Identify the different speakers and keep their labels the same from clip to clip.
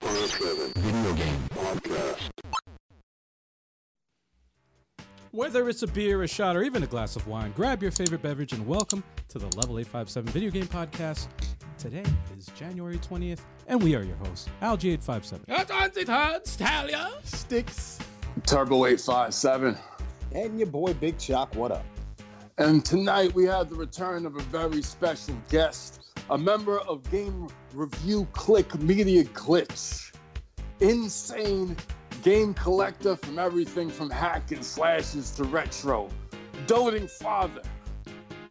Speaker 1: Driven Video Game Podcast.
Speaker 2: Whether it's a beer, a shot, or even a glass of wine, grab your favorite beverage and welcome to the Level 857 Video Game Podcast. Today is January 20th, and we are your hosts, Algie857.
Speaker 3: sticks.
Speaker 1: Turbo 857.
Speaker 3: And your boy Big Chuck, what up?
Speaker 1: And tonight we have the return of a very special guest, a member of Game Review Click Media Glitch, insane game collector from everything from hack and slashes to retro, doting father.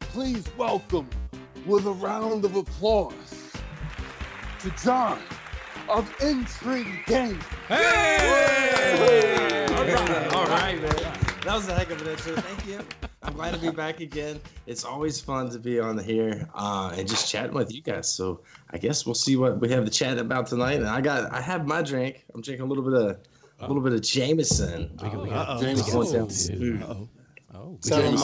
Speaker 1: Please welcome with a round of applause to John of Intrigue Games.
Speaker 4: All right, all right, man. That was a heck of an intro. Thank you. I'm glad to be back again. It's always fun to be on here uh, and just chatting with you guys. So I guess we'll see what we have to chat about tonight. And I got, I have my drink. I'm drinking a little bit of, a little bit of Jameson. Going down smooth.
Speaker 2: Oh,
Speaker 4: Jameson.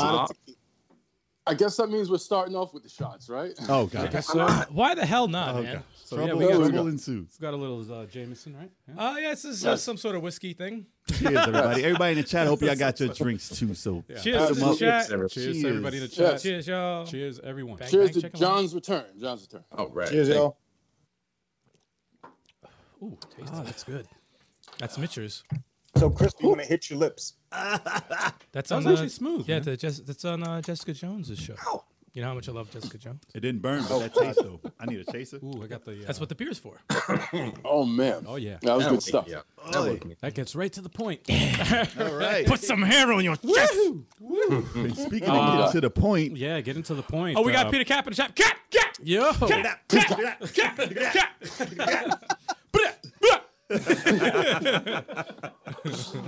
Speaker 1: I guess that means we're starting off with the shots, right?
Speaker 3: Oh god.
Speaker 2: so why the hell not,
Speaker 3: Oh,
Speaker 2: man?
Speaker 3: God.
Speaker 2: So yeah,
Speaker 3: trouble
Speaker 2: we got,
Speaker 1: we
Speaker 2: we
Speaker 3: trouble ensues.
Speaker 2: got a little uh, Jameson, right? Yeah.
Speaker 5: Oh, yeah, it's, it's uh, some sort of whiskey thing.
Speaker 3: Cheers, everybody. Everybody in the chat. I hope y'all got your drinks too. So
Speaker 5: Cheers to the
Speaker 1: Absolutely.
Speaker 5: chat.
Speaker 4: Cheers.
Speaker 2: Cheers to everybody in the
Speaker 1: Yeah.
Speaker 2: chat.
Speaker 1: Yes.
Speaker 2: Cheers.
Speaker 5: Cheers, y'all.
Speaker 2: Cheers, everyone.
Speaker 5: Bang.
Speaker 1: Cheers to
Speaker 5: check 'em
Speaker 1: John's return. John's return.
Speaker 4: All oh, right.
Speaker 3: y'all.
Speaker 5: Ooh, tasty. that's good. That's Mitchers.
Speaker 6: So crispy when it hits your lips.
Speaker 5: That's
Speaker 2: That
Speaker 5: on
Speaker 2: was
Speaker 5: the,
Speaker 2: actually smooth.
Speaker 5: uh, Yeah,
Speaker 2: man.
Speaker 5: the, Jess, that's on uh, Jessica Jones's show. You know how much I love Jessica Jones.
Speaker 3: It didn't burn, but that taste though. I need a chaser.
Speaker 2: Oh. Ooh, I got the. Uh,
Speaker 5: That's what the beer's for.
Speaker 1: Oh man.
Speaker 2: Oh yeah,
Speaker 1: That was
Speaker 4: That'll
Speaker 1: good
Speaker 4: wake
Speaker 1: stuff.
Speaker 4: me up.
Speaker 3: Oy.
Speaker 4: That'll wake me up.
Speaker 2: that gets right to the point.
Speaker 3: All right.
Speaker 5: Put some hair on your chest.
Speaker 3: And Speaking of
Speaker 2: Uh,
Speaker 3: getting to the point,
Speaker 2: Yeah, getting to the point.
Speaker 5: Oh, we got
Speaker 2: Uh,
Speaker 5: Peter Cap in the chat. Cap, cap,
Speaker 2: Yo,
Speaker 5: cap, cap, cap, cap. Blah, blah.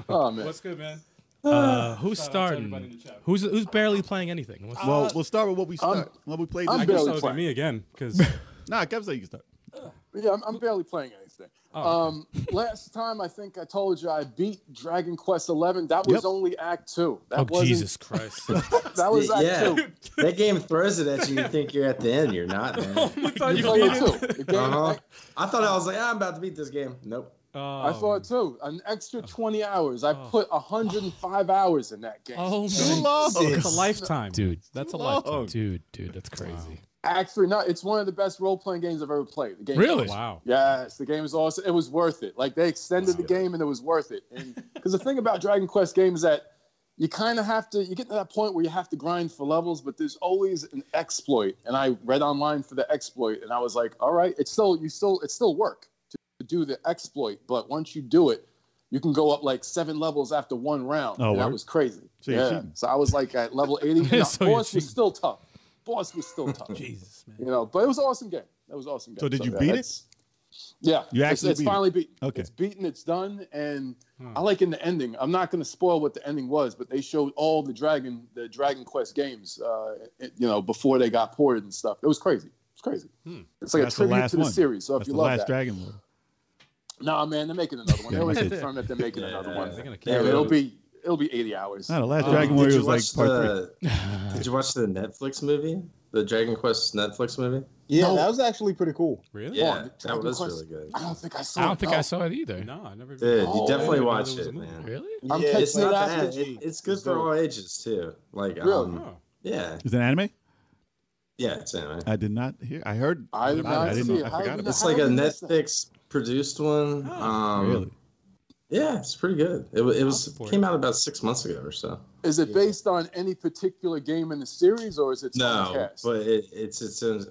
Speaker 1: Oh man.
Speaker 2: what's good, man?
Speaker 5: Uh, who's
Speaker 2: Shout out to
Speaker 5: starting?
Speaker 2: everybody in the chat.
Speaker 5: Who's who's barely playing anything? What's- Oh,
Speaker 3: well, we'll start with what we start. what we played.
Speaker 2: I
Speaker 1: I'm
Speaker 3: this
Speaker 2: guess
Speaker 1: barely-
Speaker 3: week.
Speaker 2: that would be
Speaker 1: fine.
Speaker 2: me again because
Speaker 3: Nah, Kev said you can start.
Speaker 1: Yeah, I'm, I'm barely playing anything. um, last time I think I told you I beat Dragon Quest Eleven. That was
Speaker 3: Yep.
Speaker 1: only Act Two. That
Speaker 5: oh,
Speaker 1: wasn't,
Speaker 5: Jesus Christ.
Speaker 1: That was Act
Speaker 4: Yeah,
Speaker 1: Two.
Speaker 4: that game throws it at you. You think you're at the end. You're not, man.
Speaker 1: I
Speaker 2: you
Speaker 1: saw
Speaker 2: beat
Speaker 1: it
Speaker 2: it.
Speaker 1: too. The game-
Speaker 4: Uh-huh. I thought I was like, "Ah, I'm about to beat this game. Nope.
Speaker 1: I saw it too. An extra 20 hours. I put 105 hours in that game.
Speaker 5: Oh,
Speaker 3: Too
Speaker 5: man.
Speaker 3: long.
Speaker 5: That's a lifetime. Dude, that's a
Speaker 3: long.
Speaker 5: lifetime. Dude, dude, that's crazy.
Speaker 1: Actually, no, it's one of the best role playing games I've ever played. The game
Speaker 5: Really?
Speaker 2: Wow.
Speaker 1: Yes, the game is awesome. It was worth it. Like they extended the game and it was worth it. Because the thing about Dragon Quest games is that you kind of have to. You get to that point where you have to grind for levels, but there's always an exploit. And I read online for the exploit, and I was like, all right, it's still you still it's still work to, to do the exploit, but once you do it, you can go up like seven levels after one round.
Speaker 3: Oh,
Speaker 1: and that
Speaker 3: word.
Speaker 1: was crazy.
Speaker 3: So you're
Speaker 1: yeah.
Speaker 3: cheating.
Speaker 1: So I was like at level 80. And
Speaker 5: So
Speaker 1: the
Speaker 5: you're
Speaker 1: boss was
Speaker 5: cheating.
Speaker 1: still tough. Boss was still tough.
Speaker 5: Jesus, man.
Speaker 1: you know. But it was an awesome game. That was an awesome game.
Speaker 3: So did you
Speaker 1: yeah,
Speaker 3: beat it?
Speaker 1: that's- Yeah,
Speaker 3: You
Speaker 1: it's,
Speaker 3: actually
Speaker 1: it's
Speaker 3: beat it?
Speaker 1: finally beaten.
Speaker 3: Okay.
Speaker 1: it's beaten. It's done, and
Speaker 2: Hmm.
Speaker 1: I like in the ending. I'm not going to spoil what the ending was, but they showed all the Dragon, the Dragon Quest games, uh, it- you know, before they got ported and stuff. It was crazy. It's crazy. It's like
Speaker 3: That's
Speaker 1: a
Speaker 3: the
Speaker 1: tribute
Speaker 3: last
Speaker 1: to the
Speaker 3: one.
Speaker 1: series. So
Speaker 3: That's
Speaker 1: if you
Speaker 3: the
Speaker 1: love
Speaker 3: last
Speaker 1: that,
Speaker 3: Dragon Lord.
Speaker 1: nah, man, they're making another one. They
Speaker 3: Yeah,
Speaker 1: always
Speaker 3: they did.
Speaker 1: confirm that they're making another
Speaker 4: Yeah,
Speaker 1: one.
Speaker 2: they're gonna keep
Speaker 1: Yeah,
Speaker 4: it.
Speaker 1: it'll be it'll be 80 hours.
Speaker 3: Nah, the last
Speaker 2: Um,
Speaker 3: Dragon Warrior
Speaker 4: did
Speaker 3: was
Speaker 4: you
Speaker 3: like
Speaker 4: watch
Speaker 3: part three.
Speaker 4: the, Did you watch the Netflix movie? The Dragon Quest Netflix movie?
Speaker 6: Yeah,
Speaker 1: No.
Speaker 6: that was actually pretty cool.
Speaker 2: Really?
Speaker 4: Yeah,
Speaker 1: the
Speaker 4: that
Speaker 1: Dragon
Speaker 4: was
Speaker 1: Quest-
Speaker 4: really good.
Speaker 1: I don't think I saw.
Speaker 5: I
Speaker 1: it,
Speaker 5: don't think
Speaker 1: no.
Speaker 5: I saw it either.
Speaker 2: No, I never.
Speaker 4: Dude,
Speaker 1: Oh,
Speaker 4: you definitely
Speaker 2: man,
Speaker 4: watch
Speaker 2: that was a
Speaker 4: it,
Speaker 2: movie.
Speaker 4: man.
Speaker 5: Really?
Speaker 1: I'm
Speaker 6: Yeah,
Speaker 1: catching
Speaker 4: It's not
Speaker 1: it after.
Speaker 4: bad. It, it's good for
Speaker 1: dope.
Speaker 4: all ages too. Like,
Speaker 1: Really?
Speaker 4: um,
Speaker 2: Oh.
Speaker 4: yeah,
Speaker 3: Is it an anime?
Speaker 4: yeah, it's anime.
Speaker 3: I did not hear. I heard.
Speaker 1: I did
Speaker 3: about it.
Speaker 1: not
Speaker 3: I didn't
Speaker 1: see
Speaker 3: know.
Speaker 1: it.
Speaker 3: I
Speaker 1: How
Speaker 3: forgot
Speaker 1: did
Speaker 3: about
Speaker 1: you
Speaker 4: It's like a
Speaker 1: How did I miss that?
Speaker 4: Netflix produced one.
Speaker 2: Oh,
Speaker 4: Um,
Speaker 3: Really?
Speaker 4: Yeah, it's pretty good. It, wa- it was
Speaker 2: support
Speaker 4: came out about six months ago or so.
Speaker 1: Is it based on any particular game in the series, or is it
Speaker 4: No,
Speaker 1: cast?
Speaker 4: but it, it's its own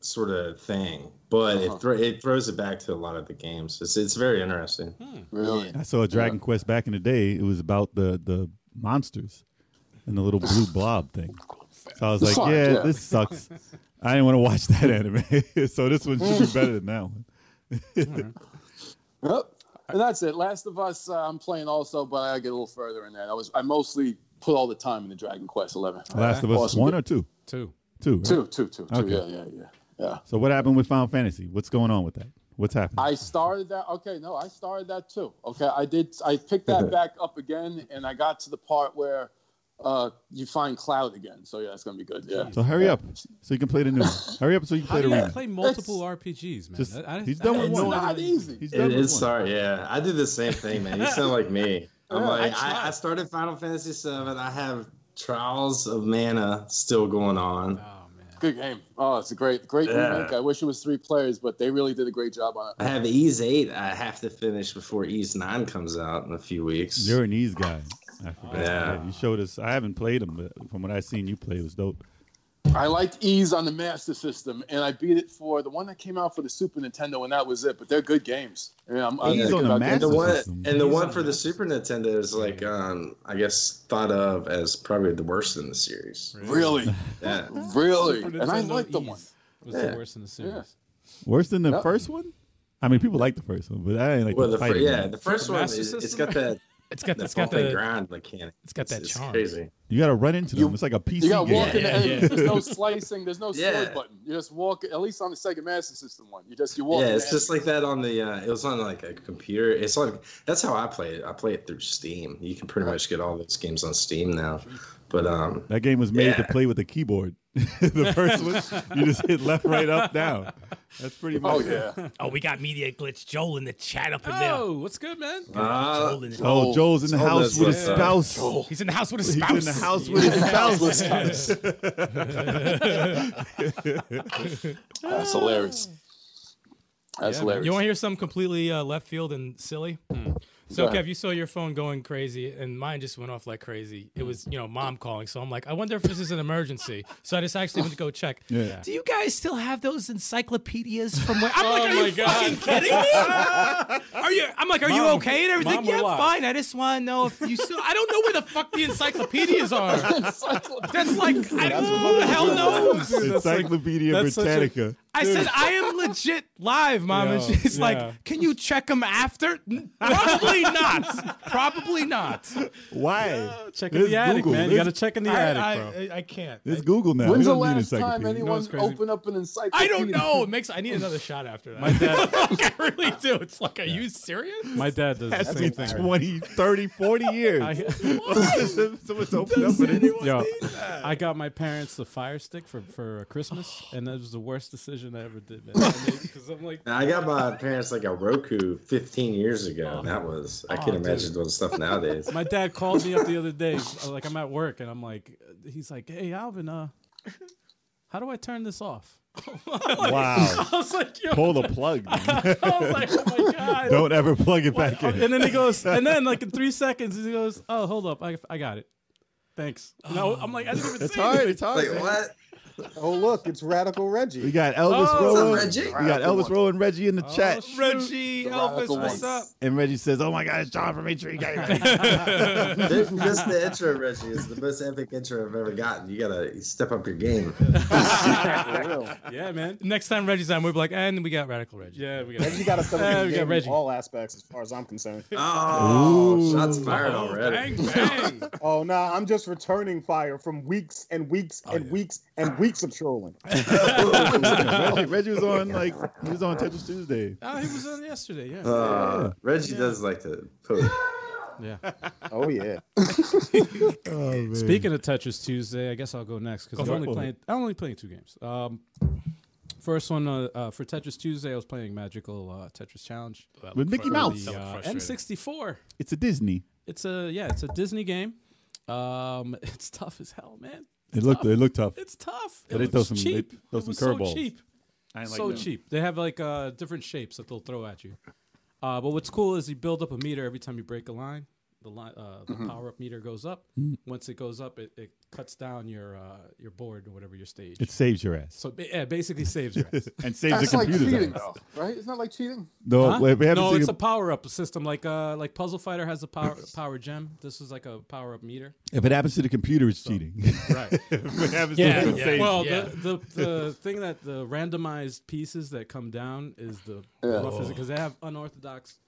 Speaker 4: sort of thing. But
Speaker 1: Uh-huh.
Speaker 4: it thro- it throws it back to a lot of the games. It's it's very interesting.
Speaker 1: really?
Speaker 3: I saw a Dragon Quest back in the day. It was about the the monsters and the little blue blob thing. So I was like,
Speaker 1: Fuck,
Speaker 3: yeah,
Speaker 1: yeah.
Speaker 3: this sucks. I didn't want to watch that anime. so this one should be better than that one.
Speaker 1: Yep. And that's it. Last of Us, uh, I'm playing also, but I get a little further in that. I was I mostly put all the time into Dragon Quest 11.
Speaker 3: Last of Us
Speaker 1: Awesome.
Speaker 3: one or two?
Speaker 2: Two.
Speaker 3: Two. right?
Speaker 1: Two, two, two, two.
Speaker 3: Okay.
Speaker 1: Yeah, yeah, yeah, yeah.
Speaker 3: So what happened with Final Fantasy? What's going on with that? What's happening?
Speaker 1: I started that. Okay, no, I started that too. Okay, I did. I picked that back up again, and I got to the part where uh, you find Cloud again. So yeah, it's gonna be good. Yeah.
Speaker 3: So hurry up so you can play the new one. Hurry up so you can
Speaker 2: How
Speaker 3: play
Speaker 2: do
Speaker 3: the
Speaker 2: you
Speaker 3: remake.
Speaker 2: play multiple RPGs, man?
Speaker 3: Just-
Speaker 2: I, I,
Speaker 3: he's done
Speaker 2: I,
Speaker 3: with
Speaker 1: It's
Speaker 3: one.
Speaker 1: not easy.
Speaker 3: He's done
Speaker 4: It
Speaker 3: with
Speaker 4: is
Speaker 3: one.
Speaker 4: sorry, yeah. I did the same thing, man. You sound like me. I'm
Speaker 1: Yeah,
Speaker 4: like,
Speaker 2: I
Speaker 4: I, I started Final Fantasy VII. I have Trials of Mana still going on.
Speaker 2: Oh man.
Speaker 1: Good game. Oh, it's a great, great
Speaker 4: Yeah.
Speaker 1: remake. I wish it was three players, but they really did a great job on it.
Speaker 4: I have Ease 8 I have to finish before Ease 9 comes out in a few weeks.
Speaker 3: You're an knees guy. I forgot.
Speaker 4: Yeah.
Speaker 3: You showed us. I haven't played him, but from what I've seen you play, it was dope.
Speaker 1: I liked Ease on the Master System, and I beat it for the one that came out for the Super Nintendo, and that was it. But they're good games. And I'm, I'm
Speaker 4: Ease
Speaker 1: thinking
Speaker 3: on the
Speaker 1: about
Speaker 3: Master
Speaker 1: getting
Speaker 4: and the
Speaker 1: the one-
Speaker 4: one
Speaker 3: System.
Speaker 4: and the
Speaker 2: Ease
Speaker 4: one
Speaker 2: on
Speaker 4: for the
Speaker 2: that.
Speaker 4: Super Nintendo is like um I guess thought of as probably the worst in the series.
Speaker 1: Really,
Speaker 4: Yeah.
Speaker 1: really,
Speaker 2: Super
Speaker 1: and I
Speaker 2: Nintendo
Speaker 1: liked the
Speaker 2: Ease
Speaker 1: one.
Speaker 2: E Was
Speaker 4: Yeah.
Speaker 2: the worst in the series.
Speaker 1: Yeah.
Speaker 3: Worse than the
Speaker 1: Yep.
Speaker 3: first one? I mean, people like the first one, but I ain't like
Speaker 4: Well,
Speaker 3: the
Speaker 4: the fir-
Speaker 3: fighting.
Speaker 4: yeah,
Speaker 3: one.
Speaker 4: the first
Speaker 2: the
Speaker 4: one
Speaker 2: Master
Speaker 4: is, it's
Speaker 2: System?
Speaker 4: got that
Speaker 5: It's got it's
Speaker 4: that
Speaker 5: got
Speaker 4: bumping
Speaker 5: the
Speaker 4: grind mechanic.
Speaker 5: it's got that
Speaker 4: It's- it's
Speaker 5: charm.
Speaker 4: crazy.
Speaker 3: You got to run into them.
Speaker 1: You-
Speaker 3: it's like a PC
Speaker 1: You got to
Speaker 3: game.
Speaker 1: walk in
Speaker 5: Yeah,
Speaker 1: the enemies.
Speaker 5: yeah.
Speaker 1: There's no slicing. There's no sword
Speaker 4: Yeah.
Speaker 1: button. You just walk. At least on the Sega Master System one, you just you walk.
Speaker 4: yeah,
Speaker 1: in
Speaker 4: it's
Speaker 1: the
Speaker 4: just like that on the. Uh, it was on like a computer. It's like that's how I play it. I play it through Steam. You can pretty much get all those games on Steam now. But um,
Speaker 3: That game was made to
Speaker 4: Yeah.
Speaker 3: play with a keyboard. the first one, you just hit left, right, up, down. That's pretty much.
Speaker 1: Oh
Speaker 3: it.
Speaker 1: yeah.
Speaker 7: Oh, we got media glitch Joel in the chat up in there.
Speaker 2: Oh, what's good, man?
Speaker 4: uh,
Speaker 7: Joel in the-
Speaker 3: Oh, Joel's in the
Speaker 4: Joel
Speaker 3: house
Speaker 4: does
Speaker 3: with his
Speaker 4: that.
Speaker 3: spouse.
Speaker 7: He's in the house with his
Speaker 3: He's
Speaker 7: spouse.
Speaker 3: in the house with his spouse.
Speaker 1: That's hilarious. That's
Speaker 2: Yeah, man.
Speaker 1: hilarious.
Speaker 5: You want to hear something completely uh, left field and silly?
Speaker 3: Hmm.
Speaker 5: So,
Speaker 1: Go ahead.
Speaker 5: Kev, you saw your phone going crazy, and mine just went off like crazy. It was, you know, mom calling. So I'm like, I wonder if this is an emergency. So I just actually went to go check.
Speaker 3: Yeah.
Speaker 7: Do you guys still have those encyclopedias from where? I'm like,
Speaker 2: Oh
Speaker 7: are
Speaker 2: my
Speaker 7: you
Speaker 2: God.
Speaker 7: fucking kidding me? Are you? I'm like, are you
Speaker 2: Mom-
Speaker 7: okay and everything?
Speaker 2: Mom, we're
Speaker 7: yeah,
Speaker 2: live.
Speaker 7: fine. I just want to know if you still. I don't know where the fuck the encyclopedias are. That's like, I don't know. Who the hell knows?
Speaker 2: Dude, that's like-
Speaker 3: Encyclopedia
Speaker 2: that's such a-
Speaker 3: Britannica.
Speaker 7: I said, I am legit live, mom. and
Speaker 2: Yeah,
Speaker 7: she's
Speaker 2: yeah.
Speaker 7: like, can you check them after? N- Probably not. Probably not.
Speaker 3: Why?
Speaker 2: Check in
Speaker 3: It's
Speaker 2: the attic,
Speaker 3: Google.
Speaker 2: man. You
Speaker 3: It's-
Speaker 2: got to check in the
Speaker 5: I,
Speaker 2: attic, bro.
Speaker 5: I, I can't.
Speaker 3: It's Google now. we
Speaker 1: When's the
Speaker 3: don't need
Speaker 1: last time
Speaker 3: encyclopedia.
Speaker 1: anyone
Speaker 2: what's crazy?
Speaker 1: opened up an encyclopedia?
Speaker 5: I don't know. It makes I need another shot after that.
Speaker 7: I really do. It's like, are you serious?
Speaker 2: My dad does the
Speaker 3: That's
Speaker 2: same
Speaker 3: been
Speaker 2: thing.
Speaker 3: 20, 30, 40 years.
Speaker 2: I,
Speaker 3: Someone's opened up an
Speaker 2: yo, I got my parents the fire stick for for uh, Christmas, and that was the worst decision I ever did, man. Because I'm like,
Speaker 4: I got my parents like a Roku 15 years ago. and that was I
Speaker 2: Oh,
Speaker 4: can't
Speaker 2: dude.
Speaker 4: imagine doing stuff nowadays.
Speaker 2: my dad called me up the other day, uh, like I'm at work, and I'm like, he's like, hey, Alvin, uh, how do I turn this off?
Speaker 3: Wow.
Speaker 2: I was like, yo,
Speaker 3: Pull the plug. man.
Speaker 2: I was like, oh my god.
Speaker 3: don't ever plug it back in.
Speaker 2: and then he goes, and then like in three seconds, he goes, "Oh, hold up, I, I got it. Thanks." No, I'm like, I didn't even
Speaker 3: It's
Speaker 2: say
Speaker 3: hard.
Speaker 2: anything.
Speaker 3: It's hard.
Speaker 4: Like
Speaker 3: man.
Speaker 4: what?
Speaker 6: Oh look, it's Radical
Speaker 3: We
Speaker 6: Reggie.
Speaker 3: got Elvis
Speaker 2: Oh,
Speaker 3: Rowe.
Speaker 4: Reggie.
Speaker 3: We got Elvis Rowe and Reggie in the chat.
Speaker 2: shoot.
Speaker 7: Reggie, Elvis,
Speaker 1: radical
Speaker 7: what's
Speaker 1: ones.
Speaker 7: up?
Speaker 3: And Reggie says, "Oh my God, it's John from H3 Gang."
Speaker 4: This, this the intro, Reggie, is the most epic intro I've ever gotten. You gotta step up your game.
Speaker 1: For real.
Speaker 2: Yeah, man.
Speaker 5: Next time Reggie's on, we'll be like, and we got Radical Reggie.
Speaker 2: Yeah, we got.
Speaker 6: Reggie got
Speaker 2: Yeah, we
Speaker 6: to celebrate
Speaker 2: got
Speaker 6: the game
Speaker 2: Reggie.
Speaker 6: in all aspects, as far as I'm concerned.
Speaker 4: Oh,
Speaker 3: Ooh.
Speaker 4: shots fired
Speaker 5: Oh,
Speaker 4: already.
Speaker 5: bang, bang.
Speaker 6: Oh no, I'm just returning fire from weeks and weeks
Speaker 3: Oh,
Speaker 6: and weeks and weeks of trolling.
Speaker 3: Reggie, Reggie was on like he was on Tetris Tuesday.
Speaker 2: Oh, he was on yesterday. Yeah.
Speaker 4: Uh, Reggie does like to put.
Speaker 2: yeah.
Speaker 6: Oh yeah.
Speaker 3: Oh, man.
Speaker 2: Speaking of Tetris Tuesday, I guess I'll go next because I'm
Speaker 3: for it.
Speaker 2: only
Speaker 3: Go for
Speaker 2: playing. I'm only playing two games. Um, first one uh, uh, for Tetris Tuesday, I was playing Magical uh, Tetris Challenge.
Speaker 3: with Mickey
Speaker 2: for
Speaker 3: Mouse,
Speaker 2: the, uh, N64.
Speaker 3: it's a Disney.
Speaker 2: It's a yeah, it's a Disney game. Um, it's tough as hell, man.
Speaker 3: It looked it looked tough.
Speaker 2: It's tough.
Speaker 3: But
Speaker 2: It
Speaker 3: they throw
Speaker 2: was
Speaker 3: some- they
Speaker 2: cheap.
Speaker 3: throw
Speaker 2: it
Speaker 3: some
Speaker 2: was so
Speaker 3: curveballs.
Speaker 2: cheap.
Speaker 3: I ain't like
Speaker 2: so
Speaker 3: them.
Speaker 2: cheap. They have like uh, different shapes that they'll throw at you. Uh, but what's cool is you build up a meter every time you break a line. The line, uh, the
Speaker 3: Mm-hmm.
Speaker 2: power up meter goes up. Once it goes up, it, it cuts down your uh, your board or whatever your stage.
Speaker 3: It saves your ass
Speaker 2: so ba- yeah, basically saves your ass.
Speaker 3: and saves
Speaker 1: That's
Speaker 3: the
Speaker 1: like
Speaker 3: computer's
Speaker 1: cheating,
Speaker 3: ass.
Speaker 1: though, right? It's not like cheating.
Speaker 3: No,
Speaker 2: Huh?
Speaker 3: wait, we haven't
Speaker 2: No,
Speaker 3: seen
Speaker 2: it's a
Speaker 3: it-
Speaker 2: power up system like uh, like Puzzle Fighter has a power power gem. This is like a power up meter.
Speaker 3: if it happens to the computer, it's cheating.
Speaker 2: Right.
Speaker 3: If it happens to
Speaker 5: Yeah,
Speaker 3: the
Speaker 5: yeah.
Speaker 3: saves-
Speaker 2: Well,
Speaker 5: Yeah.
Speaker 2: the, the the thing that the randomized pieces that come down is the
Speaker 1: Yeah. Oh.
Speaker 2: roughest because they have unorthodox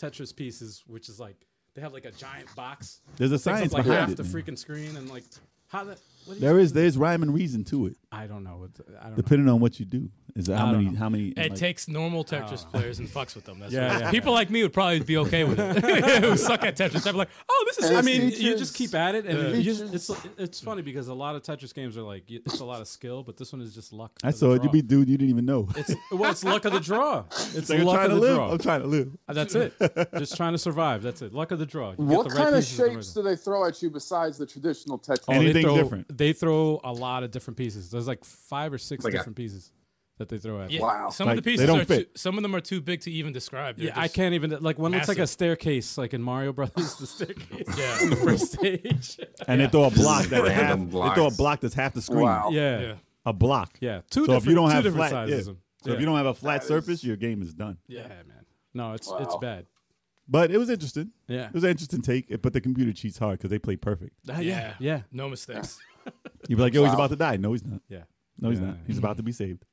Speaker 2: Tetris pieces, which is like they have like a giant box.
Speaker 3: there's a
Speaker 2: Takes up,
Speaker 3: science
Speaker 2: like half
Speaker 3: behind it.
Speaker 2: the
Speaker 3: man.
Speaker 2: freaking screen and like how the what do you-
Speaker 3: There is there's rhyme and reason to it,
Speaker 2: I don't know. What the, I don't know.
Speaker 3: depending on what you do. Is that how
Speaker 2: I don't
Speaker 3: many? How many?
Speaker 5: It
Speaker 3: like-
Speaker 5: takes normal Tetris players and fucks with them. That's
Speaker 2: Yeah,
Speaker 5: what it is.
Speaker 2: yeah.
Speaker 5: People like me would probably be okay with it. Who suck at Tetris. I'd be like, oh, this is.
Speaker 2: I
Speaker 1: It
Speaker 2: mean, you
Speaker 1: features-
Speaker 2: just keep at it, and you just,
Speaker 1: features-
Speaker 2: it's it's funny because a lot of Tetris games are like y- it's a lot of skill, but this one is just luck.
Speaker 3: I
Speaker 2: of the
Speaker 3: saw it. You
Speaker 2: draw.
Speaker 3: be dude. You didn't even know.
Speaker 2: It's well, it's luck of the draw. It's
Speaker 3: It's like, I'm
Speaker 2: luck
Speaker 3: trying
Speaker 2: of
Speaker 3: to
Speaker 2: the
Speaker 3: live.
Speaker 2: draw.
Speaker 3: I'm trying to live.
Speaker 2: Uh, That's it. Just trying to survive. That's it. Luck of the draw. You get
Speaker 1: What
Speaker 2: the right
Speaker 1: kind of
Speaker 2: pieces at the right
Speaker 1: shapes
Speaker 2: time.
Speaker 1: do they throw at you besides the traditional Tetris?
Speaker 2: Oh, they
Speaker 3: Anything
Speaker 2: throw-
Speaker 3: different.
Speaker 2: They throw a lot of different pieces. There's like five or six
Speaker 4: Like a-
Speaker 2: different pieces that they throw at.
Speaker 5: Yeah,
Speaker 2: you.
Speaker 1: Wow.
Speaker 5: Some
Speaker 3: Like,
Speaker 5: of
Speaker 3: they
Speaker 5: the pieces
Speaker 3: don't
Speaker 5: are too,
Speaker 3: fit.
Speaker 5: some of them are too big to even describe. They're
Speaker 2: Yeah, I
Speaker 5: just-
Speaker 2: can't even like one looks like a
Speaker 5: massive.
Speaker 2: staircase, like in Mario Brothers, the staircase.
Speaker 5: Yeah.
Speaker 2: on the first stage.
Speaker 3: And they throw a block
Speaker 4: is
Speaker 3: that half.
Speaker 4: random
Speaker 3: They
Speaker 4: blocks.
Speaker 3: throw a block that's half the screen.
Speaker 1: Wow.
Speaker 2: yeah, yeah,
Speaker 5: Yeah.
Speaker 3: A block.
Speaker 2: Two
Speaker 3: So
Speaker 2: different,
Speaker 3: if you don't
Speaker 2: two
Speaker 3: have
Speaker 2: different
Speaker 3: flat,
Speaker 2: sizes.
Speaker 3: yeah.
Speaker 2: of them.
Speaker 3: So if
Speaker 2: Yeah.
Speaker 3: you don't have a flat surface, your game is done.
Speaker 2: yeah, man. No, it's it's
Speaker 1: Wow.
Speaker 2: bad.
Speaker 3: But it was interesting.
Speaker 2: Yeah.
Speaker 3: It was an interesting take. But the computer cheats hard because they play perfect.
Speaker 2: Ah, yeah,
Speaker 5: Yeah.
Speaker 2: yeah,
Speaker 5: No mistakes.
Speaker 3: You'd be like, yo, he's
Speaker 1: Wow.
Speaker 3: about to die. No, he's not.
Speaker 2: yeah.
Speaker 3: No, he's
Speaker 2: Yeah.
Speaker 3: not. He's about to be saved.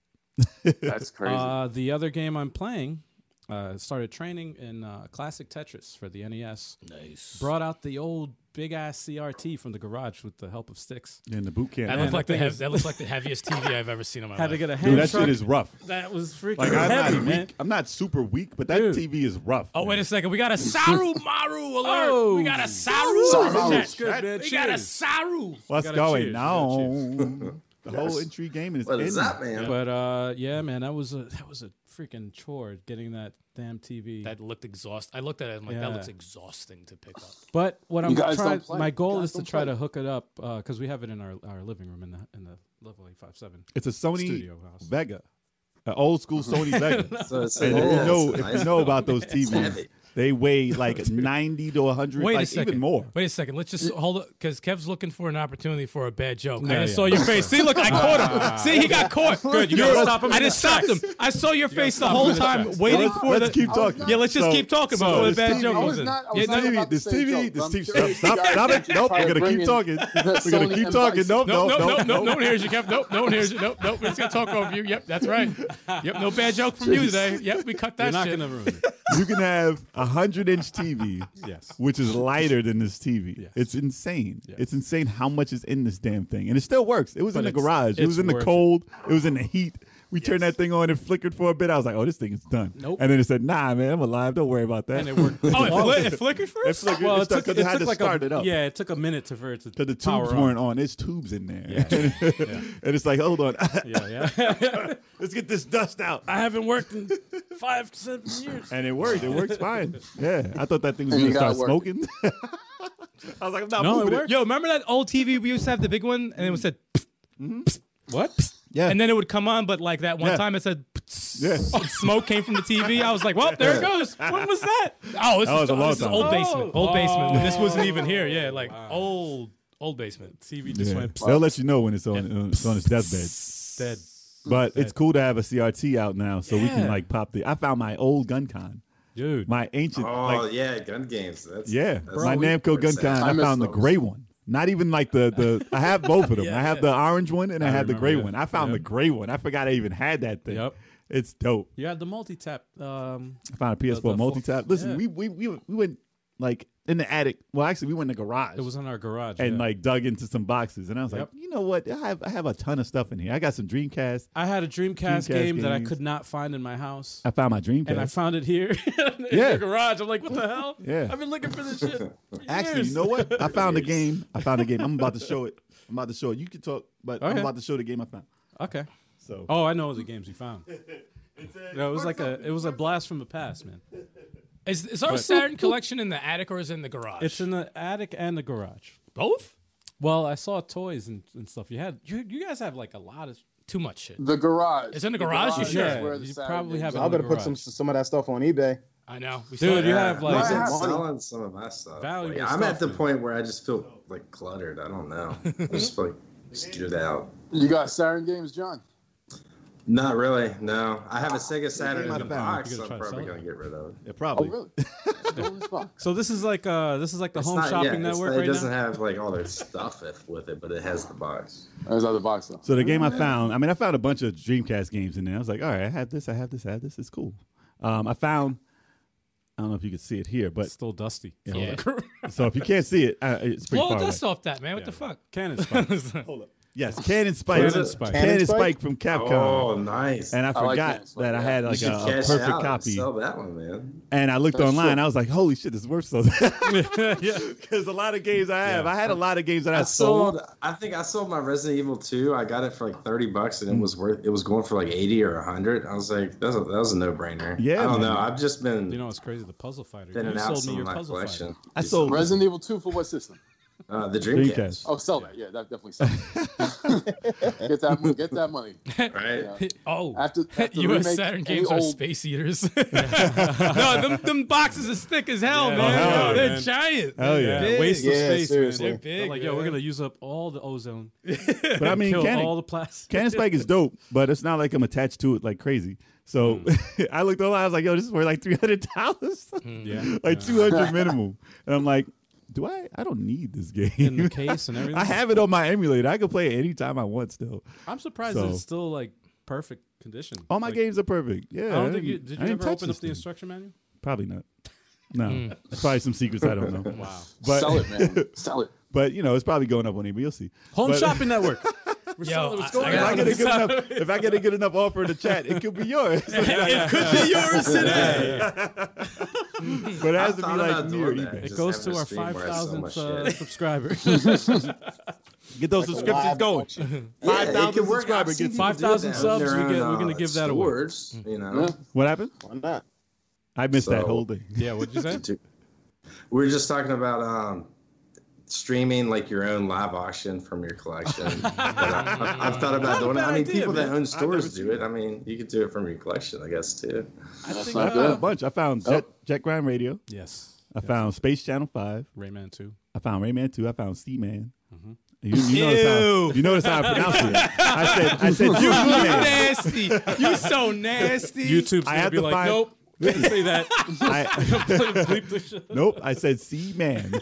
Speaker 1: That's crazy.
Speaker 2: Uh, the other game I'm playing uh, started training in uh, classic Tetris for the NES. Nice. Brought out the old big ass CRT from the garage with the help of sticks.
Speaker 3: In the boot camp.
Speaker 5: That
Speaker 2: Man,
Speaker 5: looked like
Speaker 2: that
Speaker 5: the
Speaker 2: thing
Speaker 5: hev-
Speaker 2: is-
Speaker 5: that looked like the heaviest TV I've ever seen in my
Speaker 2: Had to
Speaker 5: life.
Speaker 2: get a hand
Speaker 3: Dude, that
Speaker 2: truck.
Speaker 3: shit is rough.
Speaker 2: that was freaking
Speaker 3: Like I'm
Speaker 2: heavy,
Speaker 3: not
Speaker 2: man.
Speaker 3: weak. I'm not super weak, but that
Speaker 2: Dude.
Speaker 3: TV is rough.
Speaker 5: Oh wait a second, we got a Saru Maru alert.
Speaker 2: Oh.
Speaker 5: We got a Saru.
Speaker 1: Saru.
Speaker 5: in the chat.
Speaker 2: That's good, man.
Speaker 5: We got a
Speaker 2: Cheers.
Speaker 5: Saru.
Speaker 3: What's
Speaker 2: gotta
Speaker 3: going
Speaker 2: cheers, we gotta
Speaker 3: on? The whole entry game is
Speaker 4: What is
Speaker 3: in.
Speaker 4: that, man?
Speaker 2: But uh, yeah, man, that was a that was a freaking chore getting that damn TV.
Speaker 5: That looked exhaust. I looked at it. I'm like,
Speaker 2: Yeah.
Speaker 5: that looks exhausting to pick up.
Speaker 2: but what I'm
Speaker 1: guys
Speaker 2: trying,
Speaker 1: don't play.
Speaker 2: my
Speaker 1: You
Speaker 2: goal
Speaker 1: guys
Speaker 2: is to
Speaker 1: don't
Speaker 2: try
Speaker 1: play.
Speaker 2: to hook it up because we have it in our, our living room in the in the level eight five seven.
Speaker 3: It's a Sony
Speaker 2: Studio house.
Speaker 3: Vega, an old school Sony Vega.
Speaker 4: So it's,
Speaker 3: And if
Speaker 4: yeah,
Speaker 3: you know,
Speaker 4: it's
Speaker 3: if
Speaker 4: nice.
Speaker 3: you know about those TVs,
Speaker 4: heavy.
Speaker 3: they weigh like 90 to 100,
Speaker 5: Wait
Speaker 3: like
Speaker 5: a second.
Speaker 3: even more.
Speaker 5: Wait a second. Let's just hold up because Kev's looking for an opportunity for a bad joke. I
Speaker 2: Yeah,
Speaker 5: just
Speaker 2: yeah.
Speaker 5: saw your face. See, look, I caught
Speaker 3: Ah.
Speaker 5: him. See, he got caught. Good. You gotta
Speaker 2: You're-
Speaker 5: stop him. I just stopped him. I saw your face the
Speaker 2: stop him
Speaker 5: whole
Speaker 2: in his
Speaker 5: time,
Speaker 2: tracks.
Speaker 5: waiting
Speaker 3: Let's,
Speaker 5: for
Speaker 3: let's
Speaker 5: the.
Speaker 3: keep talking.
Speaker 5: Yeah, let's just
Speaker 3: So-
Speaker 5: keep talking
Speaker 3: so
Speaker 5: before the
Speaker 3: this
Speaker 5: bad
Speaker 3: TV
Speaker 1: I
Speaker 5: joke comes
Speaker 1: was
Speaker 5: in.
Speaker 1: not. I
Speaker 5: Yeah,
Speaker 1: was
Speaker 5: no,
Speaker 1: not
Speaker 3: TV,
Speaker 1: about to
Speaker 3: this
Speaker 1: say
Speaker 3: TV,
Speaker 1: jokes.
Speaker 3: this
Speaker 1: I'm
Speaker 3: TV. Stop,
Speaker 1: curious,
Speaker 3: stop,
Speaker 1: guys,
Speaker 3: stop
Speaker 1: what
Speaker 3: it.
Speaker 1: you
Speaker 3: Nope,
Speaker 1: try
Speaker 3: we're
Speaker 1: to
Speaker 3: gonna
Speaker 1: bring
Speaker 3: keep
Speaker 1: in
Speaker 3: talking.
Speaker 1: the
Speaker 3: We're gonna
Speaker 1: Sony
Speaker 3: keep talking.
Speaker 1: Empire
Speaker 3: Nope,
Speaker 5: no,
Speaker 3: nope,
Speaker 5: no, no,
Speaker 3: nope.
Speaker 5: no, no one hears you, Kev. Nope, no one hears you. Nope, nope. We're just gonna talk over you. Yep, that's right. Yep, no bad joke from you today. Yep, we cut
Speaker 2: You're
Speaker 5: that
Speaker 2: not
Speaker 5: shit.
Speaker 2: gonna ruin it.
Speaker 3: You can have a 100 inch TV.
Speaker 2: Yes.
Speaker 3: which is lighter than this TV.
Speaker 2: Yes.
Speaker 3: It's insane.
Speaker 2: Yes.
Speaker 3: It's insane how much is in this damn thing. And it still works. It was
Speaker 2: But
Speaker 3: in the
Speaker 2: it's-
Speaker 3: garage. It
Speaker 2: it's
Speaker 3: was in the
Speaker 2: worth it.
Speaker 3: cold. It was in the heat. We turned
Speaker 2: Yes.
Speaker 3: that thing on. It flickered for a bit. I was like, "Oh, this thing is done."
Speaker 2: Nope.
Speaker 3: And then it said, "Nah, man, I'm alive. Don't worry about that."
Speaker 2: And it worked.
Speaker 5: Oh, it, fli- it flickered first.
Speaker 3: It flickered.
Speaker 2: well,
Speaker 3: It
Speaker 2: it
Speaker 3: stuck
Speaker 2: took,
Speaker 3: 'cause
Speaker 2: it
Speaker 3: I had
Speaker 2: took
Speaker 3: to
Speaker 2: like
Speaker 3: start
Speaker 2: a,
Speaker 3: it up.
Speaker 2: yeah, it took a minute to for it to
Speaker 3: Because the
Speaker 2: power
Speaker 3: tubes
Speaker 2: up.
Speaker 3: weren't on. There's tubes in there. and it's like, hold on.
Speaker 2: Yeah, yeah.
Speaker 3: Let's get this dust out.
Speaker 2: I haven't worked in five seven years.
Speaker 3: And it worked. It works fine. Yeah. I thought that thing was
Speaker 1: And
Speaker 3: going
Speaker 1: you
Speaker 3: to start
Speaker 1: got work.
Speaker 3: smoking. I was like, I'm not
Speaker 2: No, it
Speaker 3: moving
Speaker 2: worked.
Speaker 5: Yo, remember that old TV we used to have, the big one, and it was said,
Speaker 2: What?
Speaker 3: Yeah.
Speaker 5: and then it would come on, but like that one
Speaker 3: Yeah.
Speaker 5: time it said,
Speaker 3: Yeah.
Speaker 5: smoke came from the TV. I was like, well, there it goes. When was that? Oh, this
Speaker 3: That was
Speaker 5: is
Speaker 3: a long
Speaker 5: this is
Speaker 3: time
Speaker 5: old
Speaker 3: ago.
Speaker 5: basement, old basement. When this wasn't even here, yeah, like old, old basement.
Speaker 2: TV just
Speaker 3: Yeah.
Speaker 2: went
Speaker 3: They'll let you know when it's on, on- it's on its deathbed.
Speaker 2: dead.
Speaker 3: But it's cool to have a CRT out now, so we can
Speaker 2: Yeah.
Speaker 3: like pop the. I found my old gun con,
Speaker 2: Dude.
Speaker 3: my ancient,
Speaker 4: Oh
Speaker 3: like
Speaker 4: yeah, gun games. That's
Speaker 3: yeah,
Speaker 4: that's
Speaker 3: my
Speaker 4: where
Speaker 3: Namco gun
Speaker 4: it's
Speaker 3: con.
Speaker 4: at.
Speaker 3: I,
Speaker 1: I miss
Speaker 3: found the
Speaker 1: those.
Speaker 3: gray one. Not even like the the. I have both of them.
Speaker 2: Yeah,
Speaker 3: I have
Speaker 2: yeah.
Speaker 3: the orange one and I, have the
Speaker 2: remember
Speaker 3: gray
Speaker 2: that.
Speaker 3: one. I found the
Speaker 2: Yep.
Speaker 3: gray one. I forgot I even had that thing.
Speaker 2: Yep.
Speaker 3: It's dope.
Speaker 2: You had the multi tap. Um,
Speaker 3: I found a
Speaker 2: the
Speaker 3: PS4
Speaker 2: full-
Speaker 3: multi tap. Listen,
Speaker 2: yeah.
Speaker 3: we, we we we went like in the attic. Well, actually, we went in the garage.
Speaker 2: it was in our garage.
Speaker 3: and
Speaker 2: yeah.
Speaker 3: like dug into some boxes, and I was like,
Speaker 2: Yep.
Speaker 3: you know what? I have I have a ton of stuff in here. I got some Dreamcast.
Speaker 2: I had a Dreamcast,
Speaker 3: Dreamcast
Speaker 2: game that I
Speaker 3: games.
Speaker 2: could not find in my house,
Speaker 3: I found my Dreamcast.
Speaker 2: and I found it here in
Speaker 3: Yeah.
Speaker 2: the garage. I'm like, what the hell?
Speaker 3: Yeah.
Speaker 2: I've been looking for this shit. for
Speaker 3: Actually,
Speaker 2: years.
Speaker 3: you know what? I found a game. I found a game. I'm about to show it. I'm about to show it. You can talk, but I'm
Speaker 2: Okay.
Speaker 3: about to show the game I found.
Speaker 2: Okay.
Speaker 3: So
Speaker 2: Oh, I know the games you found. No, it was like a it was a blast from the past, man.
Speaker 5: Is, is our Saturn collection in the attic or is it in the garage?
Speaker 2: It's in the attic and the garage.
Speaker 5: both.
Speaker 2: Well, I saw toys and, and stuff. You had you, you guys have like a lot of
Speaker 5: Too much shit.
Speaker 1: The garage.
Speaker 5: It's in the garage, you
Speaker 1: is
Speaker 5: sure?
Speaker 1: where
Speaker 2: Yeah,
Speaker 1: the
Speaker 2: you
Speaker 1: Saturn
Speaker 2: probably
Speaker 1: is.
Speaker 2: have it.
Speaker 6: I better put some some of that stuff on eBay.
Speaker 5: I know. We saw
Speaker 2: dude.
Speaker 5: that.
Speaker 2: You have
Speaker 4: Yeah,
Speaker 2: like
Speaker 1: Right.
Speaker 4: I'm
Speaker 1: Money.
Speaker 4: selling some of my stuff.
Speaker 2: Valuable
Speaker 4: Like, I'm
Speaker 2: stuff,
Speaker 4: at the
Speaker 2: man.
Speaker 4: point where I just feel like cluttered. I don't know. I just feel like just get it out.
Speaker 1: You got Saturn Games, John.
Speaker 4: Not really. No, I have a Sega Saturn in
Speaker 3: I
Speaker 4: the
Speaker 3: found.
Speaker 4: box.
Speaker 2: You're
Speaker 4: So
Speaker 2: gonna
Speaker 4: I'm
Speaker 2: try to
Speaker 4: probably
Speaker 2: sell
Speaker 4: gonna get rid of it.
Speaker 3: yeah,
Speaker 1: Oh,
Speaker 3: probably.
Speaker 1: really? Go in this box.
Speaker 2: so. This is like uh this is like the
Speaker 4: It's
Speaker 2: home
Speaker 4: not- yeah,
Speaker 2: shopping
Speaker 4: it's
Speaker 2: network
Speaker 4: not- It
Speaker 2: right
Speaker 4: doesn't
Speaker 2: now.
Speaker 4: have like all their stuff if- with it, but it has the box.
Speaker 1: There's other box though.
Speaker 3: So the game I found. I mean, I found a bunch of Dreamcast games in there. I was like, all right, I have this. I have this. I have this. It's cool. Um, I found. I don't know if you can see it here,
Speaker 2: It's
Speaker 3: but
Speaker 2: still dusty.
Speaker 5: Yeah.
Speaker 3: so if you can't see it, uh, it's pretty
Speaker 5: Blow
Speaker 3: far
Speaker 5: dust
Speaker 3: away.
Speaker 5: off that man. What the fuck?
Speaker 2: Cannon spot.
Speaker 3: Hold up. Yes, Cannon Spike.
Speaker 4: Cannon
Speaker 2: Spike.
Speaker 3: Cannon
Speaker 6: Cannon Spike?
Speaker 3: Spike from Capcom.
Speaker 4: Oh, nice.
Speaker 3: And I
Speaker 1: I like
Speaker 3: forgot
Speaker 1: Cannon Spike,
Speaker 3: that I
Speaker 1: yeah.
Speaker 3: had like
Speaker 4: you
Speaker 3: a,
Speaker 4: should
Speaker 3: a
Speaker 4: cash
Speaker 3: perfect
Speaker 4: out
Speaker 3: copy.
Speaker 4: And sell that one, man.
Speaker 3: And I looked
Speaker 1: That's
Speaker 3: online.
Speaker 1: true.
Speaker 3: I was like, "Holy shit, this is worth something!"
Speaker 2: yeah.
Speaker 3: Because a lot of games I have,
Speaker 2: Yeah.
Speaker 3: I had a lot of games that I,
Speaker 4: I
Speaker 3: sold.
Speaker 4: sold. I think I sold my Resident Evil 2. I got it for like 30 bucks,
Speaker 3: Hmm.
Speaker 4: and it was worth. It was going for like 80 or 100. I was like, that's a, that was a no brainer. I
Speaker 3: Yeah,
Speaker 4: don't
Speaker 3: man.
Speaker 4: know. I've just been
Speaker 2: You know what's crazy? The Puzzle Fighter.
Speaker 4: been
Speaker 2: you
Speaker 4: an
Speaker 2: sold
Speaker 4: ass
Speaker 2: me
Speaker 4: in
Speaker 2: your
Speaker 4: my
Speaker 2: Puzzle
Speaker 4: collection.
Speaker 2: Fighter.
Speaker 3: I sold
Speaker 1: Resident Evil 2 for what system?
Speaker 4: uh, the Dreamcast.
Speaker 3: Dreamcast.
Speaker 1: Oh, sell that. Yeah, that definitely sell. that. get that. mo- Get that money.
Speaker 4: Right.
Speaker 1: Yeah.
Speaker 7: Oh.
Speaker 1: After, after the
Speaker 5: U.S.
Speaker 1: remake,
Speaker 5: Saturn
Speaker 1: any
Speaker 5: games are
Speaker 1: old-
Speaker 5: space eaters.
Speaker 7: no, them, them boxes is thick as hell,
Speaker 2: Yeah.
Speaker 7: man.
Speaker 3: Oh, hell
Speaker 7: Yo,
Speaker 3: yeah,
Speaker 7: they're
Speaker 2: man.
Speaker 7: giant.
Speaker 3: Hell
Speaker 7: They're
Speaker 3: yeah.
Speaker 7: big.
Speaker 2: Waste of
Speaker 6: Yeah,
Speaker 2: space,
Speaker 6: seriously.
Speaker 5: They're
Speaker 2: man.
Speaker 5: big.
Speaker 2: They're like, yo, we're
Speaker 5: man.
Speaker 2: gonna use up all the ozone.
Speaker 3: But I mean,
Speaker 2: kill
Speaker 3: Cannon,
Speaker 2: all the plastic.
Speaker 3: Cannon Spike is dope, but it's not like I'm attached to it like crazy. So
Speaker 2: Hmm.
Speaker 3: I looked online. I was like, "Yo, this is worth like three hundred dollars,
Speaker 2: Mm, yeah.
Speaker 3: like two hundred minimum." And I'm like, "Do I? I don't need this
Speaker 2: in
Speaker 3: game.
Speaker 2: the case and everything.
Speaker 3: I have it on my emulator. I can play it anytime I want. Still,
Speaker 2: I'm surprised
Speaker 3: So-
Speaker 2: it's still like perfect condition.
Speaker 3: all my
Speaker 2: Like,
Speaker 3: games are perfect. Yeah,
Speaker 2: I don't think
Speaker 3: didn't-
Speaker 2: you did
Speaker 3: I
Speaker 2: you
Speaker 3: didn't
Speaker 2: ever
Speaker 3: touch
Speaker 2: open
Speaker 3: this
Speaker 2: up the
Speaker 3: thing.
Speaker 2: instruction manual?
Speaker 3: Probably not. No, It's probably some secrets I don't know.
Speaker 2: Hmm. Wow.
Speaker 3: But
Speaker 1: sell it, man. Sell it.
Speaker 3: but you know, it's probably going up on eBay. You'll see.
Speaker 2: Home
Speaker 3: But-
Speaker 2: shopping network. We're
Speaker 5: Yo,
Speaker 2: selling-
Speaker 5: I-
Speaker 2: it's going
Speaker 5: I
Speaker 3: If I
Speaker 5: Yeah.
Speaker 2: out.
Speaker 3: get a good enough, if I get a good enough offer in the chat, it could be yours.
Speaker 7: It could be yours today.
Speaker 3: But it has to be
Speaker 4: thought
Speaker 3: like
Speaker 4: about
Speaker 3: near
Speaker 4: doing that.
Speaker 3: eBay.
Speaker 2: it
Speaker 4: Just
Speaker 2: goes
Speaker 4: have
Speaker 2: to
Speaker 4: a
Speaker 2: our
Speaker 4: stream
Speaker 2: five
Speaker 4: where I sell
Speaker 2: thousand
Speaker 4: my
Speaker 2: uh,
Speaker 4: shit.
Speaker 2: subscribers.
Speaker 3: Get those subscriptions
Speaker 6: live
Speaker 3: going.
Speaker 4: Yeah, it
Speaker 3: 5,000
Speaker 4: could work. I've
Speaker 3: subscriber
Speaker 4: seen
Speaker 3: gets
Speaker 4: people do
Speaker 2: 5,000
Speaker 4: that on
Speaker 2: subs,
Speaker 4: their
Speaker 2: we get-
Speaker 4: own,
Speaker 2: we're gonna
Speaker 4: uh,
Speaker 2: give that away. Hmm.
Speaker 4: stores, You know.
Speaker 1: Yeah.
Speaker 3: What happened?
Speaker 6: Why not?
Speaker 3: I missed that
Speaker 4: So-
Speaker 3: whole thing.
Speaker 2: yeah, what'd you say?
Speaker 4: to- We were just talking about um, streaming like your own live auction from your collection. But I, I've thought about doing it. I mean,
Speaker 2: idea,
Speaker 4: people
Speaker 2: man.
Speaker 4: that own
Speaker 3: I've never
Speaker 4: stores
Speaker 3: seen
Speaker 4: do it. I mean, you could do it from your collection, I guess, too.
Speaker 2: I think,
Speaker 3: I
Speaker 1: not
Speaker 3: found a
Speaker 1: bad. Oh.
Speaker 2: uh,
Speaker 3: bunch. I found Jet, Jet Grind Radio.
Speaker 2: yes.
Speaker 3: I found Space Channel Five.
Speaker 2: Rayman too.
Speaker 3: I found Rayman Two. I found Sea Man.
Speaker 2: Mm-hmm.
Speaker 3: You, you notice how you notice how I pronounce it. I said I said
Speaker 7: You
Speaker 3: Seaman.
Speaker 7: nasty. You so nasty.
Speaker 2: YouTube's
Speaker 3: I
Speaker 2: gonna
Speaker 3: have
Speaker 2: be
Speaker 3: to
Speaker 2: like,
Speaker 3: find-
Speaker 2: nope, we didn't say that.
Speaker 3: I,
Speaker 2: Bleep the shit.
Speaker 3: nope, I said Sea Man.
Speaker 7: So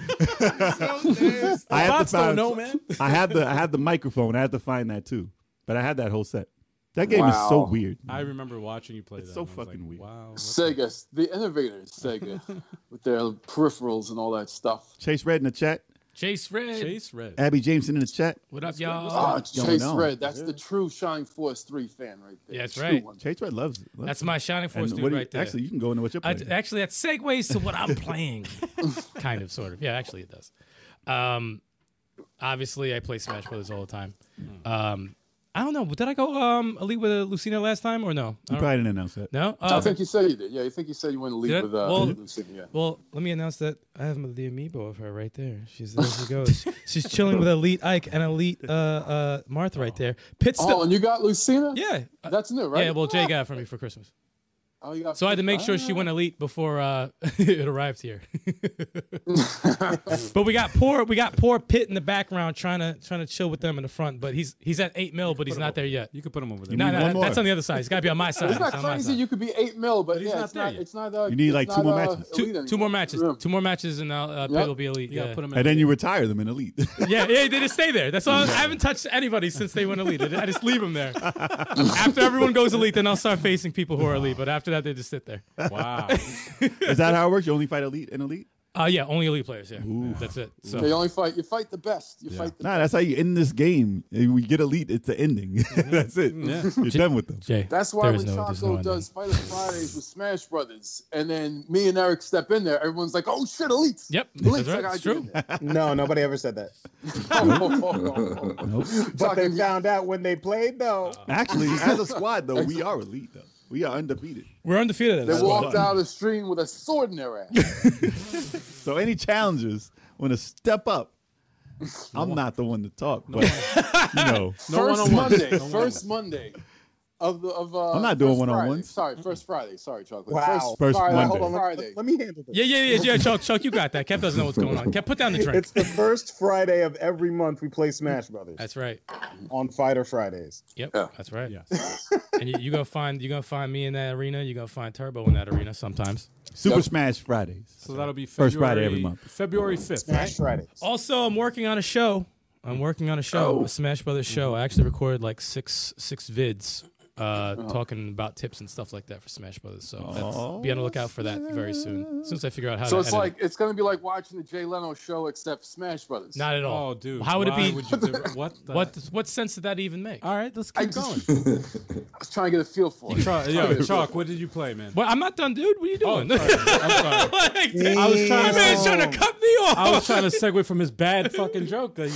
Speaker 7: nasty.
Speaker 3: I have to
Speaker 2: Bots don't
Speaker 3: find.
Speaker 2: know, man.
Speaker 3: I have the I have the microphone. I have to find that too. But I had that whole set. That game is so
Speaker 1: Wow.
Speaker 3: weird.
Speaker 2: I remember watching you play
Speaker 3: It's
Speaker 2: that.
Speaker 3: so
Speaker 2: and I was
Speaker 3: fucking
Speaker 2: like,
Speaker 3: weird.
Speaker 2: Wow. what the-
Speaker 1: Sega, the innovators, Sega, with their peripherals and all that stuff.
Speaker 3: Chase Red in the chat.
Speaker 5: Chase Red.
Speaker 2: Chase Red.
Speaker 3: Abby Jameson in the chat.
Speaker 5: What up, y'all?
Speaker 1: Ah,
Speaker 3: going
Speaker 1: Chase
Speaker 3: on?
Speaker 1: Red, that's the true Shining Force 3 fan right there.
Speaker 5: Yeah, that's
Speaker 1: True
Speaker 5: right.
Speaker 1: one.
Speaker 3: Chase Red loves it. Loves
Speaker 5: That's
Speaker 3: it.
Speaker 5: my shining
Speaker 3: And
Speaker 5: force
Speaker 3: what
Speaker 5: dude
Speaker 3: do you-
Speaker 5: right there.
Speaker 3: Actually, you can go into what you're
Speaker 5: I,
Speaker 3: playing.
Speaker 5: actually, that segues to what I'm playing, kind of, sort of. Yeah, actually, it does. Um, obviously, I play Smash Brothers all the time. Um, I don't know. Did I go um, elite with uh, Lucina last time or no? I
Speaker 3: you
Speaker 5: don't-
Speaker 3: probably didn't announce that.
Speaker 5: no.
Speaker 1: I
Speaker 5: Oh,
Speaker 1: think you said you did. Yeah, I think you said you went to leave
Speaker 5: Did I?
Speaker 1: with uh,
Speaker 5: Well-
Speaker 1: Lucina. Yeah.
Speaker 5: Well, let me announce that I have the amiibo of her right there. She's there she goes. She's chilling with Elite Ike and Elite uh, uh, Martha right there. Pit
Speaker 1: Oh,
Speaker 5: stop.
Speaker 1: and you got Lucina?
Speaker 5: yeah. Uh,
Speaker 1: That's new, right?
Speaker 5: Yeah, well, Jay got it for me for Christmas.
Speaker 1: Oh, you got Ah.
Speaker 5: So I had to make sure she went elite before uh, it arrived here. but we got poor, we got poor Pitt in the background trying to trying to chill with them in the front. But he's he's at eight mil, but he's not there yet.
Speaker 2: You could put him over there.
Speaker 5: No,
Speaker 3: need one
Speaker 5: no,
Speaker 3: more.
Speaker 5: that's on the other side. He's got to be on my side.
Speaker 1: It's not
Speaker 5: It's on my
Speaker 1: crazy.
Speaker 5: side.
Speaker 1: You could be 8 mil, but,
Speaker 2: he's
Speaker 1: yeah,
Speaker 2: not
Speaker 1: it's
Speaker 2: there
Speaker 1: not,
Speaker 2: yet.
Speaker 1: it's not. Uh,
Speaker 3: You need,
Speaker 1: it's
Speaker 3: like, two
Speaker 1: not,
Speaker 3: more
Speaker 1: uh,
Speaker 3: matches.
Speaker 1: elite
Speaker 5: Two,
Speaker 1: anymore.
Speaker 5: two more matches.
Speaker 1: Yeah.
Speaker 5: Two more matches, and uh, uh, Pitt
Speaker 1: Yep.
Speaker 5: will be elite.
Speaker 2: You gotta
Speaker 5: yeah.
Speaker 2: put him in
Speaker 3: And
Speaker 2: the-
Speaker 3: then you retire them in Elite.
Speaker 5: yeah, yeah, they just stay there. That's all. I haven't touched anybody since they went elite. I just leave them there. After everyone goes elite, then I'll start facing people who are elite. But after that, they just sit there.
Speaker 2: Wow.
Speaker 3: Is that how it works? You only fight Elite and Elite?
Speaker 5: Uh, yeah, only elite players. Yeah, that's it. So
Speaker 1: They only fight. You fight the best. You fight the
Speaker 3: Nah, that's how you end this game. If We get Elite, it's the ending. that's it.
Speaker 5: Mm-hmm.
Speaker 3: You're done with them.
Speaker 5: Jay,
Speaker 1: That's why
Speaker 5: there is
Speaker 1: when
Speaker 5: no- there's no
Speaker 1: Chaco
Speaker 5: end
Speaker 1: does Fighter Fridays with Smash Brothers, and then me and Eric step in there, everyone's like, "Oh shit, elites!"
Speaker 5: Yep,
Speaker 1: elites.
Speaker 5: that's right,
Speaker 1: I gotta
Speaker 5: it's
Speaker 1: get
Speaker 5: true.
Speaker 1: in there."
Speaker 6: No, nobody ever said that. But they
Speaker 1: Fucking-
Speaker 6: found out when they played, though.
Speaker 3: Actually, as a squad, though, we are Elite, though. We are undefeated.
Speaker 5: we're undefeated. At
Speaker 1: They
Speaker 5: this point.
Speaker 1: walked out of the stream with a sword in their ass.
Speaker 3: So any challengers want to step up. I'm not the one to talk, but you know,
Speaker 1: first
Speaker 2: one-on-ones.
Speaker 1: Monday,
Speaker 2: No one-on-ones.
Speaker 1: first Monday of the of. Uh,
Speaker 3: I'm not doing
Speaker 1: first
Speaker 3: one-on-ones.
Speaker 1: Friday. Sorry, first Friday. Sorry, chocolate.
Speaker 6: Wow.
Speaker 3: First
Speaker 1: Friday.
Speaker 3: Monday.
Speaker 1: Hold on,
Speaker 6: Let
Speaker 1: Friday.
Speaker 6: me- Let me handle this.
Speaker 5: Yeah, yeah, yeah, yeah. Chuck, Chuck, you got that. Kev doesn't know what's going on. Kev, put down the drink.
Speaker 6: It's the first Friday of every month we play Smash Brothers
Speaker 5: that's right.
Speaker 6: on Fighter Fridays.
Speaker 5: Yep,
Speaker 1: Yeah.
Speaker 5: that's right.
Speaker 2: Yes.
Speaker 5: And you, you gonna find you gonna find me in that arena. You are gonna find Turbo in that arena sometimes.
Speaker 3: Super Smash Fridays.
Speaker 2: So that'll be February,
Speaker 3: First Friday every month.
Speaker 2: February 5th,
Speaker 6: Smash
Speaker 2: right?
Speaker 6: Fridays.
Speaker 5: Also, I'm working on a show. I'm working on a show, a Smash Brothers show. I actually recorded like six six vids uh, talking about tips and stuff like that for Smash Brothers. So that's, be on the lookout for that very soon. As soon as I figure out how
Speaker 1: So
Speaker 5: to
Speaker 1: it's
Speaker 5: edit
Speaker 1: like it's gonna be like watching the Jay Leno show except Smash Brothers.
Speaker 5: it. not at all.
Speaker 2: Oh, dude.
Speaker 5: How would it
Speaker 2: why
Speaker 5: be-
Speaker 2: Would you do, what? The,
Speaker 5: What what sense did that even make?
Speaker 2: All right, let's
Speaker 1: I
Speaker 2: keep going.
Speaker 1: just, I was trying to get a feel for it.
Speaker 2: Chalk, yo, Chalk, what did you play, man?
Speaker 5: Well, I'm not done, dude. What are you doing?
Speaker 2: I'm sorry. I'm sorry.
Speaker 5: Like,
Speaker 2: I was trying
Speaker 5: my
Speaker 2: to-
Speaker 5: man's trying to cut me off.
Speaker 2: I was trying to segue from his bad fucking joke. That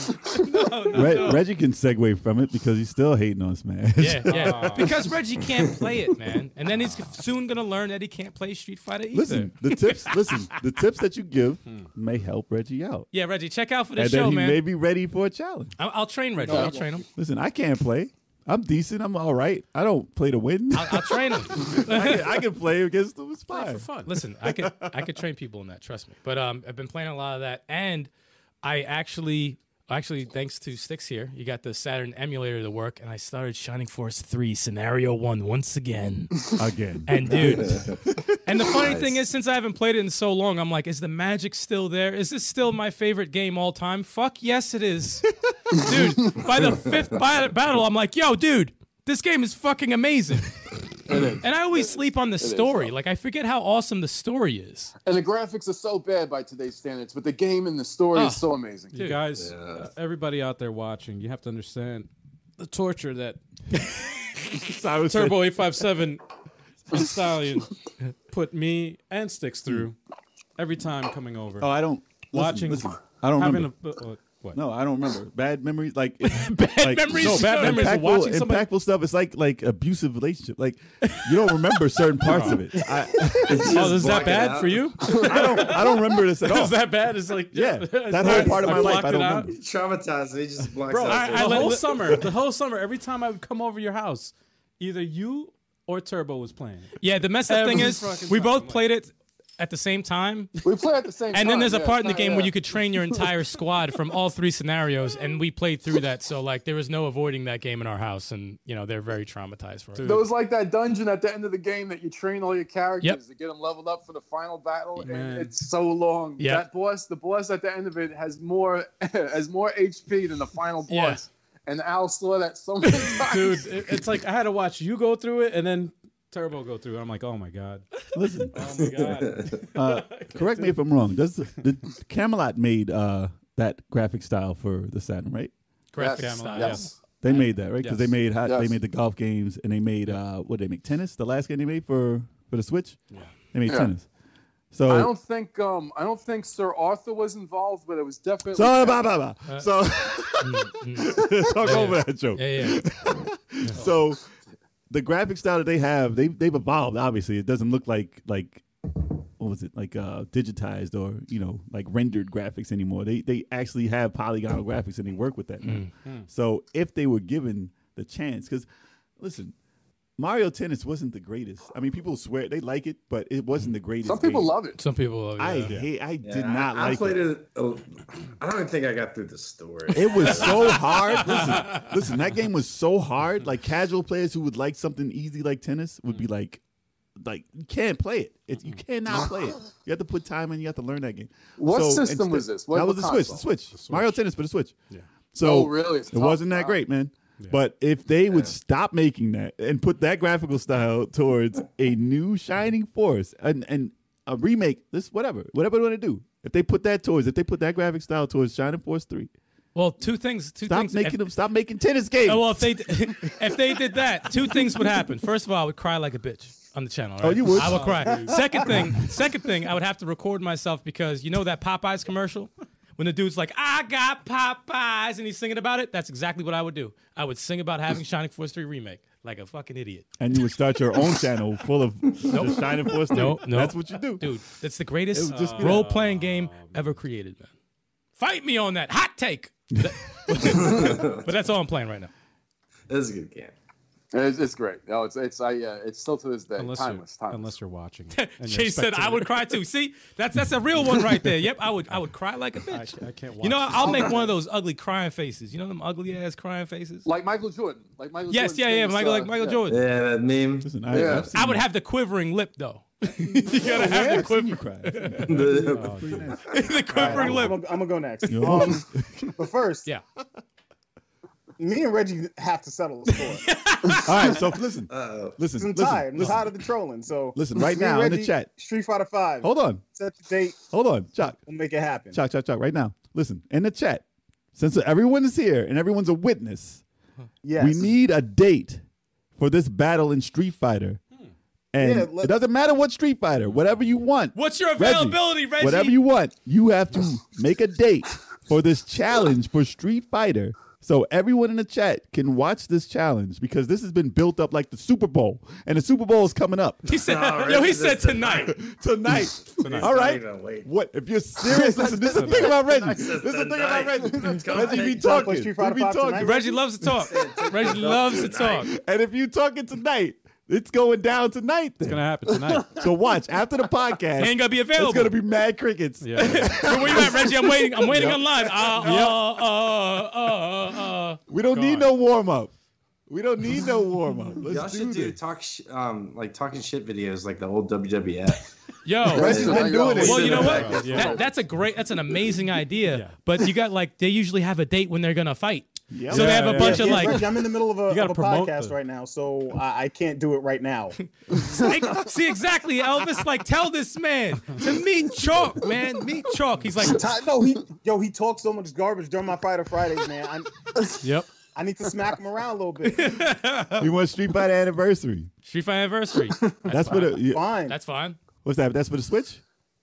Speaker 2: he,
Speaker 3: Re- Reggie can segue from it because he's still hating on Smash.
Speaker 5: yeah, yeah. Because Reggie can't play it, man, and then he's soon gonna learn that he can't play Street Fighter either.
Speaker 3: listen, the tips. Listen, the tips that you give may help Reggie out,
Speaker 5: Yeah, Reggie, check out for the
Speaker 3: and
Speaker 5: show,
Speaker 3: then he
Speaker 5: man.
Speaker 3: may be ready for a challenge.
Speaker 5: I'll, I'll train Reggie. I'll train him.
Speaker 3: Listen, I can't play. I'm decent. I'm all right. I don't play to win. I,
Speaker 5: I'll train him.
Speaker 3: can, I can play against the
Speaker 2: play
Speaker 3: fine.
Speaker 2: for fun.
Speaker 5: Listen, I could I could train people in that. Trust me. But um, I've been playing a lot of that, and I actually actually thanks to Sticks here, you got the Saturn emulator to work, and I started Shining Force Three Scenario One once again.
Speaker 3: Again,
Speaker 5: And dude, and the funny thing is, since I haven't played it in so long, I'm like, is the magic still there? Is this still my favorite game all time? Fuck yes, it is, dude. By the fifth bi- battle, I'm like, yo, dude, this game is fucking amazing. And I always sleep on the story. Like I forget how awesome the story is.
Speaker 1: And the graphics are so bad by today's standards, but the game and the story is so amazing.
Speaker 2: you guys, everybody out there watching, you have to understand the torture that
Speaker 3: Cyrus said-
Speaker 2: Turbo Eight Five Seven Stallion put me and Sticks through every time coming over.
Speaker 3: Oh, I don't listen,
Speaker 2: Watching-
Speaker 3: Listen, I don't
Speaker 2: having
Speaker 3: remember.
Speaker 2: a uh, what?
Speaker 3: No, I don't remember. Bad memories, like bad
Speaker 5: memories
Speaker 3: No,
Speaker 5: show.
Speaker 3: bad memories.
Speaker 2: Impactful-
Speaker 3: Impactful, watching
Speaker 2: somebody-
Speaker 3: impactful stuff. It's like like abusive relationship. Like you don't remember certain parts of it. I,
Speaker 2: Oh, is that bad for you?
Speaker 3: I don't. I don't remember this at all.
Speaker 2: Is that bad? It's like
Speaker 3: Yeah, that whole part of my life,
Speaker 2: blocked
Speaker 3: I don't
Speaker 2: it out.
Speaker 3: remember.
Speaker 4: Traumatized. He just blocks
Speaker 2: Bro,
Speaker 4: out.
Speaker 2: I,
Speaker 4: the-
Speaker 2: I, the whole summer, the whole summer, every time I would come over your house, either you or Turbo was playing.
Speaker 5: Yeah, the messed up
Speaker 2: Every
Speaker 5: thing is,
Speaker 2: fucking
Speaker 5: we
Speaker 2: time,
Speaker 5: both
Speaker 2: like-
Speaker 5: played it at the same time,
Speaker 1: We play at the same time.
Speaker 5: and then there's a
Speaker 1: yeah,
Speaker 5: part in the
Speaker 1: it's
Speaker 5: game
Speaker 1: not-
Speaker 5: where
Speaker 1: yeah.
Speaker 5: you could train your entire squad from all three scenarios, and we played through that. So like, there was no avoiding that game in our house, and you know they're very traumatized for it.
Speaker 1: There was like that dungeon at the end of the game that you train all your characters
Speaker 5: Yep.
Speaker 1: to get them leveled up for the final battle,
Speaker 2: Man.
Speaker 1: and it's so long.
Speaker 5: Yep.
Speaker 1: That boss, the boss at the end of it has more has more HP than the final
Speaker 5: Yeah.
Speaker 1: boss. And Al saw that so many times.
Speaker 2: Dude, it- it's like I had to watch you go through it and then Turbo go through it. I'm like, oh my god,
Speaker 3: Listen,
Speaker 2: oh my god.
Speaker 3: uh, correct me if I'm wrong. Does the, the Camelot made uh, that graphic style for the Saturn, right?
Speaker 5: Graphic
Speaker 1: Yes.
Speaker 5: style.
Speaker 2: Yes.
Speaker 3: They made that right because
Speaker 2: Yes.
Speaker 3: they made hot, they
Speaker 1: Yes.
Speaker 3: made the golf games and they made uh, what they make tennis. The last game they made for for the Switch, yeah. they made
Speaker 1: Yeah.
Speaker 3: tennis. So
Speaker 1: I don't think um I don't think Sir Arthur was involved, but it was definitely
Speaker 3: So, blah, blah, blah. so talk
Speaker 5: Uh, mm, Yeah.
Speaker 3: over that joke.
Speaker 5: Yeah, yeah.
Speaker 3: So, the graphic style that they have, they they've evolved. Obviously, it doesn't look like like what was it like uh digitized or you know like rendered graphics anymore. They they actually have polygonal graphics and they work with that. now.
Speaker 5: Mm.
Speaker 3: So if they were given the chance, because listen. Mario Tennis wasn't the greatest. I mean, people swear they like it, but it wasn't the greatest.
Speaker 1: some people
Speaker 3: game.
Speaker 1: love it.
Speaker 5: Some people. Love,
Speaker 3: I
Speaker 5: yeah.
Speaker 3: hate. I
Speaker 4: Yeah,
Speaker 3: did not
Speaker 4: I, I
Speaker 3: like
Speaker 4: played
Speaker 3: it.
Speaker 4: it. a- I don't even think I got through the story.
Speaker 3: It was so hard. Listen, listen, that game was so hard. Like casual players who would like something easy like tennis would be like, like you can't play it. it you cannot play it. You have to put time in. You have to learn that game.
Speaker 1: What
Speaker 3: So,
Speaker 1: system
Speaker 3: instead-
Speaker 1: was this? What-
Speaker 3: that
Speaker 1: what
Speaker 3: was the Switch, the
Speaker 1: console?
Speaker 3: Switch. Mario Tennis for the Switch. Yeah. So
Speaker 1: Oh, really? It's
Speaker 3: It
Speaker 1: tough.
Speaker 3: wasn't that
Speaker 1: Wow.
Speaker 3: great, man. But if they would stop making that and put that graphical style towards a new shining force and and a remake, this whatever, whatever they want to do. If they put that towards, if they put that graphic style towards Shining Force Three,
Speaker 5: Well, two things. Two
Speaker 3: Stop
Speaker 5: things.
Speaker 3: making
Speaker 5: if-
Speaker 3: them. Stop making tennis games.
Speaker 5: Oh, well, if they if they did that, two things would happen. First of all, I would cry like a bitch on the channel. right?
Speaker 3: Oh, you would?
Speaker 5: I would cry. Second thing, second thing, I would have to record myself because you know that Popeyes commercial when the dude's like, "I got Popeyes" and he's singing about it. That's exactly what I would do. I would sing about having Shining Force Three remake like a fucking idiot.
Speaker 3: and you would start your own channel full of just Shining Force Three.
Speaker 5: No, no.
Speaker 3: that's what you do.
Speaker 5: Dude, that's the greatest
Speaker 3: would just be
Speaker 5: role playing game ever created, man. Fight me on that hot take. but that's all I'm playing right now.
Speaker 4: That's a good game.
Speaker 1: It's, it's great. No, it's it's I yeah, it's still to this day.
Speaker 2: Unless
Speaker 1: timeless,
Speaker 2: you're,
Speaker 1: timeless.
Speaker 2: unless you're watching. it and you're
Speaker 5: Chase said, "I
Speaker 2: spectating.
Speaker 5: would cry too." See, that's that's a real one right there. Yep, I would I would cry like a bitch.
Speaker 2: I can't watch.
Speaker 5: you know,
Speaker 2: this.
Speaker 5: I'll make one of those ugly crying faces. You know them ugly ass crying faces.
Speaker 1: like Michael Jordan. Like Michael
Speaker 5: yes,
Speaker 1: Jordan's
Speaker 5: yeah, yeah,
Speaker 1: famous,
Speaker 5: Michael
Speaker 1: uh,
Speaker 5: like Michael
Speaker 1: yeah.
Speaker 5: Jordan.
Speaker 4: Yeah, that meme.
Speaker 3: Listen, I,
Speaker 1: Yeah.
Speaker 3: I've seen
Speaker 5: I would
Speaker 3: you-
Speaker 5: have the quivering lip though. you gotta
Speaker 3: Yeah,
Speaker 5: have the,
Speaker 3: I've seen you cry.
Speaker 2: Oh,
Speaker 4: The-
Speaker 5: the quivering
Speaker 6: I'm
Speaker 5: lip.
Speaker 6: Um, gonna, I'm gonna go next.
Speaker 3: You know?
Speaker 6: But first,
Speaker 5: Yeah.
Speaker 6: me and Reggie have to settle the score.
Speaker 3: All right, so listen,
Speaker 4: Uh-oh.
Speaker 3: listen,
Speaker 6: I'm
Speaker 3: listen,
Speaker 6: tired. I'm
Speaker 3: listen.
Speaker 6: tired of the trolling. So
Speaker 3: Listen, right
Speaker 6: me and
Speaker 3: now in the
Speaker 6: Reggie,
Speaker 3: chat.
Speaker 6: Street Fighter Five.
Speaker 3: Hold on,
Speaker 6: Set the date.
Speaker 3: hold on, Chuck,
Speaker 6: We'll make it happen.
Speaker 3: Chuck, Chuck, Chuck. Right now, listen in the chat. Since everyone is here and everyone's a witness,
Speaker 6: Yes.
Speaker 3: we need a date for this battle in Street Fighter.
Speaker 5: Hmm.
Speaker 3: And
Speaker 6: Yeah, let-
Speaker 3: it doesn't matter what Street Fighter, whatever you want.
Speaker 5: What's your
Speaker 3: Reggie,
Speaker 5: availability, Reggie?
Speaker 3: Whatever you want, you have to make a date for this challenge for Street Fighter. So everyone in the chat can watch this challenge because this has been built up like the Super Bowl, and the Super Bowl is coming up
Speaker 5: He said,
Speaker 4: No,
Speaker 5: yo, he
Speaker 4: Reggie,
Speaker 5: said
Speaker 4: that's a-
Speaker 5: tonight.
Speaker 3: tonight.
Speaker 4: He's
Speaker 3: All
Speaker 4: not
Speaker 3: right.
Speaker 4: even waiting.
Speaker 3: What if you're serious? Listen, this is the thing about Reggie. This is the thing about
Speaker 4: Tonight.
Speaker 3: Reggie.
Speaker 4: Come
Speaker 3: Reggie be
Speaker 4: take-
Speaker 3: talking.
Speaker 6: Play
Speaker 3: He be
Speaker 6: Street Fighter five tonight.
Speaker 3: talking.
Speaker 5: Reggie loves to talk. Reggie loves to talk.
Speaker 3: And if you talking tonight, it's going down tonight.
Speaker 2: It's
Speaker 3: then.
Speaker 2: gonna happen tonight.
Speaker 3: So watch after the podcast.
Speaker 5: Ain't gonna be available.
Speaker 3: It's gonna be mad crickets.
Speaker 2: Yeah.
Speaker 5: Where you at, Reggie? I'm waiting. I'm waiting online. Uh, uh, uh, uh, uh.
Speaker 3: We don't need no warm up. We don't need no warm up.
Speaker 4: Y'all
Speaker 3: Let's
Speaker 4: should
Speaker 3: do
Speaker 4: do
Speaker 3: this.
Speaker 4: talk sh- um like talking shit videos like the old WWF.
Speaker 5: Yo.
Speaker 3: Reggie's
Speaker 1: Well,
Speaker 3: been doing it.
Speaker 5: Well, you know
Speaker 2: Yeah.
Speaker 5: what? That, that's a great. That's an amazing idea.
Speaker 2: Yeah.
Speaker 5: But you got like they usually have a date when they're gonna fight.
Speaker 3: Yep.
Speaker 5: So they have
Speaker 2: Yeah,
Speaker 5: a
Speaker 2: yeah,
Speaker 5: bunch of
Speaker 6: Yeah,
Speaker 5: like
Speaker 6: Reggie, I'm in the middle of a,
Speaker 2: gotta
Speaker 6: of a
Speaker 2: promote
Speaker 6: podcast
Speaker 2: the-
Speaker 6: right now, so I, I can't do it right now.
Speaker 5: Like, see exactly, Elvis. Like, tell this man to meet Chalk, man. Meet Chalk. He's like,
Speaker 6: Ty- no, he yo, he talks so much garbage during my Fighter Fridays, man. I,
Speaker 2: Yep.
Speaker 6: I need to smack him around a little bit.
Speaker 3: We want Street Fighter anniversary.
Speaker 5: Street Fighter anniversary.
Speaker 3: That's, for the yeah,
Speaker 6: Fine.
Speaker 5: That's fine.
Speaker 3: what's that? That's for the Switch.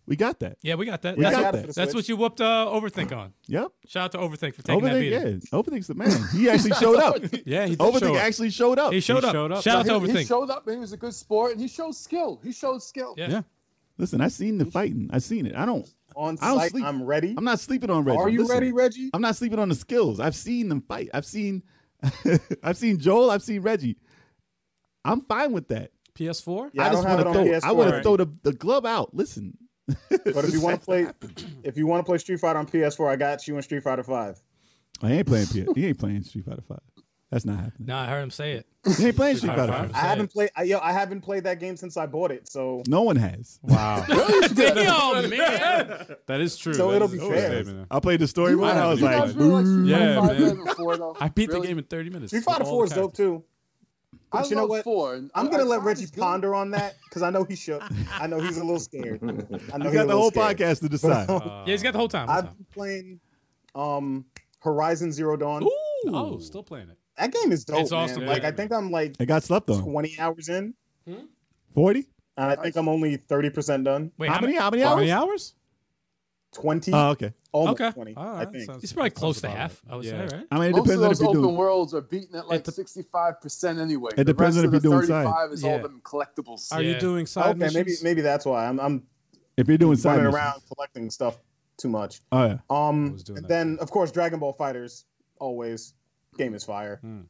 Speaker 3: We got that.
Speaker 5: Yeah, we got that.
Speaker 3: We
Speaker 5: That's,
Speaker 3: got
Speaker 5: what,
Speaker 3: that.
Speaker 6: for the
Speaker 5: that's
Speaker 6: Switch.
Speaker 5: what you whooped uh, Overthink on.
Speaker 3: Yep.
Speaker 5: Shout out to Overthink for taking that
Speaker 3: Overthink,
Speaker 5: beating. Oh,
Speaker 3: yeah. Overthink's the man. He actually showed up.
Speaker 2: Yeah, he did show
Speaker 3: Overthink
Speaker 2: up.
Speaker 3: actually showed up.
Speaker 5: He showed
Speaker 2: He
Speaker 5: up.
Speaker 2: showed up.
Speaker 5: Shout
Speaker 1: Now,
Speaker 5: out
Speaker 1: he,
Speaker 5: to
Speaker 1: he
Speaker 5: Overthink.
Speaker 1: showed up and he was a good sport and he showed skill. He showed skill.
Speaker 5: yeah.
Speaker 2: Yeah.
Speaker 3: Listen, I seen the fighting. I seen it. I don't.
Speaker 6: On
Speaker 3: I don't
Speaker 6: site,
Speaker 3: sleep.
Speaker 6: I'm ready.
Speaker 3: I'm not sleeping on Reggie.
Speaker 6: Are you
Speaker 3: Listen,
Speaker 6: ready, Reggie?
Speaker 3: I'm not sleeping on the skills. I've seen them fight. I've seen. I've seen Joel. I've seen Reggie. I'm fine with that.
Speaker 2: PS4.
Speaker 6: Yeah, I
Speaker 3: I just
Speaker 6: don't have
Speaker 3: want
Speaker 6: it
Speaker 3: to
Speaker 6: on
Speaker 3: throw. I
Speaker 6: PS4.
Speaker 3: want to throw the, the glove out. Listen,
Speaker 6: But if you want to play, if you want to play Street Fighter on PS4, I got you in Street Fighter Five.
Speaker 3: I ain't playing. P- Oh, he ain't playing Street Fighter Five. That's not happening.
Speaker 5: Nah, I heard him say it.
Speaker 3: He ain't playing Street Fighter
Speaker 5: Fighter
Speaker 3: Five.
Speaker 6: I
Speaker 5: Sad.
Speaker 6: haven't played. I, yo, I haven't played that game since I bought it. So
Speaker 3: No one has.
Speaker 2: Wow.
Speaker 5: Damn, man.
Speaker 2: That is true.
Speaker 6: So
Speaker 2: That
Speaker 6: it'll
Speaker 2: is
Speaker 6: be
Speaker 2: a true
Speaker 6: fair.
Speaker 2: statement, though.
Speaker 3: I played the story mode. I was
Speaker 1: you
Speaker 3: like,
Speaker 1: guys really like Street Fighter
Speaker 2: Yeah, man.
Speaker 1: five better than four, though.
Speaker 2: I beat
Speaker 1: Really?
Speaker 2: the game in 30 minutes.
Speaker 6: Street Fighter
Speaker 2: All
Speaker 6: Four
Speaker 2: the
Speaker 6: is dope
Speaker 2: characters.
Speaker 6: too.
Speaker 1: I
Speaker 6: But you know
Speaker 1: love
Speaker 6: what?
Speaker 1: Four. and
Speaker 6: I'm
Speaker 1: I-
Speaker 6: gonna
Speaker 1: I
Speaker 6: let
Speaker 1: find it's
Speaker 6: Reggie
Speaker 1: good.
Speaker 6: ponder on that because I know he shook. I know he's a little scared. I know
Speaker 3: you
Speaker 6: he's a
Speaker 3: got the
Speaker 6: little
Speaker 3: whole
Speaker 6: scared.
Speaker 3: podcast to decide.
Speaker 2: Uh,
Speaker 5: Yeah, he's got the whole time. whole
Speaker 6: I've
Speaker 5: time.
Speaker 6: been playing um, Horizon Zero Dawn.
Speaker 2: Ooh. Oh, still playing it.
Speaker 6: That game is dope.
Speaker 5: It's
Speaker 6: man.
Speaker 5: awesome,
Speaker 6: Like
Speaker 5: yeah.
Speaker 6: I think I'm like
Speaker 3: It got slept on.
Speaker 6: 20 hours in,
Speaker 3: Forty.
Speaker 6: and I think I'm only 30 percent done.
Speaker 5: Wait,
Speaker 3: How many? How many
Speaker 2: How
Speaker 3: hours?
Speaker 2: many hours?
Speaker 6: 20,
Speaker 3: Oh, okay.
Speaker 6: almost
Speaker 5: okay.
Speaker 6: 20.
Speaker 2: Uh, All
Speaker 6: I
Speaker 2: right,
Speaker 6: think.
Speaker 2: sounds-
Speaker 5: He's probably
Speaker 2: sounds
Speaker 5: close to
Speaker 2: about
Speaker 5: half.
Speaker 2: right.
Speaker 5: I would
Speaker 2: Yeah.
Speaker 5: say, right?
Speaker 3: I mean, it
Speaker 1: Most of
Speaker 3: depends on if
Speaker 1: those
Speaker 3: you
Speaker 1: open
Speaker 3: do.
Speaker 1: worlds are beaten at like
Speaker 2: It dep-
Speaker 1: sixty-five percent anyway.
Speaker 3: It depends
Speaker 1: the rest
Speaker 3: on if
Speaker 1: of the
Speaker 3: you're doing side.
Speaker 1: Thirty-five is all
Speaker 2: Yeah.
Speaker 1: them collectibles.
Speaker 2: Are
Speaker 5: Yeah.
Speaker 2: you doing side
Speaker 6: Okay, maybe
Speaker 2: missions?
Speaker 6: maybe that's why I'm I'm
Speaker 3: If you're doing side
Speaker 6: running
Speaker 3: missions.
Speaker 6: around collecting stuff too much.
Speaker 3: Oh yeah.
Speaker 2: I
Speaker 6: Um,
Speaker 2: was doing
Speaker 6: and
Speaker 2: that
Speaker 6: then of course Dragon Ball Fighters always game is fire.
Speaker 2: Hmm.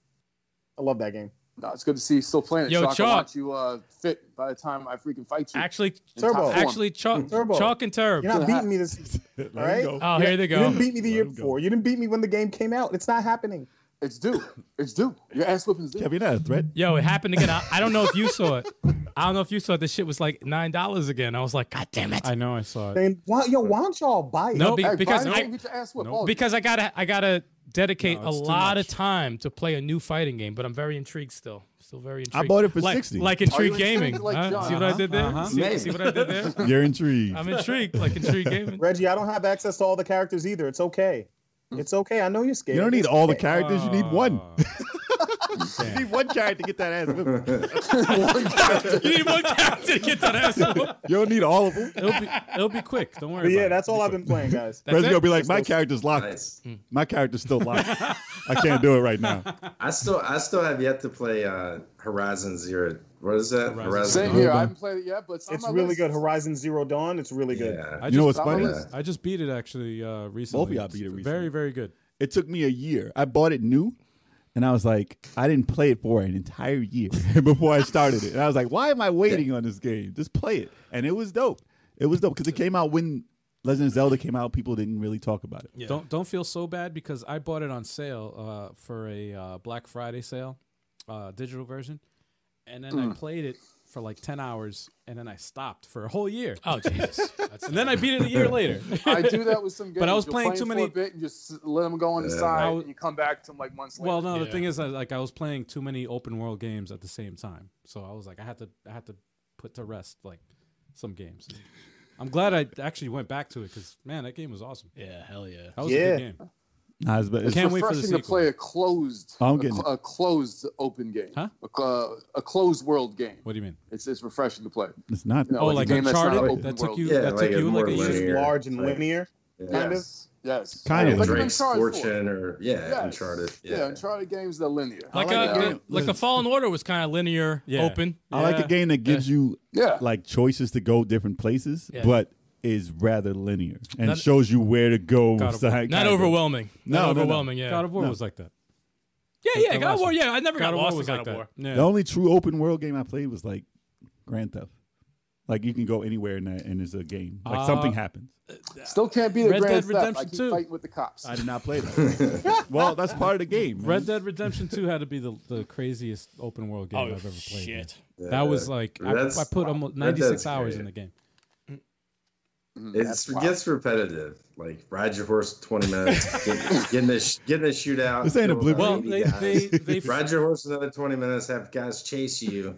Speaker 6: I love that game.
Speaker 1: No, it's good to see you still playing it.
Speaker 5: Yo,
Speaker 1: so I can
Speaker 5: Chalk.
Speaker 1: watch you uh, fit by the time I freaking fight you.
Speaker 5: Actually,
Speaker 1: in top
Speaker 6: Turbo.
Speaker 1: form.
Speaker 5: actually, Chalk,
Speaker 6: Turbo.
Speaker 5: Chalk and Turb.
Speaker 6: You're not beating me this. season.
Speaker 3: Let
Speaker 6: All right.
Speaker 3: it go.
Speaker 5: Oh, here they
Speaker 6: You
Speaker 5: go.
Speaker 6: didn't beat me the
Speaker 3: Let
Speaker 6: year
Speaker 3: him go.
Speaker 6: before. You didn't beat me when the game came out. It's not happening.
Speaker 1: it's due. It's due. Your ass whipping's due.
Speaker 3: Kev, you're not a threat.
Speaker 5: Yo, it happened again. I, I don't know if you saw it. I don't know if you saw it. This shit was like nine dollars again. I was like, God damn it!
Speaker 2: I know I saw it.
Speaker 6: Then why, yo, why don't y'all buy it?
Speaker 5: No, be-
Speaker 1: Hey,
Speaker 5: because
Speaker 1: Brian,
Speaker 5: I,
Speaker 1: don't get your ass whipped. All of you.
Speaker 5: because I gotta I gotta dedicate
Speaker 2: No,
Speaker 5: a
Speaker 2: it's too
Speaker 5: lot of
Speaker 2: much.
Speaker 5: time to play a new fighting game, but I'm very intrigued still. Still very intrigued.
Speaker 3: bought it for
Speaker 5: like,
Speaker 3: 60.
Speaker 5: Like
Speaker 1: Are you
Speaker 5: intrigued
Speaker 1: intrigued?
Speaker 5: gaming.
Speaker 1: Like
Speaker 5: huh?
Speaker 1: John,
Speaker 5: See what I
Speaker 2: uh-huh,
Speaker 5: did there?
Speaker 2: uh-huh.
Speaker 5: See,
Speaker 4: Maybe.
Speaker 5: see what I did there?
Speaker 3: You're intrigued.
Speaker 5: I'm intrigued. Like intrigued gaming.
Speaker 6: Reggie, I don't have access to all the characters either. It's okay.
Speaker 5: Hmm.
Speaker 6: It's okay. I know you're scared.
Speaker 3: You don't need
Speaker 6: It's
Speaker 3: all the
Speaker 6: okay.
Speaker 3: characters. You need one. You
Speaker 2: Damn.
Speaker 3: need one character to get that ass. whipped.
Speaker 5: you need one character to get that ass. whooped.
Speaker 3: You don't need all of them.
Speaker 2: It'll be it'll be quick. Don't worry.
Speaker 6: But yeah,
Speaker 2: about
Speaker 6: that's all I've been playing, guys.
Speaker 5: That's
Speaker 3: Fred's
Speaker 5: it?
Speaker 3: gonna be like, my character's locked.
Speaker 4: Nice.
Speaker 3: My character's still locked. I can't do it right now.
Speaker 4: I still I still have yet to play uh, Horizon Zero. What is that?
Speaker 2: Horizon
Speaker 4: Horizon.
Speaker 1: Same
Speaker 3: Hold
Speaker 1: here.
Speaker 3: on.
Speaker 1: I haven't played it yet, but it's, on
Speaker 6: It's
Speaker 1: my
Speaker 6: really
Speaker 1: list.
Speaker 6: good. Horizon Zero Dawn. It's really good.
Speaker 4: Yeah.
Speaker 2: I
Speaker 3: You know
Speaker 2: just-
Speaker 3: what's
Speaker 1: I'm
Speaker 3: funny?
Speaker 1: gonna-
Speaker 2: it. I just beat it actually uh, recently.
Speaker 3: y'all beat it
Speaker 2: It's
Speaker 3: recently.
Speaker 2: Very very good.
Speaker 3: It took me a year. I bought it new, and I was like, I didn't play it for an entire year before I started it. And I was like, why am I waiting on this game? Just play it. And it was dope. It was dope because it came out when Legend of Zelda came out. People didn't really talk about it.
Speaker 5: Yeah.
Speaker 2: Don't don't feel so bad because I bought it on sale uh,
Speaker 6: Hmm.
Speaker 2: for a uh, Black Friday sale, uh, digital version, and then I played it for like 10 hours and then I stopped for a whole year.
Speaker 5: Oh Jesus! That's
Speaker 2: And then I beat it a year later.
Speaker 1: I do that with some games.
Speaker 2: But I was
Speaker 1: You'll
Speaker 2: playing
Speaker 1: play
Speaker 2: too
Speaker 1: for
Speaker 2: many-
Speaker 1: A bit and just let them go on the side,
Speaker 2: was-
Speaker 1: and you come back to them like months later.
Speaker 2: Well, no, the
Speaker 5: Yeah.
Speaker 2: thing is, I, like, I was playing too many open world games at the same time, so I was like, I had to, I had to put to rest like some games. I'm glad I actually went back to it because man, that game was awesome.
Speaker 5: yeah, hell yeah.
Speaker 2: That was a
Speaker 6: Yeah.
Speaker 2: good game.
Speaker 3: Nah, it's, it's, Oh,
Speaker 2: Can't
Speaker 1: it's
Speaker 2: wait for the
Speaker 1: refreshing to
Speaker 2: sequel.
Speaker 1: play a closed,
Speaker 3: I'm
Speaker 1: a,
Speaker 3: getting
Speaker 1: cl- a closed open game,
Speaker 2: Huh?
Speaker 1: a, cl- a closed world game.
Speaker 2: What do you mean?
Speaker 1: It's it's refreshing to play.
Speaker 3: it's not.
Speaker 1: No,
Speaker 2: oh,
Speaker 1: it's a
Speaker 2: like
Speaker 1: game that's not
Speaker 2: Uncharted
Speaker 1: open
Speaker 2: that took
Speaker 1: world.
Speaker 2: you,
Speaker 4: Yeah,
Speaker 2: that
Speaker 4: like
Speaker 2: took
Speaker 4: a
Speaker 2: you like
Speaker 4: more
Speaker 2: a year.
Speaker 4: linear- Yeah,
Speaker 6: large and
Speaker 4: like-
Speaker 6: linear.
Speaker 4: Yeah.
Speaker 6: Kind of.
Speaker 1: yes, yes.
Speaker 3: Kind of.
Speaker 1: Like an
Speaker 4: Drake's
Speaker 1: Uncharted four.
Speaker 4: Fortune or yeah,
Speaker 1: Yes.
Speaker 4: Uncharted.
Speaker 1: Yeah. Uncharted games that are linear.
Speaker 5: Like,
Speaker 3: like
Speaker 5: uh,
Speaker 3: that.
Speaker 5: the, like the Fallen Order was kind of linear,
Speaker 2: Yeah.
Speaker 5: open.
Speaker 3: I like a
Speaker 2: Yeah.
Speaker 3: game that gives you
Speaker 1: yeah,
Speaker 3: like choices to go different places,
Speaker 5: Yeah.
Speaker 3: but is rather linear and
Speaker 5: Not-
Speaker 3: shows you where to go.
Speaker 2: God of
Speaker 3: so-
Speaker 5: Not
Speaker 3: kinda.
Speaker 5: overwhelming.
Speaker 3: No, no,
Speaker 5: not
Speaker 3: no.
Speaker 5: overwhelming. Yeah.
Speaker 2: God of War was like that.
Speaker 5: yeah, yeah.
Speaker 2: the
Speaker 5: God
Speaker 2: last
Speaker 5: of War.
Speaker 2: one.
Speaker 5: Yeah, I never got lost in God of
Speaker 2: that.
Speaker 5: War.
Speaker 2: Yeah.
Speaker 3: The only true open world game I played was like Grand Theft. Like you can go anywhere in that, and it's a game. Like
Speaker 2: Uh,
Speaker 3: something happens.
Speaker 1: still can't be the
Speaker 2: Red
Speaker 1: Grand
Speaker 2: Dead
Speaker 1: Theft. I
Speaker 2: Redemption
Speaker 1: keep
Speaker 2: 2.
Speaker 1: fighting with the cops.
Speaker 3: I did not play that. well, that's part of the game. man.
Speaker 2: Red Dead Redemption 2 had to be the, the craziest open world game
Speaker 5: Oh
Speaker 2: I've ever played.
Speaker 5: shit!
Speaker 2: man. That was like I,
Speaker 4: That's-
Speaker 2: I put almost
Speaker 4: Red
Speaker 2: 96
Speaker 4: Dead's
Speaker 2: hours
Speaker 4: great.
Speaker 2: in the game.
Speaker 4: It's, it gets repetitive. Like ride your horse twenty minutes, get, get in this get in a shootout.
Speaker 3: This ain't a
Speaker 4: kill
Speaker 3: blue-
Speaker 4: about
Speaker 2: Well, they
Speaker 4: 80 guys.
Speaker 2: they, they
Speaker 4: ride your horse another twenty minutes, have guys chase you,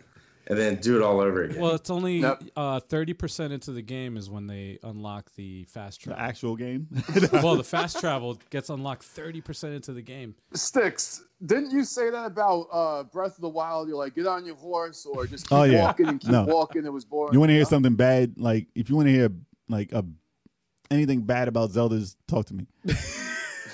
Speaker 4: and then do it all over again.
Speaker 2: Well, it's only uh,
Speaker 1: Nope.
Speaker 2: thirty percent into the game is when they unlock the fast
Speaker 3: the
Speaker 2: travel.
Speaker 3: actual game.
Speaker 2: well, the fast travel gets unlocked thirty percent into the game.
Speaker 1: Sticks. Didn't you say that about uh, Breath of the Wild? You're like, get on your horse, or just keep
Speaker 3: Oh, yeah.
Speaker 1: walking and keep
Speaker 3: No.
Speaker 1: walking. It was boring.
Speaker 3: you want to hear something bad? Like if you want to hear like a anything bad about Zelda's, talk to me.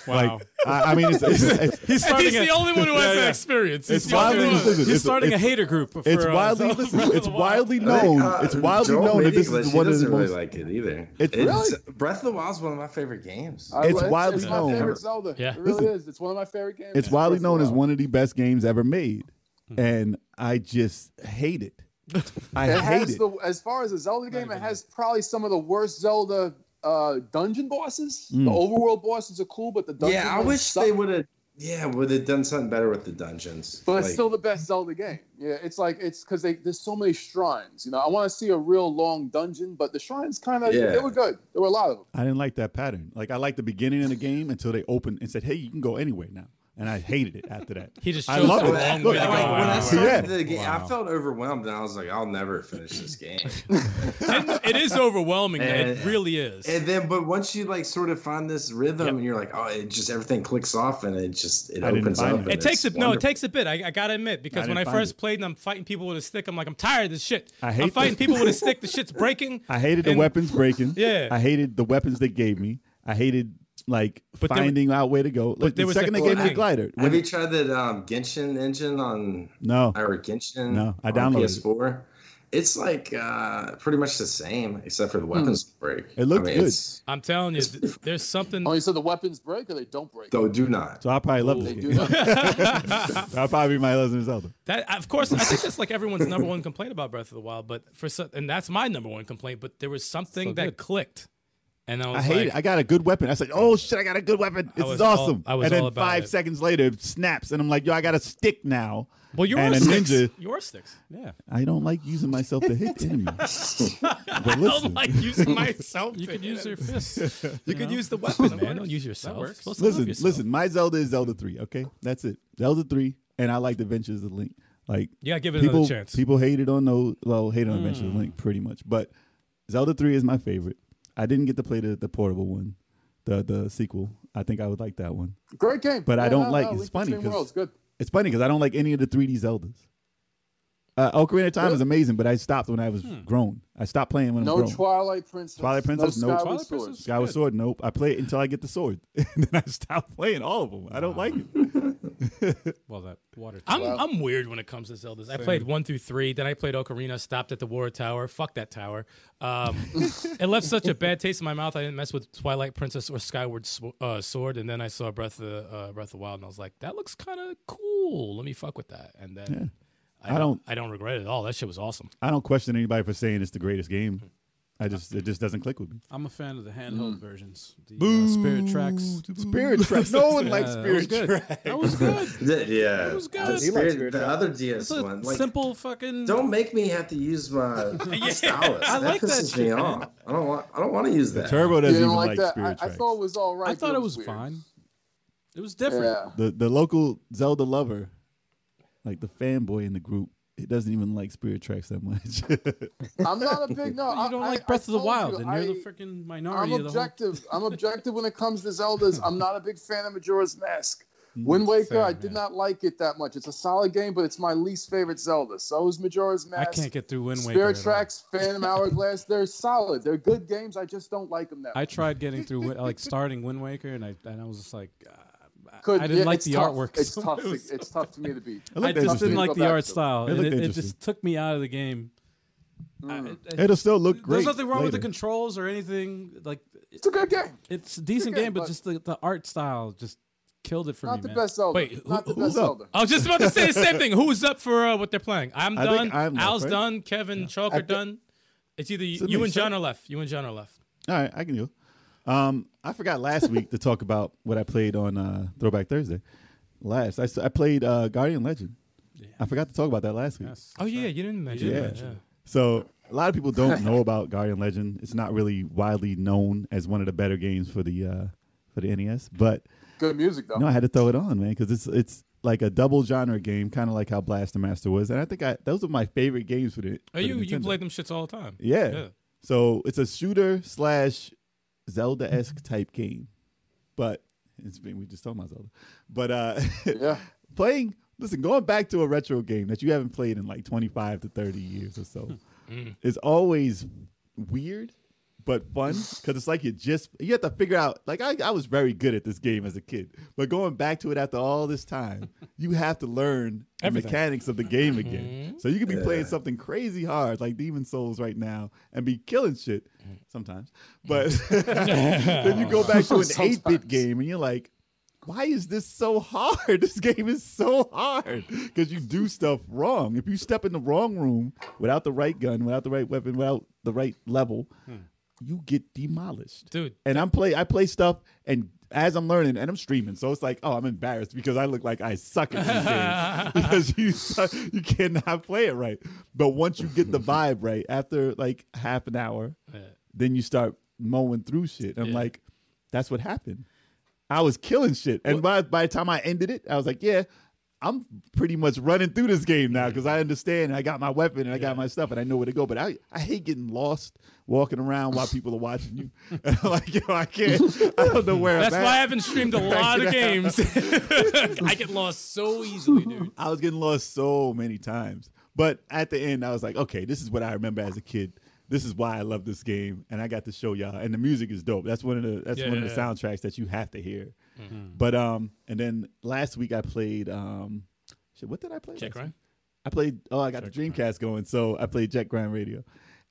Speaker 2: Wow,
Speaker 3: I, I mean, it's, it's, it's,
Speaker 2: he's
Speaker 5: And
Speaker 2: starting
Speaker 5: he's
Speaker 2: a,
Speaker 5: the only one who has
Speaker 2: Yeah, yeah.
Speaker 5: that experience. He's
Speaker 3: It's
Speaker 5: the only
Speaker 3: wildly-
Speaker 5: one.
Speaker 3: listen,
Speaker 2: he's
Speaker 3: it's-
Speaker 2: starting
Speaker 3: it's-
Speaker 2: a hater group. For,
Speaker 3: it's
Speaker 2: uh,
Speaker 3: wildly
Speaker 2: Zelda
Speaker 3: listen,
Speaker 2: Breath of
Speaker 3: it's
Speaker 2: the Wild.
Speaker 3: widely
Speaker 4: I think,
Speaker 3: known.
Speaker 4: uh,
Speaker 3: it's widely
Speaker 4: Joel
Speaker 3: known that this
Speaker 4: English,
Speaker 3: is
Speaker 4: he
Speaker 3: one of the
Speaker 4: doesn't really
Speaker 3: most.
Speaker 4: like it either.
Speaker 3: It's-
Speaker 4: It's,
Speaker 1: Really?
Speaker 4: Breath of the Wild is one of my favorite games.
Speaker 1: I-
Speaker 3: It's widely
Speaker 1: it's
Speaker 3: known.
Speaker 1: My favorite Zelda.
Speaker 5: Yeah.
Speaker 1: it really
Speaker 3: Listen.
Speaker 1: is. It's one of my favorite games.
Speaker 3: It's widely
Speaker 1: Breath of the
Speaker 3: known as
Speaker 1: Wild.
Speaker 3: one of the best games ever made,
Speaker 5: Mm-hmm.
Speaker 3: and I just hate it. I
Speaker 1: It
Speaker 3: hate
Speaker 1: has
Speaker 3: it.
Speaker 1: the as far as a Zelda game, it has probably some of the worst Zelda uh, dungeon bosses.
Speaker 3: Hmm.
Speaker 1: The overworld bosses are cool, but the dungeon
Speaker 4: yeah, I
Speaker 1: ones
Speaker 4: wish
Speaker 1: suck.
Speaker 4: they would have. Yeah, would have done something better with the dungeons.
Speaker 1: But it's
Speaker 4: Like,
Speaker 1: still the best Zelda game. Yeah, it's like it's because they there's so many shrines. You know, I want to see a real long dungeon, but the shrines kind of
Speaker 4: Yeah.
Speaker 1: they were good. There were a lot of them.
Speaker 3: I didn't like that pattern. Like I liked the beginning of the game until they opened and said, "Hey, you can go anywhere now," and I hated it after that.
Speaker 5: He just
Speaker 3: I
Speaker 5: chose
Speaker 3: love
Speaker 5: the
Speaker 3: it.
Speaker 5: wrong
Speaker 3: Look,
Speaker 5: way
Speaker 4: like,
Speaker 5: to go.
Speaker 3: like,
Speaker 4: when I
Speaker 5: Wow.
Speaker 4: started
Speaker 3: Yeah.
Speaker 4: the game,
Speaker 2: Wow.
Speaker 4: I felt overwhelmed, and I was like, "I'll never finish this game."
Speaker 5: It- it is overwhelming. though. it
Speaker 4: And-
Speaker 5: really is.
Speaker 4: and then, but once you like sort of find this rhythm,
Speaker 5: Yep.
Speaker 4: and you're like, "Oh, it just everything clicks off, and it just it
Speaker 3: I didn't
Speaker 4: opens
Speaker 3: find
Speaker 4: up."
Speaker 3: it.
Speaker 4: and
Speaker 5: It
Speaker 4: it's
Speaker 5: takes a no. It
Speaker 4: wonderful.
Speaker 5: takes a bit. I, I gotta admit because when
Speaker 3: didn't
Speaker 5: I
Speaker 3: find
Speaker 5: first
Speaker 3: it.
Speaker 5: played and I'm fighting people with a stick, I'm like I'm tired of this shit.
Speaker 3: I
Speaker 5: I'm
Speaker 3: hate
Speaker 5: fighting
Speaker 3: this.
Speaker 5: people with a stick. The shit's breaking.
Speaker 3: I hated the
Speaker 5: And-
Speaker 3: weapons breaking.
Speaker 5: Yeah.
Speaker 3: I hated the weapons they gave me. I hated like
Speaker 5: But there-
Speaker 3: finding out where to go. Like,
Speaker 5: there
Speaker 3: the
Speaker 5: was that
Speaker 3: second they gave me the
Speaker 5: gliding.
Speaker 3: glider.
Speaker 4: Have you tried that um, Genshin engine on
Speaker 3: No,
Speaker 4: or Genshin?
Speaker 3: No, I
Speaker 4: on
Speaker 3: downloaded it.
Speaker 4: PS4. It's like uh, pretty much the same, except for the weapons break.
Speaker 3: It looked good.
Speaker 4: it's-
Speaker 5: I'm telling you, th- there's something.
Speaker 1: Oh, you said the weapons break or they don't break?
Speaker 4: Though do not.
Speaker 3: so I probably love
Speaker 1: They
Speaker 3: this
Speaker 1: do
Speaker 3: game.
Speaker 1: that.
Speaker 3: I'll probably be my Legend of Zelda.
Speaker 5: That of course, I think that's like everyone's number one complaint about Breath of the Wild. But for so, and that's my number one complaint. But there was something
Speaker 2: So good.
Speaker 5: that clicked, and I was
Speaker 3: I hate
Speaker 5: like,
Speaker 3: it. I got a good weapon. I said, "Oh shit, I got a good weapon. This
Speaker 5: was
Speaker 3: is awesome."
Speaker 5: all- I was
Speaker 3: and then
Speaker 5: all about
Speaker 3: five
Speaker 5: it.
Speaker 3: seconds later, it snaps, and I'm like, "Yo, I got a stick now."
Speaker 5: "Well, you're
Speaker 3: and a
Speaker 5: sticks.
Speaker 3: ninja.
Speaker 5: You're sticks.
Speaker 2: Yeah,
Speaker 3: I don't like using myself to hit enemies. but
Speaker 5: I
Speaker 3: listen,
Speaker 5: don't like using myself.
Speaker 2: you
Speaker 5: to
Speaker 2: could
Speaker 5: hit
Speaker 2: use
Speaker 5: it.
Speaker 2: your fists.
Speaker 5: You could use the weapon, man. Don't use yourself.
Speaker 2: works.
Speaker 5: Supposed to love
Speaker 3: listen,
Speaker 5: yourself.
Speaker 3: listen. My Zelda is Zelda three. Okay, that's it. Zelda three, and I liked Adventures of Link. Like,
Speaker 5: You gotta give it
Speaker 3: people,
Speaker 5: another chance. Hmm.
Speaker 3: people hated on those. Well, hated on Adventures of Link pretty much, but Zelda three is my favorite. I didn't get to play the, the portable one, the the sequel. I think I would like that one.
Speaker 1: Great game.
Speaker 3: But I
Speaker 1: Yeah,
Speaker 3: don't
Speaker 1: no,
Speaker 3: like-
Speaker 1: no,
Speaker 3: it's
Speaker 1: Link
Speaker 3: funny
Speaker 1: Between
Speaker 3: 'cause-
Speaker 1: Worlds, good.
Speaker 3: It's funny because I don't like any of the 3D Zeldas. Uh, Ocarina of Time is amazing, but I stopped when I was grown. I stopped playing when I'm
Speaker 1: No
Speaker 3: grown.
Speaker 1: Twilight Princess.
Speaker 3: Twilight Princess, no
Speaker 1: Skyward
Speaker 3: Twilight
Speaker 1: Sword.
Speaker 2: Princess?
Speaker 3: Guy with sword, nope. I play it until I get the sword, and then I stop playing all of them. I don't like it.
Speaker 2: Well, that water.
Speaker 5: I'm I'm weird when it comes to Zeldas. I played one through three, then I played Ocarina, stopped at the War Tower. Fuck that tower. Um, it left such a bad taste in my mouth. I didn't mess with Twilight Princess or Skyward Sw- uh, Sword, and then I saw Breath of the, uh, Breath of the Wild, and I was like, that looks kind of cool. Let me fuck with that. And then I,
Speaker 3: I
Speaker 5: don't,
Speaker 3: don't-
Speaker 5: I don't regret it at all. That shit was awesome.
Speaker 3: I don't question anybody for saying it's the greatest game. I just it just doesn't click with me.
Speaker 2: I'm a fan of the handheld versions. The uh, Spirit Tracks.
Speaker 3: Spirit Tracks. No
Speaker 1: Oh,
Speaker 3: one
Speaker 2: Yeah,
Speaker 3: likes
Speaker 2: that was
Speaker 3: Spirit
Speaker 2: good.
Speaker 3: Tracks.
Speaker 2: That was good.
Speaker 4: The- yeah.
Speaker 2: It was good.
Speaker 4: The,
Speaker 2: He
Speaker 6: likes
Speaker 4: spirit-
Speaker 6: Spirit
Speaker 4: the
Speaker 6: Trap.
Speaker 4: other
Speaker 2: It's
Speaker 4: DS
Speaker 2: a
Speaker 4: one. Like,
Speaker 2: simple fucking.
Speaker 4: don't make me have to use my stylus.
Speaker 2: I
Speaker 4: that
Speaker 2: like that
Speaker 4: pisses me
Speaker 2: shit,
Speaker 4: off. I don't want. I don't want to use that.
Speaker 3: Turbo doesn't
Speaker 1: you
Speaker 3: even
Speaker 1: don't
Speaker 3: like,
Speaker 1: like that?
Speaker 3: Spirit
Speaker 1: I, I
Speaker 3: Tracks.
Speaker 1: thought it was all right.
Speaker 2: I
Speaker 1: but
Speaker 2: thought it was
Speaker 1: weird.
Speaker 2: fine. It was different.
Speaker 1: Yeah.
Speaker 3: the the local Zelda lover, like the fanboy in the group, it doesn't even like Spirit Tracks that much.
Speaker 1: I'm not a big no.
Speaker 2: You
Speaker 1: I-
Speaker 2: don't
Speaker 1: I-
Speaker 2: like
Speaker 1: I
Speaker 2: Breath of the
Speaker 1: told
Speaker 2: Wild,
Speaker 1: you,
Speaker 2: and you're the
Speaker 1: I-
Speaker 2: freaking minority of
Speaker 1: I'm
Speaker 2: the whole.
Speaker 1: objective. I'm objective when it comes to Zeldas. I'm not a big fan of Majora's Mask. Wind Waker,
Speaker 2: fair,
Speaker 1: I did
Speaker 2: Mm, yeah.
Speaker 1: not like it that much. It's a solid game, but it's my least favorite Zelda. So is Majora's
Speaker 2: I
Speaker 1: Mask.
Speaker 2: can't get through Wind Waker.
Speaker 1: Spirit
Speaker 2: at all.
Speaker 1: Tracks, Phantom Hourglass. They're solid. They're good games. I just don't like them that
Speaker 2: I tried getting through, Win- like starting Wind Waker, and I and I was just like, uh, I-
Speaker 1: Could-
Speaker 2: I didn't
Speaker 1: yeah,
Speaker 2: like
Speaker 1: it's
Speaker 2: the
Speaker 1: tough.
Speaker 2: artwork.
Speaker 1: It's
Speaker 2: so
Speaker 1: tough.
Speaker 2: it was-
Speaker 1: to- it's tough for me to beat.
Speaker 3: It
Speaker 2: I
Speaker 3: looked
Speaker 2: just didn't
Speaker 3: interesting.
Speaker 2: like
Speaker 1: Go
Speaker 2: the
Speaker 1: back
Speaker 2: art
Speaker 1: to it.
Speaker 2: style.
Speaker 3: It
Speaker 2: It,
Speaker 3: looked
Speaker 2: it, it
Speaker 3: interesting.
Speaker 2: just took me out of the game. I-
Speaker 1: Mm.
Speaker 2: it-
Speaker 3: It'll still look great.
Speaker 2: There's nothing wrong with the
Speaker 3: later.
Speaker 2: controls or anything. Like
Speaker 1: It's a good game.
Speaker 2: it's a decent
Speaker 1: Okay,
Speaker 2: game, but
Speaker 1: but-
Speaker 2: just the, the art style just killed it for
Speaker 1: Not
Speaker 2: me,
Speaker 1: the
Speaker 2: man.
Speaker 1: best Zelda.
Speaker 5: Wait, who-
Speaker 1: not the
Speaker 5: who's
Speaker 1: best
Speaker 3: up?
Speaker 1: Zelda.
Speaker 5: I was just about to say the same thing. Who's up for uh, what they're playing? I'm
Speaker 3: I
Speaker 5: done.
Speaker 3: think I'm up,
Speaker 5: Al's
Speaker 3: right?
Speaker 5: done. Kevin, Chalk
Speaker 6: I
Speaker 5: are
Speaker 6: thi-
Speaker 5: done. It's either you,
Speaker 3: Doesn't
Speaker 5: you
Speaker 3: make
Speaker 5: and John
Speaker 3: sense.
Speaker 5: are left. You and John are left.
Speaker 3: All right, I can do. it. Um, I forgot last week to talk about what I played on uh, Throwback Thursday. Last I, s- I played uh, Guardian Legend. I forgot to talk about that last week.
Speaker 2: Yes.
Speaker 5: Oh yeah, you didn't mention
Speaker 3: Yeah.
Speaker 5: that. Yeah.
Speaker 3: So a lot of people don't know about Guardian Legend. It's not really widely known as one of the better games for the uh, for the NES, but
Speaker 1: Good music though.
Speaker 3: No, I had to throw it on, man, because it's it's like a double genre game, kind of like how Blaster Master was. And I think I those are my favorite games for the.
Speaker 5: Oh,
Speaker 3: for the
Speaker 5: you you
Speaker 3: Nintendo.
Speaker 5: play them shits all the time.
Speaker 3: Yeah.
Speaker 5: Yeah.
Speaker 3: So it's a shooter slash Zelda esque type game, but it's been we just talking about Zelda, but uh,
Speaker 1: Yeah.
Speaker 3: playing. Listen, going back to a retro game that you haven't played in like 25 to 30 years or so is always weird, but fun because it's like you just you have to figure out. Like I, I was very good at this game as a kid, but going back to it after all this time, you have to learn the
Speaker 5: Everything.
Speaker 3: mechanics of the game again. So you could be playing something crazy hard like Demon Souls right now and be killing shit sometimes, but then you go back to an
Speaker 1: Sometimes.
Speaker 3: 8 bit game and you're like, why is this so hard? This game is so hard because you do stuff wrong. If you step in the wrong room without the right gun, without the right weapon, without the right level, you get demolished.
Speaker 5: Dude.
Speaker 3: And I'm play I play stuff and as I'm learning and I'm streaming, so it's like, oh, I'm embarrassed because I look like I suck at this game because you suck, you cannot play it right. But once you get the vibe right, after like half an hour, then you start mowing through shit. I'm
Speaker 5: Yeah.
Speaker 3: like, that's what happened. I was killing shit. And by, by the time I ended it, I was like, yeah, I'm pretty much running through this game now because I understand and I got my weapon and I got my stuff and I know where to go. But I, I hate getting lost walking around while people are watching you. And I'm like, yo, I can't, I don't know where
Speaker 5: That's
Speaker 3: I'm at.
Speaker 5: why I haven't streamed a lot of games. I get lost so easily, dude.
Speaker 3: I was getting lost so many times. But at the end, I was like, okay, this is what I remember as a kid. This is why I love this game, and I got to show y'all. And the music is dope. That's one of the that's
Speaker 5: Yeah,
Speaker 3: one of
Speaker 5: yeah,
Speaker 3: the
Speaker 5: yeah.
Speaker 3: soundtracks that you have to hear. But um, and then last week I played um, shit. What did I play?
Speaker 5: Check
Speaker 3: last week?
Speaker 5: right.
Speaker 3: I played. Oh, I got the Dreamcast going, so I played Jet Grind Radio,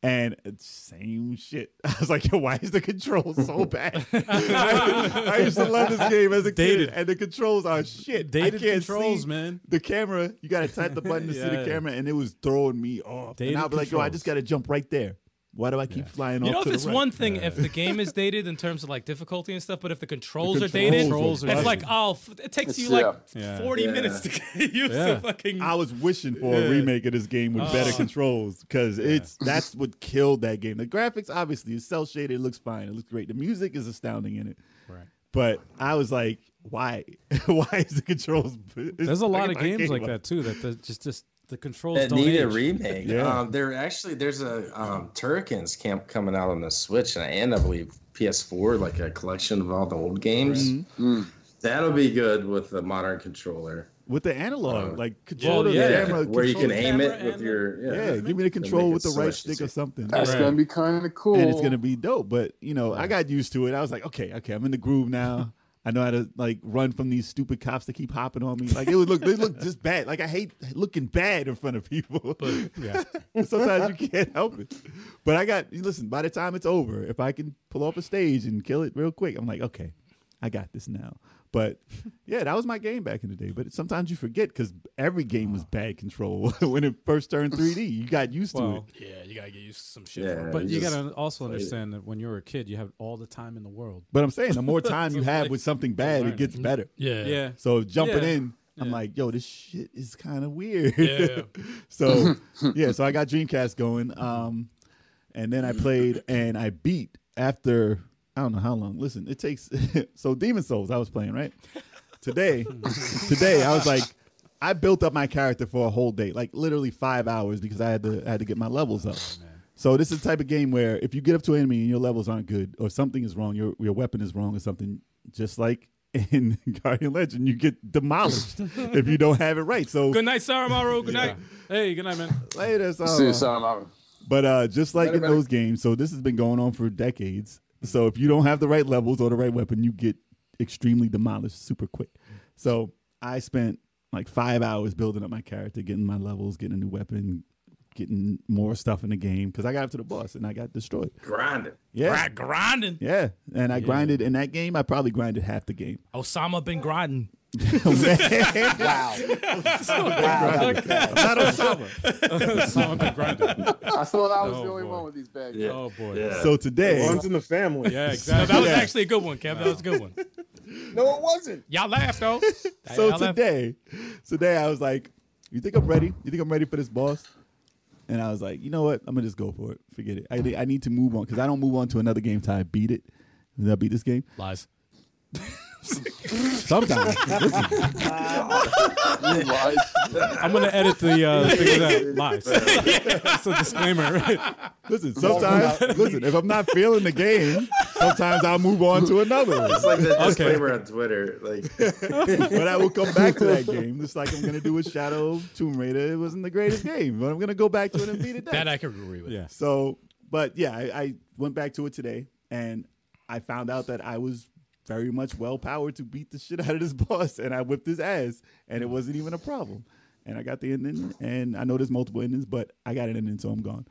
Speaker 3: and it's same shit. I was like, yo, why is the controls so bad? I, I used to love this game as a
Speaker 2: Dated.
Speaker 3: kid, and the controls are shit. I
Speaker 2: Dated
Speaker 3: can't
Speaker 2: controls,
Speaker 3: see
Speaker 2: man.
Speaker 3: the camera. You gotta tap the button to see
Speaker 2: Yeah.
Speaker 3: the camera, and it was throwing me off.
Speaker 2: Dated
Speaker 3: and I'll be like, yo, I
Speaker 2: controls.
Speaker 3: just gotta jump right there. Why do I keep flying
Speaker 5: You know,
Speaker 3: off
Speaker 5: if
Speaker 3: to the
Speaker 5: it's
Speaker 3: right?
Speaker 5: one thing if the game is dated in terms of like difficulty and stuff, but if the controls,
Speaker 3: controls
Speaker 5: are dated,
Speaker 3: Controls
Speaker 2: are
Speaker 5: it's
Speaker 2: dated.
Speaker 5: like oh, f- it
Speaker 1: It's-
Speaker 5: takes you like
Speaker 2: yeah. Yeah.
Speaker 5: forty
Speaker 4: Yeah.
Speaker 5: minutes to get used
Speaker 2: Yeah.
Speaker 5: to fucking.
Speaker 3: I was wishing for a remake of this game with
Speaker 2: Oh.
Speaker 3: better controls because it's that's what killed that game. The graphics obviously is cell shaded, it looks fine, it looks great. The music is astounding in it. Right. But I was like, why? why is the controls?
Speaker 2: There's a lot of games like that too that the, just just the controls
Speaker 4: That
Speaker 2: don't
Speaker 4: need a
Speaker 2: age.
Speaker 4: remake.
Speaker 3: Yeah.
Speaker 4: Um, there actually there's a um, Turricans camp coming out on the Switch and, and I believe PS4, like a collection of all the old games. Mm-hmm. That'll be good with the modern controller,
Speaker 3: with the analog, like control
Speaker 5: Well,
Speaker 3: the
Speaker 5: yeah.
Speaker 3: camera,
Speaker 4: Uh, where you can
Speaker 3: control the
Speaker 4: aim
Speaker 2: camera
Speaker 4: it with
Speaker 2: and
Speaker 4: your yeah.
Speaker 3: Yeah, give me the control
Speaker 4: make
Speaker 3: with
Speaker 4: it
Speaker 3: the right
Speaker 4: so much
Speaker 3: stick or
Speaker 4: easier.
Speaker 3: something.
Speaker 1: That's gonna be kind of cool.
Speaker 3: and it's gonna be dope. But you know, I got used to it. I was like, okay, okay, I'm in the groove now. I know how to like run from these stupid cops that keep hopping on me. Like it would look, they look just bad. Like I hate looking bad in front of people.
Speaker 2: Yeah.
Speaker 3: Sometimes you can't help it. But I got listen. By the time it's over, if I can pull off a stage and kill it real quick, I'm like, okay, I got this now. But yeah, that was my game back in the day. But sometimes you forget because every game was bad control when it first turned 3D. You got used to it.
Speaker 2: Well,
Speaker 7: Yeah, you gotta get used to some shit.
Speaker 4: Yeah,
Speaker 2: but you
Speaker 4: just-
Speaker 2: gotta also
Speaker 4: played it.
Speaker 2: understand that when you were a kid, you have all the time in the world.
Speaker 3: But I'm saying the more time you
Speaker 2: It's
Speaker 3: have
Speaker 2: like-
Speaker 3: with something bad, it
Speaker 2: learning.
Speaker 3: gets better.
Speaker 7: Yeah.
Speaker 2: Yeah.
Speaker 3: So jumping
Speaker 2: Yeah.
Speaker 3: in, I'm
Speaker 2: Yeah.
Speaker 3: like, yo, this shit is kind of weird.
Speaker 7: Yeah.
Speaker 3: so yeah, so I got Dreamcast going. Um, and then I played and I beat after I don't know how long. Listen, it takes so Demon Souls I was playing, right? Today, today I was like I built up my character for a whole day, like literally five hours because I had to I had to get my levels up. So this is the type of game where if you get up to an enemy and your levels aren't good or something is wrong, your your weapon is wrong or something, just like in Guardian Legend, you get demolished if you don't have it right. So
Speaker 7: Good night, Saramaru. Good night.
Speaker 2: Hey, good night, man.
Speaker 3: later, so,
Speaker 1: See you, Sam. I'm-
Speaker 3: but uh, just like
Speaker 1: Better,
Speaker 3: in
Speaker 1: better.
Speaker 3: those games, so this has been going on for decades. So if you don't have the right levels or the right weapon, you get extremely demolished super quick. So I spent like five hours building up my character, getting my levels, getting a new weapon, getting more stuff in the game because I got up to the boss and I got destroyed.
Speaker 4: Grind it.
Speaker 3: Yeah,
Speaker 7: Grind- grinding.
Speaker 3: yeah. And I grinded in that game. I probably grinded half the game.
Speaker 5: Oh.
Speaker 7: Osama bin grinding.
Speaker 6: Wow.
Speaker 3: Not Osama.
Speaker 2: Someone been grinding.
Speaker 1: I thought I was
Speaker 2: Oh,
Speaker 1: the only
Speaker 2: boy.
Speaker 1: one with these bad
Speaker 4: Yeah.
Speaker 2: Oh boy.
Speaker 4: Yeah.
Speaker 3: So today,
Speaker 6: Runs in the family.
Speaker 2: Yeah,
Speaker 7: No,
Speaker 2: exactly.
Speaker 7: that was
Speaker 3: Yeah.
Speaker 7: actually a good one, Kev. That was a good one.
Speaker 6: No, it wasn't.
Speaker 7: Y'all laughed though. Y'all
Speaker 3: so
Speaker 7: laughed.
Speaker 3: today, today I was like, "You think I'm ready? You think I'm ready for this boss?" And I was like, "You know what? I'm gonna just go for it. Forget it. I, need- I need to move on because I don't move on to another game till I beat it. Did I beat this game?
Speaker 7: Lies.
Speaker 3: Sometimes. Listen,
Speaker 1: You lied.
Speaker 2: I'm gonna edit the uh, thing out. Lies. It's a disclaimer. Right?
Speaker 3: listen. Sometimes. listen. If I'm not feeling the game, sometimes I'll move on to another
Speaker 4: It's like
Speaker 3: one.
Speaker 4: that disclaimer on Twitter. Like,
Speaker 3: But I will come back to that game, just like I'm gonna do with Shadow of Tomb Raider. It wasn't the greatest game, but I'm gonna go back to it and beat it.
Speaker 7: That
Speaker 3: next.
Speaker 7: I can agree with.
Speaker 2: Yeah.
Speaker 3: So, but yeah, I, I went back to it today, and I found out that I was very much well powered to beat the shit out of this boss, and I whipped his ass, and it wasn't even a problem. And I got the ending, and I know there's multiple endings, but I got an ending, so I'm gone.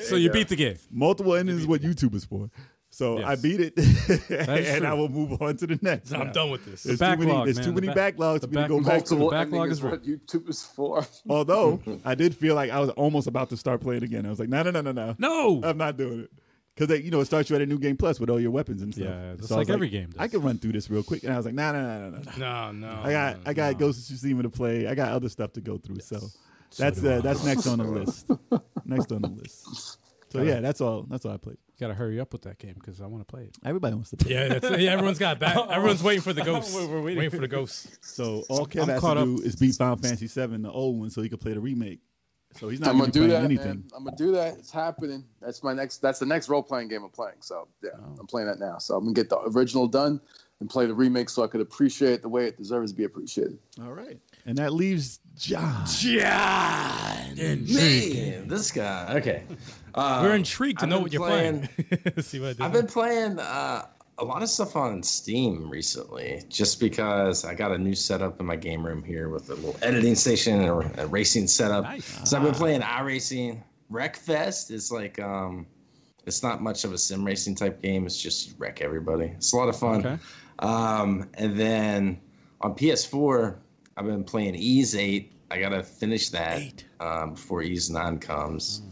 Speaker 2: So you beat the game.
Speaker 3: multiple endings is what YouTube is for. So I
Speaker 2: Yes.
Speaker 3: beat it,
Speaker 2: is
Speaker 3: and
Speaker 2: true.
Speaker 3: I will move on to the next.
Speaker 7: I'm
Speaker 3: now.
Speaker 7: done with this.
Speaker 3: There's too many,
Speaker 2: Backlog,
Speaker 3: there's
Speaker 2: man,
Speaker 3: too
Speaker 2: the
Speaker 3: many
Speaker 2: back-
Speaker 3: backlogs
Speaker 2: the
Speaker 3: for me to go
Speaker 2: backlog
Speaker 3: back to.
Speaker 2: The
Speaker 1: Multiple
Speaker 2: backlog
Speaker 1: ending
Speaker 2: is
Speaker 1: is what YouTube is for.
Speaker 3: Although I did feel like I was almost about to start playing again. I was like, no, no, no, no, no.
Speaker 2: No.
Speaker 3: I'm not doing it. Because you know it starts you at a new game plus with all your weapons and stuff.
Speaker 2: Yeah, just
Speaker 3: I
Speaker 2: like
Speaker 3: was
Speaker 2: every game does.
Speaker 3: I can run through this real quick, and I was like, nah, nah, nah, nah, nah.
Speaker 7: No, no.
Speaker 3: I got I got Ghost of Tsushima to play. I got other stuff to go through. So that's uh, that's next on the list. next on the list. So yeah, that's all. That's all I played.
Speaker 2: You gotta hurry up with that game because I want to play it.
Speaker 3: Everybody wants to play.
Speaker 7: Yeah, that's, yeah, everyone's got back. Everyone's waiting for the ghost.
Speaker 2: We're- we're waiting.
Speaker 7: waiting. for the ghost.
Speaker 3: So all Kev
Speaker 2: I'm
Speaker 3: has
Speaker 2: caught
Speaker 3: to
Speaker 2: up.
Speaker 3: do is beat Final Fantasy VII, the old one, so he could play the remake. So he's not
Speaker 1: I'm gonna
Speaker 3: gonna be
Speaker 1: do
Speaker 3: playing
Speaker 1: that,
Speaker 3: anything.
Speaker 1: man. I'm gonna do that. It's happening. That's my next. That's the next role playing game I'm playing. So yeah,
Speaker 3: Oh.
Speaker 1: I'm playing that now. So I'm gonna get the original done and play the remake so I could appreciate it the way it deserves to be appreciated.
Speaker 3: All right, and that leaves John.
Speaker 4: man, this guy. Okay. Uh,
Speaker 7: We're intrigued to
Speaker 4: I've
Speaker 7: know
Speaker 4: been
Speaker 7: what you're playing. See what I did.
Speaker 4: I've been playing uh, a lot of stuff on Steam recently, just because I got a new setup in my game room here with a little editing station and a, a racing setup. So I've been playing iRacing. Wreckfest is like, um, it's not much of a sim racing type game. It's just you wreck everybody. It's a lot of fun.
Speaker 2: Okay.
Speaker 4: Um, and then on PS4, I've been playing Ease 8. I gotta finish that um, before Ease 9 comes.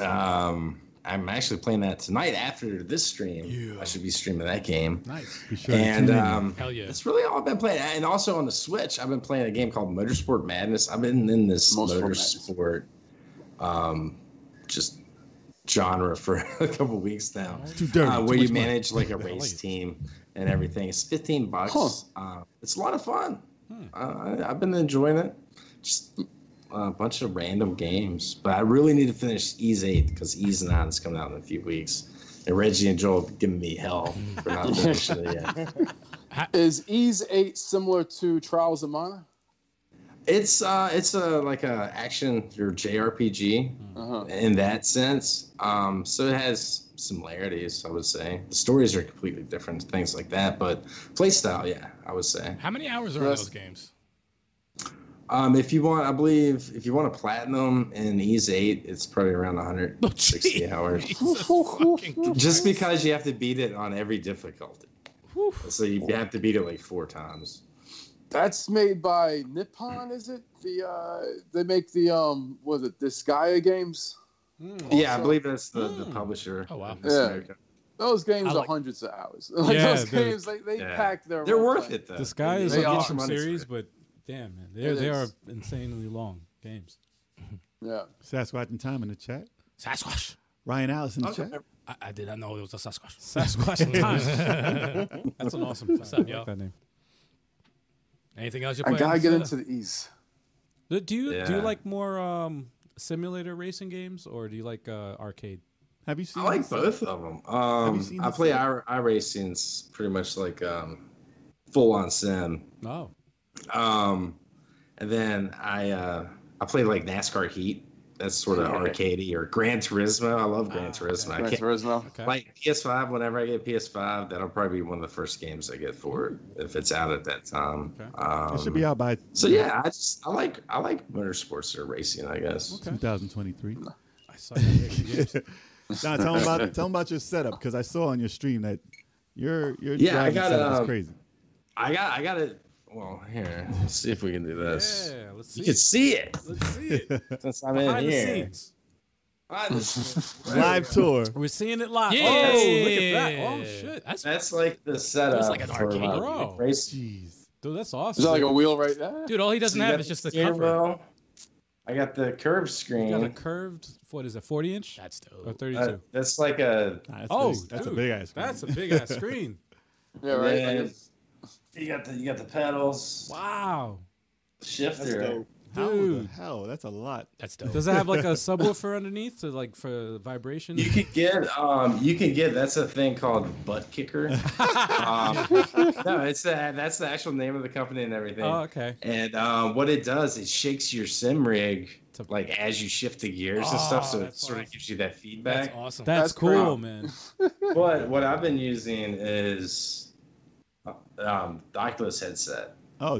Speaker 4: Um, I'm actually playing that tonight after this stream. I should be streaming that game.
Speaker 2: Nice.
Speaker 3: Be sure to
Speaker 4: And
Speaker 3: tune in.
Speaker 4: um,
Speaker 7: Hell yeah.
Speaker 4: that's really all I've been playing. And also on the Switch, I've been playing a game called Motorsport Madness. I've been in this
Speaker 1: Motorsport Madness.
Speaker 4: motorsport um, just genre for a couple weeks now.
Speaker 3: too dirty.
Speaker 4: Uh,
Speaker 3: Too
Speaker 4: where you
Speaker 3: much money.
Speaker 4: manage like a race team and everything. It's 15 bucks.
Speaker 1: Huh.
Speaker 4: Uh, it's a lot of fun.
Speaker 3: Hmm.
Speaker 4: Uh, I, I've been enjoying it. Just uh, a bunch of random games, but I really need to finish Ease 8 because Ease 9 is coming out in a few weeks. And Reggie and Joel have given me hell for not finishing it yet.
Speaker 1: Is Ease Eight similar to Trials of Mana?
Speaker 4: It's uh, it's a like a action or JRPG
Speaker 3: Hmm.
Speaker 1: Uh-huh.
Speaker 4: in that sense. Um, so it has similarities, I would say. The stories are completely different, things like that. But playstyle, yeah, I would say.
Speaker 7: How many hours are in
Speaker 1: Yes.
Speaker 7: those games?
Speaker 4: Um, if you want, I believe if you want a platinum in Ease Eight, it's probably around
Speaker 5: Oh,
Speaker 4: 160 hours. Just because you have to beat it on every difficulty, so you have to beat it like four times.
Speaker 1: That's made by Nippon, is it? The uh, they make the um, was it Disgaea games?
Speaker 4: yeah, I believe that's the, the publisher.
Speaker 5: Oh, wow.
Speaker 4: in this
Speaker 1: Yeah.
Speaker 4: America.
Speaker 1: Those games
Speaker 5: I
Speaker 1: are
Speaker 5: like-
Speaker 1: hundreds of hours. Like
Speaker 2: Yeah,
Speaker 1: those
Speaker 2: they're-
Speaker 1: games, they, they
Speaker 4: Yeah.
Speaker 1: pack their.
Speaker 4: they're
Speaker 1: role
Speaker 4: worth
Speaker 1: play.
Speaker 4: it though.
Speaker 2: The sky is
Speaker 1: They
Speaker 2: an
Speaker 1: are.
Speaker 2: awesome
Speaker 4: Money's
Speaker 2: series,
Speaker 4: worth
Speaker 2: but damn, man, they
Speaker 1: It
Speaker 2: they are
Speaker 1: is.
Speaker 2: insanely long games.
Speaker 1: Yeah.
Speaker 3: Sasquatch and Tom in the chat.
Speaker 5: Sasquatch.
Speaker 3: Ryan Alice in the chat.
Speaker 5: I, I did not know it was a Sasquatch.
Speaker 2: Sasquatch Time. That's an awesome
Speaker 5: up,
Speaker 2: time. I
Speaker 5: yo?
Speaker 2: like that name.
Speaker 5: Anything else you're
Speaker 1: I
Speaker 5: playing?
Speaker 1: gotta get
Speaker 5: Uh,
Speaker 1: into the East.
Speaker 2: Do- Do you do you
Speaker 4: Yeah.
Speaker 2: like more um, simulator racing games or do you like uh, arcade?
Speaker 3: Have you seen?
Speaker 4: I like
Speaker 3: this?
Speaker 4: both of them.
Speaker 3: you
Speaker 4: Um,
Speaker 3: seen
Speaker 4: I
Speaker 3: this
Speaker 4: play
Speaker 3: yet?
Speaker 4: i iRacing's pretty much like um, full on sim.
Speaker 2: Oh,
Speaker 4: Um, and then I uh, I play like NASCAR Heat. That's sort of arcadey or Gran Turismo. I love
Speaker 2: Ah,
Speaker 4: Gran Turismo. I
Speaker 1: Gran
Speaker 4: can't
Speaker 1: Turismo.
Speaker 2: okay.
Speaker 4: like PS5. Whenever I get PS5, that'll probably be one of the first games I get for it if it's out at that time.
Speaker 2: Okay.
Speaker 4: Um,
Speaker 3: It should be out by
Speaker 4: So yeah, I just I like I like motorsports or racing. I guess.
Speaker 2: Okay.
Speaker 3: 2023.
Speaker 2: I saw that.
Speaker 3: now tell them about tell 'em about your setup because I saw on your stream that your your
Speaker 4: Yeah, I
Speaker 3: driving
Speaker 4: got,
Speaker 3: setup
Speaker 4: uh,
Speaker 3: is crazy.
Speaker 4: I got I got it. Well, here, let's see if we can do this.
Speaker 2: Yeah, let's see.
Speaker 4: You can
Speaker 2: It.
Speaker 4: see it
Speaker 2: Let's see it
Speaker 4: since I'm
Speaker 2: behind
Speaker 4: in
Speaker 2: the
Speaker 4: here.
Speaker 2: scenes.
Speaker 4: Behind the scenes.
Speaker 3: Live tour.
Speaker 2: We're seeing it live.
Speaker 5: Yeah.
Speaker 2: Oh, look at that. Oh shit,
Speaker 5: That's
Speaker 4: That's like the setup
Speaker 5: like an
Speaker 4: for
Speaker 5: arcade
Speaker 4: my
Speaker 2: row.
Speaker 4: race
Speaker 3: Jeez.
Speaker 2: dude, that's
Speaker 1: Is
Speaker 2: awesome.
Speaker 1: that like a wheel right there?
Speaker 5: dude. All he doesn't
Speaker 4: You
Speaker 5: have
Speaker 4: got
Speaker 5: is just the
Speaker 4: steering
Speaker 5: cover.
Speaker 4: wheel. I got the curved
Speaker 2: you got a
Speaker 4: screen.
Speaker 2: curved. What is that? Forty inch
Speaker 5: That's
Speaker 2: or
Speaker 5: dope.
Speaker 2: thirty-two?
Speaker 4: Uh, that's like a.
Speaker 3: Nah, that's
Speaker 2: Oh,
Speaker 3: big- that's
Speaker 2: dude,
Speaker 3: a big ass.
Speaker 2: That's a big ass screen.
Speaker 1: Yeah, right.
Speaker 4: yeah,
Speaker 1: Like it's-
Speaker 4: you got the you got the pedals.
Speaker 2: Wow,
Speaker 4: Shifter.
Speaker 3: How the
Speaker 2: dude.
Speaker 3: hell? That's a lot.
Speaker 5: That's dope.
Speaker 2: Does it have like a subwoofer underneath to like for vibration?
Speaker 4: You can get um you can get that's a thing called butt kicker. um, no, it's the, that's the actual name of the company and everything.
Speaker 2: Oh, okay.
Speaker 4: and um, what it does, it shakes your sim rig
Speaker 2: To-
Speaker 4: like as you shift the gears and
Speaker 5: Oh,
Speaker 4: stuff, so it
Speaker 5: that's
Speaker 4: sort
Speaker 5: awesome.
Speaker 4: of gives you that
Speaker 5: That's
Speaker 4: feedback.
Speaker 5: awesome.
Speaker 2: That's,
Speaker 1: That's
Speaker 2: cool,
Speaker 1: pretty-
Speaker 2: man.
Speaker 4: But what I've been using is um, the Oculus headset.
Speaker 3: Oh,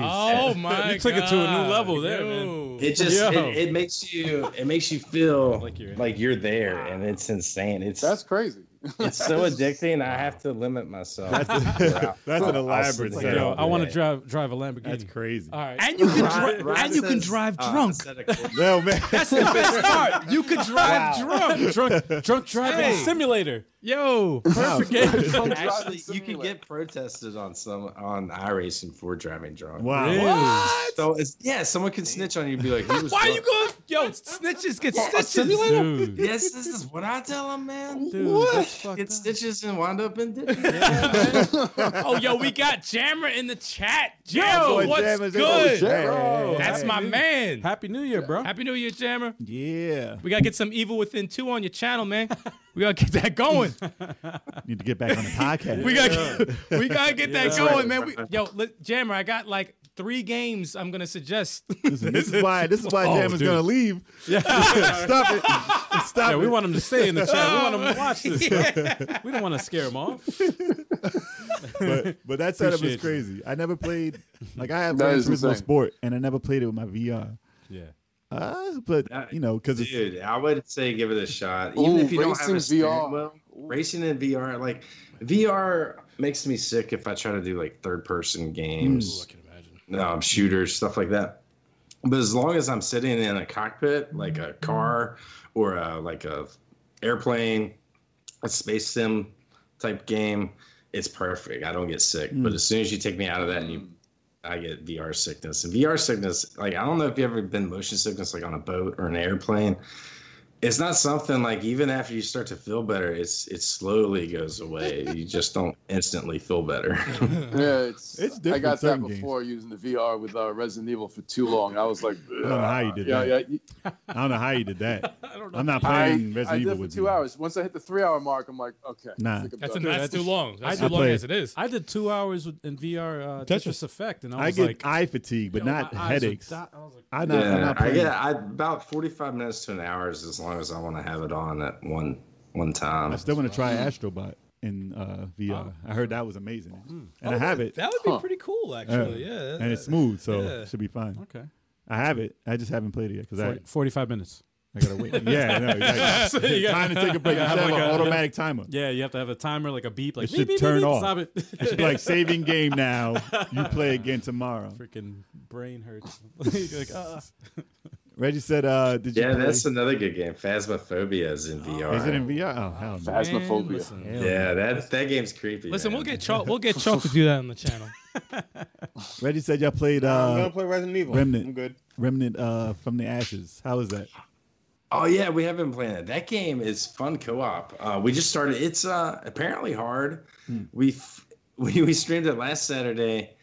Speaker 2: jeez.
Speaker 5: Oh my!
Speaker 2: You took it to a new
Speaker 5: God,
Speaker 2: level there, man.
Speaker 5: yo.
Speaker 4: It just it,
Speaker 2: Yo.
Speaker 4: it makes you it makes you feel
Speaker 2: Like
Speaker 4: like
Speaker 2: you're
Speaker 4: you're
Speaker 2: in.
Speaker 4: there, and it's insane. It's
Speaker 1: That's crazy.
Speaker 4: it's so addicting. I have to limit myself.
Speaker 3: That's an
Speaker 4: I'll
Speaker 3: elaborate
Speaker 4: sit
Speaker 3: setup.
Speaker 2: Like, yo, I
Speaker 4: Yeah.
Speaker 2: want to drive drive a Lamborghini.
Speaker 3: That's crazy.
Speaker 5: Uh,
Speaker 2: All right.
Speaker 5: And you can
Speaker 4: Ryan-
Speaker 5: dri-
Speaker 4: Ryan
Speaker 5: and you can
Speaker 4: says,
Speaker 5: drive
Speaker 4: uh,
Speaker 5: drunk.
Speaker 4: instead of-
Speaker 3: No man.
Speaker 5: That's the best part. You could drive drunk.
Speaker 2: drunk drunk driving
Speaker 5: Hey.
Speaker 2: simulator.
Speaker 5: Yo,
Speaker 3: Wow.
Speaker 4: Actually, you can get protested on some on iRacing for driving drunk.
Speaker 3: Wow.
Speaker 2: Really?
Speaker 4: So it's yeah, someone can snitch on you and be like, he was
Speaker 5: why are you
Speaker 4: drunk.
Speaker 5: going? Yo, snitches get
Speaker 4: Yeah, a
Speaker 5: stitches.
Speaker 4: simulator?
Speaker 2: Dude,
Speaker 4: Yes, this is what I tell him, man.
Speaker 2: dude, that's fucked
Speaker 4: Get
Speaker 2: up.
Speaker 4: stitches and wind up in ditches.
Speaker 5: Oh, yo, we got Jammer in the chat.
Speaker 3: Boy,
Speaker 5: Yo, what's
Speaker 3: Jam is-
Speaker 5: good?
Speaker 3: Hey, hey, hey,
Speaker 5: That's
Speaker 3: hey.
Speaker 5: my man.
Speaker 2: Happy New Year, bro.
Speaker 5: Happy New Year, Jammer.
Speaker 3: Yeah.
Speaker 5: We gotta get some Evil Within two on your channel, man. We gotta get that going.
Speaker 3: Need to get back on the podcast.
Speaker 5: We gotta, we gotta get that
Speaker 2: Yeah.
Speaker 5: going, man. We, yo, let, Jammer, I got like three games. I'm gonna suggest.
Speaker 3: Listen, this is why this is why
Speaker 2: Oh,
Speaker 3: Jam is
Speaker 2: dude.
Speaker 3: gonna leave.
Speaker 2: Yeah.
Speaker 3: Stop it. Stop
Speaker 2: Yeah,
Speaker 3: it.
Speaker 2: we want them to stay in the chat. We want them to watch this. bro. We don't want to scare them off.
Speaker 3: but, but that setup
Speaker 2: Appreciate
Speaker 3: is
Speaker 2: you.
Speaker 3: crazy. I never played like I have
Speaker 1: That
Speaker 3: Gran
Speaker 1: is
Speaker 3: Turismo
Speaker 1: insane.
Speaker 3: Sport, and I never played it with my VR.
Speaker 2: Yeah.
Speaker 3: Uh, but
Speaker 4: That-
Speaker 3: you know, because it's
Speaker 4: Dude, I would say give it a shot. Even
Speaker 1: Ooh,
Speaker 4: if you don't have
Speaker 1: racing
Speaker 4: a steering
Speaker 1: VR.
Speaker 4: wheel, racing in VR, like VR makes me sick if I try to do like third person games,
Speaker 5: can imagine.
Speaker 4: um, shooters, stuff like that. But as long as I'm sitting in a cockpit, like a car or a, like a airplane, a space sim type game, it's perfect. I don't get sick.
Speaker 5: Hmm.
Speaker 4: But as soon as you take me out of that and you I get VR sickness. And VR sickness, like I don't know if you've ever been motion sickness like on a boat or an airplane. It's not something like even after you start to feel better, it's it slowly goes away. you just don't instantly feel better.
Speaker 1: Yeah, it's,
Speaker 3: It's
Speaker 1: I
Speaker 3: different
Speaker 1: got that
Speaker 3: certain games.
Speaker 1: before using the VR with uh, Resident Evil for too long. I was like,
Speaker 3: I don't know how you did
Speaker 1: yeah,
Speaker 3: that.
Speaker 1: yeah. you-
Speaker 3: I don't know how you did that.
Speaker 2: I don't know.
Speaker 3: I'm not
Speaker 1: I,
Speaker 3: playing Resident
Speaker 1: I
Speaker 3: Evil
Speaker 1: did for
Speaker 3: with
Speaker 1: two
Speaker 3: you.
Speaker 1: hours. Once I hit the three-hour mark, I'm like, okay,
Speaker 3: Nah.
Speaker 1: I think I'm
Speaker 5: That's, a,
Speaker 1: done.
Speaker 5: that's too long. That's
Speaker 3: I
Speaker 5: too long
Speaker 3: play-
Speaker 5: as it is.
Speaker 2: I did two hours with- in VR uh, Tetris.
Speaker 3: Tetris.
Speaker 2: Effect, and I
Speaker 3: I
Speaker 2: was
Speaker 3: get
Speaker 2: like,
Speaker 3: eye fatigue, but
Speaker 2: yo,
Speaker 3: not
Speaker 2: my eyes would
Speaker 3: headaches.
Speaker 2: die. I was like,
Speaker 3: I not, I'm
Speaker 4: yeah,
Speaker 3: not
Speaker 4: I
Speaker 3: playing.
Speaker 4: get I, about forty five minutes to an hour is as long as I want to have it on at one one
Speaker 3: I
Speaker 4: time.
Speaker 3: still want to try Astrobot in uh, VR. I heard that was amazing,
Speaker 2: Hmm.
Speaker 3: and I
Speaker 7: Oh,
Speaker 3: have it,
Speaker 7: That would be
Speaker 1: Huh.
Speaker 7: pretty cool, actually.
Speaker 3: Yeah.
Speaker 7: Yeah. that-
Speaker 3: and it's smooth, so
Speaker 7: Yeah.
Speaker 3: it should be fine.
Speaker 2: Okay.
Speaker 3: I have it. I just haven't played it yet because I,
Speaker 2: 40, 45 minutes.
Speaker 3: I gotta wait. yeah, no, exactly.
Speaker 2: So you got-
Speaker 3: time to take a break.
Speaker 2: you
Speaker 3: I
Speaker 2: gotta
Speaker 3: have
Speaker 2: have
Speaker 3: like
Speaker 2: like a-
Speaker 3: an automatic timer.
Speaker 2: Yeah, you have to have a timer, like a beep, like
Speaker 3: It
Speaker 2: beep,
Speaker 3: should
Speaker 2: beep, beep,
Speaker 3: turn
Speaker 2: beep,
Speaker 3: off.
Speaker 2: Stop it.
Speaker 3: It should be like saving game now. You play again tomorrow.
Speaker 2: Freaking brain hurts. like, uh,
Speaker 3: Reggie said, uh, "Did you?"
Speaker 4: Yeah,
Speaker 3: play-
Speaker 4: that's another good game. Phasmophobia is in VR.
Speaker 3: Is it in VR? Oh hell no!
Speaker 1: Phasmophobia.
Speaker 5: listen,
Speaker 3: Hell
Speaker 4: Yeah, that that game's creepy.
Speaker 5: listen,
Speaker 4: man.
Speaker 5: we'll get Chalk. We'll get Chalk to do that on the channel.
Speaker 3: Reggie said y'all played
Speaker 6: I'm
Speaker 3: uh,
Speaker 6: gonna play Resident Evil.
Speaker 3: Remnant.
Speaker 6: I'm good.
Speaker 3: Remnant uh, from the Ashes. How is that?
Speaker 4: Oh yeah, we have been playing that. That game is fun co-op. Uh, we just started. It's uh, apparently hard. We, f- we we streamed it last Saturday,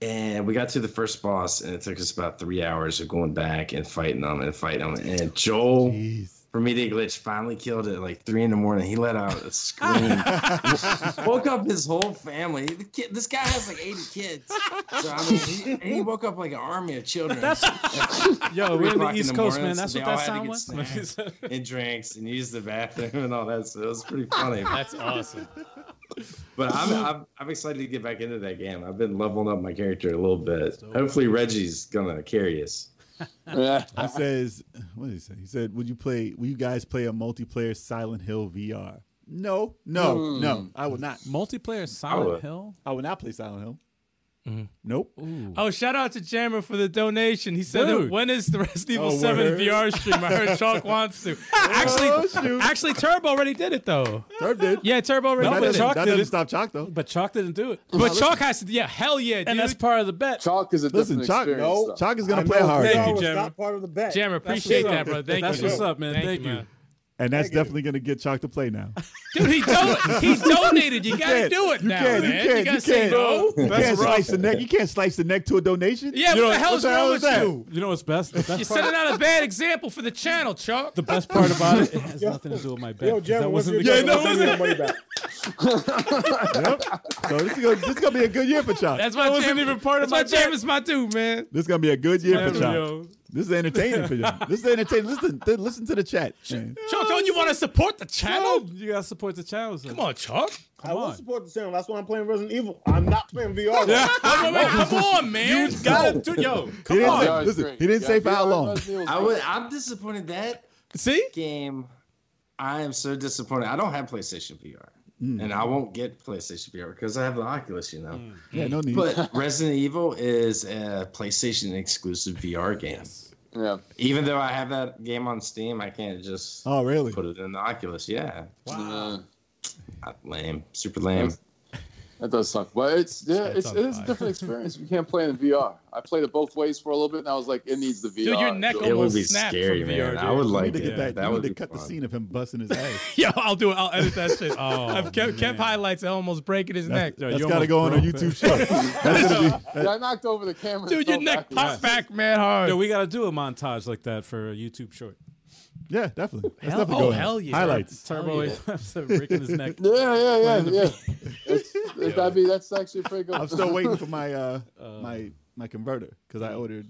Speaker 4: and we got to the first boss, and it took us about three hours of going back and fighting them and fighting them. And Joel
Speaker 3: Jeez.
Speaker 4: from Media Glitch finally killed it at like three in the morning. He let out a scream, woke up his whole family. The kid, this guy has like eighty kids, so I mean, he, he woke up like an army of children.
Speaker 2: yo,
Speaker 4: Three
Speaker 2: we're in the
Speaker 4: o'clock in
Speaker 2: East
Speaker 4: the
Speaker 2: Coast, man.
Speaker 4: morning, so
Speaker 2: That's
Speaker 4: they
Speaker 2: what
Speaker 4: all
Speaker 2: that
Speaker 4: had to
Speaker 2: sound
Speaker 4: get
Speaker 2: was.
Speaker 4: snacks. and drinks and use the bathroom and all that. So it was pretty funny.
Speaker 5: That's awesome.
Speaker 4: But I'm, I'm I'm excited to get back into that game. I've been leveling up my character a little bit. Hopefully Reggie's gonna carry us.
Speaker 1: Yeah.
Speaker 3: He says, "What did he say?" He said, "Would you play? Will you guys play a multiplayer Silent Hill VR?" No, no,
Speaker 4: Hmm.
Speaker 3: no. I will not.
Speaker 2: Multiplayer
Speaker 4: Oh,
Speaker 2: Silent
Speaker 4: uh,
Speaker 2: Hill.
Speaker 3: I will not play Silent Hill.
Speaker 2: Mm-hmm.
Speaker 3: Nope.
Speaker 5: Oh, shout out to Jammer for the donation. He said,
Speaker 2: Dude.
Speaker 5: that "When is the Resident Evil
Speaker 3: Oh,
Speaker 5: 7
Speaker 3: word.
Speaker 5: VR stream?" I heard Chalk wants to. Actually,
Speaker 3: Oh, shoot.
Speaker 5: actually, Turbo already did it though.
Speaker 3: Herb did.
Speaker 5: Yeah, Turbo already
Speaker 3: That
Speaker 5: did
Speaker 3: doesn't,
Speaker 5: it.
Speaker 2: Chalk
Speaker 3: that
Speaker 2: did
Speaker 3: doesn't
Speaker 2: it.
Speaker 3: stop Chalk though.
Speaker 2: But Chalk didn't do it.
Speaker 5: But Chalk has to. Yeah, hell yeah, dude.
Speaker 2: And that's part of the bet.
Speaker 1: Chalk is a
Speaker 3: Listen,
Speaker 1: different
Speaker 3: Chalk-
Speaker 1: experience.
Speaker 6: no,
Speaker 1: though.
Speaker 3: Chalk is gonna
Speaker 6: I
Speaker 3: play
Speaker 6: know
Speaker 3: hard,
Speaker 6: VR
Speaker 5: Thank you,
Speaker 6: was
Speaker 5: Jammer.
Speaker 6: Not part of the bet.
Speaker 5: Jammer, appreciate
Speaker 6: what's
Speaker 5: that,
Speaker 6: up.
Speaker 5: bro. Thank
Speaker 2: That's
Speaker 5: you.
Speaker 2: what's up, man. Thank you.
Speaker 5: man.
Speaker 3: and that's definitely gonna get Chalk to play now.
Speaker 5: Dude, he, do- he donated. You, gotta
Speaker 3: can't.
Speaker 5: do it
Speaker 3: You
Speaker 5: now,
Speaker 3: can't. You
Speaker 5: man.
Speaker 3: can't. You
Speaker 5: gotta say
Speaker 3: can't.
Speaker 5: no.
Speaker 3: You can't slice the neck. You can't slice the neck to a donation.
Speaker 5: Yeah,
Speaker 3: You
Speaker 5: what
Speaker 3: know,
Speaker 5: the hell's
Speaker 3: hell
Speaker 5: wrong
Speaker 3: is
Speaker 5: with
Speaker 3: that?
Speaker 5: you?
Speaker 2: You know what's best? The
Speaker 5: You're
Speaker 2: best part,
Speaker 5: setting out a bad example for the channel, Chalk.
Speaker 2: the best part about it, it has nothing to do with my bet.
Speaker 6: Yo,
Speaker 2: 'cause
Speaker 6: Jammer,
Speaker 2: that
Speaker 6: what's
Speaker 2: wasn't
Speaker 6: your
Speaker 2: the
Speaker 5: Yeah,
Speaker 2: game.
Speaker 5: no,
Speaker 6: Give me your money back.
Speaker 3: Yep. So this is, gonna, this is gonna be a good year for Chalk.
Speaker 5: That's why wasn't even part of my jam. Is my dude, man.
Speaker 3: This is gonna be a good year for
Speaker 2: Damn,
Speaker 3: Chalk.
Speaker 2: yo.
Speaker 3: This is entertaining for you. This is entertaining. Listen, th- listen to the chat. man.
Speaker 5: Chalk, don't you want to support the channel?
Speaker 2: You gotta support the channel.
Speaker 5: Come on, Chalk.
Speaker 6: I will
Speaker 2: on.
Speaker 6: support the channel. That's why I'm playing Resident Evil. I'm not playing VR. though.
Speaker 5: Wait, wait, wait, come on, man.
Speaker 2: Gotta do, yo.
Speaker 3: He didn't
Speaker 1: Yeah,
Speaker 3: say,
Speaker 1: it's
Speaker 3: listen,
Speaker 1: great.
Speaker 3: he didn't
Speaker 1: Yeah,
Speaker 3: say for how
Speaker 1: VR
Speaker 3: long.
Speaker 1: Resident Evil's
Speaker 4: I
Speaker 1: great.
Speaker 4: would I'm disappointed that
Speaker 5: See?
Speaker 4: game. I am so disappointed. I don't have PlayStation VR. And I won't get PlayStation VR because I have the Oculus, you know.
Speaker 5: Hmm.
Speaker 3: Yeah, no need.
Speaker 4: But Resident Evil is a PlayStation exclusive VR game.
Speaker 1: Yeah.
Speaker 4: Even though I have that game on Steam, I can't just
Speaker 3: oh, really?
Speaker 4: put it in the Oculus. Yeah,
Speaker 1: Yeah.
Speaker 4: Not lame, super lame.
Speaker 1: That does suck, but it's yeah,
Speaker 5: It's
Speaker 1: it's,
Speaker 5: on
Speaker 1: it is a
Speaker 5: fire.
Speaker 1: different experience. We can't play in VR. I played it both ways for a little bit, and I was like, it needs the VR.
Speaker 5: Dude, your neck
Speaker 1: So-
Speaker 4: It would
Speaker 5: Almost
Speaker 4: be
Speaker 5: snapped
Speaker 4: scary,
Speaker 5: from
Speaker 4: man.
Speaker 5: VR,
Speaker 4: I
Speaker 5: dude.
Speaker 4: would
Speaker 3: You
Speaker 4: like
Speaker 3: need to get
Speaker 4: it.
Speaker 3: that.
Speaker 4: That
Speaker 3: you
Speaker 4: would
Speaker 3: need
Speaker 4: be
Speaker 3: to cut the
Speaker 4: fun.
Speaker 3: scene of him busting his ass.
Speaker 5: Yo, I'll do it. I'll edit that shit.
Speaker 2: Oh,
Speaker 5: I've kept, kept highlights of almost breaking his neck.
Speaker 2: Yo,
Speaker 3: That's
Speaker 2: you
Speaker 3: gotta
Speaker 2: almost
Speaker 3: go on a
Speaker 2: broke that.
Speaker 3: YouTube show. That's gonna be.
Speaker 1: Yeah, I knocked over the camera. and
Speaker 5: Dude, your
Speaker 1: fell
Speaker 5: neck
Speaker 1: backwards.
Speaker 5: popped back man hard.
Speaker 2: Yo, we gotta do a montage like that for a YouTube short.
Speaker 3: Yeah, definitely. That's
Speaker 5: Hell-
Speaker 3: definitely
Speaker 5: oh,
Speaker 3: going on.
Speaker 5: hell yeah.
Speaker 3: Highlights.
Speaker 2: Turbo breaking his neck.
Speaker 1: Yeah, yeah, yeah, yeah. It's, it, that'd be that's actually pretty good.
Speaker 3: I'm still waiting for my uh, my my converter because I ordered.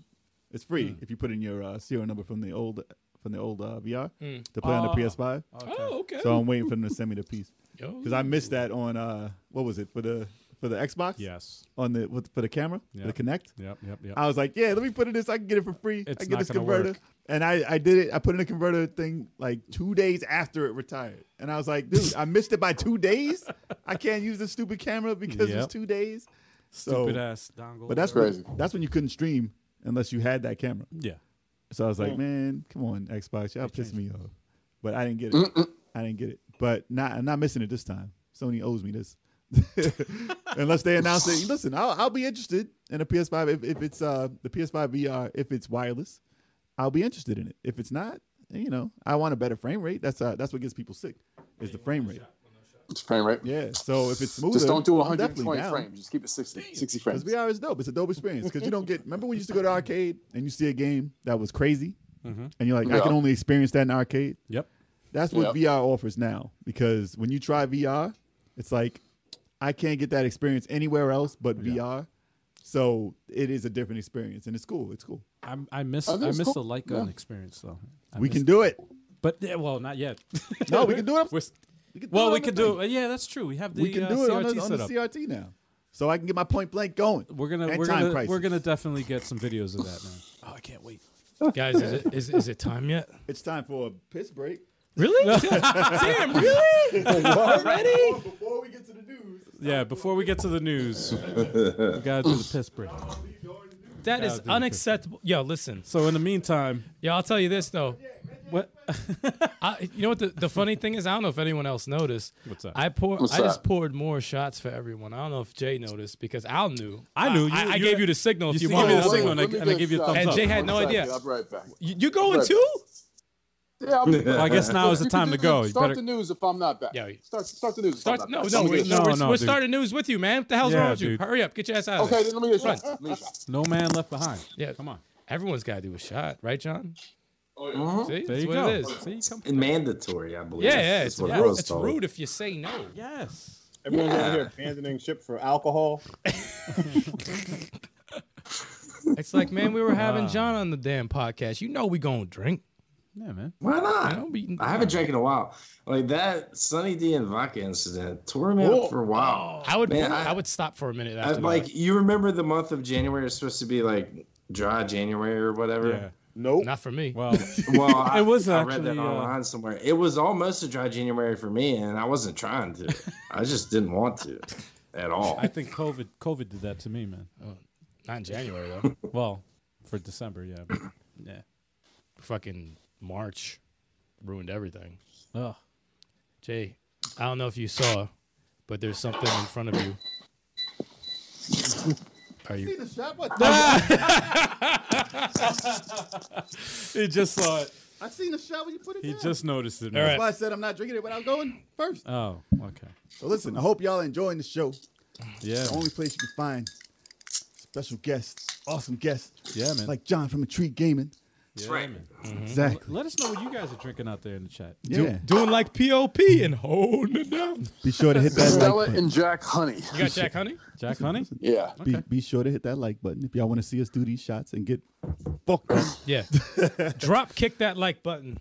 Speaker 3: It's free if you put in your uh, serial number from the old from the old uh, VR to play on the PS5.
Speaker 5: oh, okay.
Speaker 3: So I'm waiting for them to send me the piece
Speaker 5: Yo.
Speaker 3: because I missed that on uh, what was it for the for the Xbox?
Speaker 2: Yes.
Speaker 3: On the with, for the camera,
Speaker 2: Yeah.
Speaker 3: the Connect.
Speaker 2: Yep. Yep. Yep.
Speaker 3: I was like, yeah, let me put in this. I can get it for free.
Speaker 2: It's
Speaker 3: I get
Speaker 2: not
Speaker 3: this
Speaker 2: gonna
Speaker 3: converter.
Speaker 2: work.
Speaker 3: And I, I did it. I put in a converter thing like two days after it retired. And I was like, dude, I missed it by two days. I can't use this stupid camera because
Speaker 2: Yep.
Speaker 3: it's two days. So,
Speaker 2: Stupid ass dongle.
Speaker 3: but that's
Speaker 1: Crazy.
Speaker 3: When, that's when you couldn't stream unless you had that camera.
Speaker 2: yeah.
Speaker 3: So I was
Speaker 1: Mm.
Speaker 3: like, man, come on, Xbox, y'all piss me off. But I didn't get it. I didn't get it. But not, I'm not missing it this time. Sony owes me this. Unless they announce it. Listen, I'll, I'll be interested in a PS5 if, if it's uh the PS5 VR if it's wireless. I'll be interested in it. If it's not, eh, you know, I want a better frame rate. That's uh, that's what gets people sick is the frame rate.
Speaker 1: It's frame rate.
Speaker 3: Yeah. So if it's smoother,
Speaker 1: Just don't do
Speaker 3: I'm definitely
Speaker 1: 120
Speaker 3: down.
Speaker 1: frames. Just keep it 60, 60
Speaker 3: Because
Speaker 1: frames.
Speaker 3: VR is dope. It's a dope experience. Because you don't get. Remember when you used to go to arcade and you see a game that was crazy, and you're like, I
Speaker 1: Yeah.
Speaker 3: can only experience that in arcade.
Speaker 2: Mm-hmm. Yep.
Speaker 3: That's what
Speaker 1: Yeah.
Speaker 3: VR offers now. Because when you try VR, it's like I can't get that experience anywhere else but VR. So it is a different experience, and it's cool. It's cool.
Speaker 2: I'm, I miss
Speaker 1: I think
Speaker 2: I
Speaker 1: it's
Speaker 2: miss
Speaker 1: cool.
Speaker 2: the light
Speaker 1: Yeah.
Speaker 2: gun experience though. I
Speaker 3: we
Speaker 2: miss-
Speaker 3: can do it.
Speaker 2: but yeah, well, not yet.
Speaker 3: No, we can do it.
Speaker 2: We're s-
Speaker 3: can
Speaker 2: Well,
Speaker 3: it
Speaker 2: we
Speaker 3: on the
Speaker 2: could
Speaker 3: thing.
Speaker 2: do. uh, Yeah, that's true. We have the
Speaker 3: we can
Speaker 2: uh,
Speaker 3: do it on
Speaker 2: CRT
Speaker 3: the, on the
Speaker 2: set up.
Speaker 3: CRT now, so I can get my point blank going.
Speaker 2: We're gonna
Speaker 3: and
Speaker 2: we're
Speaker 3: time
Speaker 2: gonna
Speaker 3: crisis.
Speaker 2: we're gonna definitely get some videos of that now. Oh, I can't wait.
Speaker 5: Guys, is it, is, is it time yet?
Speaker 3: It's time for a piss break.
Speaker 5: Really? Damn, really? Already?
Speaker 3: Before we get to the news,
Speaker 2: Yeah, before we get to the news, we gotta do the piss break.
Speaker 5: That is
Speaker 2: dude, for-
Speaker 5: unacceptable. Yo, listen.
Speaker 2: So in the meantime,
Speaker 5: Yeah, I'll tell you this though.
Speaker 2: what?
Speaker 5: I, you know what the, the funny thing is? I don't know if anyone else noticed.
Speaker 2: What's that?
Speaker 5: I pour.
Speaker 1: What's
Speaker 5: I just
Speaker 1: that?
Speaker 5: poured more shots for everyone. I don't know if Jay noticed because Al knew.
Speaker 2: I knew. You-
Speaker 5: I, I
Speaker 2: you-
Speaker 5: gave you the signal. if
Speaker 2: you
Speaker 5: you
Speaker 2: gave me the
Speaker 5: wanted.
Speaker 2: signal and I-
Speaker 1: Let me
Speaker 2: and I
Speaker 1: get
Speaker 2: gave you a
Speaker 1: shot.
Speaker 2: thumbs
Speaker 5: And
Speaker 2: up.
Speaker 5: Jay had no
Speaker 1: One second,
Speaker 5: idea.
Speaker 1: I'll be right back.
Speaker 5: You, you going
Speaker 1: Right.
Speaker 5: too?
Speaker 1: Yeah, I'm,
Speaker 2: Well, I guess now is the
Speaker 1: You can
Speaker 2: time
Speaker 1: do
Speaker 2: to
Speaker 1: that.
Speaker 2: go. You
Speaker 1: Start
Speaker 2: better.
Speaker 1: the news if I'm not back.
Speaker 5: Yeah.
Speaker 1: Start, start the news. If
Speaker 5: Start.
Speaker 1: I'm
Speaker 5: No,
Speaker 1: not back.
Speaker 5: no,
Speaker 1: Let me
Speaker 5: we,
Speaker 1: get
Speaker 5: no,
Speaker 1: shot.
Speaker 5: we're,
Speaker 2: no,
Speaker 5: we're
Speaker 2: dude.
Speaker 5: starting news with you, man. What the hell's
Speaker 2: Yeah,
Speaker 5: wrong with you?
Speaker 2: dude.
Speaker 5: Hurry up, get your ass out.
Speaker 1: Okay,
Speaker 5: Of there.
Speaker 1: then let me get shot. Let me get shot.
Speaker 2: No man left behind.
Speaker 5: Yeah,
Speaker 2: Come on.
Speaker 5: Everyone's got to do a shot, right, John?
Speaker 4: Mhm.
Speaker 5: See,
Speaker 2: There
Speaker 5: that's
Speaker 2: you
Speaker 5: what
Speaker 2: go.
Speaker 5: it is.
Speaker 2: See, come.
Speaker 4: And mandatory, I believe.
Speaker 5: Yeah, yeah. It's,
Speaker 4: That's what it
Speaker 5: rude.
Speaker 4: was
Speaker 5: it's
Speaker 4: told.
Speaker 5: rude if you say no.
Speaker 2: Yes.
Speaker 6: Everyone's over here abandoning ship for alcohol.
Speaker 5: It's like, man, we were having
Speaker 2: Wow.
Speaker 5: John on the damn podcast. You know we gonna drink.
Speaker 2: Yeah, man.
Speaker 4: Why
Speaker 5: You
Speaker 4: not?
Speaker 5: know, we,
Speaker 4: I haven't drank in a while. Like that Sunny D and vodka incident tore me up for a while.
Speaker 5: I would.
Speaker 4: Man,
Speaker 5: I,
Speaker 4: I-
Speaker 5: would stop for a minute
Speaker 4: I,
Speaker 3: Oh,
Speaker 5: after. that.
Speaker 4: like you remember the month of January is supposed to be like dry January or
Speaker 2: Yeah.
Speaker 4: whatever.
Speaker 6: Nope.
Speaker 5: Not for me.
Speaker 2: Well,
Speaker 4: Well, I,
Speaker 2: It was
Speaker 4: I read
Speaker 2: actually,
Speaker 4: that
Speaker 2: uh,
Speaker 4: online somewhere. It was almost a dry January for me, and I wasn't trying to. I just didn't want to at all.
Speaker 2: I think COVID COVID did that to me, man.
Speaker 5: Not in January though.
Speaker 2: Well, for December, yeah. but- yeah.
Speaker 5: Fucking March ruined everything.
Speaker 2: Ugh.
Speaker 5: Jay, I don't know if you saw, but there's something in front of you. Are you?
Speaker 3: the shot. What?
Speaker 2: He just saw it.
Speaker 3: I seen the shot when you put it
Speaker 2: He
Speaker 3: down.
Speaker 2: just noticed it.
Speaker 5: All
Speaker 2: man.
Speaker 5: right.
Speaker 3: That's why I said I'm not drinking it without going first.
Speaker 2: Oh, okay.
Speaker 3: So listen, I hope y'all are enjoying the show.
Speaker 2: Yeah.
Speaker 3: The only place you can find special guests, awesome guests,
Speaker 2: Yeah, man. Mm-hmm.
Speaker 3: like John from Intrigue Gaming.
Speaker 2: yeah,
Speaker 4: right.
Speaker 2: man.
Speaker 3: Exactly.
Speaker 2: Let us know what you guys are drinking out there in the chat.
Speaker 3: Yeah.
Speaker 5: Doing like POP and holding it down.
Speaker 3: Be sure to hit that like
Speaker 1: Stella
Speaker 3: button.
Speaker 1: and Jack Honey.
Speaker 5: You got Jack Honey?
Speaker 2: Jack Honey?
Speaker 1: Yeah.
Speaker 3: Be, be sure to hit that like button if y'all want to see us do these shots and get fucked up.
Speaker 5: Yeah. Drop kick that like button.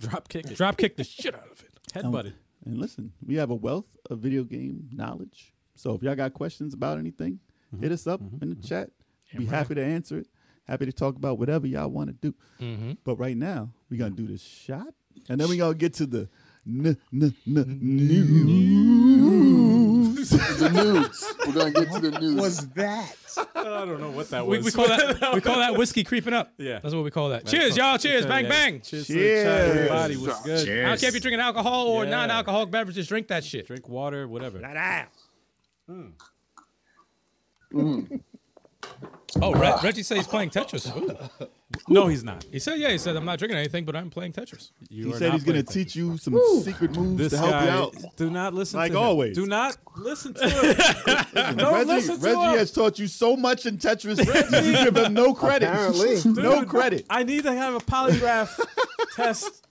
Speaker 2: Drop kick it.
Speaker 5: Drop kick the shit out of it.
Speaker 2: Headbutt it. Um,
Speaker 3: Um, And listen, we have a wealth of video game knowledge. So if y'all got questions about anything,
Speaker 2: Mm-hmm.
Speaker 3: hit us up in the chat. Be happy to answer it. Happy to talk about whatever y'all want to do.
Speaker 2: Mm-hmm.
Speaker 3: But right now, we're gonna do this shot, and then we gonna get to the n n n news.
Speaker 1: The news. We're going to get to the news.
Speaker 6: was that?
Speaker 2: I don't know what that
Speaker 5: We,
Speaker 2: was.
Speaker 5: we call that we call that whiskey creeping up.
Speaker 2: Yeah.
Speaker 5: That's what we call that. cheers, y'all. Cheers. Bang bang.
Speaker 2: Cheers. to the chat,
Speaker 3: Cheers.
Speaker 2: Everybody was good.
Speaker 5: I don't care if you're drinking alcohol or
Speaker 2: Yeah.
Speaker 5: non-alcoholic beverages. Drink that shit.
Speaker 2: Drink water, whatever.
Speaker 5: Oh, Re- Reggie said he's playing Tetris.
Speaker 2: No, he's not.
Speaker 5: He said, "Yeah." He said, "I'm not drinking anything, but I'm playing Tetris."
Speaker 2: You
Speaker 3: He
Speaker 2: are
Speaker 3: said
Speaker 2: not
Speaker 3: he's gonna
Speaker 2: playing Tetris.
Speaker 3: teach you some secret moves
Speaker 2: this
Speaker 3: to help
Speaker 2: guy.
Speaker 3: you out.
Speaker 2: Do not listen.
Speaker 3: Like
Speaker 2: to him.
Speaker 3: always.
Speaker 2: Do not listen to him. Don't
Speaker 3: Reggie,
Speaker 2: listen to
Speaker 3: Reggie
Speaker 2: him.
Speaker 3: has taught you so much in Tetris. you give him no credit.
Speaker 6: Apparently.
Speaker 3: no
Speaker 2: Dude,
Speaker 3: credit.
Speaker 2: I need to have a polygraph test.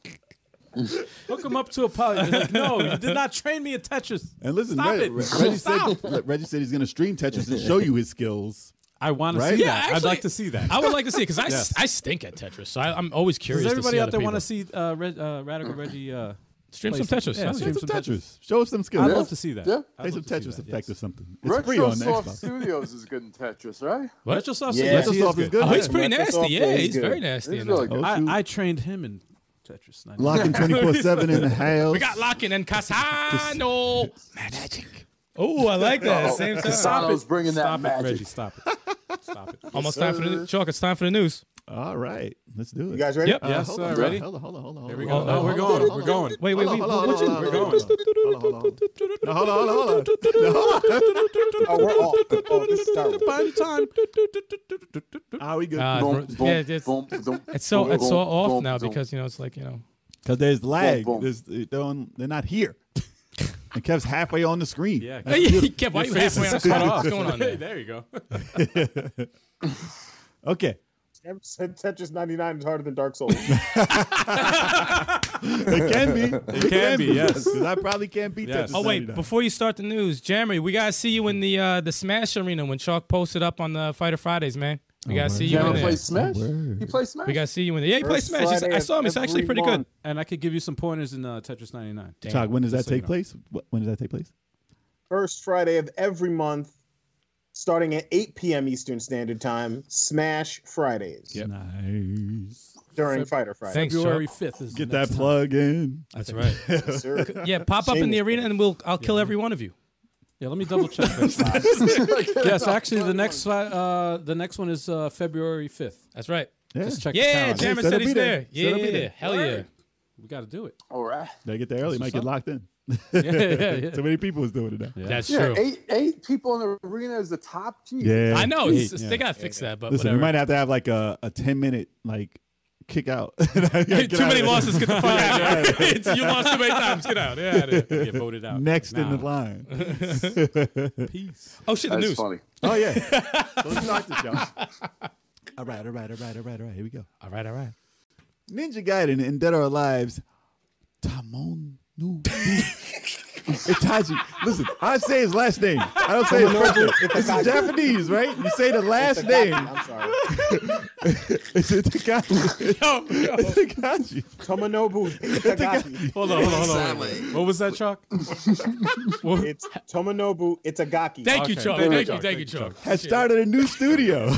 Speaker 2: Hook him up to a polygraph. Like, no, you did not train me in Tetris.
Speaker 3: And listen,
Speaker 2: Stop
Speaker 3: Reg-
Speaker 2: it.
Speaker 3: Reg- Reggie said Reggie said he's going to stream Tetris and show you his skills.
Speaker 2: I want to
Speaker 3: Right?
Speaker 2: see
Speaker 3: Yeah,
Speaker 2: that. I'd
Speaker 5: actually-
Speaker 2: like to see that.
Speaker 5: I would like to see it because I, s-
Speaker 2: Yes.
Speaker 5: I stink at Tetris, so I, I'm always curious.
Speaker 2: Does everybody
Speaker 5: to see
Speaker 2: out there want
Speaker 5: want
Speaker 2: to see uh, Reg, uh, Radical Reggie? Uh,
Speaker 5: stream
Speaker 2: play
Speaker 5: some Tetris?
Speaker 2: Yeah,
Speaker 5: That's
Speaker 2: stream
Speaker 5: it.
Speaker 3: Play some
Speaker 2: some
Speaker 3: Tetris. Show us some skills.
Speaker 2: I'd love to see that.
Speaker 1: Yeah.
Speaker 2: I'd love
Speaker 3: Play some
Speaker 2: to see
Speaker 3: Tetros
Speaker 2: that,
Speaker 3: effect or
Speaker 2: yes.
Speaker 3: something. It's free on
Speaker 1: Retrosoft
Speaker 3: Xbox.
Speaker 1: Studios is good in Tetris, right?
Speaker 5: What?
Speaker 2: Retrosoft
Speaker 6: Yeah.
Speaker 2: Studios
Speaker 3: Retrosoft
Speaker 2: is
Speaker 3: is
Speaker 2: good.
Speaker 3: good.
Speaker 5: Oh, he's pretty
Speaker 6: Microsoft
Speaker 5: nasty. Yeah,
Speaker 6: plays
Speaker 5: he's
Speaker 6: good.
Speaker 5: very nasty.
Speaker 1: It's
Speaker 5: in
Speaker 1: really
Speaker 5: that.
Speaker 1: good.
Speaker 3: shoot.
Speaker 2: I, I trained him in Tetris. 99.
Speaker 3: Locking 24 7 in the house.
Speaker 5: We got Lockin and Casano. Magic. Oh, I like that. Same time.
Speaker 1: Casano's bringing that
Speaker 2: Stop it,
Speaker 1: magic.
Speaker 2: Reggie. Stop it. Stop it.
Speaker 5: Almost time for the chalk. It's time for the news.
Speaker 3: All right. Let's do it.
Speaker 6: You guys ready?
Speaker 5: Yep.
Speaker 3: Uh,
Speaker 2: Yes,
Speaker 3: hold
Speaker 2: sir.
Speaker 3: on,
Speaker 2: Ready?
Speaker 3: Hold on, hold on, hold on.
Speaker 2: Here we
Speaker 5: go.
Speaker 2: go.
Speaker 5: Oh,
Speaker 2: No, we're
Speaker 5: oh, hold
Speaker 2: going. We're going.
Speaker 5: Wait, wait, wait.
Speaker 3: Hold on,
Speaker 5: what-
Speaker 3: hold on,
Speaker 5: what
Speaker 2: We're
Speaker 5: you-
Speaker 3: hold
Speaker 2: going.
Speaker 3: on, hold on, hold on. No, hold on, hold on, hold on.
Speaker 6: Oh, we're off. Oh, this is terrible.
Speaker 2: By the time.
Speaker 3: Are we good?
Speaker 5: Uh,
Speaker 1: Boom, boom,
Speaker 5: Yeah, it's-
Speaker 1: boom, boom,
Speaker 5: It's so
Speaker 1: boom,
Speaker 5: it's so
Speaker 1: boom,
Speaker 5: off
Speaker 1: boom,
Speaker 5: now
Speaker 1: boom.
Speaker 5: because you know it's like you know.
Speaker 3: Because there's lag.
Speaker 1: boom.
Speaker 3: There's, they don't, they're not here. And Kev's halfway on the screen.
Speaker 2: Yeah.
Speaker 5: Hey, Kev, why
Speaker 2: Your
Speaker 5: you
Speaker 2: face
Speaker 5: halfway
Speaker 2: is
Speaker 5: on the
Speaker 2: cut
Speaker 5: screen?
Speaker 2: off.
Speaker 5: What's going on
Speaker 2: Hey,
Speaker 5: there?
Speaker 2: there you go.
Speaker 3: Okay.
Speaker 6: Never said Tetris 99 is harder than Dark Souls.
Speaker 3: It can be. It
Speaker 2: can be, yes.
Speaker 3: 'Cause I probably can't beat
Speaker 2: Yes.
Speaker 3: Tetris.
Speaker 5: Oh wait!
Speaker 3: 99.
Speaker 5: Before you start the news, Jeremy, we gotta see you in the uh, the Smash Arena when Chalk posted up on the Fighter Fridays, man. We gotta see
Speaker 1: You
Speaker 5: you in
Speaker 1: ever
Speaker 5: there.
Speaker 1: play Smash?
Speaker 3: Word.
Speaker 1: You play Smash?
Speaker 5: We gotta see you in there. Yeah, he plays
Speaker 6: First
Speaker 5: Smash. He's-
Speaker 6: Friday
Speaker 5: I saw him.
Speaker 6: of
Speaker 5: It's actually
Speaker 6: every
Speaker 5: pretty good.
Speaker 6: month.
Speaker 2: And I could give you some pointers in uh, Tetris 99.
Speaker 3: Chuck, when does that
Speaker 2: Just so you
Speaker 3: take
Speaker 2: know.
Speaker 3: place? Wh- When does that take place?
Speaker 6: First Friday of every month, starting at 8 p.m. Eastern Standard Time, Smash Fridays
Speaker 5: Yep.
Speaker 3: Nice.
Speaker 6: during
Speaker 2: Feb-
Speaker 6: Fighter Friday.
Speaker 5: Thanks,
Speaker 2: February
Speaker 5: Chuck.
Speaker 2: 5th is
Speaker 3: Get
Speaker 2: the
Speaker 3: that
Speaker 2: next
Speaker 3: plug in.
Speaker 5: That's right.
Speaker 6: Yes, sir.
Speaker 5: Yeah, pop up in the
Speaker 6: Shameless
Speaker 5: arena and we'll I'll kill every one of you.
Speaker 2: Time. Yeah, let me double check that. yes, actually, the next uh, the next one is uh, February 5th.
Speaker 5: That's right.
Speaker 3: Yeah.
Speaker 2: Just check
Speaker 5: Yeah,
Speaker 2: the calendar.
Speaker 5: Jammer
Speaker 3: Said
Speaker 5: said
Speaker 3: I'll
Speaker 5: he's
Speaker 3: be
Speaker 5: there.
Speaker 3: there.
Speaker 5: Yeah,
Speaker 3: Said I'll be there.
Speaker 5: hell yeah.
Speaker 2: We got to do it.
Speaker 1: All right.
Speaker 3: Gotta get there early. Might get locked in.
Speaker 2: Yeah, yeah, yeah.
Speaker 3: So many people is doing it now.
Speaker 5: That's
Speaker 1: Yeah,
Speaker 5: true.
Speaker 1: eight eight people in the arena is the top. Geez.
Speaker 3: Yeah.
Speaker 5: I know.
Speaker 3: Eight,
Speaker 5: it's- it's- They gotta fix that, but
Speaker 3: Listen,
Speaker 5: whatever.
Speaker 3: we might have to have like a, a 10 minute like kick out. Get out
Speaker 5: Too
Speaker 3: of
Speaker 5: many
Speaker 3: there.
Speaker 5: losses. Get the fuck out.
Speaker 3: Yeah,
Speaker 5: of here. It's- You lost too many times. Get out. Yeah.
Speaker 2: Get voted out.
Speaker 3: Next in the
Speaker 2: Nah.
Speaker 3: line.
Speaker 2: Peace.
Speaker 5: Oh shit, the
Speaker 1: That's
Speaker 5: news.
Speaker 1: funny.
Speaker 3: Oh, yeah. So let's knock this, Josh. All right, all right, all right, all right, all right. Here we go.
Speaker 5: All right, all right.
Speaker 3: Ninja Gaiden and Dead or Alive's Tamon Nu. Itachi. Listen, I say his last name. I don't say his first name. It's in Japanese, right? You say the last name.
Speaker 6: I'm sorry.
Speaker 3: It's Itakashi.
Speaker 5: Yo, yo.
Speaker 3: It's Itakashi.
Speaker 6: Tomonobu Itagaki.
Speaker 2: Hold on, hold on, hold on.
Speaker 4: Silent.
Speaker 2: What was that, Chuck?
Speaker 6: It's Tomonobu Itagaki.
Speaker 5: Thank you,
Speaker 2: Okay,
Speaker 5: Chuck.
Speaker 2: thank
Speaker 5: Thank
Speaker 2: you,
Speaker 5: you, thank you, Chuck.
Speaker 3: Has started a new studio.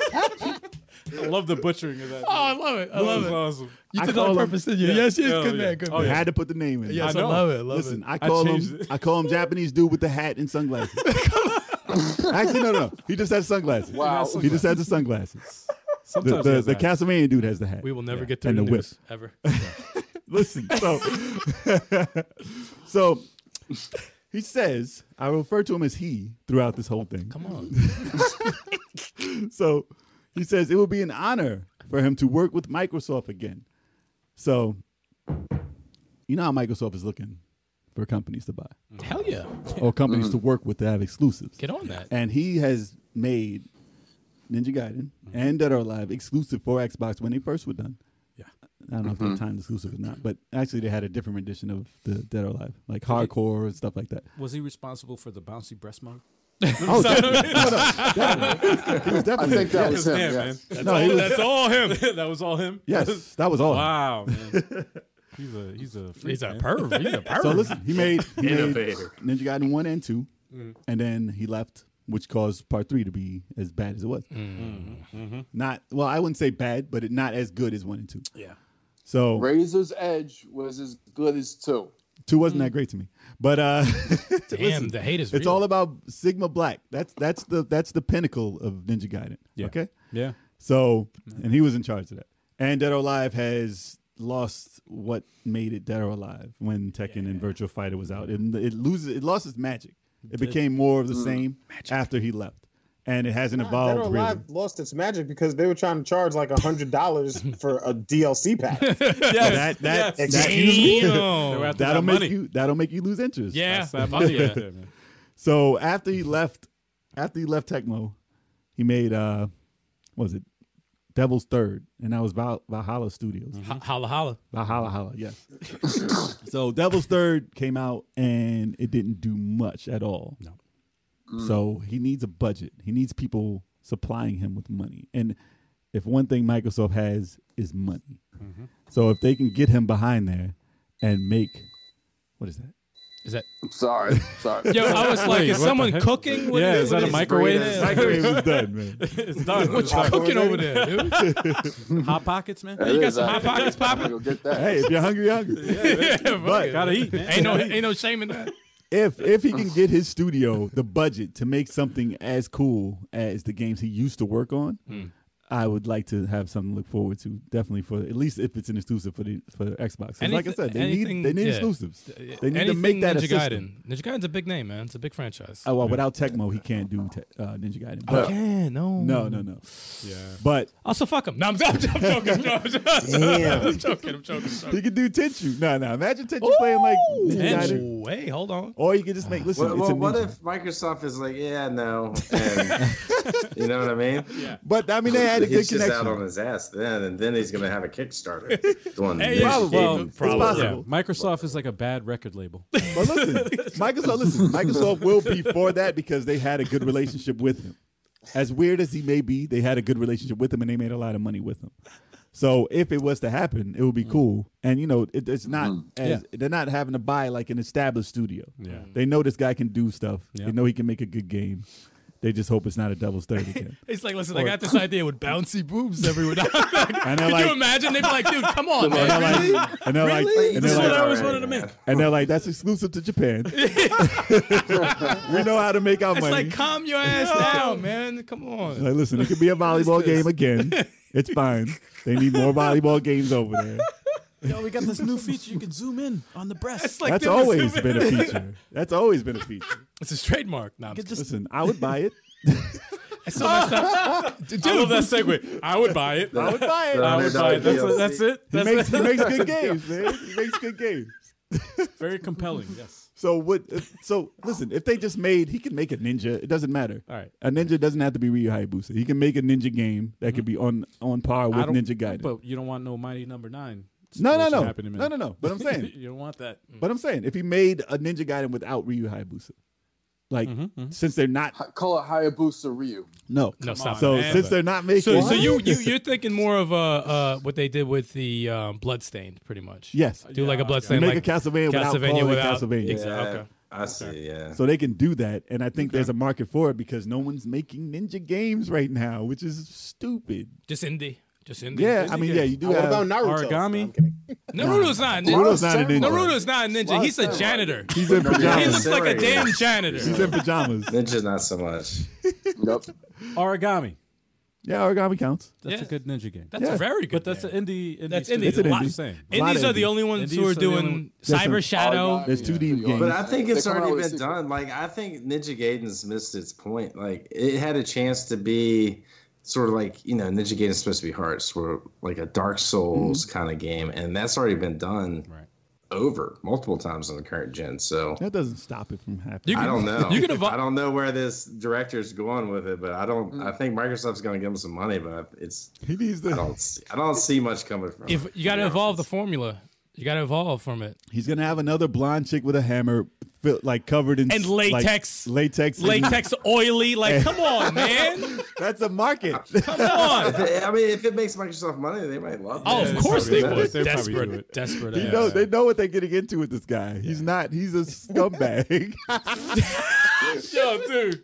Speaker 2: I love the butchering of that.
Speaker 5: Oh, I love it. I love it.
Speaker 2: awesome.
Speaker 5: You
Speaker 3: I
Speaker 5: did it on
Speaker 3: call him-
Speaker 5: purpose, didn't you? Yes, yes.
Speaker 2: Oh,
Speaker 5: Good
Speaker 2: yeah.
Speaker 5: man. Good
Speaker 2: Oh,
Speaker 3: I
Speaker 5: man.
Speaker 3: had to put the name in.
Speaker 5: Yes,
Speaker 2: I
Speaker 5: I
Speaker 2: know.
Speaker 5: love it. I Love
Speaker 3: Listen,
Speaker 5: it.
Speaker 3: I call
Speaker 2: changed
Speaker 3: him.
Speaker 2: it.
Speaker 3: I call him Japanese dude with the hat and sunglasses. Actually, no, no, no. He just has sunglasses.
Speaker 1: Wow.
Speaker 3: He just has the sunglasses. The,
Speaker 2: Sometimes
Speaker 3: the,
Speaker 2: there's
Speaker 3: the
Speaker 2: that.
Speaker 3: Castlevania dude has the hat.
Speaker 5: We will never get through
Speaker 3: And
Speaker 5: the
Speaker 3: the whip.
Speaker 5: news ever.
Speaker 3: Listen, so so he says I refer to him as he throughout this whole thing.
Speaker 5: Come on.
Speaker 3: So he says it will be an honor for him to work with Microsoft again. So you know how Microsoft is looking for companies to buy
Speaker 5: Hell yeah.
Speaker 3: or companies
Speaker 1: Mm-hmm.
Speaker 3: to work with to have exclusives.
Speaker 5: Get on that.
Speaker 3: And he has made Ninja Gaiden and Dead or Alive exclusive for Xbox when they first were done.
Speaker 2: Yeah.
Speaker 3: I don't know if they're
Speaker 1: Mm-hmm.
Speaker 3: timed exclusive or not, but actually they had a different rendition of the Dead or Alive, like hardcore and stuff like that.
Speaker 2: Was he responsible for the bouncy breast mug?
Speaker 3: Oh, definitely. No, no, definitely. He was
Speaker 1: I
Speaker 3: definitely.
Speaker 1: think that was him.
Speaker 2: Damn,
Speaker 1: yeah.
Speaker 2: man.
Speaker 3: no, Oh, he was-
Speaker 5: That's all him.
Speaker 2: that was all him.
Speaker 3: yes, that was all.
Speaker 2: Wow, man. He's a he's a freak,
Speaker 5: Oh, He's a
Speaker 2: man.
Speaker 5: perv. He's a perv.
Speaker 3: So listen, he made, he made
Speaker 4: Innovator.
Speaker 3: Ninja Gaiden one and two,
Speaker 2: Mm.
Speaker 3: and then he left, which caused part three to be as bad as it was.
Speaker 2: Mm.
Speaker 3: Not well, I wouldn't say bad, but it not as good as one and two.
Speaker 2: Yeah.
Speaker 3: So
Speaker 1: Razor's Edge was as good as two.
Speaker 3: two wasn't
Speaker 2: Mm.
Speaker 3: that great to me, but uh,
Speaker 5: Damn, the hate is
Speaker 3: it's
Speaker 5: real.
Speaker 3: all about Sigma Black. That's that's the that's the pinnacle of Ninja Gaiden.
Speaker 2: Yeah.
Speaker 3: Okay,
Speaker 2: Yeah.
Speaker 3: so and he was in charge of that. And Dead or Alive has lost what made it Dead or Alive when Tekken and Virtual Fighter was out, and it loses it lost its magic. It became more of the same after he left, and it hasn't
Speaker 6: Mm. Ah, Dead or
Speaker 3: evolved really.
Speaker 6: Alive lost its magic because they were trying to charge like hundred dollars for a DLC pack.
Speaker 3: That that,
Speaker 6: Yes.
Speaker 3: that
Speaker 2: They were
Speaker 5: Damn.
Speaker 2: after that
Speaker 3: that'll make
Speaker 2: money.
Speaker 3: you that'll make you lose interest.
Speaker 5: Yeah.
Speaker 2: That's that
Speaker 5: Fuck
Speaker 2: money
Speaker 5: yeah.
Speaker 2: right there, man.
Speaker 3: So after he left, after he left Tecmo, he made uh, what was it Devil's Third, and that was Val- Valhalla Studios.
Speaker 5: Ho- Holla holla.
Speaker 3: Valhalla, holla, yes. so Devil's Third came out, and it didn't do much at all. No. So he needs a budget. He needs people supplying him with money. And if one thing Microsoft has is money, so if they can get him behind there and make what is that?
Speaker 5: Is that?
Speaker 1: Sorry, sorry.
Speaker 5: Yo, I was like,
Speaker 2: Wait,
Speaker 5: is
Speaker 2: what the
Speaker 5: someone
Speaker 2: heck?
Speaker 5: cooking? What
Speaker 2: Yeah,
Speaker 5: it
Speaker 2: is that a
Speaker 5: What
Speaker 2: microwave?
Speaker 5: Yeah.
Speaker 3: Microwave was done, man.
Speaker 2: It's done.
Speaker 5: What you cooking over there, dude?
Speaker 2: Hot pockets, man.
Speaker 1: It
Speaker 5: got
Speaker 1: is
Speaker 5: some
Speaker 1: that.
Speaker 5: Hot Pockets popping?
Speaker 1: Go get that.
Speaker 3: Hey, if you're hungry, you're hungry.
Speaker 5: Fuck it.
Speaker 2: Gotta eat, man.
Speaker 5: Ain't no, ain't no shame in that.
Speaker 3: if if he can get his studio the budget to make something as cool as the games he used to work on,
Speaker 5: Hmm.
Speaker 3: I would like to have something to look forward to. Definitely for at least if it's an exclusive for the for Xbox. 'Cause like I
Speaker 5: Anything-
Speaker 3: said, they
Speaker 5: anything-
Speaker 3: need they need
Speaker 5: yeah.
Speaker 3: exclusives. They need to make that a
Speaker 5: Ninja
Speaker 3: system.
Speaker 5: Gaiden. Ninja Gaiden's a big name, man. It's a big franchise.
Speaker 3: Oh well, without Tecmo, he can't do te- uh, Ninja Gaiden.
Speaker 5: I
Speaker 3: But
Speaker 5: can no.
Speaker 3: no, no, no.
Speaker 2: Yeah.
Speaker 3: But
Speaker 5: Also, fuck him. No, I'm, I'm, I'm joking. No, I'm, joking. I'm joking. I'm joking. I'm
Speaker 3: he could do Tenchu. No, no. Imagine Tenchu playing like Ninja Gaiden.
Speaker 5: joking. Hey, hold on.
Speaker 3: Or you could just make listen.
Speaker 4: Well,
Speaker 3: it's
Speaker 4: well,
Speaker 3: a
Speaker 4: what
Speaker 3: ninja.
Speaker 4: if Microsoft is like, yeah, no, and, you know what I mean? Yeah,
Speaker 3: But I mean, they had a good
Speaker 4: he's just
Speaker 3: connection.
Speaker 4: out on his ass then, and then he's gonna have a Kickstarter. doing
Speaker 5: Hey,
Speaker 4: this
Speaker 5: probably.
Speaker 4: game.
Speaker 3: Well, it's possible.
Speaker 2: Yeah. Microsoft is like a bad record label.
Speaker 3: But listen, Microsoft, listen, Microsoft will be for that because they had a good relationship with him. as weird as he may be, they had a good relationship with him and they made a lot of money with him. So if it was to happen, it would be cool. And you know, it, it's not as they're not having to buy like an established studio.
Speaker 2: Yeah.
Speaker 3: They know this guy can do stuff.
Speaker 2: Yeah.
Speaker 3: They know he can make a good game. They just hope it's not a devil's third again.
Speaker 5: It's like, listen, I got this idea with bouncy boobs everywhere. Could
Speaker 3: And they're like,
Speaker 5: you imagine? They'd be like, dude, come on,
Speaker 3: and
Speaker 5: man.
Speaker 3: they're like, and they're like,
Speaker 2: This
Speaker 3: and they're
Speaker 2: is what I
Speaker 3: like,
Speaker 2: always
Speaker 4: Alright,
Speaker 2: wanted to
Speaker 4: man.
Speaker 2: make.
Speaker 3: and they're like, that's exclusive to Japan. we know how to make our
Speaker 5: It's
Speaker 3: money.
Speaker 5: like, calm your ass down, man. Come on.
Speaker 3: Like, listen, it could be a volleyball game again. It's fine. They need more volleyball games over there.
Speaker 2: Yo, we got this new feature. You can zoom in on the breast.
Speaker 5: It's like
Speaker 3: That's
Speaker 5: them
Speaker 3: always
Speaker 5: assuming-
Speaker 3: been a feature. That's always been a feature.
Speaker 5: It's his trademark. No, I'm
Speaker 2: You could
Speaker 5: just,
Speaker 2: just
Speaker 3: Listen, I would buy it.
Speaker 5: it's so messed up. Dude, I love that segue. I would buy it. I would buy it. I would buy it. That's,
Speaker 4: Yeah.
Speaker 5: that's it.
Speaker 3: He
Speaker 5: That's
Speaker 3: makes,
Speaker 5: it.
Speaker 3: he makes good games, man. He makes good games.
Speaker 2: very compelling. Yes.
Speaker 3: So what? if- So listen, if they just made, he can make a ninja. It doesn't matter.
Speaker 2: All right.
Speaker 3: A ninja doesn't have to be Ryu Hayabusa. He can make a ninja game that could be on on par with
Speaker 2: Mm-hmm. I don't-
Speaker 3: Ninja Gaiden.
Speaker 2: But you don't want no mighty number nine.
Speaker 3: no, no,
Speaker 2: situation
Speaker 3: no,
Speaker 2: happening, man.
Speaker 3: no, no, no. But I'm saying,
Speaker 2: you don't want that.
Speaker 3: but I'm saying, if he made a Ninja Gaiden without Ryu Hayabusa, like
Speaker 2: Mm-hmm,
Speaker 3: since they're not
Speaker 1: H- Call it Hayabusa Ryu.
Speaker 3: no,
Speaker 5: No, stop
Speaker 3: So
Speaker 5: it, man.
Speaker 3: since they're not making,
Speaker 5: So, so you, you you're thinking more of uh, uh what they did with the um, bloodstained, pretty much.
Speaker 3: yes,
Speaker 5: Do like a bloodstained,
Speaker 3: make
Speaker 5: like
Speaker 3: a Castlevania, without
Speaker 5: Castlevania
Speaker 3: calling it
Speaker 5: without-
Speaker 3: Castlevania.
Speaker 5: Exa-
Speaker 4: Yeah,
Speaker 5: Okay.
Speaker 4: I see. Yeah.
Speaker 3: So they can do that, and I think there's a market for it because no one's making ninja games right now, which is stupid.
Speaker 5: just indie, just indie.
Speaker 3: Yeah, I mean, yeah, you do
Speaker 6: What
Speaker 3: have.
Speaker 6: about Naruto?
Speaker 2: Origami?
Speaker 6: I'm kidding.
Speaker 5: Naruto's not a ninja.
Speaker 3: Naruto's not a ninja.
Speaker 5: Naruto's not a ninja. He's a
Speaker 1: Samurai.
Speaker 5: janitor.
Speaker 3: He's in
Speaker 5: He
Speaker 4: Yeah,
Speaker 5: looks
Speaker 3: pajamas.
Speaker 5: like a
Speaker 4: Samurai.
Speaker 5: damn janitor.
Speaker 3: He's in pajamas.
Speaker 4: Ninja, not so much.
Speaker 1: Yep.
Speaker 2: Origami.
Speaker 3: Yeah, origami counts.
Speaker 2: That's a
Speaker 5: Yeah.
Speaker 2: good ninja game.
Speaker 5: That's
Speaker 3: Yeah.
Speaker 5: very
Speaker 2: but
Speaker 5: good.
Speaker 2: that's
Speaker 5: name.
Speaker 2: an indie. indie
Speaker 5: That's
Speaker 2: studio.
Speaker 5: indie. It's an
Speaker 2: What I'm
Speaker 3: indie.
Speaker 2: saying.
Speaker 3: lot
Speaker 5: indies
Speaker 3: of
Speaker 5: are the
Speaker 3: indie.
Speaker 5: only ones
Speaker 2: Indies
Speaker 5: who
Speaker 2: are
Speaker 5: are
Speaker 2: the
Speaker 5: doing
Speaker 2: only-
Speaker 3: Yes,
Speaker 5: Cyber
Speaker 3: and-
Speaker 5: Shadow.
Speaker 1: Origami,
Speaker 3: There's 2D
Speaker 1: pretty
Speaker 3: games.
Speaker 1: awesome.
Speaker 4: But I think it's
Speaker 1: They come out
Speaker 4: already
Speaker 1: with a
Speaker 4: been
Speaker 1: sequel.
Speaker 4: done. Like I think Ninja Gaiden's missed its point. Like it had a chance to be sort of like you know Ninja Gaiden's supposed to be hard, sort of like a Dark Souls
Speaker 5: Mm-hmm.
Speaker 4: kind of game, and that's already been done
Speaker 2: Right.
Speaker 4: over multiple times in the current gen. So
Speaker 3: That doesn't stop it from happening.
Speaker 5: You
Speaker 4: I don't
Speaker 5: can-
Speaker 4: know.
Speaker 5: you can evo- Mm.
Speaker 4: I don't know where this director's going with it, but I don't. I think Microsoft's going to give him some money, but it's
Speaker 3: he needs
Speaker 4: I
Speaker 3: to.
Speaker 4: don't. See, I don't see much coming from.
Speaker 5: If
Speaker 4: it,
Speaker 5: you got to
Speaker 4: be
Speaker 5: evolve the
Speaker 4: honest.
Speaker 5: formula, you got to evolve from it.
Speaker 3: He's gonna have another blonde chick with a hammer, fi- like covered in
Speaker 5: And
Speaker 3: s- like,
Speaker 5: latex.
Speaker 3: latex. and-
Speaker 5: Latex oily, like come on, man,
Speaker 3: That's a market.
Speaker 5: come on.
Speaker 4: I mean, if it makes Microsoft money, they might love.
Speaker 5: Oh,
Speaker 4: it.
Speaker 5: of course they
Speaker 2: probably
Speaker 5: would.
Speaker 2: do it. They probably do
Speaker 5: Desperate,
Speaker 2: it.
Speaker 5: desperate.
Speaker 3: They
Speaker 5: ass.
Speaker 3: know they know what they're getting into with this guy. He's not. He's a scumbag.
Speaker 5: Yo, dude,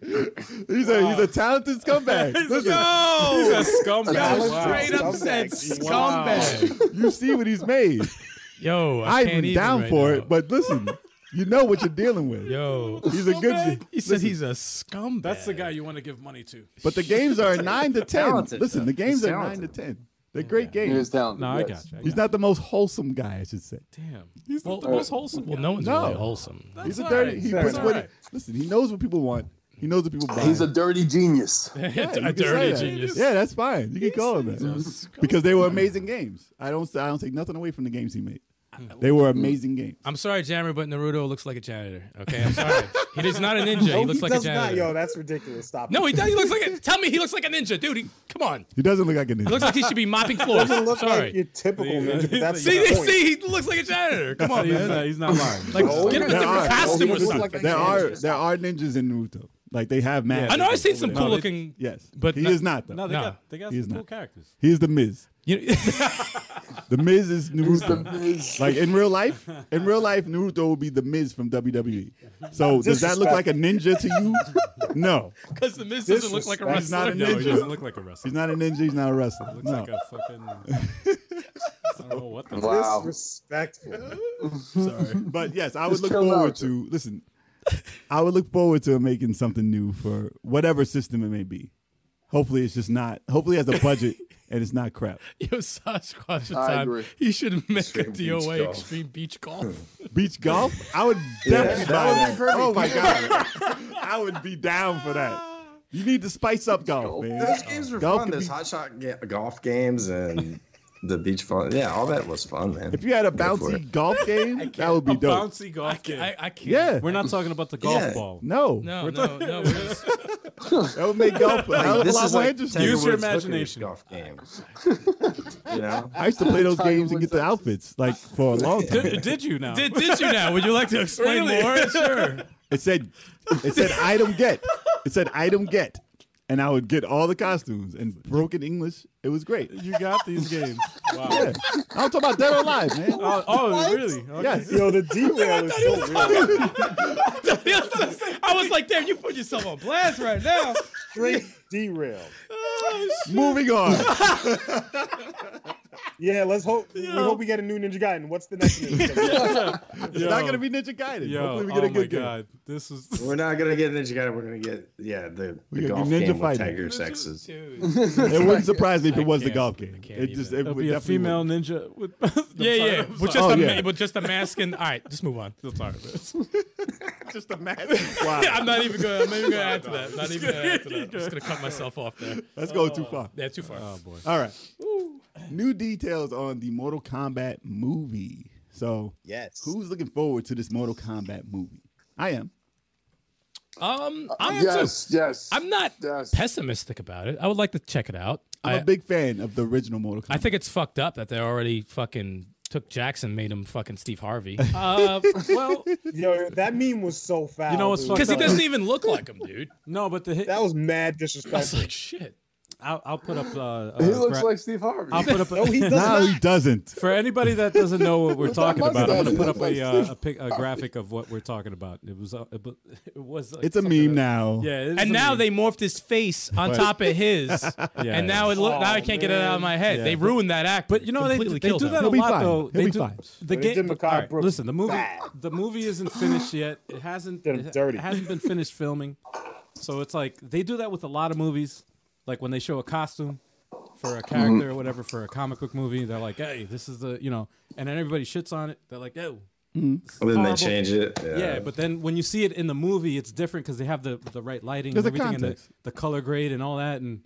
Speaker 3: he's a he's a talented scumbag. Listen,
Speaker 5: yo,
Speaker 2: He's a scumbag.
Speaker 6: Alex
Speaker 2: Wow.
Speaker 6: Drake.
Speaker 5: straight up said scumbag.
Speaker 3: you see what he's made.
Speaker 5: Yo, I
Speaker 3: I'm
Speaker 5: can't even
Speaker 3: down
Speaker 5: right
Speaker 3: for
Speaker 5: now.
Speaker 3: it, but listen, you know what you're dealing with.
Speaker 5: yo,
Speaker 3: He's a good.
Speaker 5: he said he's a scumbag.
Speaker 2: That's the guy you want to give money to.
Speaker 3: But the games are nine to ten.
Speaker 4: talented,
Speaker 3: listen, the
Speaker 4: though.
Speaker 3: games
Speaker 4: He's
Speaker 3: are nine to
Speaker 4: talented.
Speaker 3: ten. They're great
Speaker 1: He
Speaker 3: games.
Speaker 1: is talented.
Speaker 2: No, I
Speaker 1: yes.
Speaker 2: got you. I
Speaker 3: He's
Speaker 2: got
Speaker 3: not the most wholesome guy, I should say.
Speaker 5: Damn. well, the
Speaker 1: third.
Speaker 5: most wholesome. Well, no one's
Speaker 3: No.
Speaker 5: really wholesome.
Speaker 2: you.
Speaker 3: He's a
Speaker 2: That's
Speaker 3: dirty.
Speaker 2: alright.
Speaker 3: He
Speaker 2: That's
Speaker 3: puts what
Speaker 2: alright.
Speaker 3: listen. He knows what people want. He knows what people buy.
Speaker 1: He's a dirty genius.
Speaker 3: Yeah, you
Speaker 5: a
Speaker 3: can say
Speaker 5: dirty
Speaker 3: that.
Speaker 5: genius.
Speaker 3: Yeah, that's fine. You can call him that because they were amazing games. I don't. I don't take nothing away from the games he made. They were amazing games.
Speaker 5: I'm sorry, Jammer, but Naruto looks like a janitor. Okay, I'm sorry. he is not a ninja.
Speaker 6: No,
Speaker 5: he looks like a
Speaker 6: does not.
Speaker 5: janitor.
Speaker 6: Yo, that's ridiculous. Stop.
Speaker 5: no,
Speaker 6: it.
Speaker 5: he does. He looks like a. Tell me, he looks like a ninja, dude. He, come on.
Speaker 3: He doesn't look like a
Speaker 5: He looks
Speaker 3: ninja.
Speaker 5: like he should be mopping floors.
Speaker 6: doesn't look
Speaker 5: sorry.
Speaker 6: like your typical ninja. But that's
Speaker 5: see,
Speaker 6: the point.
Speaker 5: see, he looks like a janitor. Come on,
Speaker 2: you. He's
Speaker 5: man.
Speaker 2: not, he's not lying.
Speaker 5: Like,
Speaker 6: No,
Speaker 5: get him a
Speaker 6: he
Speaker 5: different
Speaker 3: doesn't.
Speaker 5: costume or
Speaker 6: He looks
Speaker 5: something.
Speaker 6: like a
Speaker 3: there are
Speaker 6: ninja.
Speaker 3: there are ninjas in Naruto. Like they have magic.
Speaker 5: I know I've seen some cool
Speaker 3: No, they-
Speaker 5: looking.
Speaker 3: Yes,
Speaker 5: but
Speaker 3: but he
Speaker 5: no-
Speaker 3: is not though.
Speaker 2: No, they
Speaker 5: Nah.
Speaker 2: got they got
Speaker 3: He's
Speaker 2: some cool
Speaker 3: not.
Speaker 2: characters.
Speaker 3: He is the Miz.
Speaker 5: You know,
Speaker 3: The Miz is
Speaker 1: He's the
Speaker 3: Naruto.
Speaker 1: Miz.
Speaker 3: Like in real life, in real life, Naruto will be the Miz from WWE. So does that look like a ninja to you? No,
Speaker 5: because the Miz doesn't look like a
Speaker 3: He's not a
Speaker 5: wrestler.
Speaker 2: No, he
Speaker 3: ninja.
Speaker 2: doesn't look like a wrestler.
Speaker 3: He's not a ninja. He's not a wrestler.
Speaker 2: Looks
Speaker 3: No.
Speaker 2: like a fucking. I don't know what the.
Speaker 1: Wow.
Speaker 6: Disrespectful.
Speaker 3: But yes, I would
Speaker 1: Just
Speaker 3: look
Speaker 1: chill
Speaker 3: forward
Speaker 1: out.
Speaker 3: to listen. I would look forward to making something new for whatever system it may be. Hopefully, it's just not. Hopefully, it has a budget and it's not crap.
Speaker 5: Yo, Sasquatch
Speaker 1: I
Speaker 5: time.
Speaker 1: agree.
Speaker 5: He should make
Speaker 4: Extreme
Speaker 5: a
Speaker 4: beach
Speaker 5: DOA
Speaker 4: golf.
Speaker 5: extreme beach golf.
Speaker 3: Beach golf, I would definitely
Speaker 1: that
Speaker 3: buy
Speaker 1: would be
Speaker 3: that.
Speaker 1: perfect.
Speaker 3: Oh my god, I would be down for that. You need to spice up golf, man. Uh,
Speaker 4: Those games were
Speaker 3: Golf
Speaker 4: fun.
Speaker 3: could
Speaker 4: Those
Speaker 3: be-
Speaker 4: hot shot ga- golf games and the beach fun. Yeah, all that was fun, man.
Speaker 3: If you had a
Speaker 4: Go for
Speaker 3: bouncy golf game, that would be
Speaker 2: A
Speaker 3: dope.
Speaker 2: bouncy
Speaker 5: I,
Speaker 2: golf
Speaker 5: ca-
Speaker 2: game.
Speaker 5: I, I can't.
Speaker 3: Yeah,
Speaker 2: We're not talking about the golf
Speaker 4: Yeah.
Speaker 2: ball.
Speaker 3: no,
Speaker 5: No, no, no. we're just-
Speaker 3: that would make golf a hell of a
Speaker 4: This
Speaker 3: lot
Speaker 4: is
Speaker 3: more
Speaker 4: like
Speaker 3: interesting.
Speaker 4: Tiger
Speaker 2: Use your
Speaker 4: Woods' hooker
Speaker 2: imagination.
Speaker 4: Golf game. you know,
Speaker 3: I used to play those
Speaker 1: Tiger
Speaker 3: games and get the outfits like for a long time.
Speaker 2: Did, did you now?
Speaker 5: did, did you now? Would you like to explain more? Sure.
Speaker 3: It said, it said item get. It said item get. and I would get all the costumes and broken English. It was great.
Speaker 2: You got these games. Wow.
Speaker 3: Yeah. I'm talking about Dead or Alive, man.
Speaker 2: Oh, oh, really? Okay.
Speaker 3: Yes.
Speaker 6: Yo, the derail is so real.
Speaker 7: I was like, damn, you put yourself on blast right now.
Speaker 6: Straight derail.
Speaker 3: Moving on.
Speaker 6: Yeah, let's hope we hope we get a new Ninja Gaiden. What's the next Ninja
Speaker 3: It's not going to be Ninja Gaiden.
Speaker 2: Yo,
Speaker 3: Hopefully, we get
Speaker 2: oh
Speaker 3: a good
Speaker 2: my
Speaker 3: game.
Speaker 2: God. This is.
Speaker 4: We're not gonna get Ninja Gaiden. We're gonna get yeah the,
Speaker 3: We
Speaker 4: the
Speaker 3: gonna
Speaker 4: golf
Speaker 3: do Ninja
Speaker 4: game with
Speaker 3: Fighter.
Speaker 4: Tiger sexes.
Speaker 5: Dude.
Speaker 3: It wouldn't surprise me if
Speaker 5: I
Speaker 3: it was the
Speaker 5: can't-
Speaker 3: golf
Speaker 5: I
Speaker 3: game.
Speaker 5: can't
Speaker 3: It just it
Speaker 2: It'll
Speaker 3: would
Speaker 2: be a
Speaker 3: definitely
Speaker 2: female
Speaker 3: would.
Speaker 2: ninja with.
Speaker 5: Yeah, yeah. With just,
Speaker 3: Oh,
Speaker 5: a,
Speaker 3: yeah.
Speaker 5: ma- with just a mask and. All right, just move on. Let's talk about this.
Speaker 3: Just a mask. Wow,
Speaker 5: I'm not even going to I'm not even gonna add to that. Not even going to add to that. I'm just going to cut myself off there.
Speaker 3: that's going too far.
Speaker 5: Yeah, too far. Oh, boy.
Speaker 3: All right. New details on the Mortal Kombat movie. So,
Speaker 6: Yes.
Speaker 3: who's looking forward to this Mortal Kombat movie? I am.
Speaker 2: Uh,
Speaker 5: Um, I am too.
Speaker 1: yes, yes.
Speaker 5: I'm not
Speaker 1: Yes.
Speaker 5: pessimistic about it. I would like to check it out.
Speaker 3: I'm
Speaker 5: I
Speaker 3: am a big fan of the original Mortal Kombat.
Speaker 5: I think it's fucked up that they already fucking took Jackson, made him fucking Steve Harvey. Uh, well,
Speaker 6: Yo, that meme was so foul.
Speaker 2: You know what's
Speaker 6: dude.
Speaker 2: fucked
Speaker 5: because he
Speaker 2: up?
Speaker 5: doesn't even look like him, dude.
Speaker 2: No, but the hit,
Speaker 6: That was mad
Speaker 5: I was
Speaker 6: disrespectful.
Speaker 5: like, shit.
Speaker 2: I'll, I'll put up. Uh, uh,
Speaker 1: he looks
Speaker 2: gra-
Speaker 1: like Steve Harvey.
Speaker 2: I'll put up.
Speaker 6: no,
Speaker 2: A,
Speaker 6: he does
Speaker 3: no,
Speaker 6: not.
Speaker 3: he doesn't.
Speaker 2: for anybody that doesn't know what we're
Speaker 1: With that
Speaker 2: talking about, I'm going
Speaker 1: mustache,
Speaker 2: to
Speaker 1: he
Speaker 2: put up
Speaker 1: looks
Speaker 2: a
Speaker 1: like
Speaker 2: uh,
Speaker 1: Steve
Speaker 2: a, pic, a graphic of what we're talking about. It was. Uh, it bu- it was. Like
Speaker 3: It's a
Speaker 2: something
Speaker 3: meme
Speaker 2: that-
Speaker 3: now.
Speaker 2: Yeah, it is
Speaker 5: And
Speaker 2: a
Speaker 5: now
Speaker 2: meme.
Speaker 5: they morphed his face on top of his,
Speaker 2: yeah. Oh,
Speaker 5: and now it look, now I can't get it out of my head.
Speaker 2: Yeah.
Speaker 5: They ruined that act,
Speaker 2: But you know they,
Speaker 5: completely
Speaker 2: they
Speaker 5: killed
Speaker 2: do
Speaker 5: him.
Speaker 2: that a
Speaker 3: He'll be
Speaker 2: lot
Speaker 3: fine.
Speaker 2: though.
Speaker 3: He'll
Speaker 2: they
Speaker 3: be
Speaker 2: do,
Speaker 3: fine.
Speaker 2: The
Speaker 6: But they
Speaker 2: game.
Speaker 6: did Mekhi
Speaker 2: alright,
Speaker 6: Brooks
Speaker 2: listen, the movie.
Speaker 6: bad.
Speaker 2: The movie isn't finished yet. It hasn't.
Speaker 6: Did him
Speaker 2: it
Speaker 6: dirty.
Speaker 2: hasn't been finished filming. So it's like they do that with a lot of movies. Like when they show a costume for
Speaker 6: Mm-hmm.
Speaker 2: a character or whatever for a comic book movie, they're like, "Hey, this is the you know," and then everybody shits on it. They're like, "Oh."
Speaker 3: Mm-hmm.
Speaker 2: this is
Speaker 4: And then they
Speaker 2: horrible."
Speaker 4: change it. Yeah.
Speaker 2: Yeah, but then when you see it in the movie, it's different because they have the the right lighting, and
Speaker 3: There's a
Speaker 2: everything, and the,
Speaker 3: context.
Speaker 2: the color grade and all that, and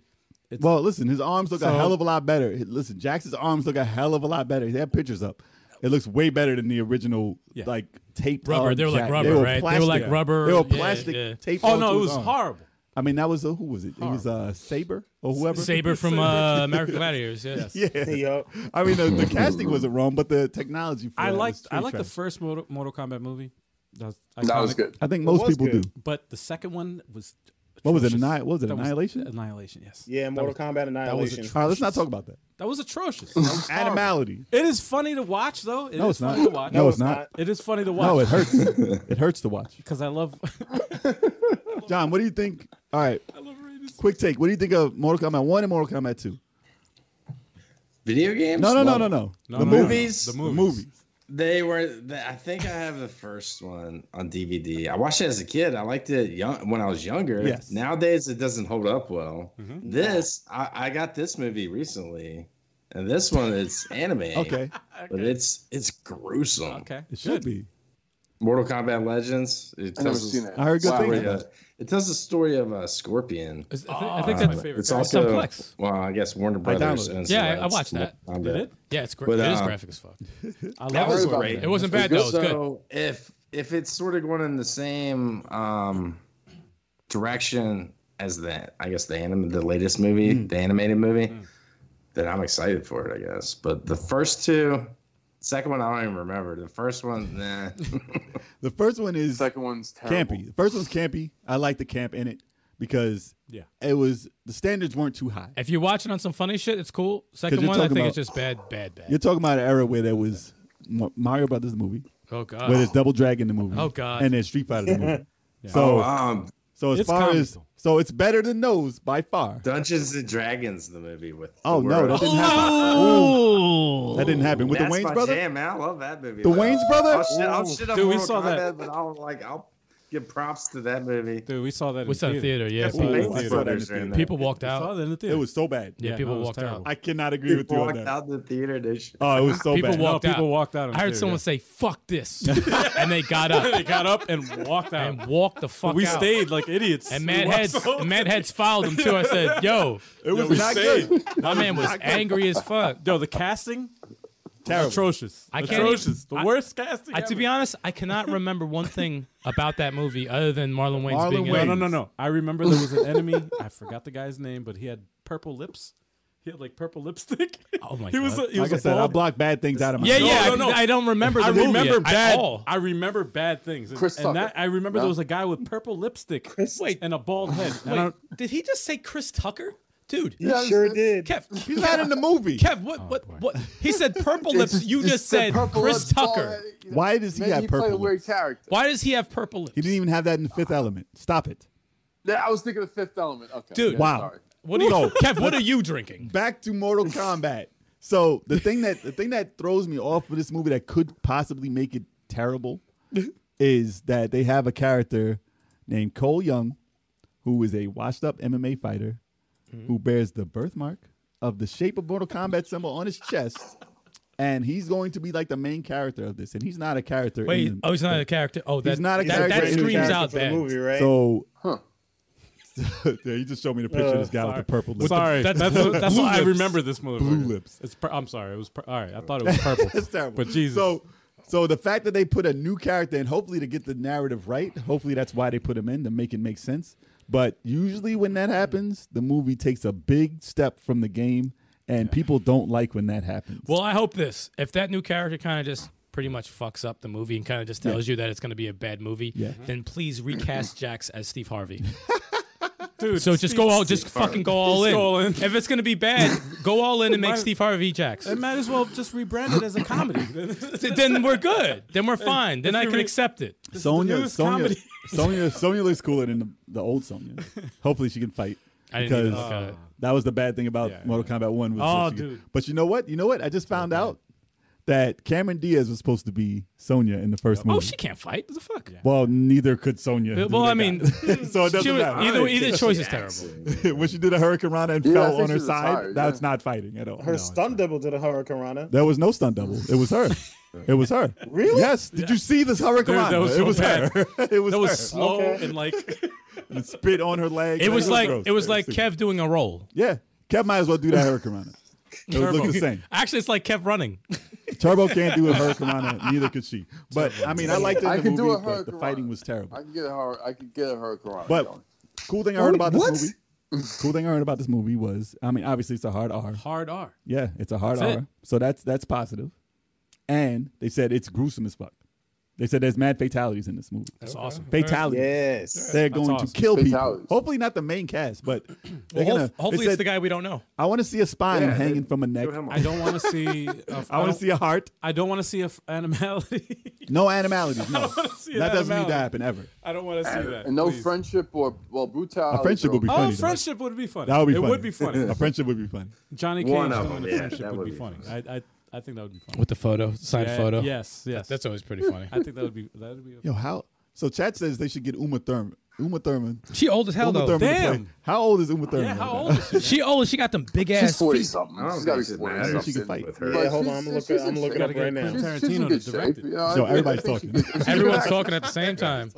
Speaker 3: Well, listen, his arms look a
Speaker 2: So-
Speaker 3: hell of a lot better. H- Listen, Jackson's arms look a hell of a lot better. They have pictures up. It looks way better than the original,
Speaker 2: Yeah.
Speaker 3: like tape
Speaker 5: Rubber. They were like rubber, right? They were like rubber.
Speaker 3: They were
Speaker 5: Yeah,
Speaker 3: plastic
Speaker 5: yeah.
Speaker 3: tape.
Speaker 2: oh no,
Speaker 3: onto
Speaker 2: it was
Speaker 3: his arm.
Speaker 2: horrible.
Speaker 3: I mean, that was a, who was it? It was uh, Saber or whoever.
Speaker 5: Saber from uh, American Gladiators. Yes.
Speaker 3: Yeah.
Speaker 6: Yo,
Speaker 3: I mean, the, the casting wasn't wrong, but the technology. For
Speaker 2: I
Speaker 3: it was
Speaker 2: liked I
Speaker 3: pretty
Speaker 2: liked the
Speaker 3: trash.
Speaker 2: first Mortal, Mortal Kombat movie. That was,
Speaker 1: that was
Speaker 2: iconic.
Speaker 1: good.
Speaker 3: I think
Speaker 6: It
Speaker 3: most
Speaker 6: was
Speaker 3: people
Speaker 6: good.
Speaker 3: do.
Speaker 2: But the second one was.
Speaker 3: What was it?
Speaker 2: atrocious.
Speaker 3: Anni- what was it?
Speaker 2: That
Speaker 3: Annihilation?
Speaker 2: Annihilation. Yes.
Speaker 6: yeah, Mortal Kombat Annihilation.
Speaker 3: All right, let's not talk about that.
Speaker 2: That was atrocious. That was horrible.
Speaker 3: Animality.
Speaker 2: It is funny to watch, though. It
Speaker 3: No,
Speaker 2: is
Speaker 3: it's not.
Speaker 2: funny to watch.
Speaker 3: No, it's
Speaker 6: it's
Speaker 3: not.
Speaker 2: It is funny to watch.
Speaker 3: No, it hurts. it hurts to watch.
Speaker 2: because I love.
Speaker 3: John, what do you think? All right, quick take. What do you think of Mortal Kombat One and Mortal Kombat Two?
Speaker 4: Video games?
Speaker 3: No, no, no,
Speaker 4: Love
Speaker 3: no,
Speaker 4: them.
Speaker 3: no.
Speaker 2: No,
Speaker 3: the
Speaker 2: no, no, no.
Speaker 3: movies.
Speaker 4: movies?
Speaker 2: The
Speaker 3: The
Speaker 2: movies.
Speaker 3: movies.
Speaker 4: They were. The, I think I have the first one on DVD. I watched it as a kid. I liked it young when I was younger.
Speaker 3: Yes. Mm-hmm.
Speaker 4: Nowadays it doesn't hold up well. This I, I got this movie recently, and this one is anime.
Speaker 3: Okay,
Speaker 4: But it's it's gruesome.
Speaker 2: Okay.
Speaker 3: it should be.
Speaker 4: Mortal Kombat Legends. It
Speaker 1: I never
Speaker 4: tells
Speaker 1: seen
Speaker 4: the
Speaker 1: it.
Speaker 3: I heard good
Speaker 1: Wow.
Speaker 3: things.
Speaker 4: story of- It tells the story of a scorpion.
Speaker 5: I, thi- I think
Speaker 4: Uh,
Speaker 5: that's my favorite.
Speaker 4: It's also
Speaker 5: complex.
Speaker 4: well, I guess Warner
Speaker 3: I
Speaker 4: Brothers.
Speaker 3: downloaded
Speaker 4: owns the
Speaker 5: Yeah, I, I
Speaker 4: rights
Speaker 5: watched
Speaker 4: to
Speaker 5: that.
Speaker 4: Mortal
Speaker 2: Did
Speaker 4: Kombat.
Speaker 2: it?
Speaker 5: Yeah, it's great.
Speaker 4: But,
Speaker 5: it is
Speaker 4: um,
Speaker 5: graphic as fuck.
Speaker 2: I
Speaker 4: That
Speaker 2: love
Speaker 4: was
Speaker 2: it.
Speaker 4: great.
Speaker 5: It wasn't bad
Speaker 4: It
Speaker 5: though.
Speaker 4: goes-
Speaker 5: It was good.
Speaker 4: So if if it's sort of going in the same um, direction as that, I guess the anime, the latest movie,
Speaker 3: Mm.
Speaker 4: the animated movie, then I'm excited for it. I guess. But the first two, second one, I don't even remember. The first one, nah.
Speaker 3: The first one is
Speaker 1: Second one's terrible.
Speaker 3: campy. The first one's campy. I like the camp in it because
Speaker 2: Yeah.
Speaker 3: it was the standards weren't too high.
Speaker 5: If you're watching on some funny shit, it's cool. Second
Speaker 3: you're
Speaker 5: one, I
Speaker 3: talking
Speaker 5: think
Speaker 3: about-
Speaker 5: it's just bad, bad, bad.
Speaker 3: You're talking about an era where there was Ma- Mario Brothers the movie,
Speaker 5: Oh
Speaker 3: where
Speaker 5: god.
Speaker 3: there's Double Dragon the movie,
Speaker 5: Oh, God.
Speaker 3: and there's Street Fighter the movie.
Speaker 4: oh,
Speaker 3: So,
Speaker 4: um,
Speaker 3: so as
Speaker 2: It's
Speaker 3: far as
Speaker 2: comical.
Speaker 3: so it's better than those by far.
Speaker 4: Dungeons and Dragons, the movie with.
Speaker 3: Oh
Speaker 4: the
Speaker 3: no,
Speaker 4: world.
Speaker 3: that didn't happen.
Speaker 5: Oh.
Speaker 3: That didn't happen with
Speaker 4: That's
Speaker 3: the Wayne's
Speaker 4: my
Speaker 3: brother.
Speaker 4: jam, man. I love that movie.
Speaker 3: The
Speaker 4: Like,
Speaker 3: Wayne's brother?
Speaker 4: I'll shit, I'll shit on
Speaker 2: Dude, we
Speaker 4: Mortal
Speaker 2: saw
Speaker 4: Kombat,
Speaker 2: that.
Speaker 4: but I'll like I'll give props to that movie.
Speaker 2: Dude, we saw that.
Speaker 5: We saw
Speaker 2: in
Speaker 5: it in theater. Yeah,
Speaker 4: That's
Speaker 5: people,
Speaker 4: the
Speaker 3: I
Speaker 2: in
Speaker 3: saw
Speaker 4: Wayne's
Speaker 2: theater.
Speaker 3: that in
Speaker 4: Brothers
Speaker 3: the
Speaker 4: are in
Speaker 3: theater.
Speaker 4: there.
Speaker 5: people walked
Speaker 2: We saw
Speaker 5: out.
Speaker 2: that in the theater.
Speaker 3: It was so bad.
Speaker 5: Yeah,
Speaker 2: Yeah,
Speaker 5: people
Speaker 2: no, it was
Speaker 5: walked
Speaker 2: terrible.
Speaker 5: out.
Speaker 3: I cannot agree with
Speaker 4: People
Speaker 3: you on
Speaker 4: walked
Speaker 3: that.
Speaker 4: out the theater. They sh-
Speaker 3: Oh, it was so
Speaker 5: People
Speaker 3: bad.
Speaker 2: No,
Speaker 5: walked
Speaker 2: people
Speaker 5: out.
Speaker 2: walked out. in
Speaker 5: I heard
Speaker 2: theater,
Speaker 5: someone say "fuck this," and they got up.
Speaker 2: yeah. got up and walked out.
Speaker 5: and walked the fuck
Speaker 2: we
Speaker 5: out.
Speaker 2: stayed like idiots.
Speaker 5: And
Speaker 2: We
Speaker 5: Mad
Speaker 2: walked
Speaker 5: Heads,
Speaker 2: out.
Speaker 5: and Mad Heads followed him too. I said, "Yo,
Speaker 3: it was
Speaker 2: we
Speaker 3: not
Speaker 2: stayed.
Speaker 3: good.
Speaker 5: my man was angry as fuck."
Speaker 2: Yo, the casting
Speaker 3: Terrible.
Speaker 2: atrocious.
Speaker 5: I can't
Speaker 2: atrocious. the
Speaker 5: even- I-
Speaker 2: worst casting.
Speaker 5: I, to
Speaker 2: ever.
Speaker 5: be honest, I cannot remember one thing about that movie other than Marlon Wayne's
Speaker 3: Marlon
Speaker 5: being in
Speaker 3: Wayans.
Speaker 5: it.
Speaker 2: No, no, no. I remember there was an enemy. I forgot the guy's name, but he had purple lips. He had like purple lipstick.
Speaker 5: Oh my
Speaker 2: he was
Speaker 5: God.
Speaker 2: a, he was
Speaker 3: Like
Speaker 2: a
Speaker 3: I said, I
Speaker 2: bald-
Speaker 3: block bad things out of my
Speaker 5: Yeah,
Speaker 2: No,
Speaker 5: yeah.
Speaker 2: no, no.
Speaker 5: I, I don't remember. The
Speaker 2: I
Speaker 5: movie
Speaker 2: remember
Speaker 5: at
Speaker 2: bad.
Speaker 5: all.
Speaker 2: I remember bad things. And,
Speaker 1: Chris
Speaker 2: and
Speaker 1: Tucker.
Speaker 2: that I remember
Speaker 1: No?
Speaker 2: there was a guy with purple lipstick
Speaker 5: Wait,
Speaker 2: and a bald head. And I
Speaker 5: wait,
Speaker 2: don't-
Speaker 5: did he just say Chris Tucker? Dude,
Speaker 1: Yeah, it's-
Speaker 6: sure
Speaker 1: it's-
Speaker 6: did.
Speaker 5: Kev,
Speaker 3: He's not in the movie.
Speaker 5: Kev, what, what,
Speaker 2: boy.
Speaker 5: what? He said purple lips.
Speaker 1: it's-
Speaker 5: You
Speaker 1: it's
Speaker 5: just
Speaker 1: the
Speaker 5: said
Speaker 1: purple
Speaker 5: Chris
Speaker 1: lips, bald
Speaker 5: Tucker.
Speaker 1: head, you know.
Speaker 3: Why does he
Speaker 1: Maybe
Speaker 3: have
Speaker 1: played a
Speaker 3: purple
Speaker 1: weird
Speaker 3: lips?
Speaker 1: character.
Speaker 5: Why does he have purple lips?
Speaker 3: He didn't even have that in the Fifth Element. Stop it.
Speaker 1: Yeah, I was thinking of Fifth Element. Okay.
Speaker 5: Dude.
Speaker 1: yeah,
Speaker 3: Wow.
Speaker 1: sorry.
Speaker 5: What do you,
Speaker 3: No.
Speaker 5: Kev? What are you drinking?
Speaker 3: Back to Mortal Kombat. So the thing that the thing that throws me off of this movie that could possibly make it terrible is that they have a character named Cole Young, who is a washed up MMA fighter,
Speaker 5: Mm-hmm.
Speaker 3: who bears the birthmark of the shape of Mortal Kombat symbol on his chest. And he's going to be like the main character of this, and he's not a character.
Speaker 5: Wait,
Speaker 3: in the-
Speaker 5: oh, he's not a character. Oh, that,
Speaker 3: He's not a
Speaker 6: He's a
Speaker 5: that, that
Speaker 6: brand new
Speaker 5: screams
Speaker 6: character
Speaker 5: out
Speaker 6: for the
Speaker 5: bad.
Speaker 6: movie, right?
Speaker 3: So,
Speaker 1: Huh.
Speaker 3: yeah, you just showed me the picture of this guy with the purple lips.
Speaker 2: sorry,
Speaker 5: that's-
Speaker 2: that's that's,
Speaker 3: blue
Speaker 2: why I
Speaker 3: lips.
Speaker 2: remember this movie.
Speaker 3: Blue lips.
Speaker 2: It's pur- I'm sorry. It was pur- all right. I thought it was purple.
Speaker 3: That's terrible.
Speaker 2: But Jesus.
Speaker 3: So, so the fact that they put a new character in, hopefully to get the narrative right, hopefully that's why they put him in to make it make sense. But usually when that happens, the movie takes a big step from the game, and people don't like when that happens.
Speaker 5: Well, I hope this. If that new character kind of just pretty much fucks up the movie and kind of just tells you that it's going to be a bad movie,
Speaker 3: Yeah.
Speaker 5: then please recast Jax as Steve Harvey.
Speaker 2: dude,
Speaker 5: So just go all, just fucking go all in.
Speaker 2: Just go all in.
Speaker 5: If it's going to be bad, go all in and make
Speaker 2: Why-
Speaker 5: Steve Harvey Jax.
Speaker 2: It might as well just rebrand it as a comedy.
Speaker 5: Th- then we're good. Then we're fine. Then I
Speaker 2: you
Speaker 5: can
Speaker 2: re-
Speaker 5: accept it.
Speaker 3: Sonya,
Speaker 2: newest
Speaker 3: Sonya,
Speaker 2: comedy.
Speaker 3: Sonya, Sonya looks cooler than the, the old Sonya. Hopefully she can fight.
Speaker 5: I didn't even
Speaker 3: Because-
Speaker 5: look at it.
Speaker 3: That was the bad thing about
Speaker 2: Yeah,
Speaker 3: Mortal Kombat One. Was
Speaker 2: Oh,
Speaker 3: that she-
Speaker 2: dude.
Speaker 3: But you know what? You know what? I just found out that Cameron Diaz was supposed to be Sonya in the first movie.
Speaker 5: Oh, she can't fight. What the fuck?
Speaker 3: Well, neither could Sonya.
Speaker 5: Uh, Well,
Speaker 3: do what
Speaker 5: I
Speaker 3: they
Speaker 5: mean,
Speaker 3: got. so it doesn't
Speaker 5: She was-
Speaker 3: matter.
Speaker 5: either
Speaker 4: I
Speaker 5: either
Speaker 4: think
Speaker 5: choice
Speaker 4: she
Speaker 5: is terrible.
Speaker 4: acts in
Speaker 3: when she did a Hurricane Rana and
Speaker 1: Yeah, I
Speaker 3: fell
Speaker 1: think
Speaker 3: on her
Speaker 1: she was
Speaker 3: side,
Speaker 1: tired,
Speaker 3: that's
Speaker 1: yeah.
Speaker 3: not fighting at all.
Speaker 6: her stunt double did a Hurricane Rana.
Speaker 3: There was no stunt double. It was her. It was her.
Speaker 6: Really?
Speaker 3: Yes. Did you see this Hurricane
Speaker 2: Dude, that
Speaker 3: Rana?
Speaker 2: was
Speaker 3: it
Speaker 2: so
Speaker 3: was her. it was
Speaker 2: That was
Speaker 3: her.
Speaker 2: slow and like
Speaker 3: It spit on her leg.
Speaker 5: It was like
Speaker 3: gross.
Speaker 5: it was like
Speaker 3: sick.
Speaker 5: Kev doing a roll.
Speaker 3: Yeah. Kev might as well do that Hurricane Rana. It was looking the same.
Speaker 5: Actually, it's like Kev running.
Speaker 3: Turbo can't do a Hurricane Rana. Neither could she. But I mean, I liked it in
Speaker 1: I
Speaker 3: the
Speaker 1: could
Speaker 3: movie,
Speaker 1: do a
Speaker 3: but the
Speaker 1: Hurricane
Speaker 3: fighting
Speaker 1: Rana.
Speaker 3: was terrible.
Speaker 1: I could get her. I could get her karate.
Speaker 3: But
Speaker 1: going.
Speaker 3: cool thing I heard about this
Speaker 6: What?
Speaker 3: movie. Cool thing I heard about this movie was, I mean, obviously it's a hard R.
Speaker 2: hard R.
Speaker 3: Yeah, it's a hard
Speaker 2: That's
Speaker 3: R.
Speaker 2: it.
Speaker 3: So that's that's positive. And they said it's gruesome as fuck. They said there's mad fatalities in this movie.
Speaker 5: That's awesome.
Speaker 3: fatalities.
Speaker 6: Yes.
Speaker 3: They're
Speaker 2: That's
Speaker 3: going
Speaker 2: awesome.
Speaker 3: to kill people.
Speaker 1: Fatalities.
Speaker 3: Hopefully not the main cast, but they're
Speaker 5: Well, hof-
Speaker 3: gonna, they
Speaker 5: hopefully, it's
Speaker 3: said,
Speaker 5: the guy we don't know.
Speaker 3: I want to see a spine
Speaker 4: Yeah,
Speaker 3: hanging
Speaker 4: they-
Speaker 3: from a neck.
Speaker 4: Throw him
Speaker 2: I
Speaker 4: off.
Speaker 2: don't want to see. A,
Speaker 3: I want to see a heart.
Speaker 2: I don't want to see a f- animality.
Speaker 3: No animalities. No, that
Speaker 2: wanna see an
Speaker 3: doesn't need
Speaker 2: animality.
Speaker 3: to happen ever.
Speaker 2: I don't want to see that.
Speaker 1: and no
Speaker 2: please.
Speaker 1: friendship or well brutality.
Speaker 3: A friendship
Speaker 1: bro.
Speaker 3: would be
Speaker 2: Oh,
Speaker 3: funny. though.
Speaker 2: friendship would be funny.
Speaker 3: That would be
Speaker 2: it
Speaker 3: funny.
Speaker 2: would be funny.
Speaker 3: a friendship would be funny.
Speaker 2: Johnny Cage
Speaker 4: One of
Speaker 2: doing
Speaker 4: them,
Speaker 2: a
Speaker 4: yeah,
Speaker 2: friendship
Speaker 4: that
Speaker 2: would
Speaker 4: would
Speaker 2: be
Speaker 4: be
Speaker 2: funny. I, I I think that would be funny.
Speaker 5: With the photo, signed
Speaker 2: Yeah,
Speaker 5: photo.
Speaker 2: Yes, yes.
Speaker 5: That's always pretty funny.
Speaker 2: I think that would be that would be. A,
Speaker 3: Yo, how? So Chad says they should get Uma Thurman. Uma Thurman.
Speaker 5: She old as hell
Speaker 3: Uma Thurman
Speaker 5: though.
Speaker 3: to
Speaker 2: Damn.
Speaker 3: play. How old is Uma Thurman?
Speaker 2: yeah, how old is she?
Speaker 5: She old. She got them big
Speaker 1: She's
Speaker 5: ass
Speaker 1: forty
Speaker 5: feet.
Speaker 1: something.
Speaker 4: I don't
Speaker 1: She's got to
Speaker 4: think
Speaker 1: be
Speaker 4: it
Speaker 1: forty
Speaker 4: matters.
Speaker 1: something.
Speaker 3: She can fight.
Speaker 4: With
Speaker 1: But
Speaker 4: her.
Speaker 6: Yeah, hold on,
Speaker 1: she's-
Speaker 6: I'm looking-
Speaker 1: she's in
Speaker 6: I'm looking
Speaker 1: shape.
Speaker 6: up right now.
Speaker 1: She's- she's in
Speaker 2: Tarantino
Speaker 1: good
Speaker 2: to
Speaker 1: shape,
Speaker 2: direct it.
Speaker 1: you know,
Speaker 3: So
Speaker 1: I- I
Speaker 3: everybody's
Speaker 1: think she's
Speaker 3: talking.
Speaker 1: good- she's a good
Speaker 5: Everyone's
Speaker 1: actress.
Speaker 5: talking at the same time.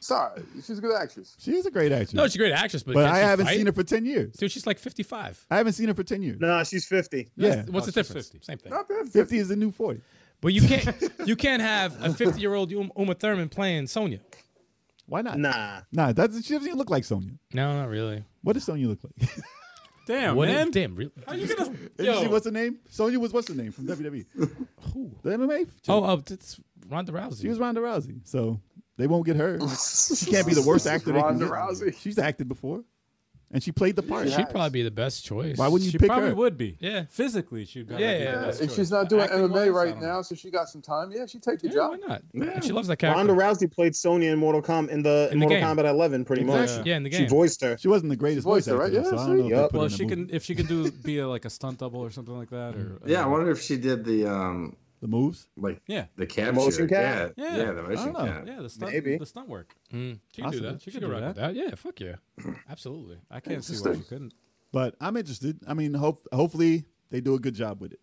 Speaker 1: Sorry, she's a good actress.
Speaker 3: She is a great actress.
Speaker 5: No, she's a great actress, but,
Speaker 3: but
Speaker 5: can
Speaker 3: I
Speaker 5: she
Speaker 3: haven't
Speaker 5: fight?
Speaker 3: seen her for ten years.
Speaker 5: Dude, she's like 55.
Speaker 3: I haven't seen her for ten years.
Speaker 6: Nah, she's 50.
Speaker 3: Yeah,
Speaker 5: What's
Speaker 2: Oh,
Speaker 5: the
Speaker 2: she's
Speaker 5: difference?
Speaker 2: 50.
Speaker 5: Same thing.
Speaker 1: Not bad.
Speaker 3: fifty is the new forty.
Speaker 5: But you can't you can't have a 50 year old Uma Thurman playing Sonya.
Speaker 3: Why not?
Speaker 6: Nah.
Speaker 3: nah. That's, she doesn't even look like Sonya.
Speaker 5: No, not really.
Speaker 3: What does Sonya look like?
Speaker 2: Damn
Speaker 5: What
Speaker 2: man.
Speaker 5: is- damn, really?
Speaker 2: How you gonna?
Speaker 3: Isn't she
Speaker 2: Yo.
Speaker 3: what's her name? Sonya was what's her name from WWE? The MMA. chick.
Speaker 5: Oh, oh, that's Ronda Rousey.
Speaker 3: she was Ronda Rousey, so they won't get her.
Speaker 1: She
Speaker 3: Can't be the worst actor. they can
Speaker 1: Ronda
Speaker 3: get.
Speaker 1: Rousey.
Speaker 3: She's acted before, and she played the part.
Speaker 1: Yeah.
Speaker 5: She'd probably be the best choice.
Speaker 3: Why wouldn't you
Speaker 2: She
Speaker 3: pick
Speaker 2: probably
Speaker 3: her?
Speaker 2: would be.
Speaker 5: Yeah.
Speaker 2: Physically, she'd be.
Speaker 5: Yeah, yeah, yeah.
Speaker 1: And she's not doing
Speaker 2: Acting
Speaker 1: MMA
Speaker 2: wise, I
Speaker 1: right
Speaker 2: don't
Speaker 1: now, so she got some time. Yeah, she take the
Speaker 5: Yeah, why
Speaker 1: job.
Speaker 5: not? And She loves that character.
Speaker 6: Ronda Rousey played Sonya in Mortal Kombat in the
Speaker 5: In
Speaker 6: in
Speaker 5: the
Speaker 6: Mortal
Speaker 5: game.
Speaker 6: Kombat 11, pretty much.
Speaker 5: Exactly. Yeah, in the
Speaker 6: She
Speaker 5: game.
Speaker 6: voiced her.
Speaker 3: She wasn't the greatest voice
Speaker 1: voiced
Speaker 3: actor,
Speaker 1: her, right?
Speaker 3: so
Speaker 1: Yeah,
Speaker 3: I don't know.
Speaker 1: see?
Speaker 3: If they
Speaker 6: Yup.
Speaker 3: put her
Speaker 2: Well,
Speaker 3: in the
Speaker 2: she
Speaker 3: movie.
Speaker 2: can if she can do be a, like a stunt double or something like that. Or
Speaker 4: Yeah, I wonder if she did the um
Speaker 3: the moves.
Speaker 4: like
Speaker 2: Yeah.
Speaker 4: the capture.
Speaker 6: motion
Speaker 4: yeah,
Speaker 6: cap?
Speaker 2: Yeah.
Speaker 4: yeah, the motion
Speaker 3: know.
Speaker 4: cap.
Speaker 2: Yeah, the stunt
Speaker 6: Maybe.
Speaker 2: the stunt work.
Speaker 5: Mm, she can do
Speaker 3: Possibly.
Speaker 5: that.
Speaker 2: She
Speaker 5: She, can
Speaker 2: could
Speaker 5: do
Speaker 2: do
Speaker 5: rock with that. Yeah, fuck yeah. Absolutely.
Speaker 2: I can't see why she couldn't.
Speaker 3: But I'm interested. I mean, hope hopefully they do a good job with it.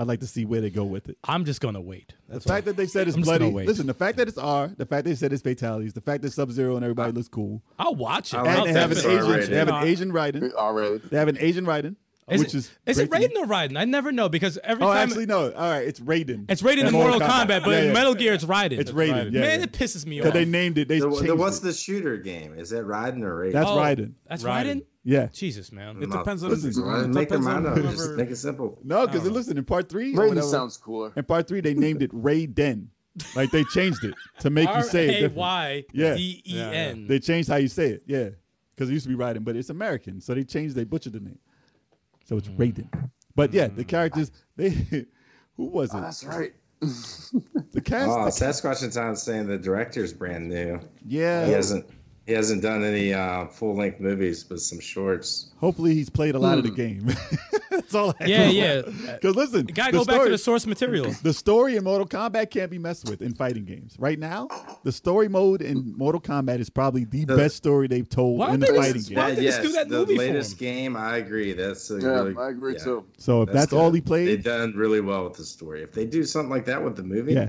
Speaker 3: I'd like to see where they go with it.
Speaker 5: I'm just gonna wait.
Speaker 3: The fact that they said it's
Speaker 5: I'm just gonna
Speaker 3: bloody.
Speaker 5: wait.
Speaker 3: Listen, the fact that it's R, the fact they said it's fatalities, the fact that Sub Zero and everybody looks cool,
Speaker 5: I'll watch it.
Speaker 4: I
Speaker 5: I'll
Speaker 3: and they have an
Speaker 4: definitely-
Speaker 5: definitely-
Speaker 4: It's R-rated.
Speaker 3: Asian, they have an
Speaker 2: Uh,
Speaker 3: Asian writing.
Speaker 1: Already.
Speaker 3: They have an Asian writing,
Speaker 5: Is
Speaker 3: which
Speaker 5: it-
Speaker 3: is
Speaker 5: is it
Speaker 3: great to
Speaker 5: Raiden or Raiden? I never know because every
Speaker 3: me. Oh,
Speaker 5: time
Speaker 3: actually no. All right, it's Raiden.
Speaker 5: it's Raiden in
Speaker 3: And
Speaker 5: Mortal Kombat, but
Speaker 3: Yeah,
Speaker 5: in
Speaker 3: yeah.
Speaker 5: Metal Gear it's Raiden.
Speaker 3: It's Raiden.
Speaker 2: Raiden.
Speaker 3: Yeah,
Speaker 5: Man,
Speaker 3: yeah.
Speaker 5: it pisses me
Speaker 3: 'Cause
Speaker 5: off.
Speaker 3: they named it. They
Speaker 4: The, the,
Speaker 3: changed
Speaker 4: what's
Speaker 3: it.
Speaker 4: the shooter game? Is that riding or racing?
Speaker 3: That's
Speaker 5: Oh,
Speaker 3: Raiden.
Speaker 5: That's
Speaker 2: Raiden.
Speaker 5: Raiden.
Speaker 3: Yeah.
Speaker 5: Jesus, man.
Speaker 2: It depends on
Speaker 3: Listen,
Speaker 2: it
Speaker 4: Right, make their
Speaker 2: depends on
Speaker 4: mind up. Just
Speaker 2: whoever-
Speaker 4: make it simple.
Speaker 3: No,
Speaker 5: Oh.
Speaker 3: because
Speaker 2: don't know.
Speaker 3: listen, in part three, or
Speaker 1: Rainy
Speaker 3: whatever-
Speaker 1: sounds cooler.
Speaker 3: in part three, they named it Ray Den. Like they changed it to make you say it. different. Yeah.
Speaker 5: E R-A-Y-D-E-N.
Speaker 3: Mm. They changed how you say it, yeah, because it used to be Raiden, but it's American, so they changed, they butchered the name, so it's
Speaker 5: Mm.
Speaker 3: Raiden. But yeah, the characters, they, who was
Speaker 1: Oh,
Speaker 3: it?
Speaker 1: that's right.
Speaker 3: The cast,
Speaker 4: Oh,
Speaker 3: the-
Speaker 4: Sasquatch and Tom's saying the director's brand new.
Speaker 3: yeah.
Speaker 4: He hasn't he hasn't done any uh, full length movies, but some shorts.
Speaker 3: Hopefully, he's played a
Speaker 4: Hmm.
Speaker 3: lot of the game. that's all. I
Speaker 5: Yeah, yeah.
Speaker 3: Because listen,
Speaker 5: Uh, Gotta
Speaker 3: the
Speaker 5: go back to
Speaker 3: story-
Speaker 5: the source material.
Speaker 3: The story in Mortal Kombat can't be messed with in fighting games. Right now, the story mode in Mortal Kombat is probably the
Speaker 4: The-
Speaker 3: best story they've told
Speaker 5: Why
Speaker 3: in the
Speaker 5: don't they
Speaker 3: fighting
Speaker 5: just-
Speaker 3: game.
Speaker 5: why- don't they just do that
Speaker 4: the
Speaker 5: movie for
Speaker 4: latest
Speaker 5: him?
Speaker 4: game. I agree. That's a
Speaker 1: Yeah,
Speaker 4: really,
Speaker 1: I agree
Speaker 4: yeah,
Speaker 1: too.
Speaker 3: So if that's,
Speaker 4: good.
Speaker 3: all he
Speaker 4: They've
Speaker 3: played,
Speaker 4: done really well with the story. If they do something like that with the movie,
Speaker 3: yeah,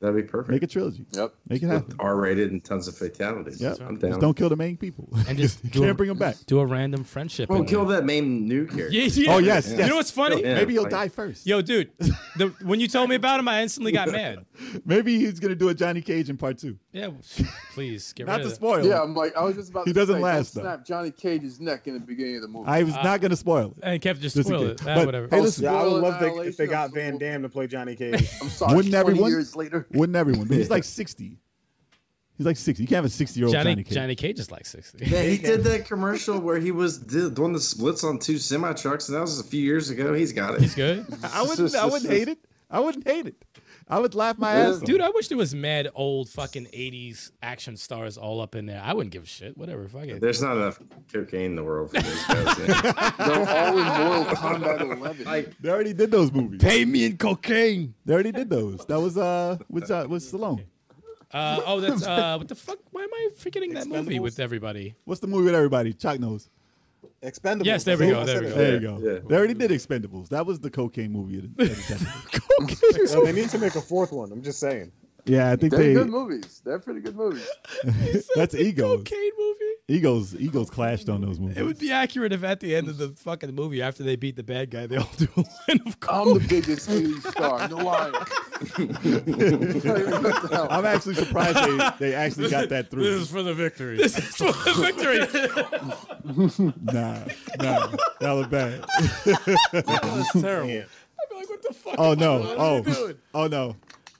Speaker 4: that'd be
Speaker 3: make
Speaker 4: perfect.
Speaker 3: a trilogy,
Speaker 1: Yep.
Speaker 3: make it happen.
Speaker 4: With R rated and tons of fatalities.
Speaker 3: Yeah,
Speaker 4: I'm
Speaker 3: just
Speaker 4: down.
Speaker 3: don't kill the main people.
Speaker 5: And just
Speaker 3: you
Speaker 5: do a-
Speaker 3: can't bring them back.
Speaker 5: Do a random friendship.
Speaker 4: Well,
Speaker 5: in
Speaker 4: kill
Speaker 5: there.
Speaker 4: that main new character.
Speaker 5: Yeah, yeah.
Speaker 3: Oh, yes,
Speaker 5: You
Speaker 3: yes.
Speaker 5: know what's funny?
Speaker 4: Yeah.
Speaker 3: Maybe he'll
Speaker 4: like-
Speaker 3: die first.
Speaker 5: Yo, dude, the, when you told me about him, I instantly got mad.
Speaker 3: Maybe he's gonna do a Johnny Cage in part two.
Speaker 5: Yeah, please get
Speaker 3: Not
Speaker 5: rid
Speaker 3: to
Speaker 5: of that.
Speaker 3: spoil.
Speaker 1: Yeah,
Speaker 3: Yeah,
Speaker 1: I'm like, I was just about
Speaker 3: He
Speaker 1: to
Speaker 3: doesn't
Speaker 1: say,
Speaker 3: last, though.
Speaker 1: don't snap Johnny Cage's neck in the beginning of the movie.
Speaker 3: I was not gonna spoil it.
Speaker 5: And Kev just
Speaker 3: Just in
Speaker 5: spoiled
Speaker 3: case.
Speaker 5: Uh, it. Ah,
Speaker 3: But-
Speaker 5: whatever.
Speaker 3: hey, listen,
Speaker 6: Yeah, I would
Speaker 1: Spoiler
Speaker 6: love they, if they got
Speaker 1: annihilation,
Speaker 6: Van
Speaker 1: so-
Speaker 6: Damme to play Johnny Cage.
Speaker 1: I'm sorry.
Speaker 3: Wouldn't
Speaker 1: 20
Speaker 3: everyone-
Speaker 1: years later.
Speaker 3: Wouldn't everyone? But he's like sixty. He's like sixty. You can't have a sixty-year-old Johnny,
Speaker 5: Johnny,
Speaker 3: Cage.
Speaker 5: Johnny Cage is like 60.
Speaker 4: Yeah, he did that commercial where he was the the one that splits on two semi trucks, and that was a few years ago. He's got it.
Speaker 5: He's good.
Speaker 3: I wouldn't. I wouldn't hate it. I wouldn't hate it. I would laugh my
Speaker 1: Yeah.
Speaker 3: ass off.
Speaker 5: Dude, I wish there was mad old fucking 80s action stars all up in there. I wouldn't give a shit. Whatever. Fuck it.
Speaker 4: There's not enough cocaine in the world for those guys.
Speaker 1: They're all in Mortal Kombat 11.
Speaker 4: like,
Speaker 3: They already did those movies.
Speaker 5: Pay me in cocaine.
Speaker 3: They already did those. That was uh, was uh, was Stallone.
Speaker 5: Uh, oh, that's uh, what the fuck? Why am I forgetting that movie
Speaker 6: Expendables?
Speaker 5: with everybody?
Speaker 3: What's the movie with everybody? Chalk nose.
Speaker 6: Expendables.
Speaker 5: Yes, there we
Speaker 6: See,
Speaker 5: go,
Speaker 6: I said
Speaker 5: there we
Speaker 6: it.
Speaker 4: Yeah,
Speaker 3: There you go.
Speaker 4: yeah.
Speaker 3: They already did Expendables. That was the cocaine movie. Of the, of the decade.
Speaker 6: So they need to make a fourth one. I'm just saying.
Speaker 3: yeah, I think
Speaker 1: They're
Speaker 3: they.
Speaker 1: good movies. They're pretty good movies.
Speaker 3: That's egos.
Speaker 5: Cocaine movie.
Speaker 3: Egos. Egos clashed on those movies.
Speaker 5: It would be accurate if at the end of the fucking movie, after they beat the bad guy, they all do a line of coke.
Speaker 1: I'm the biggest 80s star. No lie.
Speaker 3: I'm actually surprised they, they actually got that through.
Speaker 5: for the victory. This is for the victory.
Speaker 3: Nah, nah, that was bad.
Speaker 5: That's terrible.
Speaker 6: Yeah.
Speaker 5: I'm like, what the fuck?
Speaker 3: Oh
Speaker 5: am I-
Speaker 3: no!
Speaker 5: what am I
Speaker 3: Oh,
Speaker 5: doing?
Speaker 3: oh no!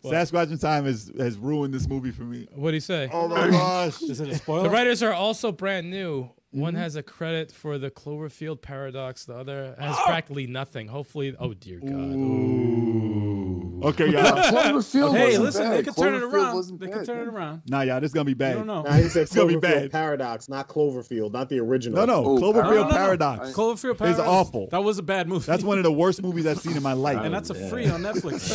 Speaker 3: Sasquatch in Time has has ruined this movie for me.
Speaker 5: What'd he say?
Speaker 3: Oh my gosh!
Speaker 2: Is it a spoiler?
Speaker 5: The
Speaker 3: Oh.
Speaker 5: writers are also brand new. One
Speaker 3: Mm-hmm.
Speaker 5: has a credit for the Cloverfield paradox. The other has
Speaker 3: Oh.
Speaker 5: practically nothing. Hopefully, oh dear God.
Speaker 3: Okay, y'all.
Speaker 1: Cloverfield
Speaker 2: hey,
Speaker 1: wasn't
Speaker 2: listen,
Speaker 1: bad.
Speaker 2: they could turn it
Speaker 1: Cloverfield
Speaker 2: around.
Speaker 1: wasn't
Speaker 2: They
Speaker 1: bad.
Speaker 2: could turn it around.
Speaker 3: Nah, y'all, this is gonna be
Speaker 2: You
Speaker 3: bad.
Speaker 2: don't know.
Speaker 6: Nah, he said
Speaker 3: It's gonna be
Speaker 6: Cloverfield
Speaker 3: bad.
Speaker 6: Paradox, not Cloverfield, not the original.
Speaker 3: No, no,
Speaker 1: Oh,
Speaker 3: Cloverfield
Speaker 1: Paradox.
Speaker 3: Paradox.
Speaker 2: Cloverfield Paradox.
Speaker 3: awful.
Speaker 2: That was a bad movie.
Speaker 3: That's one of the worst movies I've seen in my life.
Speaker 2: and
Speaker 3: And,
Speaker 2: that's a free on Netflix.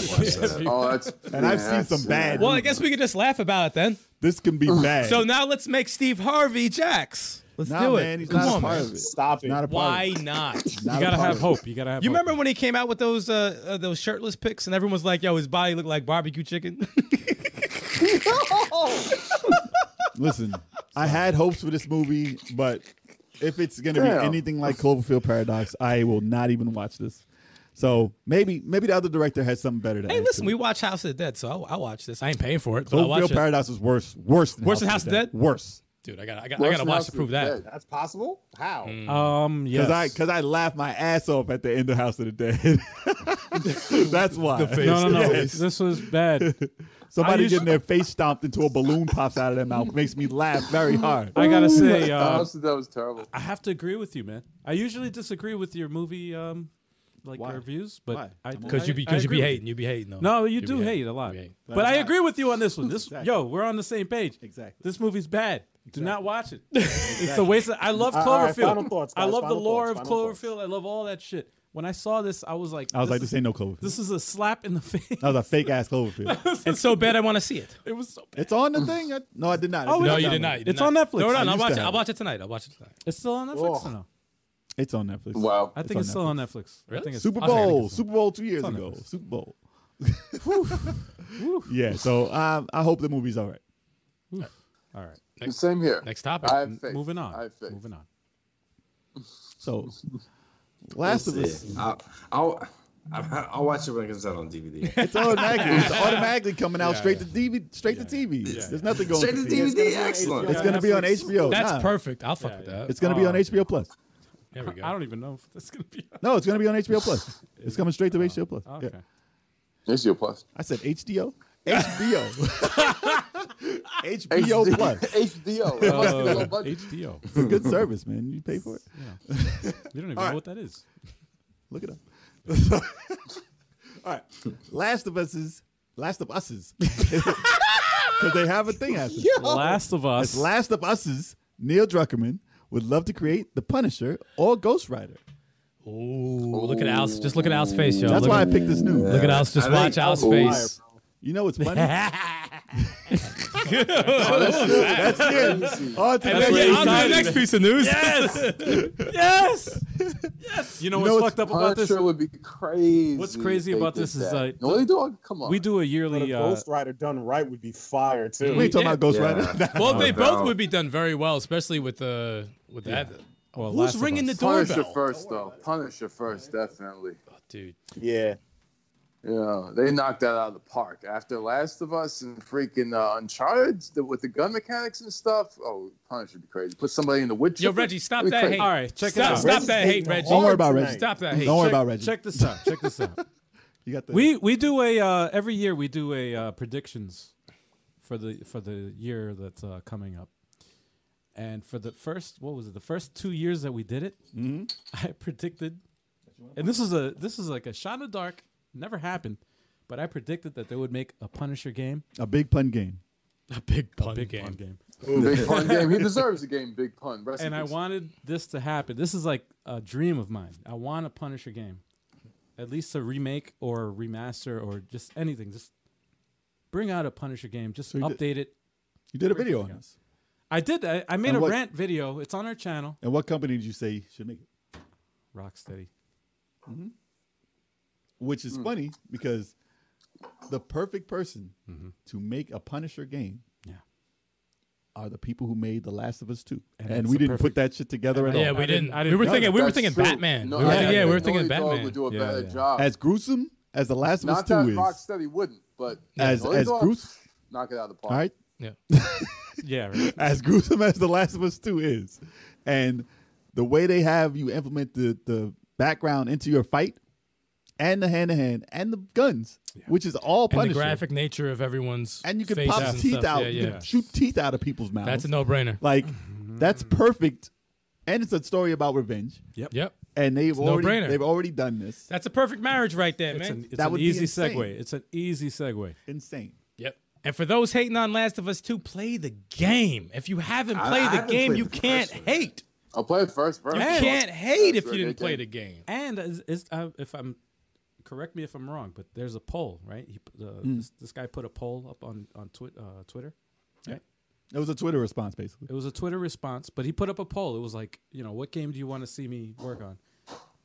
Speaker 1: Oh, that's. yeah,
Speaker 3: I've seen
Speaker 1: that's-
Speaker 3: some bad.
Speaker 5: Well, I guess we could just laugh about it then.
Speaker 3: this can be bad.
Speaker 5: So now let's make Steve Harvey Jax. Let's
Speaker 3: Nah,
Speaker 5: do it.
Speaker 3: man, he's
Speaker 5: Come
Speaker 3: not
Speaker 5: on,
Speaker 3: a part
Speaker 5: man.
Speaker 3: of it.
Speaker 6: Stop it.
Speaker 3: Not a part
Speaker 5: Why
Speaker 3: Of it.
Speaker 5: not?
Speaker 3: Not
Speaker 2: you
Speaker 3: a
Speaker 2: gotta
Speaker 3: part
Speaker 2: have
Speaker 3: of it.
Speaker 2: hope. You gotta have.
Speaker 5: You
Speaker 2: hope.
Speaker 5: remember when he came out with those uh, uh those shirtless pics and everyone was like, "Yo, his body looked like barbecue chicken."
Speaker 3: Listen, I had hopes for this movie, but if it's gonna
Speaker 1: Damn.
Speaker 3: be anything like Cloverfield Paradox, I will not even watch this. So maybe maybe the other director has something better to
Speaker 5: hey,
Speaker 3: add
Speaker 5: listen,
Speaker 3: to
Speaker 5: we
Speaker 3: it.
Speaker 5: watch House of the Dead, so I, I watch this. I ain't paying for it, but I watch
Speaker 3: Cloverfield
Speaker 5: it.
Speaker 3: Paradox is worse, worse than
Speaker 5: Worse than
Speaker 3: House of the Dead. Worse.
Speaker 5: Dude, I got I got I got to
Speaker 1: Russian
Speaker 5: watch
Speaker 1: House
Speaker 5: to
Speaker 1: is
Speaker 5: prove that.
Speaker 1: dead.
Speaker 6: That's possible? How?
Speaker 5: Mm,
Speaker 2: Um. Yes.
Speaker 3: Because Mm. I because I laughed my ass off at the end of House of the Dead. That's why.
Speaker 2: no, no, no.
Speaker 3: Yes.
Speaker 2: This was bad. I
Speaker 3: Somebody
Speaker 2: used-
Speaker 3: getting their face stomped into a balloon pops out of their mouth makes me laugh very hard.
Speaker 2: I gotta say, uh,
Speaker 1: Honestly, that was terrible.
Speaker 2: I have to agree with you, man. I usually disagree with your movie, um, like
Speaker 3: Why?
Speaker 2: reviews, but
Speaker 3: Why?
Speaker 2: I
Speaker 5: Because you
Speaker 2: I-
Speaker 5: be
Speaker 2: I
Speaker 5: because you
Speaker 2: agree
Speaker 5: be
Speaker 2: with
Speaker 5: hating, you be hating though.
Speaker 2: No, you
Speaker 5: be
Speaker 2: do
Speaker 5: hating.
Speaker 2: hate a lot,
Speaker 5: You be hating.
Speaker 2: but I agree with you on this one. This yo, we're on the same page.
Speaker 3: Exactly.
Speaker 2: This movie's bad. Do not watch it. It's a waste. Of, I love
Speaker 6: All right,
Speaker 2: Cloverfield.
Speaker 6: final thoughts,
Speaker 2: I
Speaker 6: guys,
Speaker 2: love the
Speaker 6: final
Speaker 2: lore
Speaker 6: thoughts,
Speaker 2: of
Speaker 6: final thoughts.
Speaker 2: Cloverfield. I love all that shit. When I saw this, I was like,
Speaker 3: I was
Speaker 2: this
Speaker 3: like,
Speaker 2: is-
Speaker 3: this ain't no Cloverfield.
Speaker 2: This is a slap in the face.
Speaker 3: that was a fake ass Cloverfield.
Speaker 5: It's so bad I want to see it.
Speaker 2: It was so bad.
Speaker 3: it's on the thing. I, no, I did not. I
Speaker 2: Oh,
Speaker 3: did
Speaker 2: no,
Speaker 5: No,
Speaker 3: not
Speaker 5: you
Speaker 3: download
Speaker 5: did not.
Speaker 3: it.
Speaker 5: you did
Speaker 2: It's
Speaker 5: not.
Speaker 2: on Netflix. I
Speaker 5: No, no,
Speaker 3: used
Speaker 5: I'll
Speaker 3: to
Speaker 5: watch
Speaker 3: have
Speaker 5: it. I'll
Speaker 3: it.
Speaker 5: watch it tonight. I'll watch it tonight.
Speaker 2: It's still on Netflix
Speaker 6: Ugh.
Speaker 2: or no?
Speaker 3: It's on Netflix.
Speaker 1: Wow.
Speaker 2: I think
Speaker 3: on
Speaker 2: it's, still on Netflix. I
Speaker 5: Really?
Speaker 2: think it's
Speaker 3: Super
Speaker 2: I'll check it again
Speaker 3: Bowl.
Speaker 2: soon.
Speaker 3: Super Bowl two years
Speaker 2: on
Speaker 3: ago.
Speaker 2: Netflix.
Speaker 3: Super Bowl. yeah. So um, I hope the movie's all right.
Speaker 2: All right.
Speaker 1: Same here.
Speaker 5: Next topic.
Speaker 1: I have faith.
Speaker 2: Moving on.
Speaker 1: I have faith.
Speaker 2: Moving on.
Speaker 3: So Last of Us.
Speaker 4: I'll, I'll I- I'll watch it when it comes out on DVD.
Speaker 3: It's automatically, it's automatically coming out
Speaker 2: Yeah,
Speaker 3: straight to DVD, straight to TV.
Speaker 4: Yeah.
Speaker 3: There's nothing going
Speaker 4: Straight to DVD, excellent.
Speaker 3: It's gonna be on HBO.
Speaker 5: That's
Speaker 3: Nah,
Speaker 5: perfect. I'll fuck
Speaker 2: Yeah,
Speaker 5: with
Speaker 2: yeah.
Speaker 5: that.
Speaker 3: It's gonna
Speaker 2: Ah.
Speaker 3: be on HBO Plus.
Speaker 5: there we go.
Speaker 2: I don't even know if that's gonna be.
Speaker 3: No, it's gonna be on HBO Plus. It's coming straight to HBO Plus.
Speaker 2: Ah, Okay.
Speaker 3: Yeah.
Speaker 1: It's your plus.
Speaker 3: I said HDO, HBO, HBO Plus.
Speaker 1: HDO. It must be
Speaker 2: Uh,
Speaker 1: low budget.
Speaker 2: HDO.
Speaker 3: It's a good service, man. You pay for it.
Speaker 2: You don't even know what that is.
Speaker 3: Look it up. All right. Last of Us is Last of Us's. Because they have a thing after.
Speaker 2: Last of Us.
Speaker 3: As Last of Us's, Neil Druckerman would love to create The Punisher or Ghost Rider.
Speaker 5: Ooh, look at Al's. Just look at Al's face, yo.
Speaker 3: That's
Speaker 5: look
Speaker 3: why I
Speaker 5: At,
Speaker 3: picked this new.
Speaker 5: look at Al's.
Speaker 4: I
Speaker 5: Just
Speaker 4: think
Speaker 5: watch
Speaker 1: Al's
Speaker 5: Al's
Speaker 1: a liar,
Speaker 5: face.
Speaker 3: You know what's funny? Oh, That's it. On to the
Speaker 2: That's what
Speaker 3: next piece.
Speaker 2: he
Speaker 5: on to
Speaker 2: said.
Speaker 5: the next piece of news.
Speaker 2: Yes. yes. Yes. You know what's
Speaker 3: know what's
Speaker 2: fucked up about this?
Speaker 1: Punisher would be crazy.
Speaker 2: What's crazy
Speaker 1: if they
Speaker 2: about
Speaker 1: did
Speaker 2: this is,
Speaker 1: that.
Speaker 2: uh,
Speaker 1: no, they do. Come on,
Speaker 2: We do a
Speaker 6: But a
Speaker 2: yearly. Uh,
Speaker 6: Ghost Rider done right would be fire too.
Speaker 3: We ain't talking about Ghost Rider.
Speaker 4: Yeah.
Speaker 5: Well, they
Speaker 4: No
Speaker 5: both
Speaker 4: doubt.
Speaker 5: would be done very well, especially with the with that.
Speaker 2: uh, well, Last
Speaker 5: Who's
Speaker 2: of
Speaker 5: ringing the
Speaker 2: Us.
Speaker 1: Punisher
Speaker 5: doorbell?
Speaker 1: first, though. Punisher first, definitely.
Speaker 5: Dude,
Speaker 6: Yeah.
Speaker 1: Yeah, they knocked that out of the park after Last of Us and freaking uh, Uncharted the, with the gun mechanics and stuff. Oh, Punisher would be crazy. Put somebody in the wood.
Speaker 5: yo,
Speaker 1: chipper?
Speaker 5: Reggie, stop
Speaker 1: That'd be
Speaker 5: that
Speaker 1: crazy.
Speaker 5: hate.
Speaker 2: All right, check it
Speaker 5: stop,
Speaker 2: out.
Speaker 5: Stop
Speaker 6: Reggie's
Speaker 5: that hate,
Speaker 6: hating
Speaker 5: Reggie.
Speaker 3: Don't worry about Reggie.
Speaker 5: Stop that hate.
Speaker 3: Don't worry
Speaker 5: Check-
Speaker 3: about Reggie.
Speaker 2: Check this out. Check this out.
Speaker 3: You got the
Speaker 2: we we do a uh, every year we do a uh, predictions for the for the year that's uh, coming up. And for the first, what was it? The first two years that we did it, I predicted, and this is a this is like a shot in the dark, never happened, but I predicted that they would make a Punisher game,
Speaker 3: a big pun game.
Speaker 5: A big pun
Speaker 2: big
Speaker 5: game.
Speaker 2: pun game.
Speaker 1: Big pun game. He deserves a game. Big pun. Rest in
Speaker 2: and I
Speaker 1: peace.
Speaker 2: wanted this to happen. This is like a dream of mine. I want a Punisher game, at least a remake or a remaster or just anything. Just bring out a Punisher game. Just
Speaker 3: you did-
Speaker 2: update it.
Speaker 3: You did a video on this.
Speaker 2: I did. I, I made
Speaker 3: And
Speaker 2: a
Speaker 3: what-
Speaker 2: rant video. It's on our channel.
Speaker 3: And what company did you say should make it?
Speaker 2: Rocksteady.
Speaker 3: Which
Speaker 5: Hmm.
Speaker 3: is funny because the perfect person
Speaker 5: Mm-hmm.
Speaker 3: to make a Punisher game
Speaker 2: Yeah.
Speaker 3: are the people who made The Last of Us 2. And,
Speaker 2: that's
Speaker 3: we
Speaker 2: the
Speaker 3: didn't put that shit together at
Speaker 5: Yeah,
Speaker 3: all.
Speaker 5: we
Speaker 2: I didn't-
Speaker 5: didn't.
Speaker 2: I
Speaker 5: we
Speaker 2: didn't
Speaker 5: were
Speaker 2: know
Speaker 5: thinking.
Speaker 2: that.
Speaker 5: We were
Speaker 1: That's
Speaker 5: thinking
Speaker 1: true.
Speaker 5: Batman.
Speaker 1: No,
Speaker 5: we were,
Speaker 1: I-
Speaker 5: yeah, we were
Speaker 1: Naughty
Speaker 5: thinking
Speaker 1: Dog
Speaker 5: Batman.
Speaker 1: Would do a
Speaker 2: Yeah,
Speaker 1: better
Speaker 2: yeah.
Speaker 1: job.
Speaker 3: as gruesome as The Last of Us
Speaker 1: Not
Speaker 3: 2
Speaker 1: that
Speaker 3: is.
Speaker 1: Rocksteady wouldn't, but
Speaker 3: As,
Speaker 1: Naughty
Speaker 3: as
Speaker 1: Dog,
Speaker 3: gruesome.
Speaker 1: knock it out of the park.
Speaker 3: All right.
Speaker 2: Yeah. Right.
Speaker 3: as gruesome as The Last of Us 2 is, and the way they have you implement the, the background into your fight and the hand to hand and the guns, which is all
Speaker 5: And the
Speaker 3: Punisher.
Speaker 5: graphic nature of everyone's
Speaker 3: and you can
Speaker 5: faces
Speaker 3: pop
Speaker 5: and
Speaker 3: teeth
Speaker 5: stuff.
Speaker 3: out,
Speaker 5: Yeah,
Speaker 3: you
Speaker 5: yeah.
Speaker 3: can shoot teeth out of people's mouths.
Speaker 5: That's a no-brainer.
Speaker 3: like
Speaker 2: Mm-hmm.
Speaker 3: that's perfect. And it's a story about revenge.
Speaker 5: Yep.
Speaker 3: And they've
Speaker 5: a
Speaker 3: already
Speaker 5: no-brainer.
Speaker 3: they've already done this.
Speaker 5: That's a perfect marriage right there,
Speaker 2: It's
Speaker 5: man.
Speaker 2: an, it's
Speaker 3: That
Speaker 2: an
Speaker 3: would be
Speaker 2: easy
Speaker 3: insane.
Speaker 2: segue. It's an easy segue.
Speaker 3: Insane.
Speaker 5: Yep. And for those hating on Last of Us 2, play the game. If you haven't
Speaker 4: I-
Speaker 5: played
Speaker 4: I
Speaker 5: the
Speaker 4: haven't
Speaker 5: game,
Speaker 4: played
Speaker 5: you
Speaker 4: the
Speaker 5: can't
Speaker 4: first
Speaker 5: hate.
Speaker 1: I'll play it first. first.
Speaker 5: You
Speaker 2: And-
Speaker 5: can't hate if
Speaker 1: That's
Speaker 5: you didn't
Speaker 1: right,
Speaker 5: play
Speaker 1: they
Speaker 5: the game.
Speaker 2: And is, is, uh, if I'm correct me if I'm wrong, but there's a poll, right? He, put, uh,
Speaker 3: Mm.
Speaker 2: this, this guy put a poll up on on twi- uh, Twitter.
Speaker 3: It was a Twitter response basically.
Speaker 2: It was a Twitter response, but he put up a poll. It was like, you know, what game do you want to see me work on?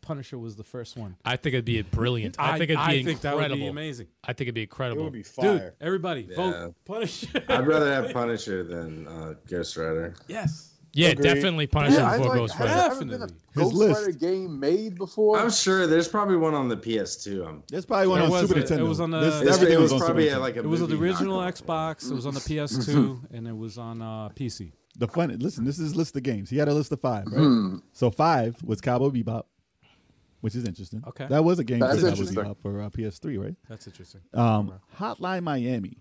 Speaker 2: Punisher was the first one.
Speaker 5: I think it'd be brilliant. I, think it'd be
Speaker 2: that
Speaker 5: incredible.
Speaker 2: would be amazing.
Speaker 5: I think it'd be
Speaker 6: It
Speaker 5: incredible.
Speaker 6: would be
Speaker 2: Dude,
Speaker 6: fire.
Speaker 2: everybody,
Speaker 4: Yeah.
Speaker 2: vote Punisher.
Speaker 4: I'd rather have Punisher than uh, Ghost Rider.
Speaker 2: yes.
Speaker 5: yeah,
Speaker 6: Agreed.
Speaker 5: definitely Punisher
Speaker 1: Yeah, I
Speaker 5: before
Speaker 1: like,
Speaker 5: Ghost
Speaker 1: has
Speaker 5: Rider.
Speaker 1: there ever been a
Speaker 3: His
Speaker 1: Ghost
Speaker 3: list.
Speaker 1: Rider game made before.
Speaker 4: I'm sure there's probably one on the PS2. I'm
Speaker 3: There's probably one
Speaker 2: It
Speaker 3: on
Speaker 2: was
Speaker 3: Super
Speaker 2: a- it
Speaker 3: Nintendo.
Speaker 2: was on a-
Speaker 3: This-
Speaker 2: It
Speaker 4: It's-
Speaker 3: everything
Speaker 4: it was,
Speaker 3: on Super
Speaker 4: probably
Speaker 3: Nintendo.
Speaker 4: at like a
Speaker 2: It was on the
Speaker 4: movie
Speaker 2: original
Speaker 4: knockoff.
Speaker 2: Xbox. It was on the PS2, and it was on uh, PC.
Speaker 3: The fun. Listen, this is list of games. He had a list of five, right?
Speaker 4: Hmm.
Speaker 3: So five was Cowboy Bebop, which is interesting.
Speaker 2: Okay.
Speaker 3: that was a game
Speaker 1: That's
Speaker 3: for Cowboy
Speaker 1: interesting.
Speaker 3: Bebop for uh, PS3, right?
Speaker 2: That's interesting.
Speaker 5: Uh,
Speaker 3: Um, Hotline Miami.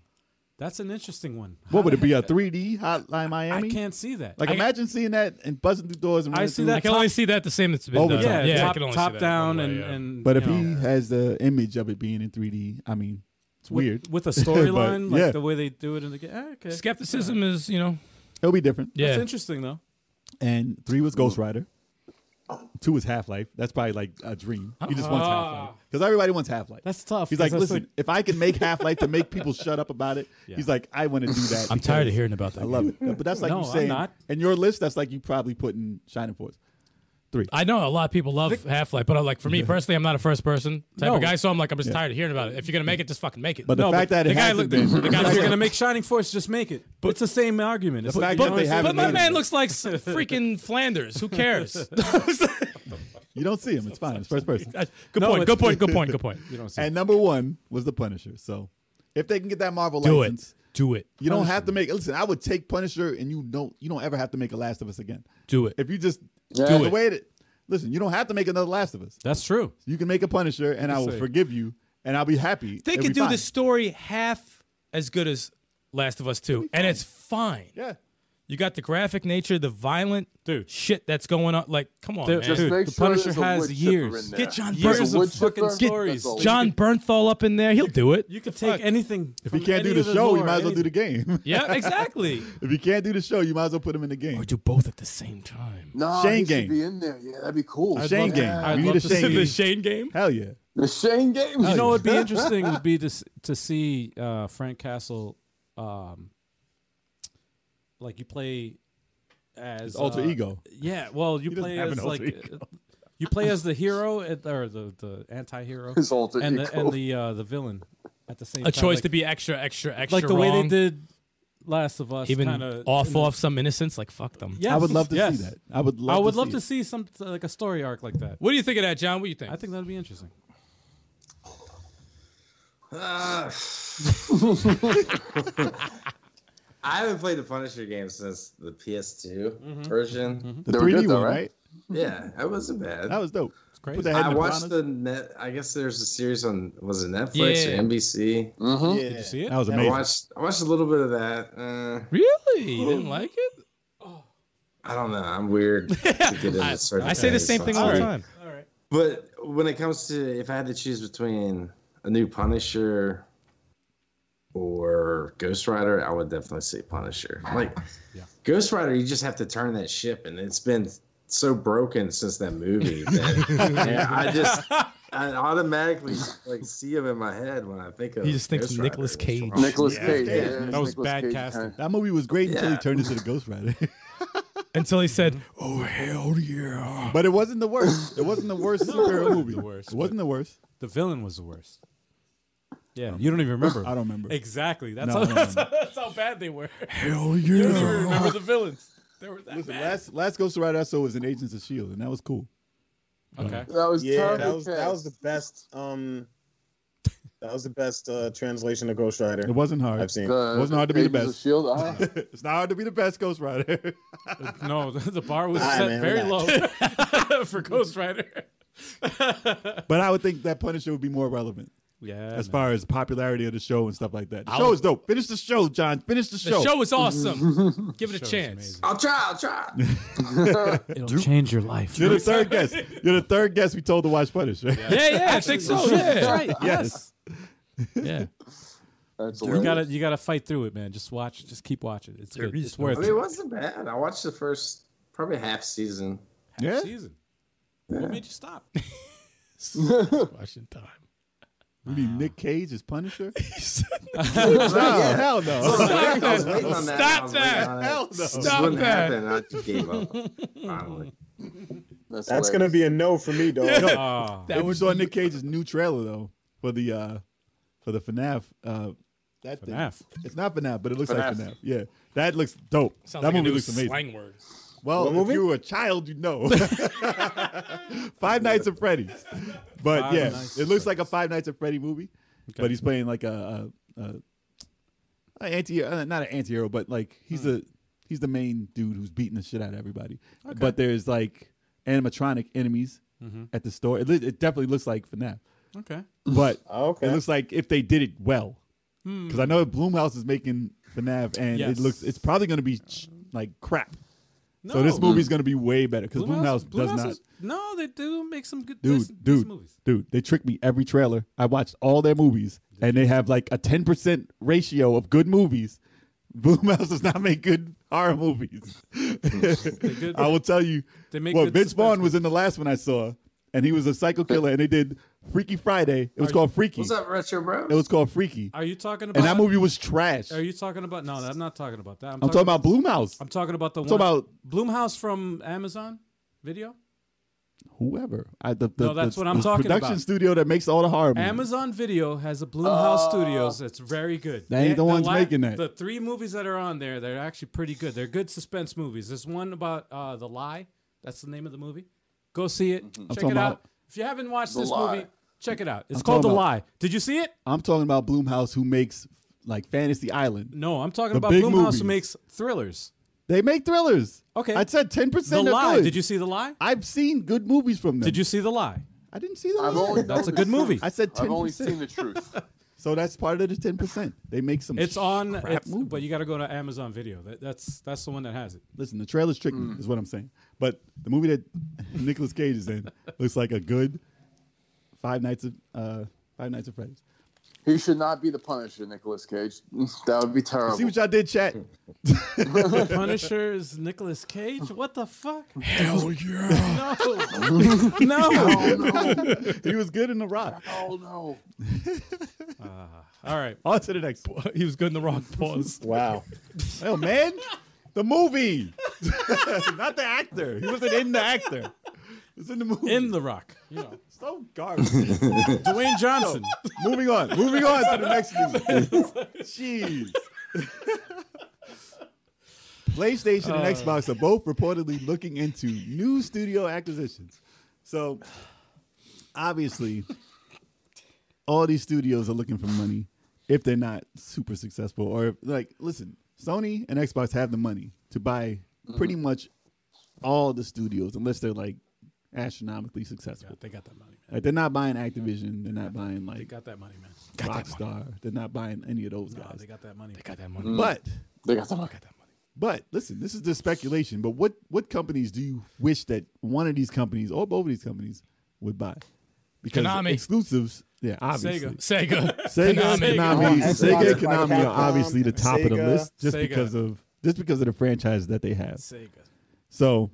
Speaker 2: That's an interesting one.
Speaker 3: What would it be? A 3D Hotline Miami?
Speaker 2: I can't see that.
Speaker 3: Like,
Speaker 5: I-
Speaker 3: imagine seeing that and buzzing through doors. And
Speaker 2: I
Speaker 3: running
Speaker 2: see
Speaker 3: through-
Speaker 2: that
Speaker 5: I can only see that the same that's been
Speaker 3: Over
Speaker 5: done.
Speaker 3: top.
Speaker 2: yeah,
Speaker 5: yeah, I
Speaker 2: top,
Speaker 5: can only
Speaker 2: top
Speaker 5: see that
Speaker 2: down
Speaker 5: one way,
Speaker 2: and,
Speaker 5: yeah.
Speaker 2: and
Speaker 3: But
Speaker 2: you
Speaker 3: if he
Speaker 2: know,
Speaker 3: has the image of it being in 3D, I mean, it's
Speaker 2: with-
Speaker 3: weird.
Speaker 2: with a storyline, like
Speaker 3: yeah.
Speaker 2: the way they do it in the game. eh, Okay, that's
Speaker 5: skepticism is, you know,
Speaker 3: It'll be different.
Speaker 5: yeah.
Speaker 2: interesting though.
Speaker 3: And three was Ghost Rider. Two was Half Life. That's probably like a dream. He just wants Half Life because everybody wants Half Life.
Speaker 2: Uh-uh. That's tough.
Speaker 3: He's like,
Speaker 2: 'cause that's
Speaker 3: listen, if I can make Half Life to make people shut up about it, he's like, I want to do that.
Speaker 5: I'm tired of
Speaker 3: because
Speaker 5: hearing about that.
Speaker 3: I love it. But that's like
Speaker 2: No,
Speaker 3: you
Speaker 2: I'm
Speaker 3: saying,
Speaker 2: not.
Speaker 3: and your list, that's like you probably putting Shining Force.
Speaker 5: I know a lot of people love Half Life, but I'm like for me personally, I'm not a first person type
Speaker 2: No.
Speaker 5: of guy, so I'm like I'm just tired of hearing about it. If you're gonna make it, just fucking make it.
Speaker 3: But the
Speaker 2: No,
Speaker 3: fact that
Speaker 5: the
Speaker 3: it
Speaker 5: guy
Speaker 3: hasn't
Speaker 5: looked-
Speaker 3: been,
Speaker 5: the guy
Speaker 2: If you're
Speaker 5: Yeah.
Speaker 2: gonna make Shining Force, just make it. But, it's the same argument. It's
Speaker 3: The
Speaker 2: like,
Speaker 3: fact
Speaker 2: you
Speaker 3: that
Speaker 2: know,
Speaker 3: they
Speaker 2: it's-
Speaker 3: haven't
Speaker 5: But my
Speaker 3: made
Speaker 5: man
Speaker 3: it.
Speaker 5: looks like s- freaking Flanders. Who cares?
Speaker 3: You don't see him. It's fine. It's first person.
Speaker 5: Uh, Good
Speaker 2: No,
Speaker 5: point.
Speaker 2: it's-
Speaker 5: Good point. Good point. Good point.
Speaker 2: You don't see.
Speaker 3: And number one was the Punisher. So if they can get that Marvel
Speaker 5: Do it.
Speaker 3: license,
Speaker 5: Do it.
Speaker 3: you don't have to make. Listen, I would take Punisher, and you don't. You don't ever have to make a Last of Us again.
Speaker 5: Do it.
Speaker 3: If you just
Speaker 1: Yeah.
Speaker 3: do
Speaker 1: Do
Speaker 3: the
Speaker 1: it.
Speaker 3: way that. Listen, you don't have to make another Last of Us.
Speaker 2: That's true.
Speaker 3: You can make a Punisher, and I will
Speaker 2: say-
Speaker 3: forgive you, and I'll be happy.
Speaker 5: They
Speaker 3: It'll
Speaker 5: could
Speaker 3: be
Speaker 5: do
Speaker 3: fine.
Speaker 5: the story half as good as Last of Us 2, and it's fine.
Speaker 3: Yeah.
Speaker 5: You got the graphic nature, the violent
Speaker 2: Dude.
Speaker 5: shit that's going on. Like, come on,
Speaker 2: Dude,
Speaker 5: man.
Speaker 2: just-
Speaker 1: Make
Speaker 2: The
Speaker 1: sure
Speaker 2: Punisher
Speaker 1: there's a
Speaker 2: has
Speaker 1: wood chipper
Speaker 2: years.
Speaker 1: in there.
Speaker 5: Get John
Speaker 1: There's a
Speaker 5: Burns
Speaker 1: wood
Speaker 2: of fucking
Speaker 1: chipper?
Speaker 2: stories.
Speaker 1: That's all.
Speaker 5: John Bernthal up in there. He'll do it.
Speaker 2: You could take
Speaker 5: Fuck.
Speaker 2: anything.
Speaker 3: If you can't do the show, you might as well do the game.
Speaker 5: Yeah, Oh, exactly.
Speaker 3: if you can't do the show, you might as well put him in the game.
Speaker 5: or do both at the same time.
Speaker 1: Nah, he
Speaker 3: Shane
Speaker 1: should
Speaker 3: game.
Speaker 1: Be in there. Yeah, that'd be cool.
Speaker 3: I'd Shane love to- game.
Speaker 1: Yeah.
Speaker 3: I'd We need love a to Shane see-
Speaker 5: the Shane game.
Speaker 3: Hell yeah.
Speaker 1: The Shane game.
Speaker 2: You know, it'd be interesting would be to s- to see uh, Frank Castle, um, like you play as
Speaker 3: Alter
Speaker 2: uh,
Speaker 3: ego.
Speaker 2: Yeah, well, you
Speaker 3: doesn't
Speaker 2: play
Speaker 3: have
Speaker 2: as
Speaker 3: an alter
Speaker 2: like
Speaker 3: ego.
Speaker 2: uh, you play as the hero at- or the the anti-hero
Speaker 1: His alter
Speaker 2: and
Speaker 1: ego.
Speaker 2: the and the uh, the villain at the same
Speaker 5: A
Speaker 2: time.
Speaker 5: choice
Speaker 2: like,
Speaker 5: to be extra, extra, extra.
Speaker 2: like the way
Speaker 5: wrong,
Speaker 2: they did Last of Us,
Speaker 5: even
Speaker 2: kinda,
Speaker 5: off off some innocence. Like fuck them.
Speaker 2: Yes,
Speaker 3: I would love to
Speaker 2: yes.
Speaker 3: see that. I would love
Speaker 2: I would
Speaker 3: to
Speaker 2: love
Speaker 3: see
Speaker 2: to
Speaker 3: it.
Speaker 2: see some like a story arc like that.
Speaker 5: What do you think of that, John? What do you think?
Speaker 2: I think that'd be interesting.
Speaker 4: Ah. I haven't played the Punisher game since the PS2 version.
Speaker 3: The
Speaker 1: They were
Speaker 3: 3D
Speaker 1: good though,
Speaker 3: one,
Speaker 1: right?
Speaker 3: right?
Speaker 4: Yeah, it wasn't bad.
Speaker 3: That was dope.
Speaker 2: It's crazy.
Speaker 3: that-
Speaker 4: I
Speaker 3: Had
Speaker 4: watched
Speaker 3: Piranhas?
Speaker 4: the net. I guess there's a series on was it Netflix
Speaker 5: Yeah.
Speaker 4: or NBC.
Speaker 1: Mhm.
Speaker 6: Yeah.
Speaker 2: Did you see it?
Speaker 3: That was
Speaker 4: I
Speaker 3: amazing.
Speaker 4: watched. I watched a little bit of that. Uh,
Speaker 5: really, you didn't like it?
Speaker 4: I don't know. I'm weird. To get into
Speaker 5: I,
Speaker 4: certain
Speaker 5: I say the
Speaker 4: things,
Speaker 5: same
Speaker 4: so
Speaker 5: thing
Speaker 4: I'm
Speaker 5: all the
Speaker 4: weird.
Speaker 5: time.
Speaker 4: But when it comes to if I had to choose between a new Punisher or Ghost Rider, I would definitely say Punisher. Like Ghost Rider, you just have to turn that ship, and it's been so broken since that movie that yeah, I just I automatically like see him in my head when I think of.
Speaker 5: He just thinks
Speaker 4: Ghost Rider.
Speaker 5: Nicolas
Speaker 4: It's
Speaker 5: Cage.
Speaker 4: wrong.
Speaker 1: Nicholas
Speaker 3: Yeah.
Speaker 1: Cage.
Speaker 3: Yeah.
Speaker 1: Yeah,
Speaker 2: That was
Speaker 1: Nicolas
Speaker 2: bad
Speaker 1: Cage.
Speaker 2: casting.
Speaker 3: That movie was great until he
Speaker 4: Yeah.
Speaker 3: turned into the Ghost Rider.
Speaker 5: Until he said,
Speaker 2: Mm-hmm.
Speaker 5: "Oh hell yeah!"
Speaker 3: but it wasn't the worst. It wasn't the worst superhero movie.
Speaker 2: the worst,
Speaker 3: it wasn't the worst.
Speaker 2: The villain was the worst. Yeah, you don't even remember.
Speaker 3: I don't remember.
Speaker 2: Exactly. That's,
Speaker 3: No,
Speaker 2: how,
Speaker 3: I don't
Speaker 2: that's, how, that's how bad they were.
Speaker 3: Hell
Speaker 2: You don't even remember the villains. They were that
Speaker 3: Listen,
Speaker 2: bad.
Speaker 3: last last Ghost Rider I saw was in Agents of Shield, and that was cool.
Speaker 2: Okay.
Speaker 1: That was
Speaker 6: Yeah,
Speaker 1: terrible.
Speaker 6: that was that
Speaker 1: cast.
Speaker 6: was the best. Um, that was the best uh, translation of Ghost Rider
Speaker 3: It wasn't hard.
Speaker 6: I've seen.
Speaker 1: The-
Speaker 3: Wasn't hard to be the
Speaker 1: Agents of
Speaker 3: best.
Speaker 1: Shield. uh-huh.
Speaker 3: it's not hard to be the best Ghost Rider.
Speaker 2: No, the, the bar was
Speaker 6: All right,
Speaker 2: set
Speaker 6: man,
Speaker 2: very
Speaker 6: relax.
Speaker 2: low for Ghost Rider.
Speaker 3: but I would think that Punisher would be more relevant
Speaker 2: Yeah.
Speaker 3: as far as popularity of the show and stuff like that. The
Speaker 5: I'll-
Speaker 3: show is dope. Finish the show, John. Finish the
Speaker 5: The
Speaker 3: show.
Speaker 5: show, is awesome. Give it a chance.
Speaker 4: I'll try. I'll try.
Speaker 2: It'll change your life.
Speaker 3: You're the third guest. You're the third guest we told to watch Punisher.
Speaker 5: Yeah, yeah, I think
Speaker 2: Oh,
Speaker 5: so. Yeah,
Speaker 3: Yes.
Speaker 5: yeah.
Speaker 1: That's
Speaker 2: You
Speaker 1: hilarious.
Speaker 2: gotta you gotta fight through it, man. Just watch, just keep watching. It's good. It's worth
Speaker 4: I mean, it
Speaker 2: it.
Speaker 4: wasn't bad. I watched the first probably half season.
Speaker 2: Half
Speaker 3: Yeah.
Speaker 2: Season. What made you stop?
Speaker 5: Question time.
Speaker 3: We need Nick Cage as Punisher.
Speaker 4: Yeah.
Speaker 3: no, hell no.
Speaker 4: I was waiting on
Speaker 5: Stop
Speaker 4: that. I was waiting on it.
Speaker 3: Hell no.
Speaker 5: that.
Speaker 4: It just
Speaker 5: Stop
Speaker 4: Oh, wouldn't
Speaker 5: that.
Speaker 4: happen. I just gave up. Finally.
Speaker 1: That's,
Speaker 6: That's
Speaker 1: hilarious.
Speaker 6: gonna be a no for me, dog.
Speaker 5: Yeah.
Speaker 2: Oh,
Speaker 3: If
Speaker 5: That
Speaker 3: you
Speaker 5: would
Speaker 3: saw Nick Cage's new trailer though for the uh for the FNAF uh that thing.
Speaker 2: FNAF.
Speaker 3: It's not FNAF, but it looks
Speaker 1: FNAF.
Speaker 3: like FNAF. Yeah. That looks dope.
Speaker 5: sounds
Speaker 3: that
Speaker 5: like a
Speaker 3: movie
Speaker 5: new
Speaker 3: looks amazing.
Speaker 5: slang word.
Speaker 3: Well,
Speaker 6: What
Speaker 3: if
Speaker 6: movie?
Speaker 3: you were a child, you know. Five Nights at Freddy's. But
Speaker 2: Five
Speaker 3: yeah,
Speaker 2: Nights
Speaker 3: it
Speaker 2: at
Speaker 3: looks like a Five Nights at Freddy movie. But he's playing like a, a, a, a anti, uh, not an anti-hero, but like he's the he's the main dude who's beating the shit out of everybody. But there's like animatronic enemies
Speaker 2: Mm-hmm.
Speaker 3: at the store. It, li- it definitely looks like FNAF,
Speaker 2: okay.
Speaker 3: but
Speaker 6: Ah, Okay.
Speaker 3: it looks like if they did it well, because I know Bloomhouse is making FNAF,
Speaker 2: Hmm.
Speaker 3: and
Speaker 2: Yes.
Speaker 3: it looks it's probably going to be ch- like crap.
Speaker 2: No,
Speaker 3: So this movie's gonna be way better because Bloomhouse,
Speaker 2: Blumhouse
Speaker 3: does not.
Speaker 2: is- no, they do make some good
Speaker 3: dude,
Speaker 2: decent- decent
Speaker 3: dude,
Speaker 2: movies.
Speaker 3: dude. They trick me every trailer. I watched all their movies, and they have like a ten percent ratio of good movies. Bloomhouse does not make good horror movies.
Speaker 2: good-
Speaker 3: I will tell you.
Speaker 2: They make
Speaker 3: well,
Speaker 2: good
Speaker 3: Vince
Speaker 2: suspense
Speaker 3: Vaughn was in the last one I saw, and he was a psycho killer, and they did Freaky Friday. It was called Freaky.
Speaker 4: What's up, Retro Bro?
Speaker 3: It was called Freaky,
Speaker 2: Are you talking about?
Speaker 3: and that movie was trash.
Speaker 2: Are you talking about? No, I'm not talking about that. I'm,
Speaker 3: I'm talking about Bloomhouse.
Speaker 2: I'm talking about the
Speaker 3: talking
Speaker 2: one.
Speaker 3: about-
Speaker 2: Bloomhouse from Amazon Video.
Speaker 3: Whoever. I, the, the,
Speaker 2: No, that's
Speaker 3: the-
Speaker 2: what I'm
Speaker 3: the
Speaker 2: talking
Speaker 3: Production
Speaker 2: about.
Speaker 3: studio that makes all the horror movies.
Speaker 2: Amazon Video has a Bloomhouse Studios that's very good.
Speaker 3: Oh. They ain't the ones making that.
Speaker 2: The three movies that are on there, they're actually pretty good. They're good suspense movies. There's one about uh, the lie. That's the name of the movie. Go see it. Check
Speaker 3: Mm-hmm. talking
Speaker 2: it out.
Speaker 3: about
Speaker 2: If you haven't watched
Speaker 1: The
Speaker 2: this
Speaker 1: Lie.
Speaker 2: movie, check it out. It's
Speaker 3: I'm
Speaker 2: called The
Speaker 3: talking about-
Speaker 2: Lie. Did you see it?
Speaker 3: I'm talking about Bloomhouse, who makes like Fantasy Island.
Speaker 2: No, I'm talking
Speaker 3: The
Speaker 2: about
Speaker 3: big
Speaker 2: Bloomhouse
Speaker 3: movies.
Speaker 2: who makes thrillers.
Speaker 3: They make thrillers.
Speaker 2: Okay.
Speaker 3: I said ten
Speaker 2: The
Speaker 3: percent.
Speaker 2: Lie. Did you see The Lie?
Speaker 3: I've seen good movies from them.
Speaker 2: Did you see The Lie?
Speaker 3: I didn't see them.
Speaker 1: I've only
Speaker 2: That's a good movie.
Speaker 3: I said ten
Speaker 1: I've only
Speaker 3: percent.
Speaker 1: seen the truth.
Speaker 3: So that's part of the ten percent. They make some.
Speaker 2: It's on,
Speaker 3: Crap
Speaker 2: it's,
Speaker 3: movie.
Speaker 2: but you got to go to Amazon Video. That, that's that's the one that has it.
Speaker 3: Listen, the trailer's tricky,
Speaker 1: Mm.
Speaker 3: is what I'm saying. But the movie that Nicolas Cage is in looks like a good Five Nights of uh, Five Nights of Freddy's.
Speaker 1: He should not be the Punisher, Nicolas Cage. That would be terrible.
Speaker 3: See what y'all did, chat.
Speaker 2: The Punisher is Nicolas Cage. What the fuck?
Speaker 3: Hell yeah!
Speaker 2: No, no.
Speaker 3: he was good in The Rock.
Speaker 1: oh no!
Speaker 2: Uh, All right.
Speaker 3: On to the next one.
Speaker 5: he was good in the wrong pause.
Speaker 6: Wow.
Speaker 3: Oh man, the movie, not the actor. He wasn't in the actor. He was in the movie.
Speaker 2: In the Rock. You know,
Speaker 3: so garbage.
Speaker 2: Dwayne Johnson.
Speaker 3: moving on. Moving on to the next movie. Jeez. PlayStation and Xbox are both reportedly looking into new studio acquisitions. So, obviously, all these studios are looking for money if they're not super successful. Or, like, listen, Sony and Xbox have the money to buy pretty much all the studios, unless they're like astronomically successful.
Speaker 2: They got that money, man.
Speaker 3: Like, they're not buying Activision, they're not buying
Speaker 2: They
Speaker 3: like
Speaker 2: got that money, man.
Speaker 3: Rockstar. They're not buying any of those
Speaker 2: Oh,
Speaker 3: guys.
Speaker 2: they got that money.
Speaker 5: Got that money.
Speaker 3: but
Speaker 1: They got the money.
Speaker 3: but listen, this is just speculation. But what what companies do you wish that one of these companies or both of these companies would buy? Because
Speaker 5: Konami.
Speaker 3: exclusives, yeah, obviously.
Speaker 2: Sega.
Speaker 5: Sega.
Speaker 3: Sega,
Speaker 5: Konami.
Speaker 6: Xbox,
Speaker 3: Konami, Sega,
Speaker 6: Xbox,
Speaker 3: Konami
Speaker 6: Capcom,
Speaker 3: are obviously the top of the
Speaker 6: Sega.
Speaker 3: list just
Speaker 2: Sega.
Speaker 3: because of just because of the franchise that they have.
Speaker 2: Sega.
Speaker 3: So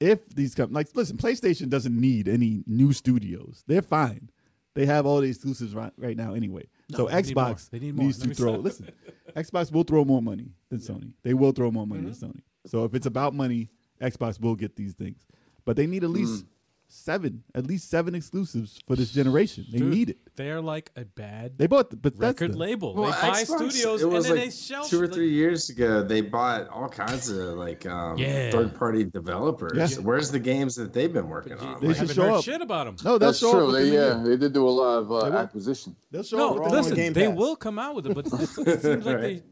Speaker 3: if these companies, like, listen, PlayStation doesn't need any new studios. They're fine. They have all the exclusives right, right now anyway. so
Speaker 2: they need more.
Speaker 3: Xbox
Speaker 2: They need more.
Speaker 3: needs
Speaker 2: Let
Speaker 3: to
Speaker 2: me
Speaker 3: throw.
Speaker 2: stop.
Speaker 3: Listen, Xbox will throw more money than Sony. They will throw more money
Speaker 2: Mm-hmm.
Speaker 3: than Sony. So if it's about money, Xbox will get these things. But they need
Speaker 2: Mm.
Speaker 3: at least seven, at least seven exclusives for this generation. They
Speaker 2: Dude,
Speaker 3: need it.
Speaker 2: They are like a bad
Speaker 3: They bought the Bethesda.
Speaker 2: record label.
Speaker 1: Well,
Speaker 2: they buy
Speaker 1: Xbox,
Speaker 2: studios
Speaker 4: it
Speaker 2: and
Speaker 4: was
Speaker 2: then
Speaker 4: like
Speaker 2: they shelf
Speaker 4: two or
Speaker 2: the-
Speaker 4: three years ago they bought all kinds of like um,
Speaker 5: Yeah.
Speaker 4: third-party developers.
Speaker 3: Yeah.
Speaker 4: Where's the games that they've been working on?
Speaker 2: They
Speaker 3: They
Speaker 4: Like,
Speaker 3: should
Speaker 2: haven't
Speaker 3: show
Speaker 2: heard
Speaker 3: up.
Speaker 2: shit about them.
Speaker 3: No,
Speaker 1: That's
Speaker 3: that's
Speaker 1: true. They, yeah, they did do a lot of
Speaker 3: They
Speaker 1: uh,
Speaker 3: will.
Speaker 1: acquisition.
Speaker 3: That's
Speaker 2: No,
Speaker 6: all on
Speaker 2: listen,
Speaker 6: Game
Speaker 2: they
Speaker 6: Pass.
Speaker 2: will come out with it, but it's, it seems like they.
Speaker 4: Right.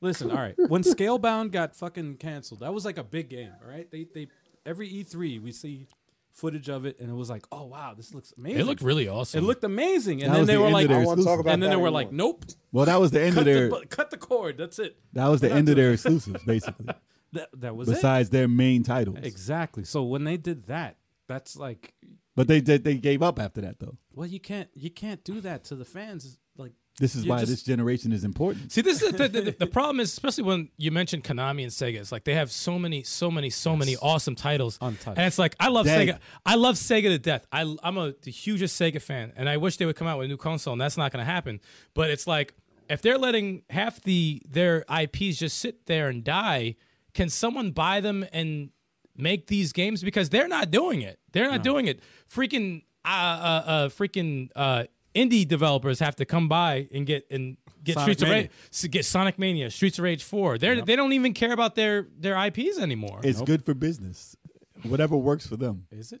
Speaker 2: Listen, all right. When Scalebound got fucking canceled, that was like a big game, all right? They they every E3 we see footage of it, and it was like, oh wow, this looks amazing.
Speaker 5: It looked really awesome.
Speaker 2: It looked amazing, and
Speaker 3: That
Speaker 2: then
Speaker 3: was
Speaker 2: they
Speaker 3: the
Speaker 2: were
Speaker 3: end
Speaker 2: like,
Speaker 3: of their
Speaker 6: I won't talk
Speaker 3: exclusive.
Speaker 6: about
Speaker 2: and then
Speaker 6: that
Speaker 2: they were
Speaker 6: anymore.
Speaker 2: like, nope,
Speaker 3: Well, that was the end
Speaker 2: cut
Speaker 3: of
Speaker 2: the,
Speaker 3: their.
Speaker 2: bu- cut the cord. That's it.
Speaker 3: That was the end of their exclusives, basically.
Speaker 2: That that was it.
Speaker 3: Besides their main titles.
Speaker 2: Exactly. So when they did that, that's like,
Speaker 3: But they they, they gave up after that though.
Speaker 2: well, you can't you can't do that to the fans. Like,
Speaker 3: This is
Speaker 2: You
Speaker 3: why
Speaker 2: just-
Speaker 3: this generation is important.
Speaker 5: See, this is the, the, the, the problem is especially when you mentioned Konami and Sega. It's like they have so many, so many, so many awesome titles,
Speaker 2: Untouched.
Speaker 5: and it's like I love
Speaker 3: Dead.
Speaker 5: Sega. I love Sega to death. I, I'm a the hugest Sega fan, and I wish they would come out with a new console, and that's not going to happen. But it's like if they're letting half the their IPs just sit there and die, can someone buy them and make these games because they're not doing it. They're not doing it. Freaking uh, uh, uh freaking uh indie developers have to come by and get and get
Speaker 2: Sonic
Speaker 5: Streets of
Speaker 2: Mania.
Speaker 5: Rage, s- get Sonic Mania, Streets of Rage Four. They they don't even care about their their IPs anymore.
Speaker 3: It's good for business. Whatever works for them.
Speaker 2: is it? Mm.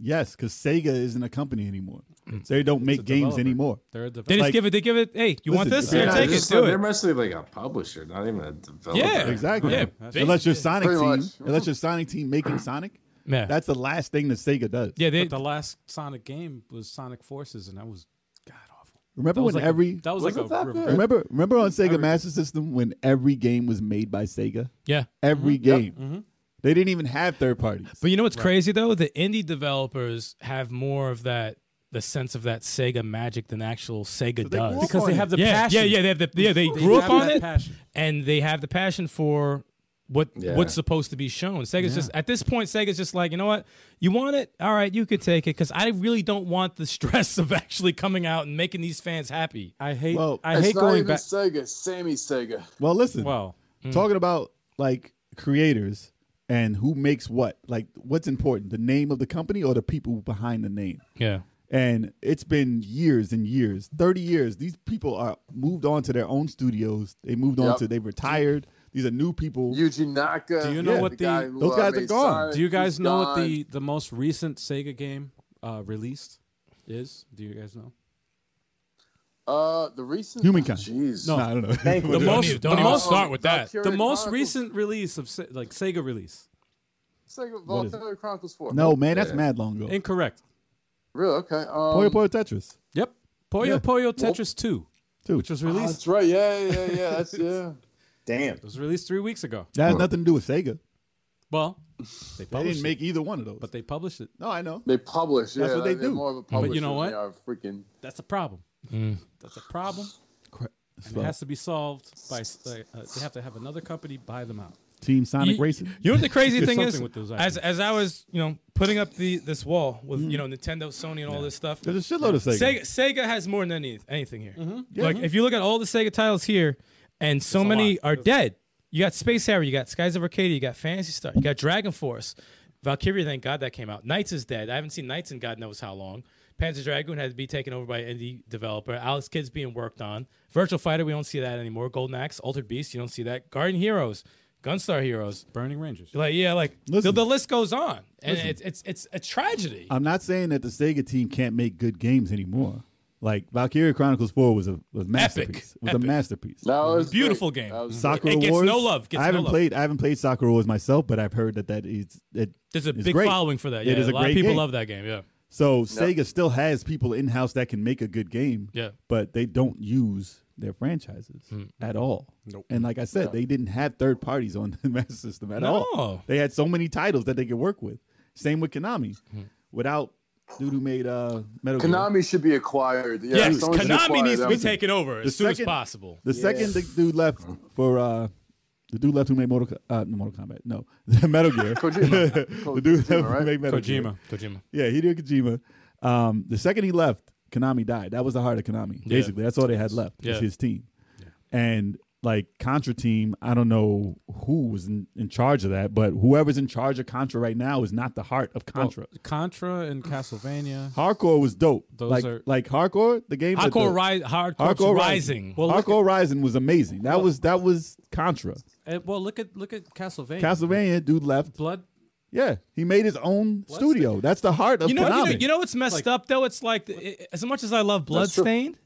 Speaker 3: Yes, because Sega isn't a company anymore. So they don't make games
Speaker 2: developer.
Speaker 3: anymore.
Speaker 2: They're a
Speaker 5: they just
Speaker 2: developer.
Speaker 3: like-
Speaker 5: give it. They give it. Hey, you
Speaker 3: Listen,
Speaker 5: want this?
Speaker 3: if
Speaker 5: Here,
Speaker 3: you're
Speaker 4: yeah,
Speaker 5: take it.
Speaker 4: just
Speaker 5: Do
Speaker 4: like- They're
Speaker 5: it.
Speaker 4: mostly like a publisher, not even a developer.
Speaker 5: Yeah.
Speaker 3: Exactly.
Speaker 5: Yeah.
Speaker 3: Unless your Sonic
Speaker 1: Pretty
Speaker 3: team,
Speaker 1: much.
Speaker 3: unless your Sonic team making Sonic,
Speaker 5: Yeah.
Speaker 3: that's the last thing that Sega does.
Speaker 5: yeah. They,
Speaker 2: But the last Sonic game was Sonic Forces, and that was god awful.
Speaker 3: Remember
Speaker 2: That was
Speaker 3: when
Speaker 2: like a-
Speaker 3: every
Speaker 2: that was like
Speaker 1: Wasn't
Speaker 2: a
Speaker 1: that good?
Speaker 2: reverse.
Speaker 3: remember remember on Sega Master System when every game was made by Sega?
Speaker 5: yeah.
Speaker 3: Every
Speaker 2: Mm-hmm.
Speaker 3: game. They didn't even have third parties.
Speaker 5: But you know what's crazy though? The indie developers have more of that, the sense of that Sega magic than actual Sega
Speaker 3: they
Speaker 5: does.
Speaker 3: grew up
Speaker 2: because they have the
Speaker 5: yeah,
Speaker 2: passion.
Speaker 5: yeah, yeah. They have the, yeah, they
Speaker 2: They
Speaker 5: grew up
Speaker 2: have
Speaker 5: on
Speaker 2: that
Speaker 5: it,
Speaker 2: passion.
Speaker 5: and they have the passion for what
Speaker 4: Yeah.
Speaker 5: what's supposed to be shown. Sega's just at this point, Sega's just like, you know what, you want it, all right, you could take it, because I really don't want the stress of actually coming out and making these fans happy.
Speaker 2: I hate.
Speaker 3: Well,
Speaker 2: I
Speaker 1: It's
Speaker 2: hate
Speaker 1: not
Speaker 2: going
Speaker 1: even
Speaker 2: back.
Speaker 1: Sega. Sammy Sega.
Speaker 3: Well, listen.
Speaker 2: Well, mm.
Speaker 3: talking about like creators and who makes what like what's important the name of the company or the people behind the name
Speaker 5: Yeah,
Speaker 3: and it's been years and years 30 years these people are moved on to their own studios they moved on
Speaker 1: Yep.
Speaker 3: to they retired These are new people.
Speaker 1: Eugene Naka.
Speaker 2: Do you know
Speaker 1: yeah,
Speaker 2: what the-
Speaker 1: guy who,
Speaker 3: those
Speaker 1: uh,
Speaker 3: guys are
Speaker 1: made
Speaker 3: gone.
Speaker 1: Sonic,
Speaker 2: Do you guys
Speaker 1: he's
Speaker 2: know what
Speaker 1: gone.
Speaker 2: the, the most recent Sega game uh, released is? Do you guys know?
Speaker 1: uh the recent
Speaker 3: Humankind.
Speaker 1: Jeez. Um,
Speaker 3: no, I don't know.
Speaker 6: Thank you.
Speaker 3: What is
Speaker 5: Don't
Speaker 3: it?
Speaker 2: most-
Speaker 5: even,
Speaker 2: the
Speaker 5: don't even
Speaker 2: most-
Speaker 5: start with that.
Speaker 2: The most recent release of Se- like Sega release.
Speaker 1: Second
Speaker 3: What is it?
Speaker 1: Valkyrie Chronicles Four.
Speaker 3: no, man, that's
Speaker 1: Yeah.
Speaker 3: mad long ago.
Speaker 2: Incorrect.
Speaker 1: Real okay. Um,
Speaker 3: Puyo Puyo Tetris.
Speaker 2: Yep. Puyo
Speaker 3: Yeah.
Speaker 2: Puyo Tetris 2,
Speaker 3: Too.
Speaker 2: which was
Speaker 1: oh,
Speaker 2: released
Speaker 1: that's right. Yeah, yeah, yeah. yeah. That's yeah.
Speaker 6: Damn.
Speaker 2: It was released three weeks ago.
Speaker 3: That has nothing to do with Sega.
Speaker 2: Well, they
Speaker 3: They
Speaker 2: published
Speaker 3: didn't make
Speaker 2: it,
Speaker 3: either one of those.
Speaker 2: but they published it.
Speaker 3: no, I know.
Speaker 1: They publish. Yeah,
Speaker 3: That's what they
Speaker 1: they're
Speaker 3: do.
Speaker 1: More of a
Speaker 2: But
Speaker 1: publisher.
Speaker 2: you know what?
Speaker 1: than They are freaking.
Speaker 2: That's a problem. That's a problem. And it has to be solved by. s- Uh, uh, they have to have another company buy them out.
Speaker 3: Team Sonic
Speaker 5: You-
Speaker 3: Racing.
Speaker 5: You know what the crazy
Speaker 2: There's
Speaker 5: thing
Speaker 2: something
Speaker 5: is?
Speaker 2: with those
Speaker 5: As
Speaker 2: icons.
Speaker 5: as I was, you know, putting up the this wall with you know Nintendo, Sony, and all this stuff.
Speaker 3: There's a shitload of Sega. Mm-hmm.
Speaker 5: Sega, Sega has more than any, anything here. Like if you look at all the Sega titles here, and so
Speaker 2: Mm-hmm. It's a
Speaker 5: many
Speaker 2: lot.
Speaker 5: are dead. You got Space Harrier, you got Skies of Arcadia, you got Fantasy Star, you got Dragon Force, Valkyria. Thank God that came out. Knights is dead. I haven't seen Knights in God knows how long. Panzer Dragoon had to be taken over by an indie developer. Alex Kidd's being worked on. Virtual Fighter, we don't see that anymore. Golden Axe, Altered Beast, you don't see that. Guardian Heroes, Gunstar Heroes.
Speaker 2: Burning Rangers.
Speaker 5: Like yeah, like the,
Speaker 3: Listen. Uh,
Speaker 5: the list goes on, and it's it's it's a tragedy.
Speaker 3: I'm not saying that the Sega team can't make good games anymore. Like Valkyria Chronicles 4 was a was masterpiece. Was
Speaker 5: Epic.
Speaker 3: a masterpiece.
Speaker 1: That was
Speaker 5: Beautiful
Speaker 1: great.
Speaker 5: game.
Speaker 1: That was
Speaker 3: Soccer
Speaker 5: It gets
Speaker 3: Wars.
Speaker 5: no love, gets
Speaker 3: I haven't
Speaker 5: no love.
Speaker 3: played. I haven't played Soccer Wars myself, but I've heard that that is that
Speaker 5: There's a
Speaker 3: is
Speaker 5: big
Speaker 3: great.
Speaker 5: following for that.
Speaker 3: It
Speaker 5: Yeah,
Speaker 3: is
Speaker 5: a
Speaker 3: a
Speaker 5: lot of
Speaker 3: great
Speaker 5: people
Speaker 3: game.
Speaker 5: love that game. Yeah,
Speaker 3: So Sega still has people in house that can make a good game,
Speaker 5: Yeah. Hmm.
Speaker 3: but they don't use their franchises at all.
Speaker 2: Nope.
Speaker 3: And like I said, they didn't have third parties on the Master System at
Speaker 5: No.
Speaker 3: all. They had so many titles that they could work with. Same with Konami.
Speaker 5: Hmm.
Speaker 3: Without dude who made uh, Metal Gear.
Speaker 1: Konami should be acquired. Yeah,
Speaker 5: yes,
Speaker 1: someone should
Speaker 5: Konami
Speaker 1: acquire
Speaker 5: needs to
Speaker 1: them.
Speaker 5: be taken over as
Speaker 3: The
Speaker 5: soon as
Speaker 3: second-
Speaker 5: possible.
Speaker 3: The second the dude left for uh, the dude left who made Mortal, Co- uh, Mortal Kombat. No, Metal Gear.
Speaker 1: Kojima.
Speaker 3: the dude
Speaker 1: Kojima,
Speaker 3: left who
Speaker 1: right?
Speaker 3: made Metal Gear.
Speaker 2: Kojima.
Speaker 5: Kojima.
Speaker 3: Yeah, Hideo Kojima. Um, the second he left, Konami died. That was the heart of Konami. Basically, that's all they had left
Speaker 5: Yeah.
Speaker 3: was his team. And like Contra team, I don't know who was in, in charge of that, but whoever's in charge of Contra right now is not the heart of Contra.
Speaker 2: Contra and Castlevania.
Speaker 3: Hardcore was dope.
Speaker 2: Those
Speaker 3: like
Speaker 2: are-
Speaker 3: like hardcore, the game. that
Speaker 5: Hardcore,
Speaker 3: the,
Speaker 5: ri- hardcore,
Speaker 3: Hardcore
Speaker 5: Rising.
Speaker 2: Well, look
Speaker 3: hardcore Rising was amazing. That was that was Contra.
Speaker 2: Eh, well, look at look at Castlevania.
Speaker 3: Castlevania dude left.
Speaker 2: Blood.
Speaker 3: Yeah, he made his own studio. That's the heart of
Speaker 5: you know, you
Speaker 3: Konami.
Speaker 5: know, you know what's messed
Speaker 2: Like-
Speaker 5: up though? It's like it, as much as I love
Speaker 1: true.
Speaker 5: Bloodstained,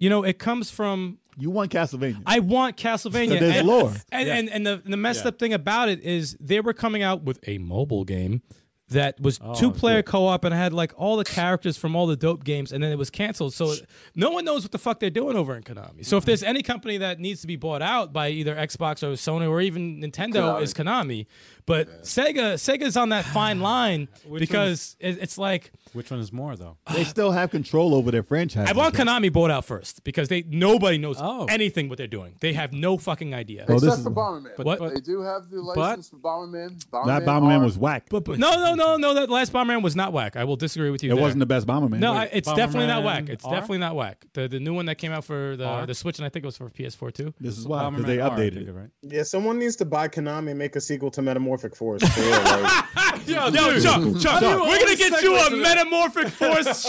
Speaker 5: you know, it comes from
Speaker 3: You want Castlevania.
Speaker 5: I want Castlevania.
Speaker 3: There's
Speaker 5: and,
Speaker 3: lore.
Speaker 5: And, and, and the, the messed up thing about it is they were coming out with a mobile game that was two player co op and had like all the characters from all the dope games, and then it was canceled. So no one knows what the fuck they're doing over in Konami. So if there's any company that needs to be bought out by either Xbox or Sony or even Nintendo, is Konami. But Sega, Sega's on that fine line because it, it's like.
Speaker 2: Which one is more though?
Speaker 3: they still have control over their franchise.
Speaker 5: I want Konami bought out first because they nobody knows
Speaker 2: Oh.
Speaker 5: anything what they're doing. They have no fucking idea.
Speaker 3: Oh, this
Speaker 1: Except
Speaker 3: is-
Speaker 1: for Bomberman.
Speaker 2: But-
Speaker 5: What?
Speaker 2: but-
Speaker 1: they do have the license for Bomberman. Bomberman
Speaker 3: that Bomberman
Speaker 1: are-
Speaker 3: was whack.
Speaker 5: No, no, no, no. That last Bomberman was not whack. I will disagree with you.
Speaker 3: it
Speaker 5: there.
Speaker 3: wasn't the best Bomberman.
Speaker 5: No, I, it's definitely not whack.
Speaker 2: Bomberman
Speaker 5: It's
Speaker 2: R?
Speaker 5: definitely not whack. The the new one that came out for the
Speaker 2: R?
Speaker 5: the Switch and I think it was for PS4 too.
Speaker 3: this is why because
Speaker 2: Bomberman
Speaker 3: they
Speaker 2: R, I
Speaker 3: updated
Speaker 2: think,
Speaker 3: it.
Speaker 2: right?
Speaker 6: Yeah, someone needs to buy Konami and make a sequel to Metamorphic Force. For real, like,
Speaker 5: Yo, Chuck, Chuck, we're gonna get you a Metamorphic Force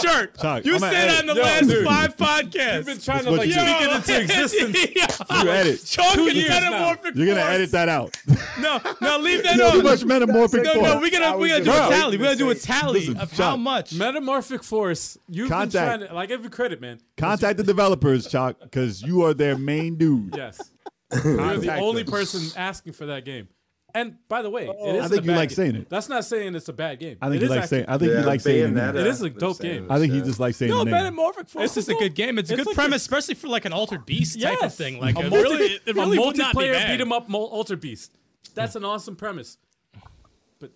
Speaker 5: shirt.
Speaker 3: Chuck,
Speaker 5: you
Speaker 3: I'm at
Speaker 5: said
Speaker 3: it.
Speaker 5: on the
Speaker 3: Yo,
Speaker 5: last
Speaker 3: dude.
Speaker 5: five podcasts. You've been
Speaker 3: That's what you do.
Speaker 5: it into existence.
Speaker 3: You edit.
Speaker 5: Chuck and Metamorphic
Speaker 3: You're gonna
Speaker 5: Force.
Speaker 3: edit that out.
Speaker 5: No, no, leave that
Speaker 3: Too
Speaker 5: on.
Speaker 3: much metamorphic.
Speaker 5: No, no,
Speaker 3: force.
Speaker 5: we
Speaker 6: I
Speaker 5: gotta we
Speaker 6: was
Speaker 5: gotta do
Speaker 6: gonna
Speaker 5: a
Speaker 6: say-
Speaker 5: tally. We gotta do a tally
Speaker 3: Listen,
Speaker 5: of how
Speaker 3: Chuck.
Speaker 5: much.
Speaker 2: Metamorphic Force. You've
Speaker 3: Contact.
Speaker 2: been trying to. Like, give you credit, man.
Speaker 3: Contact the developers, Chuck, because you are their main dude.
Speaker 2: Yes. You're the
Speaker 3: Contact
Speaker 2: only
Speaker 3: them.
Speaker 2: person asking for that game. And by the way, it is
Speaker 3: Oh. I think
Speaker 2: a
Speaker 3: you
Speaker 2: bad
Speaker 3: like
Speaker 2: game.
Speaker 3: saying it.
Speaker 2: That's not saying it's a bad game.
Speaker 3: I think
Speaker 2: It
Speaker 3: you
Speaker 2: is
Speaker 3: like
Speaker 2: actually-
Speaker 3: saying. I think you
Speaker 4: Yeah,
Speaker 3: like saying. the
Speaker 4: Bayonetta.
Speaker 3: name.
Speaker 2: It is a
Speaker 4: We're
Speaker 2: dope
Speaker 4: saying
Speaker 2: game.
Speaker 4: it.
Speaker 3: I think he
Speaker 4: Yeah.
Speaker 3: just likes saying.
Speaker 5: No,
Speaker 3: the name.
Speaker 5: Oh, Metamorphic Force.
Speaker 2: It's
Speaker 5: is
Speaker 2: just
Speaker 5: a
Speaker 2: a
Speaker 5: good game. It's a
Speaker 2: it's
Speaker 5: good
Speaker 2: like
Speaker 5: premise,
Speaker 2: a-
Speaker 5: especially for like an altered beast type of
Speaker 2: Yes.
Speaker 5: thing. Like
Speaker 2: a,
Speaker 5: it
Speaker 2: multi-
Speaker 5: really, it really
Speaker 2: a
Speaker 5: would not be
Speaker 2: multiplayer
Speaker 5: bad.
Speaker 2: beat 'em up mul- Alter Beast. That's an awesome premise. But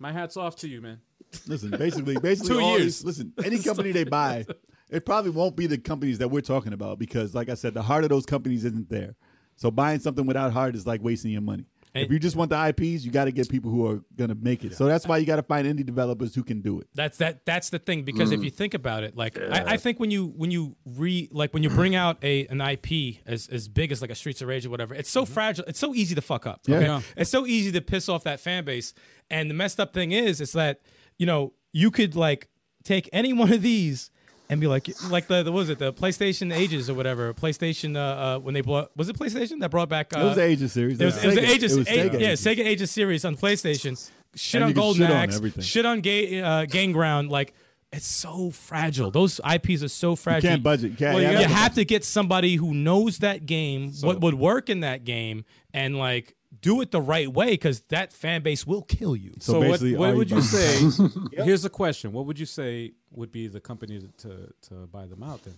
Speaker 2: my hat's off to you, man.
Speaker 3: Listen, basically, basically,
Speaker 2: Two
Speaker 3: all
Speaker 2: years.
Speaker 3: these- listen, any company they buy, it probably won't be the companies that we're talking about because, like I said, the heart of those companies isn't there. So buying something without heart is like wasting your money. if
Speaker 5: And-
Speaker 3: you just want the IPs, you got to get people who are going to make it. So that's why you got to find indie developers who can do it.
Speaker 5: That's that. That's the thing because
Speaker 3: Mm.
Speaker 5: if you think about it, like I, I think when you when you re like when you bring out a an IP as as big as like a Streets of Rage or whatever, it's so fragile. It's so easy to fuck up. Okay?
Speaker 2: Mm-hmm. Yeah.
Speaker 5: It's so easy to piss off that fan base. And the messed up thing is, is that you know you could like take any one of these and be like, like the, the what was it the PlayStation Ages or whatever PlayStation uh, uh when they brought was it PlayStation that brought back uh,
Speaker 3: it was the Ages series.
Speaker 5: it was, it was the Ages
Speaker 3: It was
Speaker 5: A-
Speaker 3: Sega
Speaker 5: yeah
Speaker 3: Ages.
Speaker 5: Sega Ages series on PlayStation shit
Speaker 3: And
Speaker 5: on
Speaker 3: you could
Speaker 5: Golden
Speaker 3: shit on
Speaker 5: Axe
Speaker 3: everything.
Speaker 5: shit on Ga- uh, Gang Ground like it's so fragile those IPs are so
Speaker 3: You
Speaker 5: fragile
Speaker 3: can't budget. You can't.
Speaker 5: well,
Speaker 3: you
Speaker 5: you
Speaker 3: have to-
Speaker 5: have to get somebody who knows that game, what would work in that game, and like do it the right way because that fan base will kill you.
Speaker 2: So, what,
Speaker 3: basically,
Speaker 2: what
Speaker 3: all
Speaker 2: would
Speaker 3: you
Speaker 2: you
Speaker 3: buy-
Speaker 2: say? Here's the question: What would you say would be the company to to, to buy them out? Then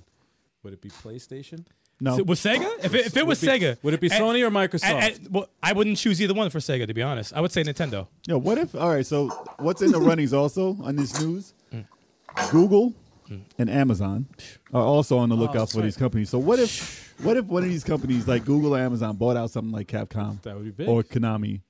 Speaker 2: would it be PlayStation?
Speaker 3: No.
Speaker 5: So was Sega? If it, if it was
Speaker 2: Would it be-
Speaker 5: Sega,
Speaker 2: would it be
Speaker 5: at-
Speaker 2: Sony or Microsoft?
Speaker 5: at- at- well, I wouldn't choose either one for Sega to be honest. I would say Nintendo.
Speaker 3: Yeah, what if? All right, so what's in the runnings also on this news? Google and Amazon are also on the
Speaker 2: Oh,
Speaker 3: lookout for these companies. So what if? What if one of these companies like Google or Amazon bought out something like Capcom
Speaker 2: That would be big.
Speaker 3: or Konami,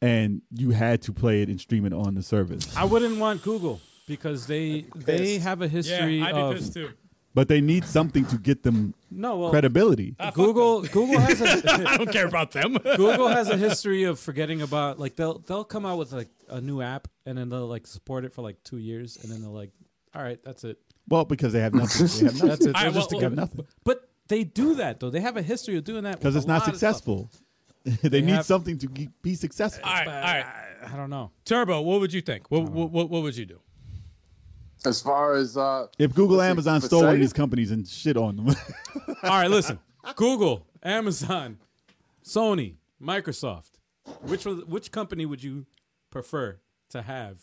Speaker 3: and you had to play it and stream it on the service?
Speaker 2: I wouldn't want Google because they they have a history of
Speaker 5: too.
Speaker 3: But they need something to get them
Speaker 2: no well, Ah,
Speaker 3: credibility.
Speaker 2: Google Google has a
Speaker 5: I don't care about them.
Speaker 2: Google has a history of forgetting about like they'll they'll come out with like a new app and then they'll like support it for like two years and then they're like, all right, that's it.
Speaker 3: Well, because they have nothing. They have
Speaker 2: That's
Speaker 3: nothing.
Speaker 2: it. They're just
Speaker 5: right, well,
Speaker 2: to
Speaker 3: well,
Speaker 2: give
Speaker 3: nothing.
Speaker 2: But they do that though. They have a history of doing that
Speaker 3: Because
Speaker 2: with
Speaker 3: it's
Speaker 2: a
Speaker 3: not
Speaker 2: lot of stuff.
Speaker 3: successful. they, need
Speaker 2: have-
Speaker 3: something to ge- be successful.
Speaker 5: all right, all
Speaker 2: But
Speaker 5: right.
Speaker 2: I, I don't know.
Speaker 5: Turbo, what would you think? What what, what, what would you do?
Speaker 1: As far as uh,
Speaker 3: If Google,
Speaker 1: Let's see,
Speaker 3: Amazon
Speaker 1: for
Speaker 3: stole one of
Speaker 1: Sega?
Speaker 3: these companies and shit on them,
Speaker 2: All right, listen. Google, Amazon, Sony, Microsoft. Which was, which company would you prefer to have?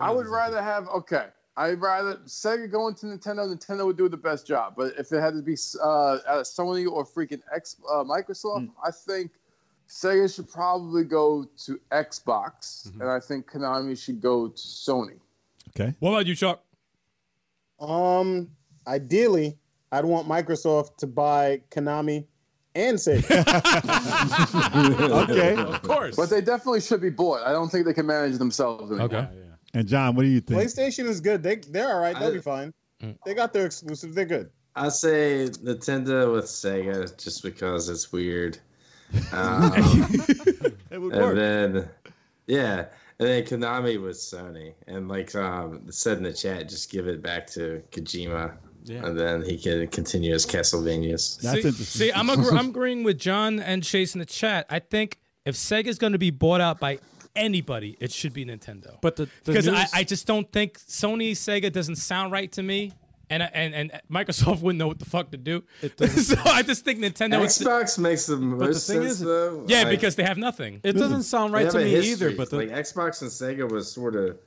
Speaker 1: I would rather have okay. I'd rather Sega go into Nintendo. Nintendo would do the best job. But if it had to be uh, at Sony or freaking X, uh, Microsoft,
Speaker 3: Hmm.
Speaker 1: I think Sega should probably go to Xbox,
Speaker 3: Mm-hmm.
Speaker 1: and I think Konami should go to Sony.
Speaker 3: okay.
Speaker 5: What about you, Chuck?
Speaker 6: Um, ideally, I'd want Microsoft to buy Konami and Sega.
Speaker 3: okay.
Speaker 5: Of course.
Speaker 1: But they definitely should be bought. I don't think they can manage themselves. Anymore.
Speaker 5: okay.
Speaker 2: Yeah, yeah.
Speaker 3: And John, what do you think?
Speaker 6: PlayStation is good. They they're all right. They'll
Speaker 4: I-
Speaker 6: be fine.
Speaker 3: Mm.
Speaker 6: They got their exclusives. They're good.
Speaker 4: I say Nintendo with Sega just because it's weird. Um,
Speaker 3: It would
Speaker 4: and then, yeah, and then Konami with Sony, and like um, said in the chat, just give it back to Kojima,
Speaker 2: Yeah.
Speaker 4: and then he can continue his Castlevanias.
Speaker 3: That's
Speaker 5: see,
Speaker 3: interesting.
Speaker 5: see, I'm agr- I'm agreeing with John and Chase in the chat. I think if Sega's going to be bought out by anybody, it should be Nintendo.
Speaker 2: But the, the
Speaker 5: because I,
Speaker 2: news-
Speaker 5: I just don't think Sony Sega doesn't sound right to me, and I- and and Microsoft wouldn't know what the fuck to do. so I just think Nintendo. Would,
Speaker 4: Xbox makes the most
Speaker 2: thing
Speaker 4: sense
Speaker 2: is-
Speaker 4: though.
Speaker 5: yeah,
Speaker 4: Like,
Speaker 5: because they have nothing.
Speaker 2: it doesn't sound
Speaker 4: they
Speaker 2: right
Speaker 4: have
Speaker 2: to
Speaker 4: a
Speaker 2: me
Speaker 4: history.
Speaker 2: either. But the,
Speaker 4: like Xbox and Sega was sort of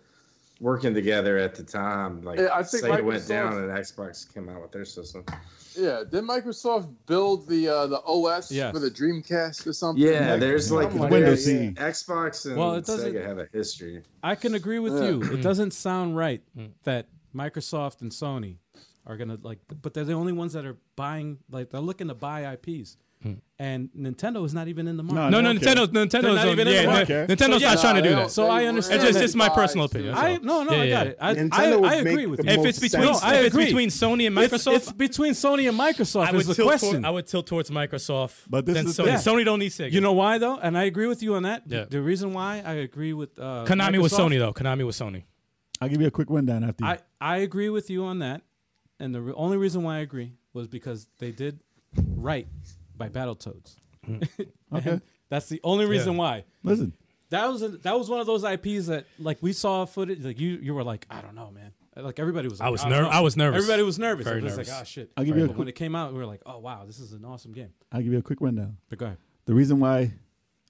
Speaker 4: working together at the time. Like
Speaker 1: Yeah, I think
Speaker 4: Sega went
Speaker 1: Microsoft-
Speaker 4: down and Xbox came out with their system.
Speaker 1: Yeah. Did Microsoft build the uh, the OS
Speaker 2: Yes.
Speaker 1: for the Dreamcast or something?
Speaker 4: Yeah, there's like
Speaker 1: Something like
Speaker 3: Windows
Speaker 1: that, yeah.
Speaker 3: CE.
Speaker 4: Xbox and
Speaker 2: Well, it doesn't-
Speaker 4: Sega have a history.
Speaker 2: I can agree with
Speaker 1: Yeah.
Speaker 2: you. It doesn't sound right that Microsoft and Sony are gonna like, but they're the only ones that are buying. Like they're looking to buy IPs, and Nintendo is not even in the market.
Speaker 5: No,
Speaker 3: I
Speaker 5: no,
Speaker 3: don't care.
Speaker 5: Nintendo, Nintendo's
Speaker 2: not
Speaker 5: on-
Speaker 2: even in
Speaker 5: yeah,
Speaker 2: the
Speaker 5: no,
Speaker 3: market.
Speaker 5: Nintendo's not
Speaker 1: Nah,
Speaker 5: trying to
Speaker 1: they
Speaker 5: do
Speaker 1: don't-
Speaker 5: that.
Speaker 2: So I
Speaker 1: they
Speaker 2: understand
Speaker 5: It's just-
Speaker 1: really
Speaker 5: it's my
Speaker 1: buy
Speaker 5: personal
Speaker 1: to-
Speaker 5: opinion.
Speaker 2: I no no
Speaker 5: Yeah,
Speaker 2: I
Speaker 5: yeah.
Speaker 2: got it. I, I,
Speaker 6: Nintendo would
Speaker 2: I agree
Speaker 6: make
Speaker 2: with
Speaker 6: the
Speaker 2: you.
Speaker 5: If
Speaker 6: most
Speaker 5: it's between
Speaker 2: sense. No, I
Speaker 5: if it's
Speaker 2: agree.
Speaker 5: between Sony and
Speaker 2: It's,
Speaker 5: Microsoft,
Speaker 2: it's between Sony and Microsoft
Speaker 5: I
Speaker 2: is
Speaker 5: would
Speaker 2: the
Speaker 5: tilt
Speaker 2: question.
Speaker 5: Toward, I would tilt towards Microsoft.
Speaker 3: But this
Speaker 5: than
Speaker 3: is the
Speaker 5: Sony.
Speaker 3: thing.
Speaker 5: Sony don't need Sega.
Speaker 2: you know why though, and I agree with you on that.
Speaker 5: Yeah.
Speaker 2: The reason why I agree with uh,
Speaker 5: Konami was
Speaker 2: Microsoft,
Speaker 5: Sony though. Konami was Sony.
Speaker 3: I'll give you a quick rundown after you.
Speaker 2: I, I agree with you on that. And the re- only reason why I agree was because they did right by Battletoads.
Speaker 3: Hmm. okay.
Speaker 2: That's the only reason why.
Speaker 3: Listen,
Speaker 2: That was a, that was one of those IPs that like we saw footage like you you were like I don't know man like everybody was like,
Speaker 5: was
Speaker 2: don't
Speaker 5: ner-
Speaker 2: know."
Speaker 5: I was nervous.
Speaker 2: everybody was nervous
Speaker 5: Very
Speaker 2: It was
Speaker 5: nervous.
Speaker 2: like oh shit
Speaker 3: I'll give you a
Speaker 2: But when
Speaker 3: quick-
Speaker 2: it came out we were like oh wow this is an awesome game
Speaker 3: I'll give you a quick rundown.
Speaker 2: but go ahead
Speaker 3: The reason why,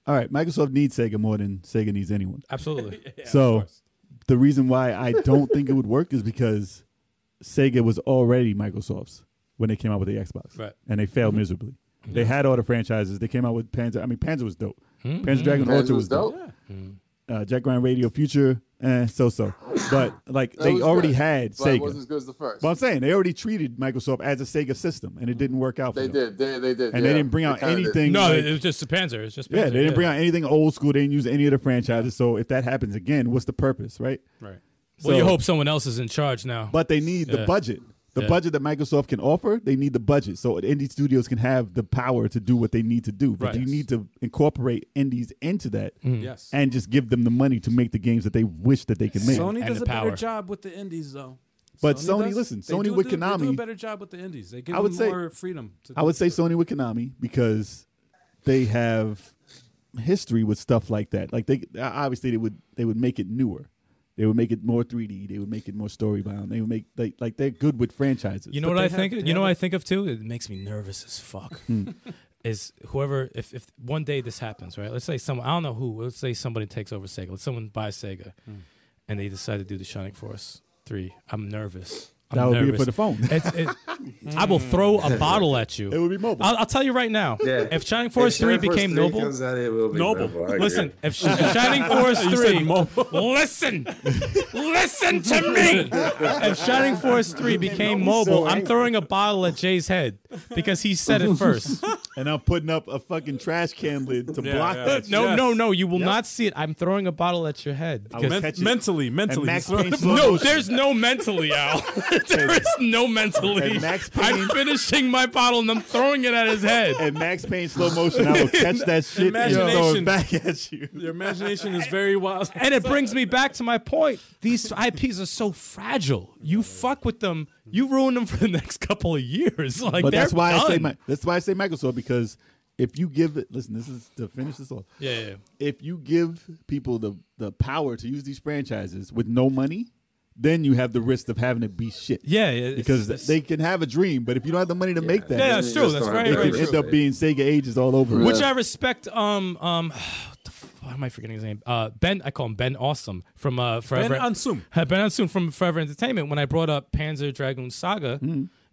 Speaker 3: all right, Microsoft needs Sega more than Sega needs anyone.
Speaker 5: Absolutely.
Speaker 3: so the reason why I don't think it would work is because Sega was already Microsoft's when they came out with the Xbox,
Speaker 5: Right.
Speaker 3: and they
Speaker 1: Mm-hmm.
Speaker 3: failed miserably. They had all the franchises. They came out with Panzer. I mean, Panzer was dope. Panzer Dragon
Speaker 1: Panzer
Speaker 3: Ultra
Speaker 1: was dope.
Speaker 3: Uh, Jack Ryan Radio Future, eh, so so. But like
Speaker 1: That
Speaker 3: they
Speaker 1: was
Speaker 3: already
Speaker 1: good,
Speaker 3: had
Speaker 1: But it
Speaker 3: Sega.
Speaker 1: wasn't as good as the first.
Speaker 3: But I'm saying they already treated Microsoft as a Sega system, and it didn't work out. For
Speaker 1: they
Speaker 3: them.
Speaker 1: did. They, they did.
Speaker 3: and
Speaker 1: yeah.
Speaker 3: they didn't bring out
Speaker 1: kinda did.
Speaker 3: anything.
Speaker 5: No,
Speaker 3: like-
Speaker 5: it was just the Panzer. It's just Panzer.
Speaker 3: yeah, they didn't bring out anything old school. They didn't use any of the franchises. So if that happens again, what's the purpose, right?
Speaker 2: right
Speaker 5: Well, you
Speaker 3: So-
Speaker 5: hope someone else is in charge now.
Speaker 3: But they need
Speaker 5: Yeah.
Speaker 3: the budget. The
Speaker 5: Yeah.
Speaker 3: budget that Microsoft can offer, they need the budget. So indie studios can have the power to do what they need to do. But
Speaker 5: Right. Mm.
Speaker 3: you need to incorporate indies into that
Speaker 2: yes
Speaker 3: and just give them the money to make the games that they wish that they could make.
Speaker 2: Sony
Speaker 5: and
Speaker 2: does
Speaker 5: the
Speaker 2: a
Speaker 5: power.
Speaker 2: better job with the indies though
Speaker 3: But Sony,
Speaker 2: does-
Speaker 3: listen,
Speaker 2: they
Speaker 3: Sony
Speaker 2: do-
Speaker 3: with
Speaker 2: they do- they do a
Speaker 3: Konami-
Speaker 2: better job with the indies. They give
Speaker 3: I would
Speaker 2: them
Speaker 3: say-
Speaker 2: more freedom. To
Speaker 3: I
Speaker 2: do
Speaker 3: would say
Speaker 2: stuff.
Speaker 3: Sony with Konami because they have history with stuff like that. Like they obviously they would they would make it newer. They would make it more 3D. They would make it more story bound. They would make like like they're good with franchises.
Speaker 5: You know
Speaker 2: But
Speaker 5: what I
Speaker 2: they have-
Speaker 5: think?
Speaker 2: they
Speaker 5: You know
Speaker 2: have
Speaker 5: what
Speaker 2: a-
Speaker 5: I think of too? It makes me nervous as fuck.
Speaker 3: Hmm.
Speaker 5: is whoever if, if one day this happens, right? Let's say someone I don't know who, let's say somebody takes over Sega. Let's someone buys Sega and they decide to do the Shining Force 3. I'm nervous. I'm
Speaker 3: that would
Speaker 5: nervous.
Speaker 3: be for the phone.
Speaker 5: It's, it, I will throw a bottle at you.
Speaker 3: it would be mobile.
Speaker 5: I'll, I'll tell you right now.
Speaker 4: Yeah.
Speaker 5: If Shining Force 3
Speaker 4: Shining Force
Speaker 5: became
Speaker 4: 3
Speaker 5: noble,
Speaker 4: comes out, it will be
Speaker 2: Noble.
Speaker 4: I agree.
Speaker 5: Listen, if Sh- Shining Force 3, listen, listen to me. If Shining Force 3 became mobile, I'm throwing a bottle at Jay's head because he said it first.
Speaker 3: and I'm putting up a fucking trash can lid to
Speaker 2: Yeah,
Speaker 3: block
Speaker 2: yeah.
Speaker 3: that. shit.
Speaker 5: No,
Speaker 2: Yes.
Speaker 5: no, no, you will not see it. I'm throwing a bottle at your head.
Speaker 3: I will
Speaker 5: because-
Speaker 3: catch it.
Speaker 2: mentally, mentally.
Speaker 3: And Max
Speaker 2: he's-
Speaker 3: Payne slow
Speaker 5: no,
Speaker 3: motion.
Speaker 5: there's no mentally, Al. there is no mentally.
Speaker 3: And Max
Speaker 5: I'm
Speaker 3: Payne-
Speaker 5: finishing my bottle and I'm throwing it at his head.
Speaker 3: and Max Payne slow motion. I will catch that shit and throw
Speaker 2: Imagination.
Speaker 3: it back at you.
Speaker 2: Your imagination is very wild.
Speaker 5: and it brings me back to my point. These IPs are so fragile. You fuck with them, you ruin them for the next couple of years. Like
Speaker 3: But
Speaker 5: they're
Speaker 3: that's why
Speaker 5: done.
Speaker 3: I say Mi- that's why I say Microsoft because if you give it, listen, this is to finish this off.
Speaker 5: yeah, yeah, yeah.
Speaker 3: if you give people the the power to use these franchises with no money, then you have the risk of having it be shit.
Speaker 5: yeah, yeah, it's-
Speaker 3: because
Speaker 5: it's-
Speaker 3: they can have a dream, but if you don't have the money to make that,
Speaker 5: Yeah,
Speaker 4: And
Speaker 5: that's
Speaker 4: you
Speaker 5: true.
Speaker 4: just
Speaker 5: That's
Speaker 4: don't
Speaker 5: very,
Speaker 4: have
Speaker 3: it
Speaker 4: the
Speaker 5: very
Speaker 3: could
Speaker 5: true.
Speaker 4: control.
Speaker 3: end up being Sega ages all over.
Speaker 5: which I respect. Um, um, what the f- why am I forgetting his name? Uh, Ben, I call him Ben Awesome from uh Forever.
Speaker 2: Ansum.
Speaker 5: Uh, ben Ansum from Forever Entertainment. When I brought up Panzer Dragoon Saga,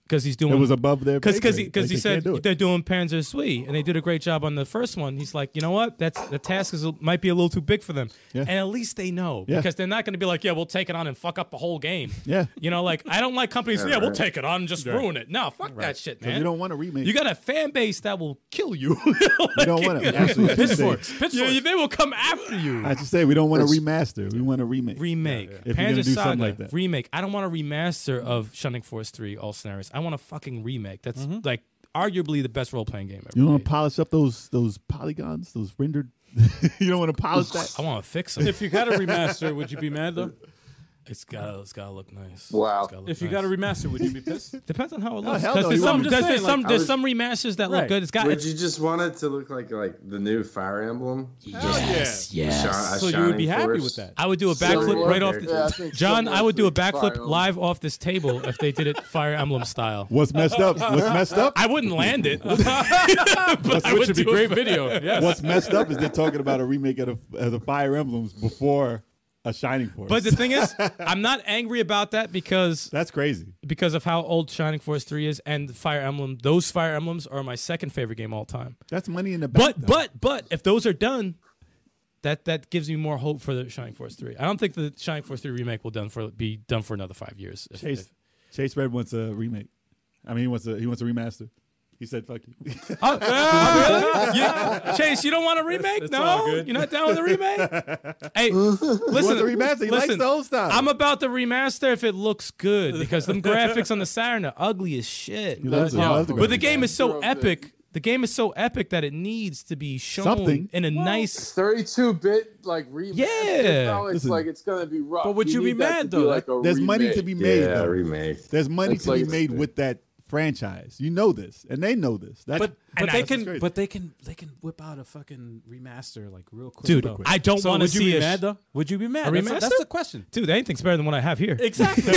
Speaker 5: because he's doing
Speaker 3: Mm. it was above their
Speaker 5: because
Speaker 3: pay
Speaker 5: because
Speaker 3: grade.
Speaker 5: because
Speaker 3: Like,
Speaker 5: he
Speaker 3: they
Speaker 5: said
Speaker 3: can't do it.
Speaker 5: they're doing Panzer Sui and they did a great job on the first one. He's like, you know what? That's the task is might be a little too big for them,
Speaker 3: Yeah.
Speaker 5: and at least they know
Speaker 3: Yeah.
Speaker 5: because they're not going to be like, yeah, we'll take it on and fuck up the whole game.
Speaker 3: Yeah.
Speaker 5: you know, like I don't like companies. Yeah, we'll take it on and just ruin it. No, fuck that shit, man.
Speaker 3: you don't want to remake.
Speaker 5: You got a fan base that will kill you.
Speaker 3: we don't want to. Actually, I should say-
Speaker 2: Pitchforks. Pitchforks.
Speaker 5: Yeah, they will come after you.
Speaker 3: I should say we don't want to remaster. We want to remake.
Speaker 5: remake.
Speaker 3: If you're gonna
Speaker 5: Panzer
Speaker 3: do
Speaker 5: Saga
Speaker 3: something like that.
Speaker 5: remake. I don't want a remaster of Shining Force Three All Scenarios. I want a fucking remake. That's like arguably the best role playing game ever.
Speaker 3: you don't want
Speaker 5: made.
Speaker 3: to polish up those those polygons, those rendered. you don't want to polish that.
Speaker 5: I want to fix them.
Speaker 2: If you got a remaster, would you be mad though?
Speaker 5: it's got it's got to look nice.
Speaker 1: Wow.
Speaker 5: It's gotta look
Speaker 2: If you
Speaker 5: nice.
Speaker 2: got a remaster, would you be pissed?
Speaker 5: depends on how it looks.
Speaker 3: hell
Speaker 5: Because
Speaker 3: no,
Speaker 5: there's
Speaker 3: you
Speaker 5: some
Speaker 3: won't.
Speaker 5: there's,
Speaker 2: I'm just
Speaker 5: there's
Speaker 2: saying,
Speaker 5: some
Speaker 2: like,
Speaker 5: there's
Speaker 4: would-
Speaker 5: some remasters that
Speaker 2: Right.
Speaker 5: look good. It's got
Speaker 4: Would
Speaker 5: it's,
Speaker 4: you just want it to look like like the new Fire Emblem?
Speaker 2: Yes.
Speaker 4: Yes.
Speaker 2: So you would be happy with that.
Speaker 5: I would do a backflip
Speaker 4: Silver.
Speaker 5: right off.
Speaker 4: Yeah, I
Speaker 5: The,
Speaker 1: think
Speaker 5: John,
Speaker 1: silver
Speaker 5: I would do a
Speaker 1: is fire
Speaker 5: backflip
Speaker 1: emblem.
Speaker 5: live off this table if they did it Fire Emblem style.
Speaker 3: What's messed up? What's messed up?
Speaker 5: I wouldn't land it. but I would
Speaker 2: Which would be
Speaker 5: do it.
Speaker 2: great video. Yes.
Speaker 3: What's messed up is they're talking about a remake of the, of the Fire Emblems before a Shining Force.
Speaker 5: But the thing is, I'm not angry about that because
Speaker 3: that's crazy.
Speaker 5: because of how old Shining Force 3 is and Fire Emblem. Those Fire Emblems are my second favorite game all time.
Speaker 3: That's money in the bank.
Speaker 5: But but but if those are done, that that gives me more hope for the Shining Force 3. I don't think the Shining Force 3 remake will done for be done for another 5 years. If-
Speaker 3: Chase
Speaker 5: if-
Speaker 3: Chase Red wants a remake. I mean, he wants a he wants a remaster. He said, "Fuck you."
Speaker 5: Oh, oh, really? You- Chase, you don't want a remake?
Speaker 2: it's all
Speaker 5: no.
Speaker 2: good.
Speaker 5: You're not down with a remake? hey, listen.
Speaker 3: wants a remaster. He likes
Speaker 5: listen,
Speaker 3: the old style.
Speaker 5: I'm about the remaster if it looks good because them graphics on the Siren are ugly as shit.
Speaker 3: He loves it. He
Speaker 2: Yeah.
Speaker 3: loves the
Speaker 5: But the
Speaker 3: graphics.
Speaker 5: game is so
Speaker 1: Throw a fit.
Speaker 5: epic. The game is so epic that it needs to be shown
Speaker 3: Something.
Speaker 5: in a nice.
Speaker 1: 32 bit like remaster.
Speaker 5: Yeah.
Speaker 1: now it's
Speaker 3: Listen.
Speaker 1: like it's gonna be rough.
Speaker 2: But would you be
Speaker 1: need that
Speaker 2: mad,
Speaker 1: to be
Speaker 2: though?
Speaker 1: a
Speaker 3: There's money to
Speaker 1: remake.
Speaker 3: be made.
Speaker 4: Yeah,
Speaker 3: though.
Speaker 4: remake.
Speaker 3: There's money
Speaker 1: It's
Speaker 3: to
Speaker 1: like-
Speaker 3: be made with that franchise. You know this, and they know this. That's
Speaker 2: But, but
Speaker 5: I-
Speaker 2: they
Speaker 5: that's
Speaker 2: can
Speaker 3: crazy.
Speaker 2: but they can they can whip out a fucking remaster like real quick.
Speaker 5: Dude,
Speaker 2: though.
Speaker 5: I don't
Speaker 2: so
Speaker 5: wanna
Speaker 2: would you
Speaker 5: see
Speaker 2: be
Speaker 5: a sh-
Speaker 2: mad though? Would you be mad?
Speaker 5: A
Speaker 2: That's, that's
Speaker 5: remaster?
Speaker 2: the question.
Speaker 5: Dude, anything's better than what I have here.
Speaker 2: Exactly.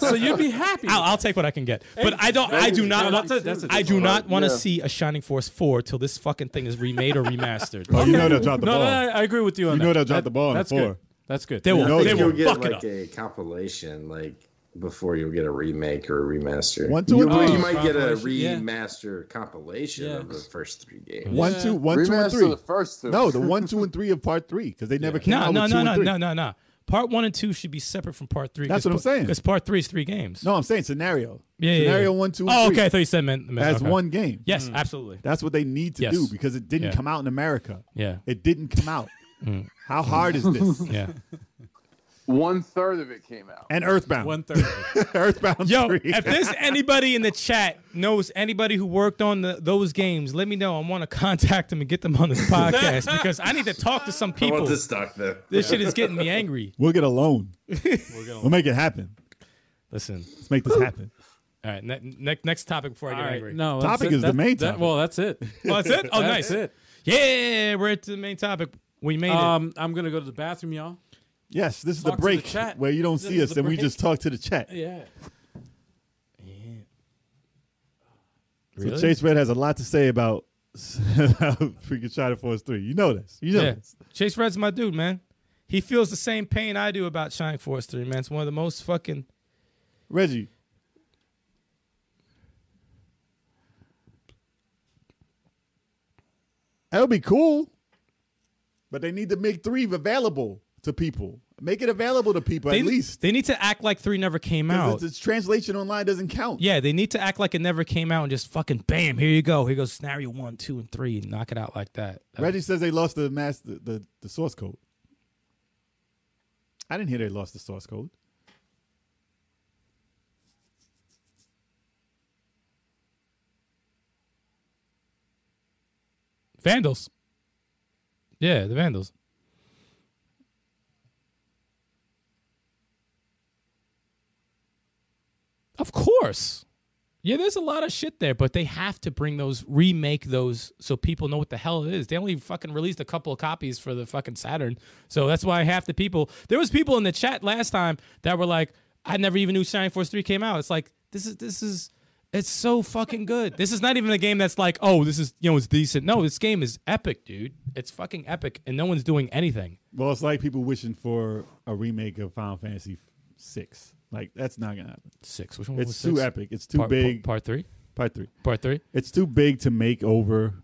Speaker 2: so you'd be happy.
Speaker 5: I'll, I'll take what I can get, but I don't. I do not
Speaker 2: No,
Speaker 5: want.
Speaker 2: that's a- that's a
Speaker 5: I do
Speaker 2: different-
Speaker 5: not want to
Speaker 1: Yeah.
Speaker 5: see a Shining Force four till this fucking thing is remade or remastered.
Speaker 3: oh, you know they'll drop the
Speaker 2: no,
Speaker 3: ball.
Speaker 2: no, I, I agree with you on
Speaker 3: You
Speaker 2: that.
Speaker 3: know they'll drop
Speaker 2: That-
Speaker 3: the ball in
Speaker 2: That's
Speaker 3: four.
Speaker 2: good. That's good.
Speaker 5: They will.
Speaker 3: know
Speaker 4: I
Speaker 5: They
Speaker 4: think
Speaker 3: that.
Speaker 4: you'll
Speaker 5: will
Speaker 4: get
Speaker 5: fuck it
Speaker 4: like
Speaker 5: up.
Speaker 4: a compilation, like before you'll get a remake or a remaster.
Speaker 3: One, two,
Speaker 4: you,
Speaker 3: and three.
Speaker 4: you might get a
Speaker 2: Compilation,
Speaker 4: remaster compilation
Speaker 2: Yeah.
Speaker 4: of the first three games.
Speaker 3: One,
Speaker 2: Yeah.
Speaker 3: two, one, two, and
Speaker 1: Remaster
Speaker 3: three.
Speaker 1: the first two.
Speaker 3: no, the one, two, and three of part three because they never came
Speaker 5: No,
Speaker 3: out
Speaker 5: no,
Speaker 3: with
Speaker 5: no,
Speaker 3: two
Speaker 5: no,
Speaker 3: and three.
Speaker 5: no, no, no. Part one and two should be separate from part three.
Speaker 3: That's what I'm saying.
Speaker 5: Because part three is three games.
Speaker 3: No, I'm saying scenario.
Speaker 5: Yeah, yeah, yeah.
Speaker 3: scenario one, two. and
Speaker 5: Oh,
Speaker 3: three
Speaker 5: okay. I thought you said meant, meant
Speaker 3: As
Speaker 5: okay.
Speaker 3: one game.
Speaker 5: Yes, absolutely.
Speaker 3: That's what they need to
Speaker 5: Yes.
Speaker 3: do because it didn't
Speaker 5: Yeah.
Speaker 3: come out in America.
Speaker 5: Yeah. Mm.
Speaker 3: It didn't come out. How hard is this?
Speaker 5: Yeah.
Speaker 1: One third of it came out.
Speaker 3: And Earthbound.
Speaker 2: One third.
Speaker 3: Earthbound
Speaker 5: Yo,
Speaker 3: 3.
Speaker 5: if there's anybody in the chat knows anybody who worked on the, those games, let me know. I want to contact them and get them on this podcast because I need to talk to some
Speaker 4: I
Speaker 5: people.
Speaker 4: want this
Speaker 5: This
Speaker 4: stock though.
Speaker 5: shit is getting me angry.
Speaker 3: we'll get a loan.
Speaker 2: We're going.
Speaker 3: We'll make it happen.
Speaker 5: Listen.
Speaker 3: Let's make this happen.
Speaker 5: All right. Ne- ne- next topic before I get
Speaker 2: All right,
Speaker 5: angry.
Speaker 2: No,
Speaker 3: Topic
Speaker 2: is
Speaker 3: is the main topic.
Speaker 2: well, that's it.
Speaker 5: Oh, that's it? Oh,
Speaker 2: That's
Speaker 5: nice.
Speaker 2: it.
Speaker 5: Yeah, we're at the main topic. We made it.
Speaker 2: Um, I'm gonna go to the bathroom, y'all.
Speaker 3: Yes, this is
Speaker 2: Talk to
Speaker 3: the
Speaker 2: the
Speaker 3: break
Speaker 2: chat.
Speaker 3: where you don't
Speaker 2: This
Speaker 3: see
Speaker 2: is
Speaker 3: us
Speaker 2: the
Speaker 3: and we
Speaker 2: break.
Speaker 3: just talk to the chat.
Speaker 2: Yeah.
Speaker 5: Really?
Speaker 3: So Chase Red has a lot to say about, about freaking Shadow Force 3. You know this. You know
Speaker 5: Yeah.
Speaker 3: this.
Speaker 5: Chase Red's my dude, man. He feels the same pain I do about Shining Force 3, man. It's one of the most fucking.
Speaker 3: Reggie, that would be cool. But they need to make three available to people. Make it available to people
Speaker 5: They,
Speaker 3: at least.
Speaker 5: They need to act like 3 never came out.
Speaker 3: Because the translation online doesn't count.
Speaker 5: Yeah, they need to act like it never came out and just fucking bam, here you go. Here goes scenario one, two, and three. and Knock it out like that. Uh,
Speaker 3: Reggie says they lost the mass the, the, the source code. I didn't hear they lost the source code.
Speaker 5: Vandals. Yeah, the Vandals. Of course. Yeah, there's a lot of shit there, but they have to bring those, remake those so people know what the hell it is. They only fucking released a couple of copies for the fucking Saturn. So that's why half the people, there was people in the chat last time that were like, I never even knew Shining Force 3 came out. It's like, this is, this is, it's so fucking good. This is not even a game that's like, oh, this is, you know, it's decent. No, this game is epic, dude. It's fucking epic, and no one's doing anything.
Speaker 3: Well, it's like people wishing for a remake of Final Fantasy six. Like that's not gonna happen.
Speaker 5: Six. Which one was
Speaker 3: It's too
Speaker 5: six?
Speaker 3: epic. It's too
Speaker 5: Part-
Speaker 3: big. Part,
Speaker 5: Part, three?
Speaker 3: three.
Speaker 5: Part three?
Speaker 3: It's too big to make over.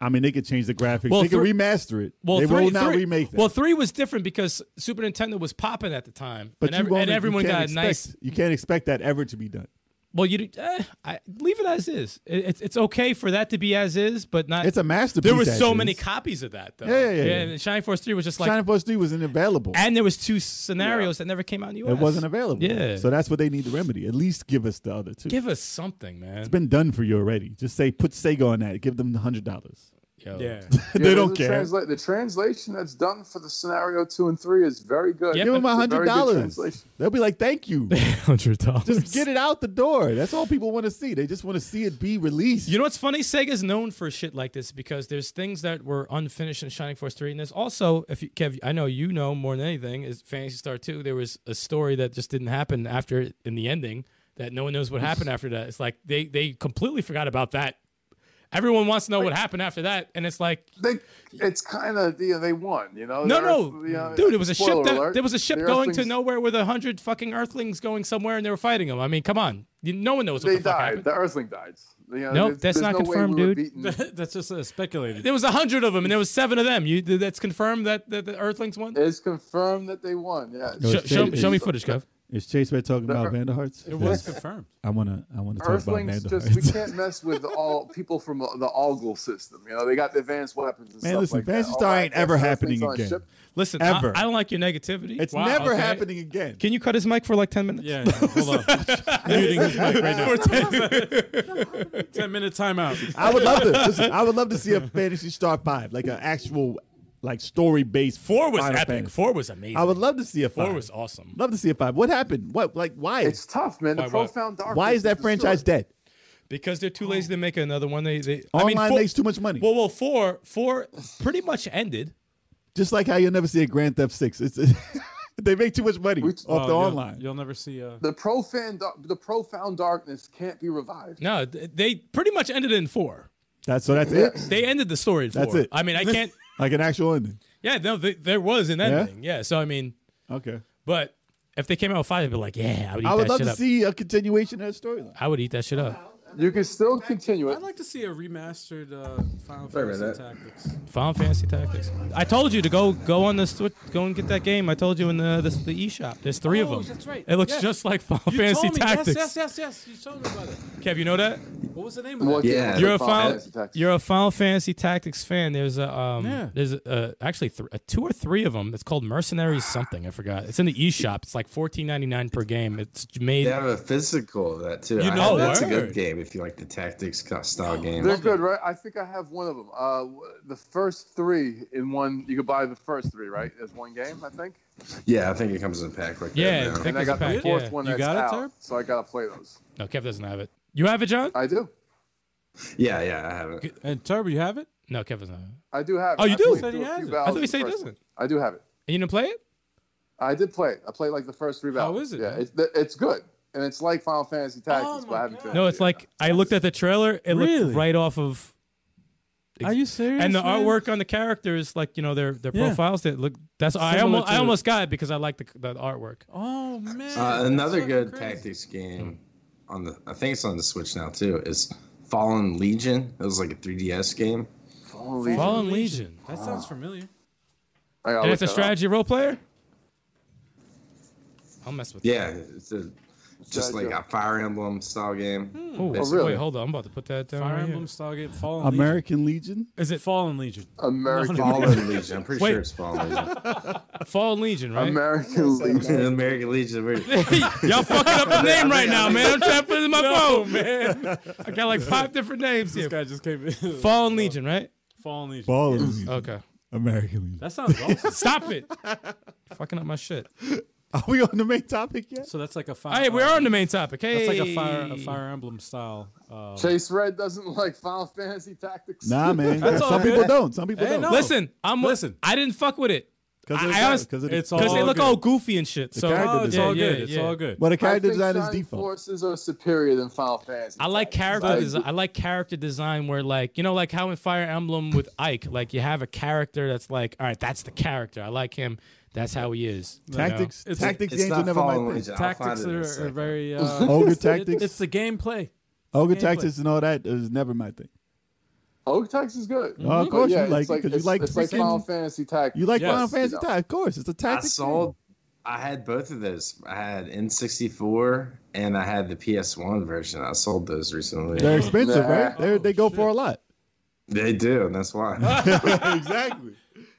Speaker 3: I mean, they could change the graphics.
Speaker 5: Well,
Speaker 3: they could
Speaker 5: three-
Speaker 3: remaster it.
Speaker 5: Well,
Speaker 3: they
Speaker 5: three,
Speaker 3: will not
Speaker 5: three-
Speaker 3: remake that.
Speaker 5: Well, three was different because Super Nintendo was popping at the time,
Speaker 3: but
Speaker 5: and,
Speaker 3: you
Speaker 5: every-
Speaker 3: won't-
Speaker 5: and
Speaker 3: you
Speaker 5: everyone
Speaker 3: can't
Speaker 5: got a
Speaker 3: expect,
Speaker 5: nice.
Speaker 3: You can't expect that ever to be done.
Speaker 5: Well, you eh, I, leave it as is. It, it's it's okay for that to be as is, but not.
Speaker 3: It's a masterpiece.
Speaker 5: there were
Speaker 3: that
Speaker 5: so
Speaker 3: is.
Speaker 5: many copies of that though.
Speaker 3: Yeah, yeah, yeah, yeah.
Speaker 5: And Shining Force Three was just like,
Speaker 3: Shining Force three wasn't available.
Speaker 5: and there was two scenarios that never came out in the U.S.
Speaker 3: It wasn't available.
Speaker 5: Yeah.
Speaker 3: So that's what they need to remedy. At least give us the other two.
Speaker 5: Give us something, man.
Speaker 3: it's been done for you already. Just say put Sega on that. Give them the hundred dollars.
Speaker 5: Yo.
Speaker 2: Yeah.
Speaker 3: they
Speaker 1: Yeah,
Speaker 3: don't
Speaker 1: the
Speaker 3: care.
Speaker 1: transla- the translation that's done for the scenario two and three is very good.
Speaker 5: Yep.
Speaker 3: Give them
Speaker 1: It's a very
Speaker 3: hundred
Speaker 1: good
Speaker 3: dollars.
Speaker 1: translation.
Speaker 3: They'll be like, "Thank you."
Speaker 5: hundred dollars.
Speaker 3: Just get it out the door. That's all people want to see. They just want to see it be released.
Speaker 5: You know what's funny? Sega's known for shit like this because there's things that were unfinished in Shining Force 3. And there's also, if you, Kev, I know you know more than anything, is Fantasy Star 2. There was a story that just didn't happen after in the ending that no one knows what happened after that. It's like they, they completely forgot about that. Everyone wants to know what happened after that. And it's like,
Speaker 1: they it's kind of you know, they won, you know.
Speaker 5: no,
Speaker 1: The
Speaker 5: no,
Speaker 1: Earth- you know,
Speaker 5: dude, it was a ship.
Speaker 1: spoiler
Speaker 5: That,
Speaker 1: alert,
Speaker 5: there was a ship
Speaker 1: the
Speaker 5: going to
Speaker 1: Earthlings-
Speaker 5: nowhere with a hundred fucking Earthlings going somewhere, and they were fighting them. I mean, come on, You- no one knows what
Speaker 1: They
Speaker 5: the fuck
Speaker 1: died.
Speaker 5: happened.
Speaker 1: The Earthling died. You know,
Speaker 5: Nope,
Speaker 1: there's-
Speaker 5: that's
Speaker 1: there's
Speaker 5: not
Speaker 1: no way
Speaker 5: confirmed,
Speaker 1: we were
Speaker 5: dude.
Speaker 1: beaten.
Speaker 2: that's just uh, speculated.
Speaker 5: There was a hundred of them, and there was seven of them. You that's confirmed that, that the Earthlings won.
Speaker 1: It's confirmed that they won. Yeah.
Speaker 3: No,
Speaker 5: Show,
Speaker 3: it's
Speaker 5: show,
Speaker 3: Jade.
Speaker 5: show me footage, Kev.
Speaker 3: Is Chase Red talking
Speaker 1: The-
Speaker 3: about Vanderhearts?
Speaker 2: It was confirmed.
Speaker 3: I wanna, I wanna talk about
Speaker 1: Earthlings just we
Speaker 3: Vanderhearts.
Speaker 1: can't mess with all people from the Algol system. You know, they got the advanced weapons and
Speaker 3: Man,
Speaker 1: stuff
Speaker 3: listen,
Speaker 1: like that.
Speaker 3: Advanced
Speaker 1: All
Speaker 3: Star
Speaker 1: right,
Speaker 3: ain't ever
Speaker 1: yes, Earthlings
Speaker 3: happening
Speaker 1: on
Speaker 3: again.
Speaker 1: ship.
Speaker 5: Listen,
Speaker 3: Ever.
Speaker 5: I, I don't like your negativity.
Speaker 3: It's
Speaker 2: Wow,
Speaker 3: never
Speaker 2: okay.
Speaker 3: happening again.
Speaker 5: Can you cut his mic for like ten minutes?
Speaker 2: Yeah. Hold on. Muting his mic right now. Ten minute timeout.
Speaker 3: I would love to. Listen, I would love to see a Fantasy Star Five, like an actual, like story based.
Speaker 5: Four was epic. Four was amazing.
Speaker 3: I would love to see a five.
Speaker 5: Four was awesome.
Speaker 3: Love to see a five. What happened? What like why?
Speaker 1: It's tough, man. The
Speaker 5: Why what?
Speaker 1: profound darkness.
Speaker 3: why is that
Speaker 1: destroyed.
Speaker 3: franchise dead?
Speaker 5: Because they're too lazy to make another one. They, they I mean,
Speaker 3: Online
Speaker 5: four,
Speaker 3: makes too much money.
Speaker 5: well, well, four, four, pretty much ended.
Speaker 3: Just like how you'll never see a Grand Theft Six. It's they make too much money
Speaker 1: We-
Speaker 3: off
Speaker 5: Oh,
Speaker 3: the
Speaker 2: Oh, you'll-
Speaker 3: online.
Speaker 2: You'll, never see. Uh,
Speaker 1: The profound, dar- the profound darkness can't be revived.
Speaker 5: No, th- they pretty much ended in four.
Speaker 3: That's so. That's it.
Speaker 5: They ended the story. In four.
Speaker 3: That's it.
Speaker 5: I mean, I can't.
Speaker 3: Like an actual ending.
Speaker 5: Yeah, no, th- there was an ending. Yeah. so I mean,
Speaker 3: Okay.
Speaker 5: but if they came out with five, I'd be like, yeah, I would eat
Speaker 3: I would
Speaker 5: that
Speaker 3: love
Speaker 5: shit
Speaker 3: to
Speaker 5: up.
Speaker 3: see a continuation of that storyline.
Speaker 5: I would eat that shit up.
Speaker 1: You can still continue it.
Speaker 2: I'd like to see a remastered uh, Final
Speaker 4: Wait a
Speaker 2: Fantasy
Speaker 4: minute.
Speaker 2: Tactics.
Speaker 5: Final Fantasy Tactics. I told you to go go on the Switch, go and get that game. I told you in the this, the eShop. There's three of
Speaker 2: Oh,
Speaker 5: them.
Speaker 2: that's right.
Speaker 5: It looks
Speaker 2: Yes.
Speaker 5: just like Final
Speaker 2: You
Speaker 5: Fantasy
Speaker 2: told me.
Speaker 5: Tactics.
Speaker 2: Yes, yes, yes, yes. You told me about it.
Speaker 5: Kev, you know that?
Speaker 2: What was the name of that?
Speaker 8: What game
Speaker 4: Yeah.
Speaker 8: was
Speaker 5: You're a
Speaker 8: Final
Speaker 5: file-
Speaker 8: Fantasy Tactics?
Speaker 5: You're a Final Fantasy Tactics fan. There's a um,
Speaker 2: Yeah.
Speaker 5: there's a, uh, actually th- a two or three of them. It's called Mercenaries something. I forgot. It's in the eShop. It's like 14.99 per game. It's made.
Speaker 4: They have a physical of that too.
Speaker 5: You
Speaker 4: I-
Speaker 5: know,
Speaker 4: that's a
Speaker 5: word.
Speaker 4: good game if you like the tactics co- style game.
Speaker 8: They're good, right? I think I have one of them. Uh, w- the first three in one. You could buy the first three, right? As one game, I think.
Speaker 4: Yeah, I think it comes in a pack like
Speaker 5: Yeah,
Speaker 4: that.
Speaker 5: I
Speaker 4: now.
Speaker 5: think
Speaker 8: and I
Speaker 5: there's
Speaker 8: got
Speaker 5: a
Speaker 8: the
Speaker 5: pack.
Speaker 8: fourth
Speaker 5: yeah.
Speaker 8: one
Speaker 2: You
Speaker 8: that's
Speaker 2: got it,
Speaker 8: out,
Speaker 2: Terp?
Speaker 8: so I gotta play those.
Speaker 5: No, Kev doesn't have it. You have it, John?
Speaker 8: I do.
Speaker 4: Yeah, yeah, I have it.
Speaker 2: And Turbo, you have it?
Speaker 5: No, Kev doesn't have it.
Speaker 8: I do have.
Speaker 5: Oh,
Speaker 8: it.
Speaker 5: you
Speaker 8: I
Speaker 5: do?
Speaker 8: played
Speaker 2: Said he
Speaker 8: through a
Speaker 2: has
Speaker 8: few
Speaker 2: it. I
Speaker 8: battles
Speaker 5: I thought
Speaker 8: of
Speaker 5: you
Speaker 8: the
Speaker 5: said he
Speaker 8: first one.
Speaker 5: doesn't.
Speaker 8: I do have it.
Speaker 5: And you didn't play it?
Speaker 8: I did play it. I played like the first three
Speaker 2: How
Speaker 8: battles.
Speaker 2: is it,
Speaker 8: Yeah,
Speaker 2: man?
Speaker 8: it's, it's good, and it's like Final Fantasy Tactics,
Speaker 2: Oh,
Speaker 8: but
Speaker 2: my
Speaker 8: I haven't.
Speaker 2: God.
Speaker 8: finished
Speaker 5: No,
Speaker 8: it
Speaker 5: it's
Speaker 8: yet.
Speaker 5: like I looked at the trailer. It
Speaker 2: Really?
Speaker 5: looked right off of,
Speaker 2: Are you serious?
Speaker 5: and the
Speaker 2: man?
Speaker 5: artwork on the characters, like you know their their
Speaker 2: Yeah.
Speaker 5: profiles. That look. That's I
Speaker 2: Similar
Speaker 5: almost I
Speaker 2: to-
Speaker 5: almost got it because I like the, the artwork.
Speaker 2: Oh man.
Speaker 4: Uh,
Speaker 2: that's
Speaker 4: another
Speaker 2: fucking
Speaker 4: good
Speaker 2: crazy.
Speaker 4: tactics game on the I think it's on the Switch now too is Fallen Legion. It was like a 3DS game.
Speaker 8: Holy
Speaker 5: Fallen Legion.
Speaker 2: That
Speaker 4: Uh,
Speaker 2: sounds familiar.
Speaker 8: I gotta
Speaker 5: And
Speaker 8: look
Speaker 5: it's a
Speaker 8: that up.
Speaker 5: strategy role player. I'll mess with.
Speaker 4: Yeah, it's a, just
Speaker 8: Gotcha.
Speaker 4: like a Fire Emblem style
Speaker 2: Hmm.
Speaker 4: game.
Speaker 5: That. Ooh,
Speaker 4: Oh,
Speaker 5: Wait,
Speaker 8: really?
Speaker 5: hold on. I'm about to put that down.
Speaker 2: Fire
Speaker 5: right here.
Speaker 2: Emblem Stargate Fallen Legion.
Speaker 3: American Legion.
Speaker 2: Is it Fallen Legion?
Speaker 8: American
Speaker 4: Fallen Legion. I'm pretty
Speaker 5: Wait.
Speaker 4: sure it's Fallen Legion.
Speaker 5: Fallen Legion, right?
Speaker 8: American Legion.
Speaker 4: American Legion. we're-
Speaker 5: Y'all fucking up the name right now, man. I'm trying to put it in my phone, man. I got like five different names
Speaker 2: This
Speaker 5: here.
Speaker 2: guy just came in.
Speaker 5: Fallen Legion, right?
Speaker 2: Fallen Legion.
Speaker 3: Ball Legion.
Speaker 5: Okay.
Speaker 3: Mm. American Legion.
Speaker 2: That sounds awesome.
Speaker 5: Stop it. fucking up my shit.
Speaker 3: Are we on the main topic yet?
Speaker 2: so that's like a fire.
Speaker 5: Hey, we're on the main topic. Hey.
Speaker 2: That's like a fire, a fire emblem style. Uh,
Speaker 8: Chase Red doesn't like Final Fantasy Tactics.
Speaker 3: Nah, man.
Speaker 2: That's all
Speaker 3: Some people
Speaker 2: good.
Speaker 3: don't. Some people
Speaker 2: Hey,
Speaker 3: don't.
Speaker 2: no.
Speaker 5: Listen, I'm
Speaker 2: Listen.
Speaker 5: I didn't fuck with it.
Speaker 3: Because
Speaker 5: I-
Speaker 3: of the
Speaker 5: I
Speaker 3: char-
Speaker 5: honest-
Speaker 3: 'cause of the-
Speaker 2: it's all-
Speaker 5: Because they look
Speaker 2: good.
Speaker 5: all goofy and shit. So
Speaker 3: character
Speaker 2: oh, it's
Speaker 3: design.
Speaker 2: all good.
Speaker 5: Yeah,
Speaker 2: it's
Speaker 5: yeah.
Speaker 2: all good.
Speaker 3: Well, the
Speaker 8: I
Speaker 3: character
Speaker 8: think
Speaker 3: design is
Speaker 8: Shining
Speaker 3: default.
Speaker 8: Forces are superior than Final Fantasy.
Speaker 5: I like character
Speaker 8: I-
Speaker 5: design. I like character design where like you know like how in Fire Emblem with Ike, like you have a character that's like, all right, that's the character. I like him. That's how he is. you know?
Speaker 3: Tactics.
Speaker 2: It's-
Speaker 3: Tactics
Speaker 4: It's
Speaker 3: games are
Speaker 4: not
Speaker 3: never
Speaker 4: Fallen
Speaker 3: my thing.
Speaker 4: Legion. I'll find
Speaker 2: Tactics
Speaker 4: it in a
Speaker 2: are, are
Speaker 4: second.
Speaker 2: very. Uh,
Speaker 3: Ogre
Speaker 2: it's the-
Speaker 3: tactics.
Speaker 2: It's the gameplay.
Speaker 3: Ogre
Speaker 2: gameplay.
Speaker 3: tactics and all that is never my thing.
Speaker 8: Oak Tax is good.
Speaker 3: Oh, of
Speaker 8: But
Speaker 3: course
Speaker 8: yeah,
Speaker 3: you like
Speaker 8: it's
Speaker 3: it because you
Speaker 8: it's-
Speaker 3: like
Speaker 8: it's like
Speaker 3: freaking-
Speaker 8: Final Fantasy Tactics.
Speaker 3: you like
Speaker 2: Yes,
Speaker 3: Final
Speaker 8: you
Speaker 3: Fantasy
Speaker 8: know.
Speaker 3: Tactics. Of course, it's a
Speaker 4: I
Speaker 3: tactics.
Speaker 4: sold. I had both of those. I had N64 and I had the PS1 version. I sold those recently.
Speaker 3: They're expensive,
Speaker 8: Nah.
Speaker 3: right? They're, they go for a lot.
Speaker 4: They do, and that's why.
Speaker 3: exactly.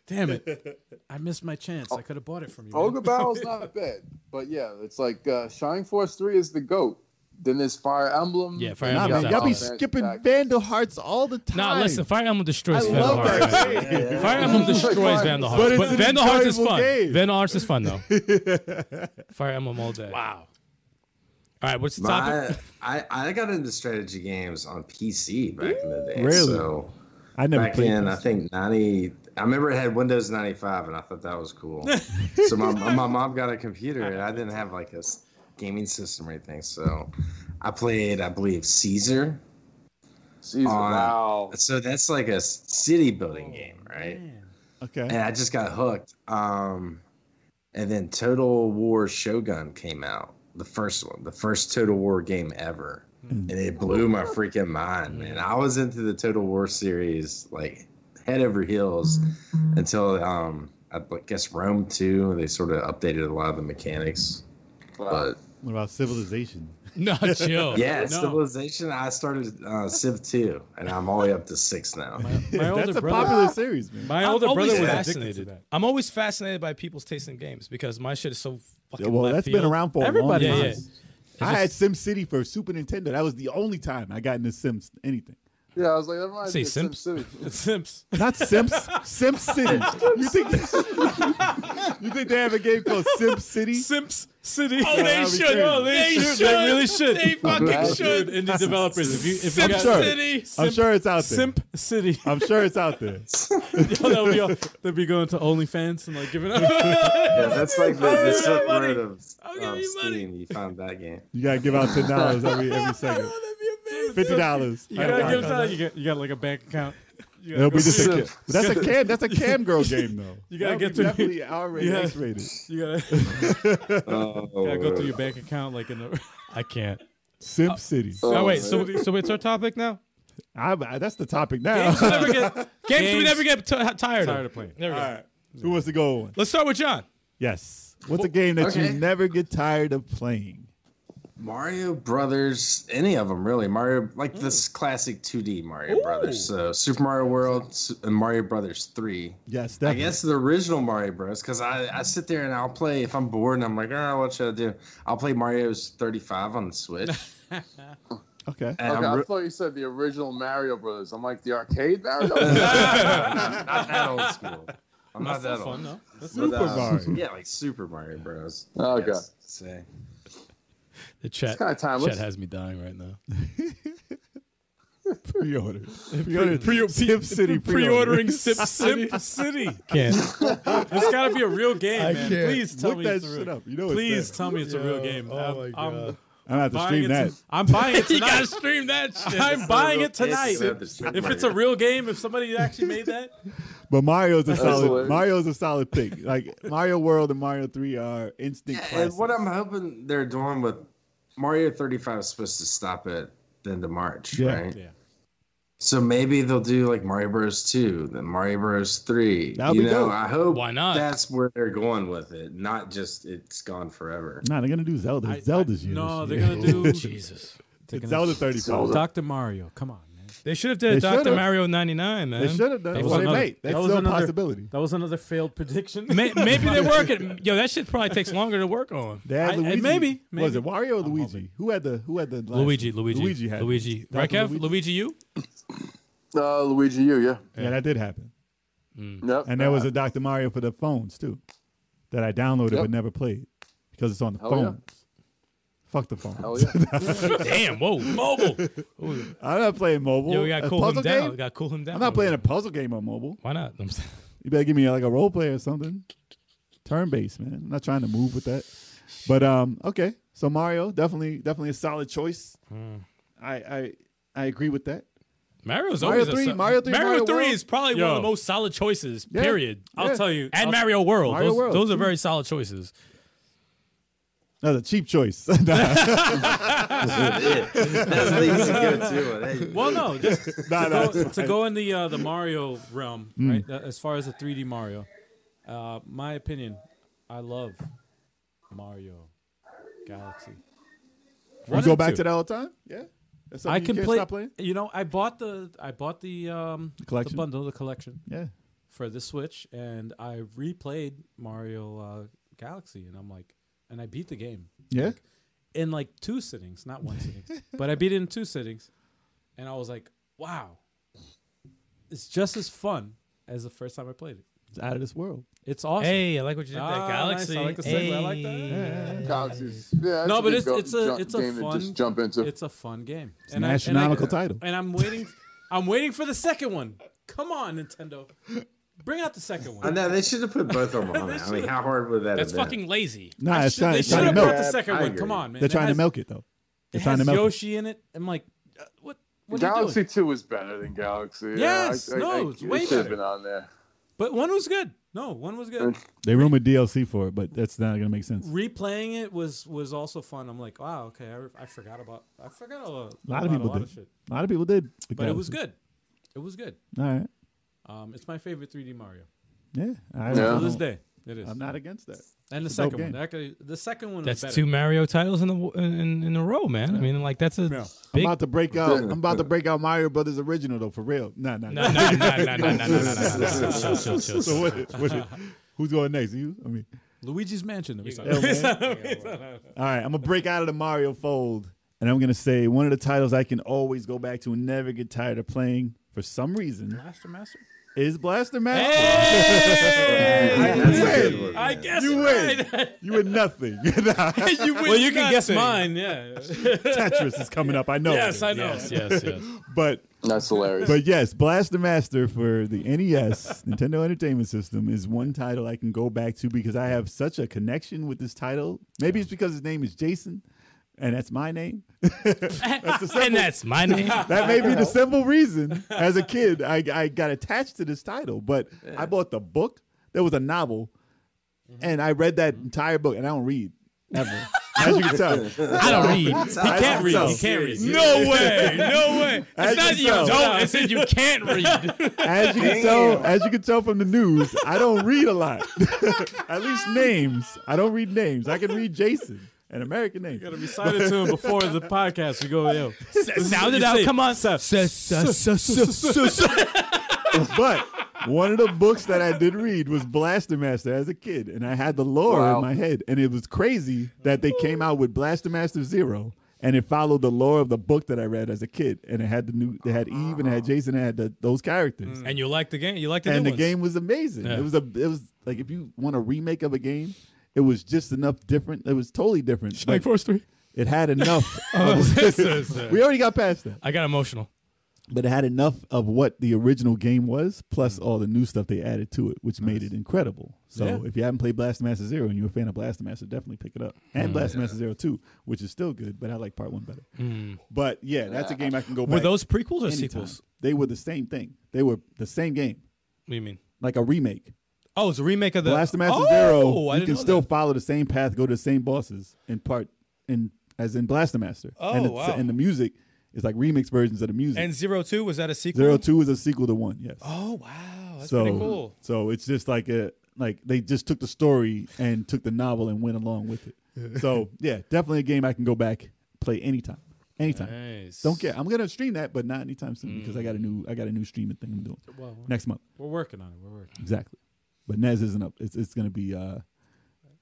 Speaker 2: Damn it! I missed my chance.
Speaker 4: Oh.
Speaker 2: I could have bought it from you.
Speaker 8: Ogre
Speaker 2: man.
Speaker 8: Barrel's not bad, but yeah, it's like uh, Shining Force Three is the goat. Then there's Fire Emblem.
Speaker 5: Yeah, Fire
Speaker 8: Then
Speaker 3: Nah,
Speaker 8: you
Speaker 5: Emblem's
Speaker 3: man,
Speaker 8: got
Speaker 5: out.
Speaker 3: y'all be
Speaker 8: Final Fantasy
Speaker 3: skipping
Speaker 8: Tactics.
Speaker 3: Vandal Hearts all the time.
Speaker 5: Nah, listen, Fire Emblem
Speaker 3: I
Speaker 5: destroys Vandal
Speaker 3: love
Speaker 5: Hearts.
Speaker 3: that game.
Speaker 5: Fire Emblem destroys Vandal Hearts,
Speaker 3: But
Speaker 5: but,
Speaker 3: it's an
Speaker 5: Vandal Hearts is
Speaker 3: enjoyable
Speaker 5: fun.
Speaker 3: game.
Speaker 5: Vandal Hearts is fun though. Fire Emblem all day. Wow. All right, what's the topic?
Speaker 4: My, I, I got into strategy games on PC back in the day.
Speaker 3: Really?
Speaker 4: So
Speaker 3: I never
Speaker 4: back
Speaker 3: played.
Speaker 4: in, I
Speaker 3: this.
Speaker 4: think 90. I remember it had Windows 95, and I thought that was cool. so my, my mom got a computer, and I didn't have like a s- gaming system or anything. So I played, I believe, Caesar.
Speaker 8: Caesar,
Speaker 4: on-
Speaker 8: wow.
Speaker 4: So that's like a s- city building game, right?
Speaker 3: Okay.
Speaker 4: And I just got hooked. Um, and then Total War Shogun came out, the first one, the first Total War game ever.
Speaker 5: Mm.
Speaker 4: And it blew my freaking mind, man. I was into the Total War series like head over heels until um, I guess Rome 2, they sort of updated a lot of the mechanics. But
Speaker 3: What about Civilization?
Speaker 5: No, chill.
Speaker 4: yeah,
Speaker 2: No.
Speaker 4: Civilization, I started uh, Civ 2, and I'm all the way up to 6 now.
Speaker 2: My
Speaker 3: That's
Speaker 2: older
Speaker 3: a
Speaker 2: brother.
Speaker 3: popular series, man.
Speaker 2: My
Speaker 5: I'm
Speaker 2: older brother
Speaker 5: always
Speaker 2: was addicted to
Speaker 5: fascinated.
Speaker 2: that.
Speaker 5: I'm always fascinated by people's taste in games because my shit is so fucking.
Speaker 3: Yeah, well,
Speaker 5: left
Speaker 3: that's
Speaker 5: field.
Speaker 3: been around for a
Speaker 2: Everybody
Speaker 3: long time.
Speaker 5: is.
Speaker 3: I had Sim City for Super Nintendo. That was the only time I got into Sims anything.
Speaker 8: Yeah, I was like, that reminds
Speaker 5: Say
Speaker 8: me of Sim
Speaker 5: Simps.
Speaker 8: City.
Speaker 2: Simps.
Speaker 3: Not Sims. Sim City. You think? you think they have a game called Sim City?
Speaker 2: Simps City.
Speaker 5: Oh, they
Speaker 3: that'd be
Speaker 5: should.
Speaker 3: crazy.
Speaker 5: Oh, they,
Speaker 2: They
Speaker 5: should.
Speaker 2: should. They really should.
Speaker 5: They fucking
Speaker 8: Imagine.
Speaker 2: Dude,
Speaker 5: should.
Speaker 2: indie developers. If you if you
Speaker 5: Simp
Speaker 2: got
Speaker 3: sure.
Speaker 5: City.
Speaker 3: I'm sure it's out there.
Speaker 2: Simp City,
Speaker 3: I'm sure it's out there.
Speaker 2: Yo, that would be all, they'd be going to OnlyFans and like giving up.
Speaker 4: Yeah, that's like the, the Silk
Speaker 5: money.
Speaker 4: Road of
Speaker 5: I'll give
Speaker 4: um,
Speaker 5: you money.
Speaker 4: Steam. You found that game.
Speaker 3: You gotta give out ten dollars every every second. Fifty dollars.
Speaker 2: You gotta give them. You got you got like a bank account. You gotta,
Speaker 3: It'll
Speaker 2: go,
Speaker 3: be just a
Speaker 8: Sim.
Speaker 3: cam. That's a cam. That's a cam girl game though.
Speaker 2: You gotta
Speaker 3: That
Speaker 2: get
Speaker 3: would
Speaker 2: to-
Speaker 3: be definitely R rated,
Speaker 2: Yeah.
Speaker 3: X rated.
Speaker 2: you gotta, you
Speaker 4: Oh,
Speaker 2: gotta go through your bank account like in the.
Speaker 5: I can't.
Speaker 3: Sim City.
Speaker 8: Oh,
Speaker 5: Oh, wait,
Speaker 8: man.
Speaker 5: so so it's our topic now.
Speaker 3: I, I- that's the topic now.
Speaker 5: Games we never get. Games, we
Speaker 2: Games-
Speaker 5: never get t- tired,
Speaker 2: Tired
Speaker 5: of.
Speaker 2: of playing.
Speaker 5: There we go.
Speaker 3: Who wants to go on?
Speaker 5: Let's start with John.
Speaker 3: Yes. What's a game that you
Speaker 8: Okay.
Speaker 3: never get tired of playing?
Speaker 4: Mario Brothers, any of them really. Mario, like this
Speaker 2: Mm.
Speaker 4: classic 2D Mario Brothers. So Super Mario World S- and Mario Brothers 3.
Speaker 3: Yes,
Speaker 4: I
Speaker 3: definitely.
Speaker 4: guess the original Mario Bros. Because I, I sit there and I'll play, if I'm bored and I'm like, oh, what should I do? I'll play Mario's 35 on the Switch.
Speaker 3: Okay.
Speaker 4: And
Speaker 8: Okay,
Speaker 4: I'm
Speaker 8: I
Speaker 4: re-
Speaker 8: thought you said the original Mario Brothers. I'm like the arcade Mario.
Speaker 4: No, no,
Speaker 8: Brothers?
Speaker 4: no, no, not that old school. I'm not that
Speaker 2: That's
Speaker 4: old.
Speaker 2: fun, though. That's
Speaker 4: But, uh,
Speaker 3: Mario.
Speaker 4: Yeah, like Super Mario Bros.
Speaker 8: Okay.
Speaker 4: Yes, Say.
Speaker 5: The chat,
Speaker 8: It's kind of timeless.
Speaker 5: chat has me dying right now.
Speaker 3: Pre-order. Pre-order. Pre- Sip City.
Speaker 2: Pre-ordering Sip Sip City.
Speaker 5: Can't.
Speaker 2: It's got to be a real game,
Speaker 7: I
Speaker 2: man.
Speaker 7: can't.
Speaker 2: Please tell
Speaker 3: Look
Speaker 2: me
Speaker 3: that
Speaker 2: it's a real.
Speaker 3: shit up. You know it's
Speaker 2: Please
Speaker 3: there.
Speaker 2: tell me it's a real game.
Speaker 7: Oh
Speaker 2: I'm-
Speaker 7: my
Speaker 2: I'm
Speaker 7: God.
Speaker 3: I'm gonna have to
Speaker 2: buying
Speaker 3: stream
Speaker 2: it
Speaker 3: that.
Speaker 2: to- I'm buying it
Speaker 5: you gotta
Speaker 2: tonight.
Speaker 5: stream that shit.
Speaker 2: I'm buying it tonight.
Speaker 4: It's, uh, the Super
Speaker 2: If it's
Speaker 4: Mario.
Speaker 2: a real game, if somebody actually made that,
Speaker 3: But Mario's a solid.
Speaker 8: hilarious.
Speaker 3: Mario's a solid pick. Like Mario World and Mario Three are instant
Speaker 4: Yeah,
Speaker 3: classics.
Speaker 4: and what I'm hoping they're doing with Mario 35 is supposed to stop at the end of March,
Speaker 3: Yeah.
Speaker 4: right?
Speaker 2: Yeah.
Speaker 4: So maybe they'll do like Mario Bros. 2, then Mario Bros. 3.
Speaker 3: That'll
Speaker 4: you
Speaker 3: be
Speaker 4: know,
Speaker 3: dope.
Speaker 4: I hope
Speaker 5: Why not?
Speaker 4: that's where they're going with it, not just it's gone forever.
Speaker 3: Nah, they're gonna do Zelda.
Speaker 2: I-
Speaker 3: Zelda's
Speaker 2: I-
Speaker 3: you.
Speaker 2: no,
Speaker 3: this
Speaker 2: they're
Speaker 3: year.
Speaker 2: gonna do-
Speaker 5: Jesus.
Speaker 2: they're
Speaker 3: It's
Speaker 2: gonna-
Speaker 3: Zelda 35.
Speaker 2: Dr. Mario. Come on, man.
Speaker 5: They should have did
Speaker 3: They
Speaker 5: Doctor
Speaker 3: should've.
Speaker 5: Mario '99, man.
Speaker 3: They should have done.
Speaker 2: That was
Speaker 3: That was
Speaker 2: another-
Speaker 3: made.
Speaker 2: that
Speaker 3: That's
Speaker 2: was
Speaker 3: still a
Speaker 2: another-
Speaker 3: possibility.
Speaker 2: That was another failed prediction.
Speaker 5: May- Maybe they work it. Yo, that shit probably takes longer to work on.
Speaker 3: They had
Speaker 2: I- and
Speaker 3: Luigi.
Speaker 2: maybe-
Speaker 3: was
Speaker 2: maybe.
Speaker 3: it Wario or Luigi? Who had the Who had the last
Speaker 5: Luigi,
Speaker 3: one?
Speaker 5: Luigi,
Speaker 3: Luigi had
Speaker 5: Luigi.
Speaker 3: That was
Speaker 5: Right, Kev?
Speaker 3: Luigi.
Speaker 5: Luigi. you?
Speaker 8: Uh, Luigi U, yeah.
Speaker 3: Yeah, that did happen.
Speaker 5: Mm.
Speaker 8: Yep.
Speaker 3: And there was a Dr. Mario for the phones too, that I downloaded
Speaker 8: Yep.
Speaker 3: but never played because it's on the
Speaker 8: Hell yeah.
Speaker 3: phones. Fuck the phone.
Speaker 8: Hell yeah.
Speaker 5: Damn, whoa, mobile.
Speaker 3: I'm not playing mobile.
Speaker 5: Yo, we gotta
Speaker 3: A
Speaker 5: cool him
Speaker 3: puzzle
Speaker 5: down.
Speaker 3: game?
Speaker 5: We gotta cool him down.
Speaker 3: I'm not
Speaker 5: over
Speaker 3: playing
Speaker 5: there.
Speaker 3: a puzzle game on mobile.
Speaker 5: Why not? I'm saying-
Speaker 3: You better give me like a role play or something. Turn based, man. I'm not trying to move with that. But um, okay. So Mario, definitely, definitely a solid choice.
Speaker 8: Hmm.
Speaker 3: I, I I agree with that.
Speaker 5: Mario's
Speaker 3: Mario
Speaker 5: always a
Speaker 3: three,
Speaker 5: sol-
Speaker 3: Mario three,
Speaker 5: Mario
Speaker 3: Mario
Speaker 5: three
Speaker 3: World.
Speaker 5: is probably one
Speaker 2: Yo.
Speaker 5: of the most solid choices.
Speaker 3: Yeah.
Speaker 5: Period.
Speaker 3: Yeah.
Speaker 2: I'll tell you.
Speaker 5: And
Speaker 2: I'll-
Speaker 5: Mario World.
Speaker 3: Mario
Speaker 5: those,
Speaker 3: World, Mm-hmm.
Speaker 5: those are
Speaker 3: too.
Speaker 5: very solid choices.
Speaker 3: That's a cheap choice. nah,
Speaker 4: that's the easy go to. Hey,
Speaker 2: Well, no, just
Speaker 3: nah,
Speaker 2: go,
Speaker 3: it's
Speaker 2: to
Speaker 3: fine.
Speaker 2: go in the uh, the Mario realm,
Speaker 3: Mm.
Speaker 2: right? uh, As far as the 3D Mario, uh, my opinion, I love Mario Galaxy.
Speaker 3: You go back to that all the time. Yeah. That's something
Speaker 2: I
Speaker 3: you
Speaker 2: can
Speaker 3: can't
Speaker 2: play.
Speaker 3: Stop playing.
Speaker 2: You know, I bought the I bought the um
Speaker 3: collection?
Speaker 2: the bundle, the collection
Speaker 3: Yeah.
Speaker 2: for the Switch, and I replayed Mario uh, Galaxy, and I'm like, and I beat the game
Speaker 3: Yeah.
Speaker 2: in like two sittings, not one sitting, but I beat it in two sittings, and I was like, wow, it's just as fun as the first time I played it.
Speaker 3: It's out of this world.
Speaker 2: It's awesome.
Speaker 5: Hey, I like what you did. there.
Speaker 2: Ah, nice.
Speaker 5: Galaxy.
Speaker 2: I like the segue. I like that.
Speaker 5: Hey.
Speaker 8: Galaxies. Yeah,
Speaker 2: No,
Speaker 8: a
Speaker 2: but
Speaker 8: good
Speaker 2: it's- it's a-
Speaker 8: jump-
Speaker 2: it's a
Speaker 8: game
Speaker 2: fun-
Speaker 8: to just jump into.
Speaker 2: It's a fun game.
Speaker 3: It's an astronomical
Speaker 2: I,
Speaker 3: title.
Speaker 2: and I'm waiting. I'm waiting for the second one. Come on, Nintendo, bring out the second
Speaker 4: I
Speaker 2: one.
Speaker 4: know they should have put both of them on. I mean, how hard would that
Speaker 5: That's
Speaker 4: have been?
Speaker 5: fucking lazy.
Speaker 3: Nah, it's
Speaker 2: Should-
Speaker 3: trying,
Speaker 2: they
Speaker 3: it's
Speaker 2: should
Speaker 3: trying to
Speaker 2: have
Speaker 3: milk.
Speaker 2: brought the
Speaker 6: it.
Speaker 2: second
Speaker 4: I
Speaker 2: one.
Speaker 4: agree.
Speaker 2: Come on, man.
Speaker 3: They're trying
Speaker 2: it
Speaker 3: to
Speaker 2: has,
Speaker 3: milk it though.
Speaker 2: It
Speaker 3: They're trying to
Speaker 2: has
Speaker 3: milk. it.
Speaker 2: Yoshi in it. I'm like, uh, what? What are you
Speaker 8: Galaxy
Speaker 2: doing?
Speaker 8: Two is better than Galaxy. Yeah,
Speaker 2: Yes,
Speaker 8: I, I,
Speaker 2: no,
Speaker 8: I,
Speaker 2: it's way
Speaker 8: it should
Speaker 2: better.
Speaker 8: have been on there.
Speaker 2: But one was good. No, one was good.
Speaker 3: They rumored DLC for it, but that's not gonna make sense.
Speaker 2: replaying it was was also fun. I'm like, wow, okay, I, I forgot about I forgot a, lot
Speaker 3: A lot
Speaker 2: about
Speaker 3: of people
Speaker 2: a lot
Speaker 3: did.
Speaker 2: of shit,
Speaker 3: A lot of people did.
Speaker 2: but it was good. It was good.
Speaker 3: All right.
Speaker 2: Um, it's my favorite 3D Mario
Speaker 3: Yeah.
Speaker 8: Yeah.
Speaker 3: I
Speaker 2: to
Speaker 3: don't-
Speaker 2: this day. It is.
Speaker 3: I'm not against that.
Speaker 2: and the
Speaker 3: it's a dope
Speaker 2: second one,
Speaker 3: game.
Speaker 2: actually, the second one
Speaker 5: That's
Speaker 2: was
Speaker 5: two
Speaker 2: better.
Speaker 5: Mario titles in the in, in a row, man. I mean, like that's a
Speaker 2: Yeah.
Speaker 5: big.
Speaker 3: I'm about to break out. I'm about to break out Mario Brothers original though, for real. Nah, nah,
Speaker 5: No,
Speaker 3: nah.
Speaker 5: no, no, no, no, no, no, no, no, no. Chill, chill, chill,
Speaker 3: so
Speaker 5: chill.
Speaker 3: what? what who's going next? You? I mean,
Speaker 2: Luigi's Mansion. That we saw.
Speaker 3: yo, man. all right. I'm gonna break out of the Mario fold, and I'm gonna say one of the titles I can always go back to and never get tired of playing. For some reason,
Speaker 2: Blaster Master.
Speaker 3: is Blaster Master.
Speaker 5: Hey!
Speaker 4: That's a
Speaker 3: Hey!
Speaker 4: good one,
Speaker 5: I
Speaker 4: man.
Speaker 5: guess
Speaker 3: You win. You win nothing. Nah,
Speaker 5: you win
Speaker 2: Well, you can guess
Speaker 5: nothing.
Speaker 2: mine. Yeah.
Speaker 3: Tetris is coming up. I know. it
Speaker 2: yes,
Speaker 3: is.
Speaker 2: I know.
Speaker 5: Yes, yes, yes.
Speaker 3: But
Speaker 8: That's hilarious.
Speaker 3: But yes, Blaster Master for the NES, Nintendo Entertainment System, is one title I can go back to because I have such a connection with this title. Maybe it's because his name is Jason, and that's my name.
Speaker 5: and that's my name.
Speaker 3: That may be the simple reason. As a kid, I, I got attached to this title, but I bought the book. There was a novel,
Speaker 2: Mm-hmm.
Speaker 3: and I read that entire book, and I don't read ever. As you can tell,
Speaker 5: I don't read. He
Speaker 3: I
Speaker 5: can't read.
Speaker 3: know.
Speaker 5: He can't read.
Speaker 3: Yeah.
Speaker 5: No way. No way.
Speaker 3: As
Speaker 5: It's not that you
Speaker 3: yourself.
Speaker 5: don't. It's that you can't read.
Speaker 3: as you can tell, as you can tell from the news, I don't read a lot. At least names. I don't read names. I can read Jason. an American name.
Speaker 2: Gotta recite it to him before the podcast. We go, yo.
Speaker 5: Sound it out. Come on.
Speaker 3: but one of the books that I did read was Blaster Master as a kid, and I had the lore
Speaker 8: Wow.
Speaker 3: in my head, and it was crazy that they came out with Blaster Master Zero, and it followed the lore of the book that I read as a kid, and it had the new, they had Eve, and it had Jason, and it had the, those characters,
Speaker 5: And you like the game? You like the
Speaker 3: and
Speaker 5: new
Speaker 3: the
Speaker 5: ones?
Speaker 3: game was amazing.
Speaker 5: Yeah.
Speaker 3: It was a, it was like if you want a remake of a game, it was just enough different. It was totally different. but
Speaker 5: Force Three.
Speaker 3: it had enough.
Speaker 5: this is, uh,
Speaker 3: we already got past that
Speaker 5: I got emotional.
Speaker 3: but it had enough of what the original game was, plus
Speaker 5: Mm.
Speaker 3: all the new stuff they added to it, which made it incredible. So
Speaker 2: Yeah.
Speaker 3: if you haven't played Blaster Master Zero and you're a fan of Blaster Master, definitely pick it up. And
Speaker 5: Mm.
Speaker 3: Blaster Master Zero Two, which is still good, but I like Part One better. But yeah, that's a game I can go.
Speaker 5: Mm. Were
Speaker 3: back
Speaker 5: those prequels or
Speaker 3: anytime.
Speaker 5: sequels?
Speaker 3: They were the same thing. They were the same game,
Speaker 5: What do you mean?
Speaker 3: like a remake.
Speaker 5: Oh, it's a remake of the
Speaker 3: Blaster Master
Speaker 5: oh,
Speaker 3: Zero,
Speaker 5: I
Speaker 3: you
Speaker 5: didn't
Speaker 3: can
Speaker 5: know
Speaker 3: still
Speaker 5: that.
Speaker 3: follow the same path, go to the same bosses in part in as in Blaster Master.
Speaker 5: Oh,
Speaker 3: and, it's,
Speaker 5: wow.
Speaker 3: and the music is like remix versions of the music.
Speaker 5: And Zero Two was that a sequel?
Speaker 3: Zero Two is a sequel to one. Yes.
Speaker 5: Oh wow, that's
Speaker 3: so
Speaker 5: pretty cool.
Speaker 3: so it's just like a like they just took the story and took the novel and went along with it. so yeah, definitely a game I can go back play anytime, anytime.
Speaker 5: Nice. Mm.
Speaker 3: Don't care. I'm gonna stream that, but not anytime soon because I got a new I got a new streaming thing I'm doing
Speaker 2: Well,
Speaker 3: next month
Speaker 2: we're working on it. We're working.
Speaker 3: exactly. But Nez isn't up. It's it's gonna be. uh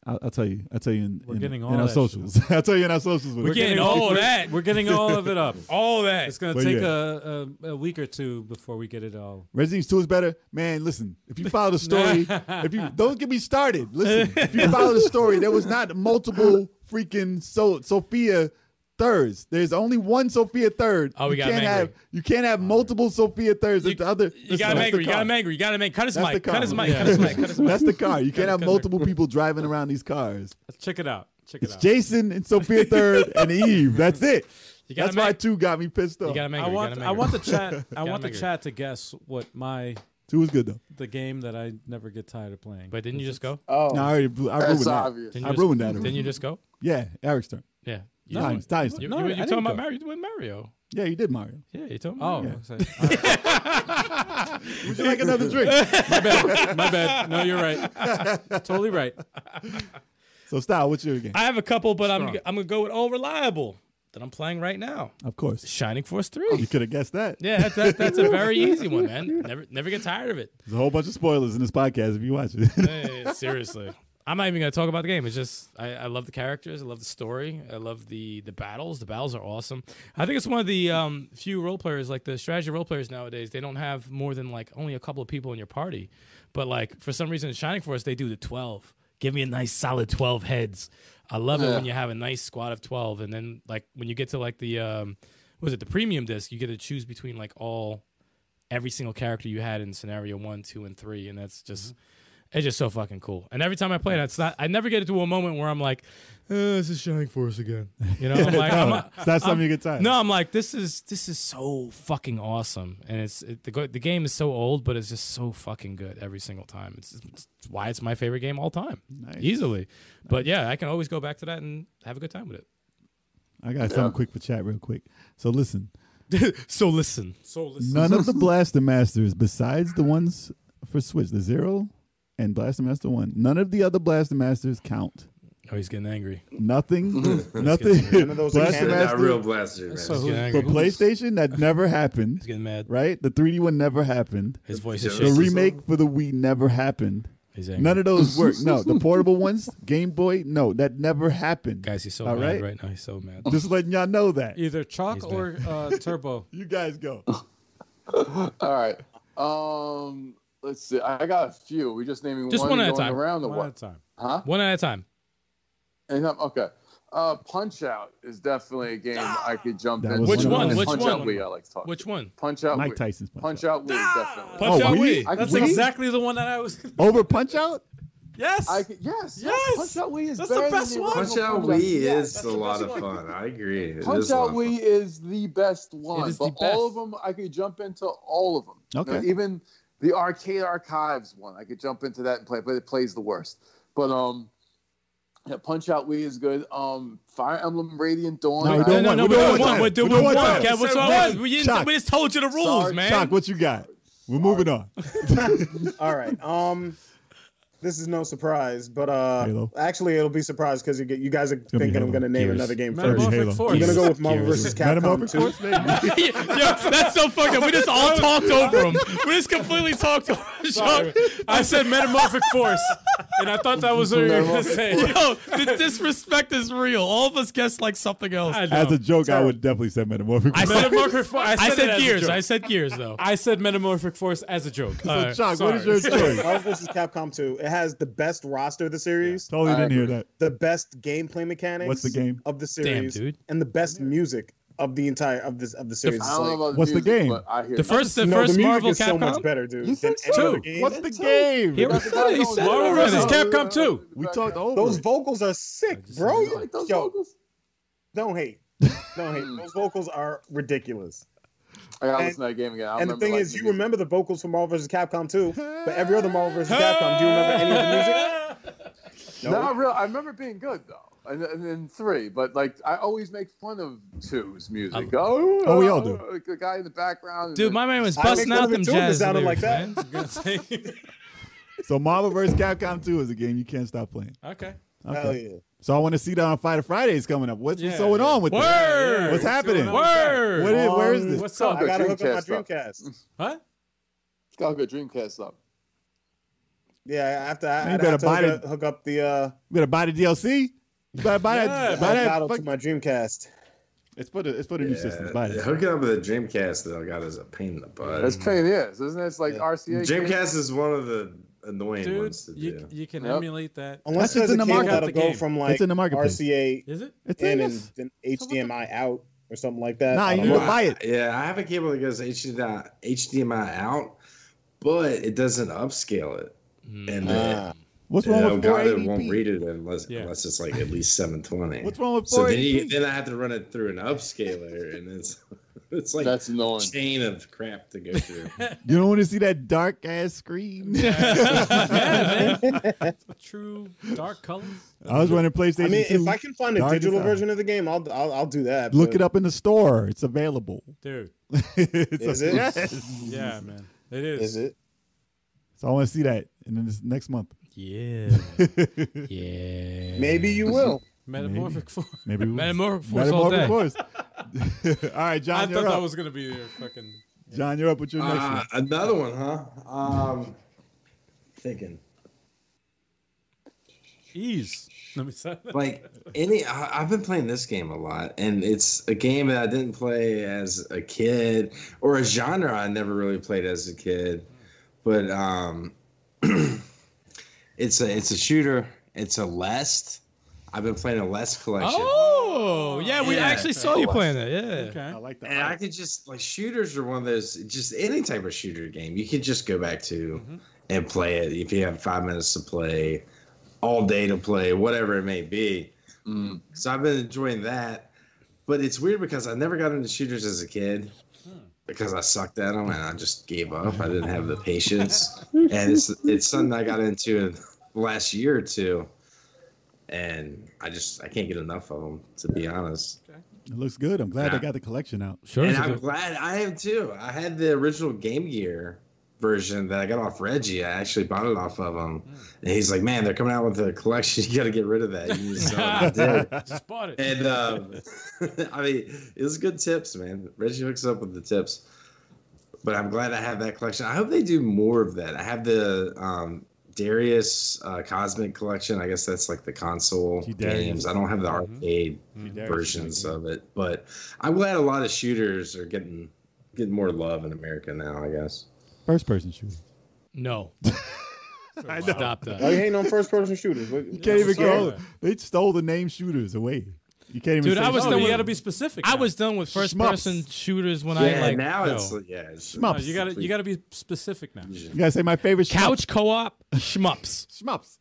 Speaker 3: I'll, I'll tell you. I'll tell you in,
Speaker 2: We're
Speaker 3: in,
Speaker 2: getting
Speaker 3: in
Speaker 2: all
Speaker 3: our
Speaker 2: that shit
Speaker 3: socials. I'll tell you in our socials.
Speaker 5: We're getting all that.
Speaker 2: We're getting all of it up.
Speaker 5: All that.
Speaker 2: It's gonna
Speaker 3: But
Speaker 2: take
Speaker 3: yeah.
Speaker 2: a, a, a week or two before we get it all.
Speaker 3: Resident Evil 2 is better. Man, listen, if you follow the story, if you don't get me started. Listen, if you follow the story, there was not multiple freaking so Sophia thirds. There's only one Sophia third.
Speaker 5: Oh, we
Speaker 3: you
Speaker 5: got him
Speaker 3: can't
Speaker 5: angry.
Speaker 3: have you can't have multiple Sophia thirds. It's the other
Speaker 5: You got him
Speaker 3: that's
Speaker 5: angry.
Speaker 3: the
Speaker 5: You got
Speaker 3: car.
Speaker 5: him angry. You got him angry. Cut his
Speaker 3: That's the
Speaker 5: mic. Cut
Speaker 3: car.
Speaker 5: his mic.
Speaker 2: Yeah.
Speaker 5: Cut his mic. Cut his mic.
Speaker 3: That's the car. You can't have
Speaker 5: cut him angry.
Speaker 3: multiple people driving around these cars.
Speaker 2: Check it out. Check it
Speaker 3: It's
Speaker 2: out.
Speaker 3: Jason and Sophia third and Eve. That's it.
Speaker 5: You got
Speaker 3: That's
Speaker 5: him
Speaker 3: why
Speaker 5: angry.
Speaker 3: two got me pissed
Speaker 5: You
Speaker 3: off.
Speaker 5: got him
Speaker 2: I
Speaker 5: angry. You got
Speaker 2: want
Speaker 5: him
Speaker 2: I
Speaker 5: angry.
Speaker 2: want the chat I
Speaker 5: Got
Speaker 2: want
Speaker 5: him
Speaker 2: the
Speaker 5: angry.
Speaker 2: chat to guess what my
Speaker 3: Two was good though.
Speaker 2: the game that I never get tired of playing.
Speaker 5: But didn't you just go?
Speaker 8: Oh,
Speaker 3: No, I already blew, I ruined
Speaker 8: that's
Speaker 3: that.
Speaker 8: obvious.
Speaker 5: Didn't
Speaker 3: I
Speaker 5: you just-
Speaker 3: ruined that
Speaker 5: Didn't you
Speaker 3: already.
Speaker 5: just go?
Speaker 3: Yeah, Eric's turn.
Speaker 5: Yeah. You
Speaker 3: Time,
Speaker 5: just-
Speaker 3: time's
Speaker 5: You,
Speaker 3: turn.
Speaker 5: you,
Speaker 2: No, I
Speaker 5: you
Speaker 2: didn't
Speaker 5: talking
Speaker 2: go.
Speaker 5: about Mario? You went Mario.
Speaker 3: Yeah, you did Mario.
Speaker 5: Yeah, you told me.
Speaker 2: Oh,
Speaker 5: Mario.
Speaker 2: okay. All right.
Speaker 3: Would you like another drink?
Speaker 2: my bad. My bad. No, you're right. Totally right.
Speaker 3: so, Style, what's your game?
Speaker 5: I have a couple, but I'm I'm gonna go with all reliable that I'm playing right now.
Speaker 3: Of course.
Speaker 5: Shining Force Three.
Speaker 3: You could have guessed that.
Speaker 5: Yeah, that's, that, that's a very easy one, man. Never never get tired of it.
Speaker 3: There's a whole bunch of spoilers in this podcast if you watch it.
Speaker 5: Eh, seriously. I'm not even gonna talk about the game. It's just I, I love the characters, I love the story, I love the the battles. The battles are awesome. I think it's one of the um, few role players, like the strategy role players nowadays. They don't have more than like only a couple of people in your party, but like for some reason in Shining Force they do the twelve. Give me a nice solid twelve heads. I love it when you have a nice squad of twelve, and then like when you get to like the um, what was it the premium disc, you get to choose between like all every single character you had in scenario one, two, and three, and that's just
Speaker 2: Mm-hmm.
Speaker 5: it's just so fucking cool. And every time I play it, it's not. I never get to a moment where I'm like, uh, "This is Shining Force again." You know, I'm like, I'm,
Speaker 3: It's not something you get tired.
Speaker 5: no, I'm like, this is this is so fucking awesome, and it's it, the go- the game is so old, but it's just so fucking good every single time. It's, it's why it's my favorite game all time, easily. But yeah, I can always go back to that and have a good time with it.
Speaker 3: I got something quick for chat, real quick. So, listen,
Speaker 5: So listen,
Speaker 2: So listen.
Speaker 3: none of the Blaster Masters, besides the ones for Switch, the Zero and Blaster Master One, none of the other Blaster Masters count.
Speaker 5: oh, he's getting angry.
Speaker 3: Nothing, nothing.
Speaker 6: None of those
Speaker 3: Blaster
Speaker 6: in Canada.
Speaker 4: Not real
Speaker 3: Master
Speaker 4: blaster, man.
Speaker 2: So who,
Speaker 5: Getting angry.
Speaker 3: for PlayStation, that never happened,
Speaker 5: He's getting mad.
Speaker 3: right? The 3D one never happened.
Speaker 5: His voice is
Speaker 4: The
Speaker 3: The
Speaker 5: shaking.
Speaker 3: remake for the Wii never happened.
Speaker 5: He's angry.
Speaker 3: None of those work. No, the portable ones, Game Boy, no, that never happened.
Speaker 5: guys, he's so
Speaker 3: All
Speaker 5: mad
Speaker 3: right.
Speaker 5: right? now. He's so mad.
Speaker 3: Just letting y'all know that.
Speaker 2: either chalk or uh, turbo.
Speaker 3: You guys go.
Speaker 8: All right. Um, let's see. I got a few. We just naming
Speaker 5: Just
Speaker 8: one,
Speaker 5: one at a
Speaker 8: going
Speaker 5: time.
Speaker 8: around the
Speaker 2: One
Speaker 8: what?
Speaker 2: at a time.
Speaker 8: Huh?
Speaker 5: One at a time.
Speaker 8: And I'm- okay. Uh, Punch Out is definitely a game
Speaker 2: Ah!
Speaker 8: I could jump
Speaker 3: That
Speaker 8: in.
Speaker 3: was Which one of one? them. Which
Speaker 8: Punch Out
Speaker 5: one?
Speaker 8: Lee, I like to talk.
Speaker 5: Which one?
Speaker 8: Punch Out.
Speaker 3: Mike
Speaker 8: Lee.
Speaker 3: Tyson's Punch,
Speaker 8: Punch
Speaker 3: Out.
Speaker 8: Out Lee,
Speaker 2: Ah!
Speaker 8: definitely.
Speaker 5: Punch
Speaker 3: Oh,
Speaker 5: out
Speaker 3: we-
Speaker 5: Wii.
Speaker 8: I
Speaker 2: That's
Speaker 8: could-
Speaker 2: exactly the one that I was.
Speaker 3: Over Punch Out?
Speaker 2: Yes.
Speaker 8: I could, yes,
Speaker 2: Yes!
Speaker 8: Punch Out Wee is
Speaker 2: That's the
Speaker 8: better
Speaker 2: best
Speaker 8: than
Speaker 2: one!
Speaker 4: Punch Out
Speaker 8: Wee
Speaker 4: Wii is
Speaker 2: that's
Speaker 4: a
Speaker 2: the
Speaker 4: lot
Speaker 2: best
Speaker 4: of
Speaker 2: one.
Speaker 4: fun. I agree. It
Speaker 8: Punch
Speaker 4: is a lot
Speaker 8: Out
Speaker 4: of
Speaker 8: Wii
Speaker 4: fun.
Speaker 8: is the best one,
Speaker 2: is the
Speaker 8: but all of
Speaker 2: best.
Speaker 8: them I could jump into all of them. You know,
Speaker 3: Okay.
Speaker 8: even the Arcade Archives one, I could jump into that and play, but it plays the worst. But um, yeah, Punch Out Wii is good. Um, Fire Emblem Radiant Dawn.
Speaker 3: No,
Speaker 8: I-
Speaker 3: we don't want-
Speaker 5: no,
Speaker 3: we
Speaker 5: we
Speaker 3: don't
Speaker 5: don't
Speaker 3: want
Speaker 5: want
Speaker 3: time.
Speaker 5: We're
Speaker 3: We don't
Speaker 5: doing
Speaker 3: want
Speaker 5: one.
Speaker 3: time.
Speaker 5: Kev, what's
Speaker 3: Said
Speaker 5: all
Speaker 3: one.
Speaker 5: right? We
Speaker 3: Chuck.
Speaker 5: didn't- we just told you the rules,
Speaker 8: Sorry,
Speaker 5: man.
Speaker 3: Chuck, what you got? We're moving on.
Speaker 6: All right. Um, this is no surprise, but uh,
Speaker 3: Halo.
Speaker 6: actually it'll be surprised because you, get- you guys are
Speaker 3: gonna be
Speaker 6: thinking I'm
Speaker 3: Halo.
Speaker 6: gonna name
Speaker 5: Gears.
Speaker 6: another game
Speaker 3: That'd be
Speaker 6: first.
Speaker 2: Metamorphic
Speaker 3: Halo.
Speaker 2: Force.
Speaker 6: I'm gonna go with
Speaker 5: Gears.
Speaker 6: Marvel vs.
Speaker 3: Metamorphic
Speaker 6: Capcom 2.
Speaker 3: Force, maybe.
Speaker 5: Yo, that's so fucked up. We just all talked over him. We just completely talked over Sean.
Speaker 2: I said metamorphic force, and I thought that was what you were going to say.
Speaker 5: Yo, the disrespect is real. All of us guessed like something else.
Speaker 2: I
Speaker 5: I,
Speaker 2: know.
Speaker 3: As a joke, I would definitely say metamorphic.
Speaker 5: I
Speaker 3: Force.
Speaker 5: said-
Speaker 2: metamorphic force. I said, it
Speaker 5: said
Speaker 2: as a
Speaker 5: gears.
Speaker 2: joke.
Speaker 5: I said gears though.
Speaker 2: I said metamorphic force as a joke.
Speaker 5: All
Speaker 3: so,
Speaker 5: right,
Speaker 3: Chuck, what is
Speaker 2: sorry.
Speaker 3: your choice?
Speaker 6: Marvel vs. Capcom 2. It has the best roster of the series,
Speaker 3: Totally
Speaker 8: I
Speaker 3: didn't hear that.
Speaker 6: the best gameplay mechanics.
Speaker 3: What's the game?
Speaker 6: of the series?
Speaker 5: dude.
Speaker 6: And the best music of the entire of this of the series.
Speaker 8: I
Speaker 6: It's
Speaker 8: don't know
Speaker 6: like-
Speaker 8: about
Speaker 3: What's the
Speaker 8: music,
Speaker 3: game?
Speaker 8: But I hear
Speaker 5: The first, the
Speaker 6: no,
Speaker 5: first
Speaker 6: the music
Speaker 5: Marvel
Speaker 6: is so much
Speaker 5: Capcom.
Speaker 6: better, dude.
Speaker 8: You
Speaker 6: than
Speaker 8: think
Speaker 6: any
Speaker 8: so?
Speaker 6: other game.
Speaker 3: What's the game?
Speaker 5: Here
Speaker 8: That's
Speaker 5: we
Speaker 8: the
Speaker 5: said it. He
Speaker 8: guy
Speaker 5: said it
Speaker 8: going
Speaker 2: Marvel
Speaker 5: already.
Speaker 2: versus Capcom 2.
Speaker 3: We talked over.
Speaker 6: Those
Speaker 3: it.
Speaker 6: vocals are sick,
Speaker 2: just
Speaker 6: bro.
Speaker 2: said
Speaker 6: You-
Speaker 8: Like those
Speaker 6: Yo,
Speaker 8: vocals?
Speaker 6: don't hate. Don't hate. Those vocals are ridiculous.
Speaker 8: I gotta
Speaker 6: And-
Speaker 8: listen to that game again. I
Speaker 6: and the
Speaker 8: remember
Speaker 6: thing
Speaker 8: liking
Speaker 6: is,
Speaker 8: the
Speaker 6: you
Speaker 8: music.
Speaker 6: remember the vocals from Marvel vs. Capcom 2, but every other Marvel vs. Capcom, do you remember any of the music?
Speaker 8: No, real. I remember it being good though, and, and, and three. But like, I always make fun of two's music. oh,
Speaker 3: Oh, we all do.
Speaker 8: uh, The guy in the background. and
Speaker 5: Dude,
Speaker 8: then-
Speaker 5: my man was
Speaker 6: I make
Speaker 5: busting
Speaker 6: one
Speaker 5: out
Speaker 6: of the
Speaker 5: them
Speaker 6: children
Speaker 5: jazz
Speaker 6: sounded
Speaker 5: lyrics,
Speaker 6: like that.
Speaker 5: man.
Speaker 3: So Marvel vs. Capcom 2 is a game you can't stop playing.
Speaker 2: okay.
Speaker 3: Okay.
Speaker 6: Hell yeah.
Speaker 3: So I want to see that on Fighter Fridays coming up. What's,
Speaker 2: Yeah,
Speaker 3: what's going
Speaker 2: yeah.
Speaker 3: on with that?
Speaker 5: Word.
Speaker 3: What's happening?
Speaker 2: Word.
Speaker 3: What is, where is
Speaker 6: Um,
Speaker 3: this?
Speaker 2: What's up?
Speaker 6: I gotta
Speaker 8: Dreamcast
Speaker 6: hook up my
Speaker 8: stuff.
Speaker 6: Dreamcast.
Speaker 2: Huh?
Speaker 8: It's got a good Dreamcast up.
Speaker 6: Yeah, I have to, I,
Speaker 3: You
Speaker 6: I'd
Speaker 3: better
Speaker 6: have to
Speaker 3: buy
Speaker 6: hook,
Speaker 3: the-
Speaker 6: up, hook up the uh,
Speaker 3: We gotta buy the DLC. You better buy
Speaker 2: Yeah,
Speaker 3: that. Buy
Speaker 6: buy
Speaker 3: that
Speaker 6: battle
Speaker 3: fuck-
Speaker 6: to my Dreamcast.
Speaker 3: it's for the it's for the new systems. Buy
Speaker 4: Yeah,
Speaker 3: it.
Speaker 4: hooking up with a Dreamcast though, God, is a pain in the butt.
Speaker 8: That's
Speaker 3: Hmm.
Speaker 8: pain in the ass, isn't it? It's like
Speaker 6: Yeah.
Speaker 8: RCA.
Speaker 4: Dreamcast is one of the annoying
Speaker 2: Dude,
Speaker 4: ones to
Speaker 2: you,
Speaker 4: do.
Speaker 2: you can
Speaker 8: Yep.
Speaker 2: emulate that.
Speaker 6: Unless
Speaker 3: That's
Speaker 6: there's
Speaker 3: just in
Speaker 6: a
Speaker 3: the
Speaker 6: cable
Speaker 3: market-
Speaker 6: that'll
Speaker 2: the
Speaker 6: go
Speaker 2: game.
Speaker 6: from like
Speaker 3: It's in the marketplace.
Speaker 6: RCA
Speaker 2: Is it?
Speaker 3: It's in
Speaker 6: in and
Speaker 3: this.
Speaker 6: then
Speaker 2: So what the-
Speaker 6: HDMI out or something like that.
Speaker 3: Nah,
Speaker 6: I
Speaker 3: you
Speaker 6: don't
Speaker 3: need to
Speaker 6: know.
Speaker 3: buy it.
Speaker 4: Yeah, I have a cable that goes HDMI, HDMI out, but it doesn't upscale it.
Speaker 5: Mm,
Speaker 4: And uh,
Speaker 6: Ah.
Speaker 3: What's wrong
Speaker 4: oh
Speaker 3: with
Speaker 4: God, it won't
Speaker 3: 480p?
Speaker 4: read it unless
Speaker 2: Yeah.
Speaker 4: unless it's like at least 720.
Speaker 3: What's wrong with
Speaker 4: so then you
Speaker 3: 480p?
Speaker 4: then I have to run it through an upscaler, and it's it's like
Speaker 8: That's
Speaker 4: a
Speaker 8: annoying.
Speaker 4: chain of crap to go through.
Speaker 3: You don't want to see that dark ass screen.
Speaker 2: yeah, man. True dark colors.
Speaker 3: I was running PlayStation
Speaker 6: I mean,
Speaker 3: 2.
Speaker 6: if I can find a
Speaker 3: Dark
Speaker 6: digital
Speaker 3: design.
Speaker 6: version of the game, I'll I'll, I'll do that.
Speaker 3: uh, Look
Speaker 6: but-
Speaker 3: it up in the store. It's available.
Speaker 2: Dude.
Speaker 3: It's
Speaker 6: Is it?
Speaker 3: Yes.
Speaker 2: Yeah, man. It is.
Speaker 6: Is it?
Speaker 3: So I want to see that in the this next month.
Speaker 5: Yeah. Yeah.
Speaker 6: Maybe you will.
Speaker 2: Metamorphic force.
Speaker 3: Maybe we
Speaker 5: Metamorphic Force all day.
Speaker 3: Force. all right,
Speaker 2: I
Speaker 3: John,
Speaker 2: thought
Speaker 3: you're
Speaker 2: that
Speaker 3: up.
Speaker 2: was gonna be your fucking.
Speaker 3: John, you're up with your next
Speaker 4: Uh,
Speaker 3: one.
Speaker 4: another one, huh? Um, thinking
Speaker 2: Ease. Let me say that.
Speaker 4: like any. I, I've been playing this game a lot, and it's a game that I didn't play as a kid, or a genre I never really played as a kid. But um, it's a it's a shooter. It's a Lest. I've been playing a Lest collection.
Speaker 5: Oh, yeah. We
Speaker 4: Yeah.
Speaker 5: actually saw you playing that. Yeah.
Speaker 2: Okay.
Speaker 3: I like that.
Speaker 4: And I could just like shooters are one of those just any type of shooter game you could just go back to and play it if you have five minutes to play, all day to play, whatever it may be.
Speaker 8: Mm.
Speaker 4: So I've been enjoying that, but it's weird because I never got into shooters as a kid because I sucked at them and I just gave up. I didn't have the patience, and it's it's something I got into in the last year or two, and I just I can't get enough of them to be honest.
Speaker 3: It looks good. I'm glad
Speaker 4: Yeah.
Speaker 3: they got the collection out.
Speaker 5: Sure.
Speaker 4: And
Speaker 5: it's a
Speaker 4: I'm
Speaker 5: good-
Speaker 4: glad I am too. I had the original Game Gear version that I got off Reggie. I actually bought it off of him. And he's like, Man, they're coming out with a collection. You got to get rid of that. You need to sell it." I did.
Speaker 2: Just bought it.
Speaker 4: And um, I mean, it was good tips, man. Reggie hooks up with the tips. But I'm glad I have that collection. I hope they do more of that. I have the um, Darius uh, Cosmic collection. I guess that's like the console
Speaker 3: Gee, Darius.
Speaker 4: games. I don't have the
Speaker 5: Mm-hmm.
Speaker 2: Mhm.
Speaker 4: arcade versions of it. But I'm glad a lot of shooters are getting getting more love in America now. I guess.
Speaker 3: First person shooter.
Speaker 5: no.
Speaker 3: I know.
Speaker 5: Stop that.
Speaker 6: Why Oh, you hating on first person shooters? What-
Speaker 3: You can't even
Speaker 2: what's
Speaker 3: go.
Speaker 2: wrong
Speaker 3: They stole the name shooters away. You can't even.
Speaker 5: Dude,
Speaker 3: say
Speaker 5: I was
Speaker 2: No,
Speaker 5: still
Speaker 2: Oh, you
Speaker 5: with-
Speaker 2: got to be specific.
Speaker 5: I
Speaker 2: now.
Speaker 5: was done with first person
Speaker 3: Shmups.
Speaker 5: shooters when
Speaker 4: yeah,
Speaker 5: I like
Speaker 4: now
Speaker 5: yo,
Speaker 4: it's yeah. It's,
Speaker 2: No,
Speaker 3: shmups.
Speaker 2: you got to you got to be specific now.
Speaker 3: You gotta say my favorite shmup-
Speaker 5: couch co-op shmups.
Speaker 3: Shmups.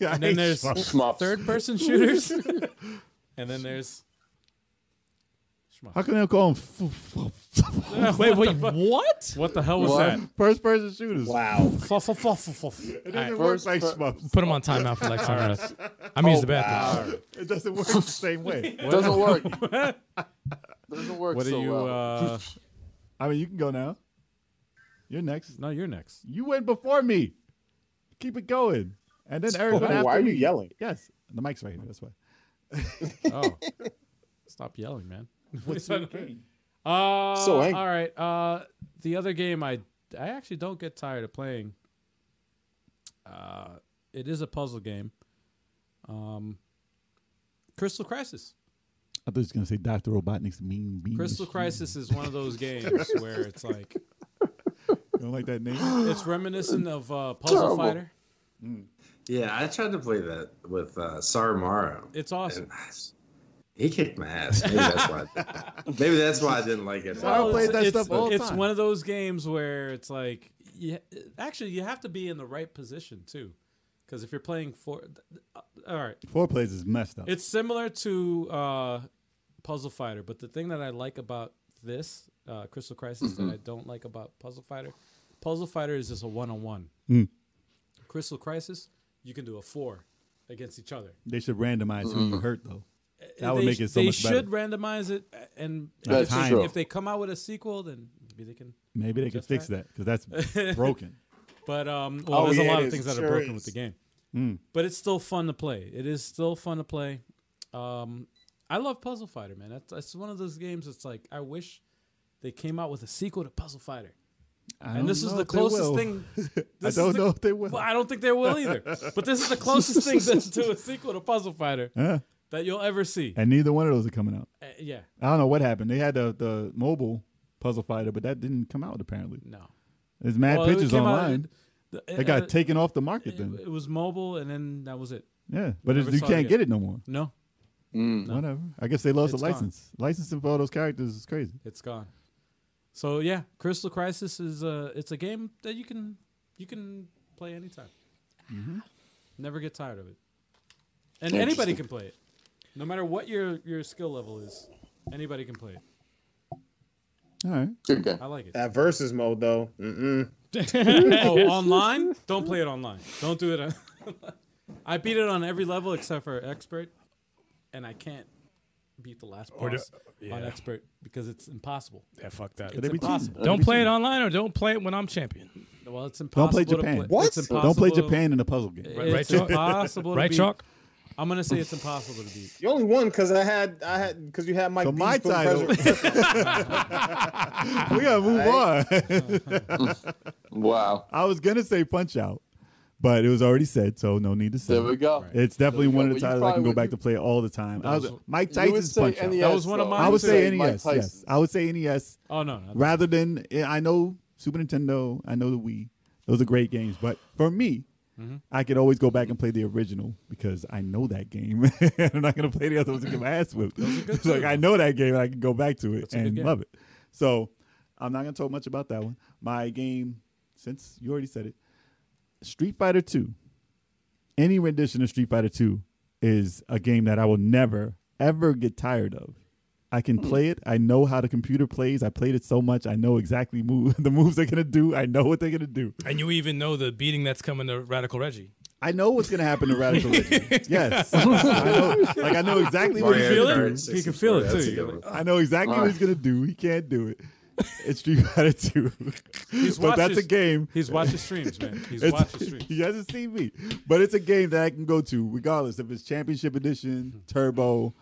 Speaker 3: yeah, I
Speaker 2: And then
Speaker 3: hate
Speaker 2: there's
Speaker 3: shmups.
Speaker 2: third person shooters. and then there's
Speaker 3: How can they call them f- f-
Speaker 5: Wait, wait, what?
Speaker 2: what the hell was that?
Speaker 3: first person shooters?
Speaker 6: Wow.
Speaker 2: Fluff, fluff, fluff, fluff, fluff.
Speaker 3: It doesn't work
Speaker 8: First
Speaker 3: like
Speaker 8: per-
Speaker 3: shmups.
Speaker 5: Put him on timeout for like ten minutes. I'm using the
Speaker 4: Oh,
Speaker 5: bathroom.
Speaker 3: It doesn't work the same way.
Speaker 8: Doesn't work. Doesn't work
Speaker 2: What are
Speaker 8: so
Speaker 2: you?
Speaker 8: well.
Speaker 2: Uh,
Speaker 3: I mean, you can go now. You're next.
Speaker 2: no, you're next.
Speaker 3: You went before me. Keep it going. And then Eric went
Speaker 6: Why
Speaker 3: after
Speaker 6: are you
Speaker 3: me.
Speaker 6: yelling?
Speaker 3: Yes, the mic's right here. That's why.
Speaker 2: Oh, stop yelling, man.
Speaker 3: What's your game?
Speaker 2: Uh,
Speaker 6: So angry.
Speaker 2: all right. Uh, the other game I I actually don't get tired of playing. Uh, it is a puzzle game. Um, Crystal Crisis.
Speaker 3: I thought he was gonna say Doctor Robotnik's mean bean.
Speaker 2: Crystal
Speaker 3: machine.
Speaker 2: Crisis is one of those games where it's like
Speaker 3: You don't like that name?
Speaker 2: it's reminiscent of uh,
Speaker 8: Terrible.
Speaker 2: Puzzle Fighter.
Speaker 4: Yeah, I tried to play that with uh, Saramaro.
Speaker 2: It's awesome.
Speaker 4: And He kicked my ass. Maybe that's why. I didn't- Maybe that's why I didn't like it.
Speaker 3: Well, I played
Speaker 2: Oh, it's,
Speaker 3: that
Speaker 2: it's-
Speaker 3: stuff all the
Speaker 2: it's
Speaker 3: time.
Speaker 2: one of those games where it's like, you, actually, you have to be in the right position too, because if you're playing for, uh, all right,
Speaker 3: Four plays is messed up.
Speaker 2: It's similar to uh, Puzzle Fighter, but the thing that I like about this uh, Crystal Crisis that I
Speaker 3: Mm-hmm.
Speaker 2: don't like about Puzzle Fighter, Puzzle Fighter is just a one-on-one.
Speaker 3: Mm.
Speaker 2: Crystal Crisis, you can do a four against each other.
Speaker 3: they should randomize who
Speaker 6: Mm.
Speaker 3: you hurt though. That would
Speaker 2: They
Speaker 3: make
Speaker 2: sh-
Speaker 3: it so
Speaker 2: they
Speaker 3: much
Speaker 2: should
Speaker 3: better.
Speaker 2: randomize it, uh, and
Speaker 3: That's
Speaker 2: if, they,
Speaker 3: true.
Speaker 2: if they come out with a sequel, then maybe they can.
Speaker 3: Maybe they could
Speaker 2: Just
Speaker 3: fix that because that's broken.
Speaker 2: But um,
Speaker 3: Oh,
Speaker 2: well, there's
Speaker 6: yeah,
Speaker 2: a lot
Speaker 6: it
Speaker 2: of
Speaker 6: is.
Speaker 2: things that are
Speaker 6: Sure
Speaker 2: broken
Speaker 6: is.
Speaker 2: with the game.
Speaker 3: Mm.
Speaker 2: But it's still fun to play. It is still fun to play. Um, I love Puzzle Fighter, man. That's, that's one of those games. It's like I wish they came out with a sequel to Puzzle Fighter.
Speaker 3: I don't
Speaker 2: And this is
Speaker 3: know
Speaker 2: the
Speaker 3: if they
Speaker 2: closest
Speaker 3: will.
Speaker 2: thing.
Speaker 3: I
Speaker 2: this is
Speaker 3: don't
Speaker 2: the-
Speaker 3: know if they will.
Speaker 2: Well, I don't think they will either. But this is the closest thing to, to a sequel to Puzzle Fighter
Speaker 3: Huh?
Speaker 2: that you'll ever see.
Speaker 3: And neither one of those are coming out.
Speaker 2: Uh, yeah,
Speaker 3: I don't know what happened. They had the, the mobile puzzle fighter, but that didn't come out apparently.
Speaker 2: no.
Speaker 3: There's mad
Speaker 2: Well, it
Speaker 3: pictures
Speaker 2: came out-
Speaker 3: online.
Speaker 2: the-
Speaker 3: They got
Speaker 2: uh,
Speaker 3: taken off the market then.
Speaker 2: it, it was mobile, and then that was it.
Speaker 3: yeah, but
Speaker 2: never
Speaker 3: it's, you
Speaker 2: saw it
Speaker 3: can't
Speaker 2: again.
Speaker 3: get it no more.
Speaker 2: No, No.
Speaker 3: Whatever. I guess they lost
Speaker 2: It's
Speaker 3: the
Speaker 2: gone.
Speaker 3: license. Licensing for all those characters is crazy.
Speaker 2: It's gone. So yeah, Crystal Crisis is a it's a game that you can you can play anytime.
Speaker 3: Mm-hmm.
Speaker 2: Never get tired of it, and anybody can play it, no matter what your your skill level is. Anybody can play it.
Speaker 3: All right.
Speaker 8: Good game.
Speaker 2: I like it.
Speaker 6: That versus mode though. Mm-mm.
Speaker 2: oh, online? Don't play it online. Don't do it. On- I beat it on every level except for expert, and I can't beat the last boss
Speaker 5: Or do-
Speaker 2: on
Speaker 5: yeah.
Speaker 2: expert because it's impossible.
Speaker 5: Yeah, fuck that.
Speaker 2: It's
Speaker 3: be cheating.
Speaker 2: impossible.
Speaker 5: Don't play it online or don't play it when I'm champion.
Speaker 2: Well, it's impossible.
Speaker 3: Don't play
Speaker 2: to
Speaker 3: Japan.
Speaker 2: play-
Speaker 6: What?
Speaker 2: It's
Speaker 6: Don't
Speaker 3: Don't play
Speaker 2: impossible to-
Speaker 3: Japan in a puzzle game.
Speaker 5: Right,
Speaker 2: It's
Speaker 5: Chalk?
Speaker 2: impossible to
Speaker 5: Right,
Speaker 2: beat.
Speaker 5: Chalk?
Speaker 2: I'm gonna say it's impossible to beat.
Speaker 6: You only won because I had I had because you had Mike.
Speaker 3: So
Speaker 6: D's
Speaker 3: my
Speaker 6: putting
Speaker 3: title.
Speaker 6: pressure-
Speaker 3: we gotta move on.
Speaker 8: Wow.
Speaker 3: I was gonna say Punch Out, but it was already said, so no need to say.
Speaker 8: There we
Speaker 3: it.
Speaker 8: go.
Speaker 3: It's definitely
Speaker 8: There we
Speaker 3: one
Speaker 8: go.
Speaker 3: of the
Speaker 8: Well, you
Speaker 3: titles I can
Speaker 8: probably
Speaker 3: go
Speaker 8: would-
Speaker 3: back to play all the time. I was,
Speaker 2: was-
Speaker 3: Mike
Speaker 8: You would
Speaker 3: Tyson's
Speaker 8: say
Speaker 3: Punch Out.
Speaker 8: NES.
Speaker 2: That was one of
Speaker 8: though.
Speaker 2: mine,
Speaker 3: I would
Speaker 2: too.
Speaker 3: say
Speaker 8: Mike
Speaker 3: NES.
Speaker 8: Tyson.
Speaker 3: Yes, I would say E NES
Speaker 2: Oh no, no.
Speaker 3: rather than I know Super Nintendo. I know the Wii. Those are great games, but for me.
Speaker 2: Mm-hmm.
Speaker 3: I could always go back and play the original because I know that game. I'm not gonna play the other ones and get my ass whipped. It's like I know that game. I can go back to it
Speaker 2: a good
Speaker 3: and
Speaker 2: game.
Speaker 3: love it. So I'm not gonna talk much about that one. My game, since you already said it, Street Fighter Two. Any rendition of Street Fighter Two is a game that I will never ever get tired of. I can play it. I know how the computer plays. I played it so much. I know exactly move, the moves they're gonna do. I know what they're gonna do.
Speaker 5: And you even know the beating that's coming to Radical Reggie.
Speaker 3: I know what's gonna happen to Radical Legend. Yes, I know, like I know exactly what he's
Speaker 4: Mario
Speaker 3: gonna
Speaker 4: Kart
Speaker 3: do.
Speaker 2: You can feel it,
Speaker 4: 64, that's
Speaker 2: too.
Speaker 4: a good one.
Speaker 3: I know exactly what he's gonna do. He can't do it. It's Street Fighter Two, but
Speaker 2: watched
Speaker 3: that's a
Speaker 2: his-
Speaker 3: game.
Speaker 2: He's watching streams, man. He's
Speaker 3: It's-
Speaker 2: watching streams.
Speaker 3: he hasn't seen me, but it's a game that I can go to regardless if it's Championship Edition, Turbo.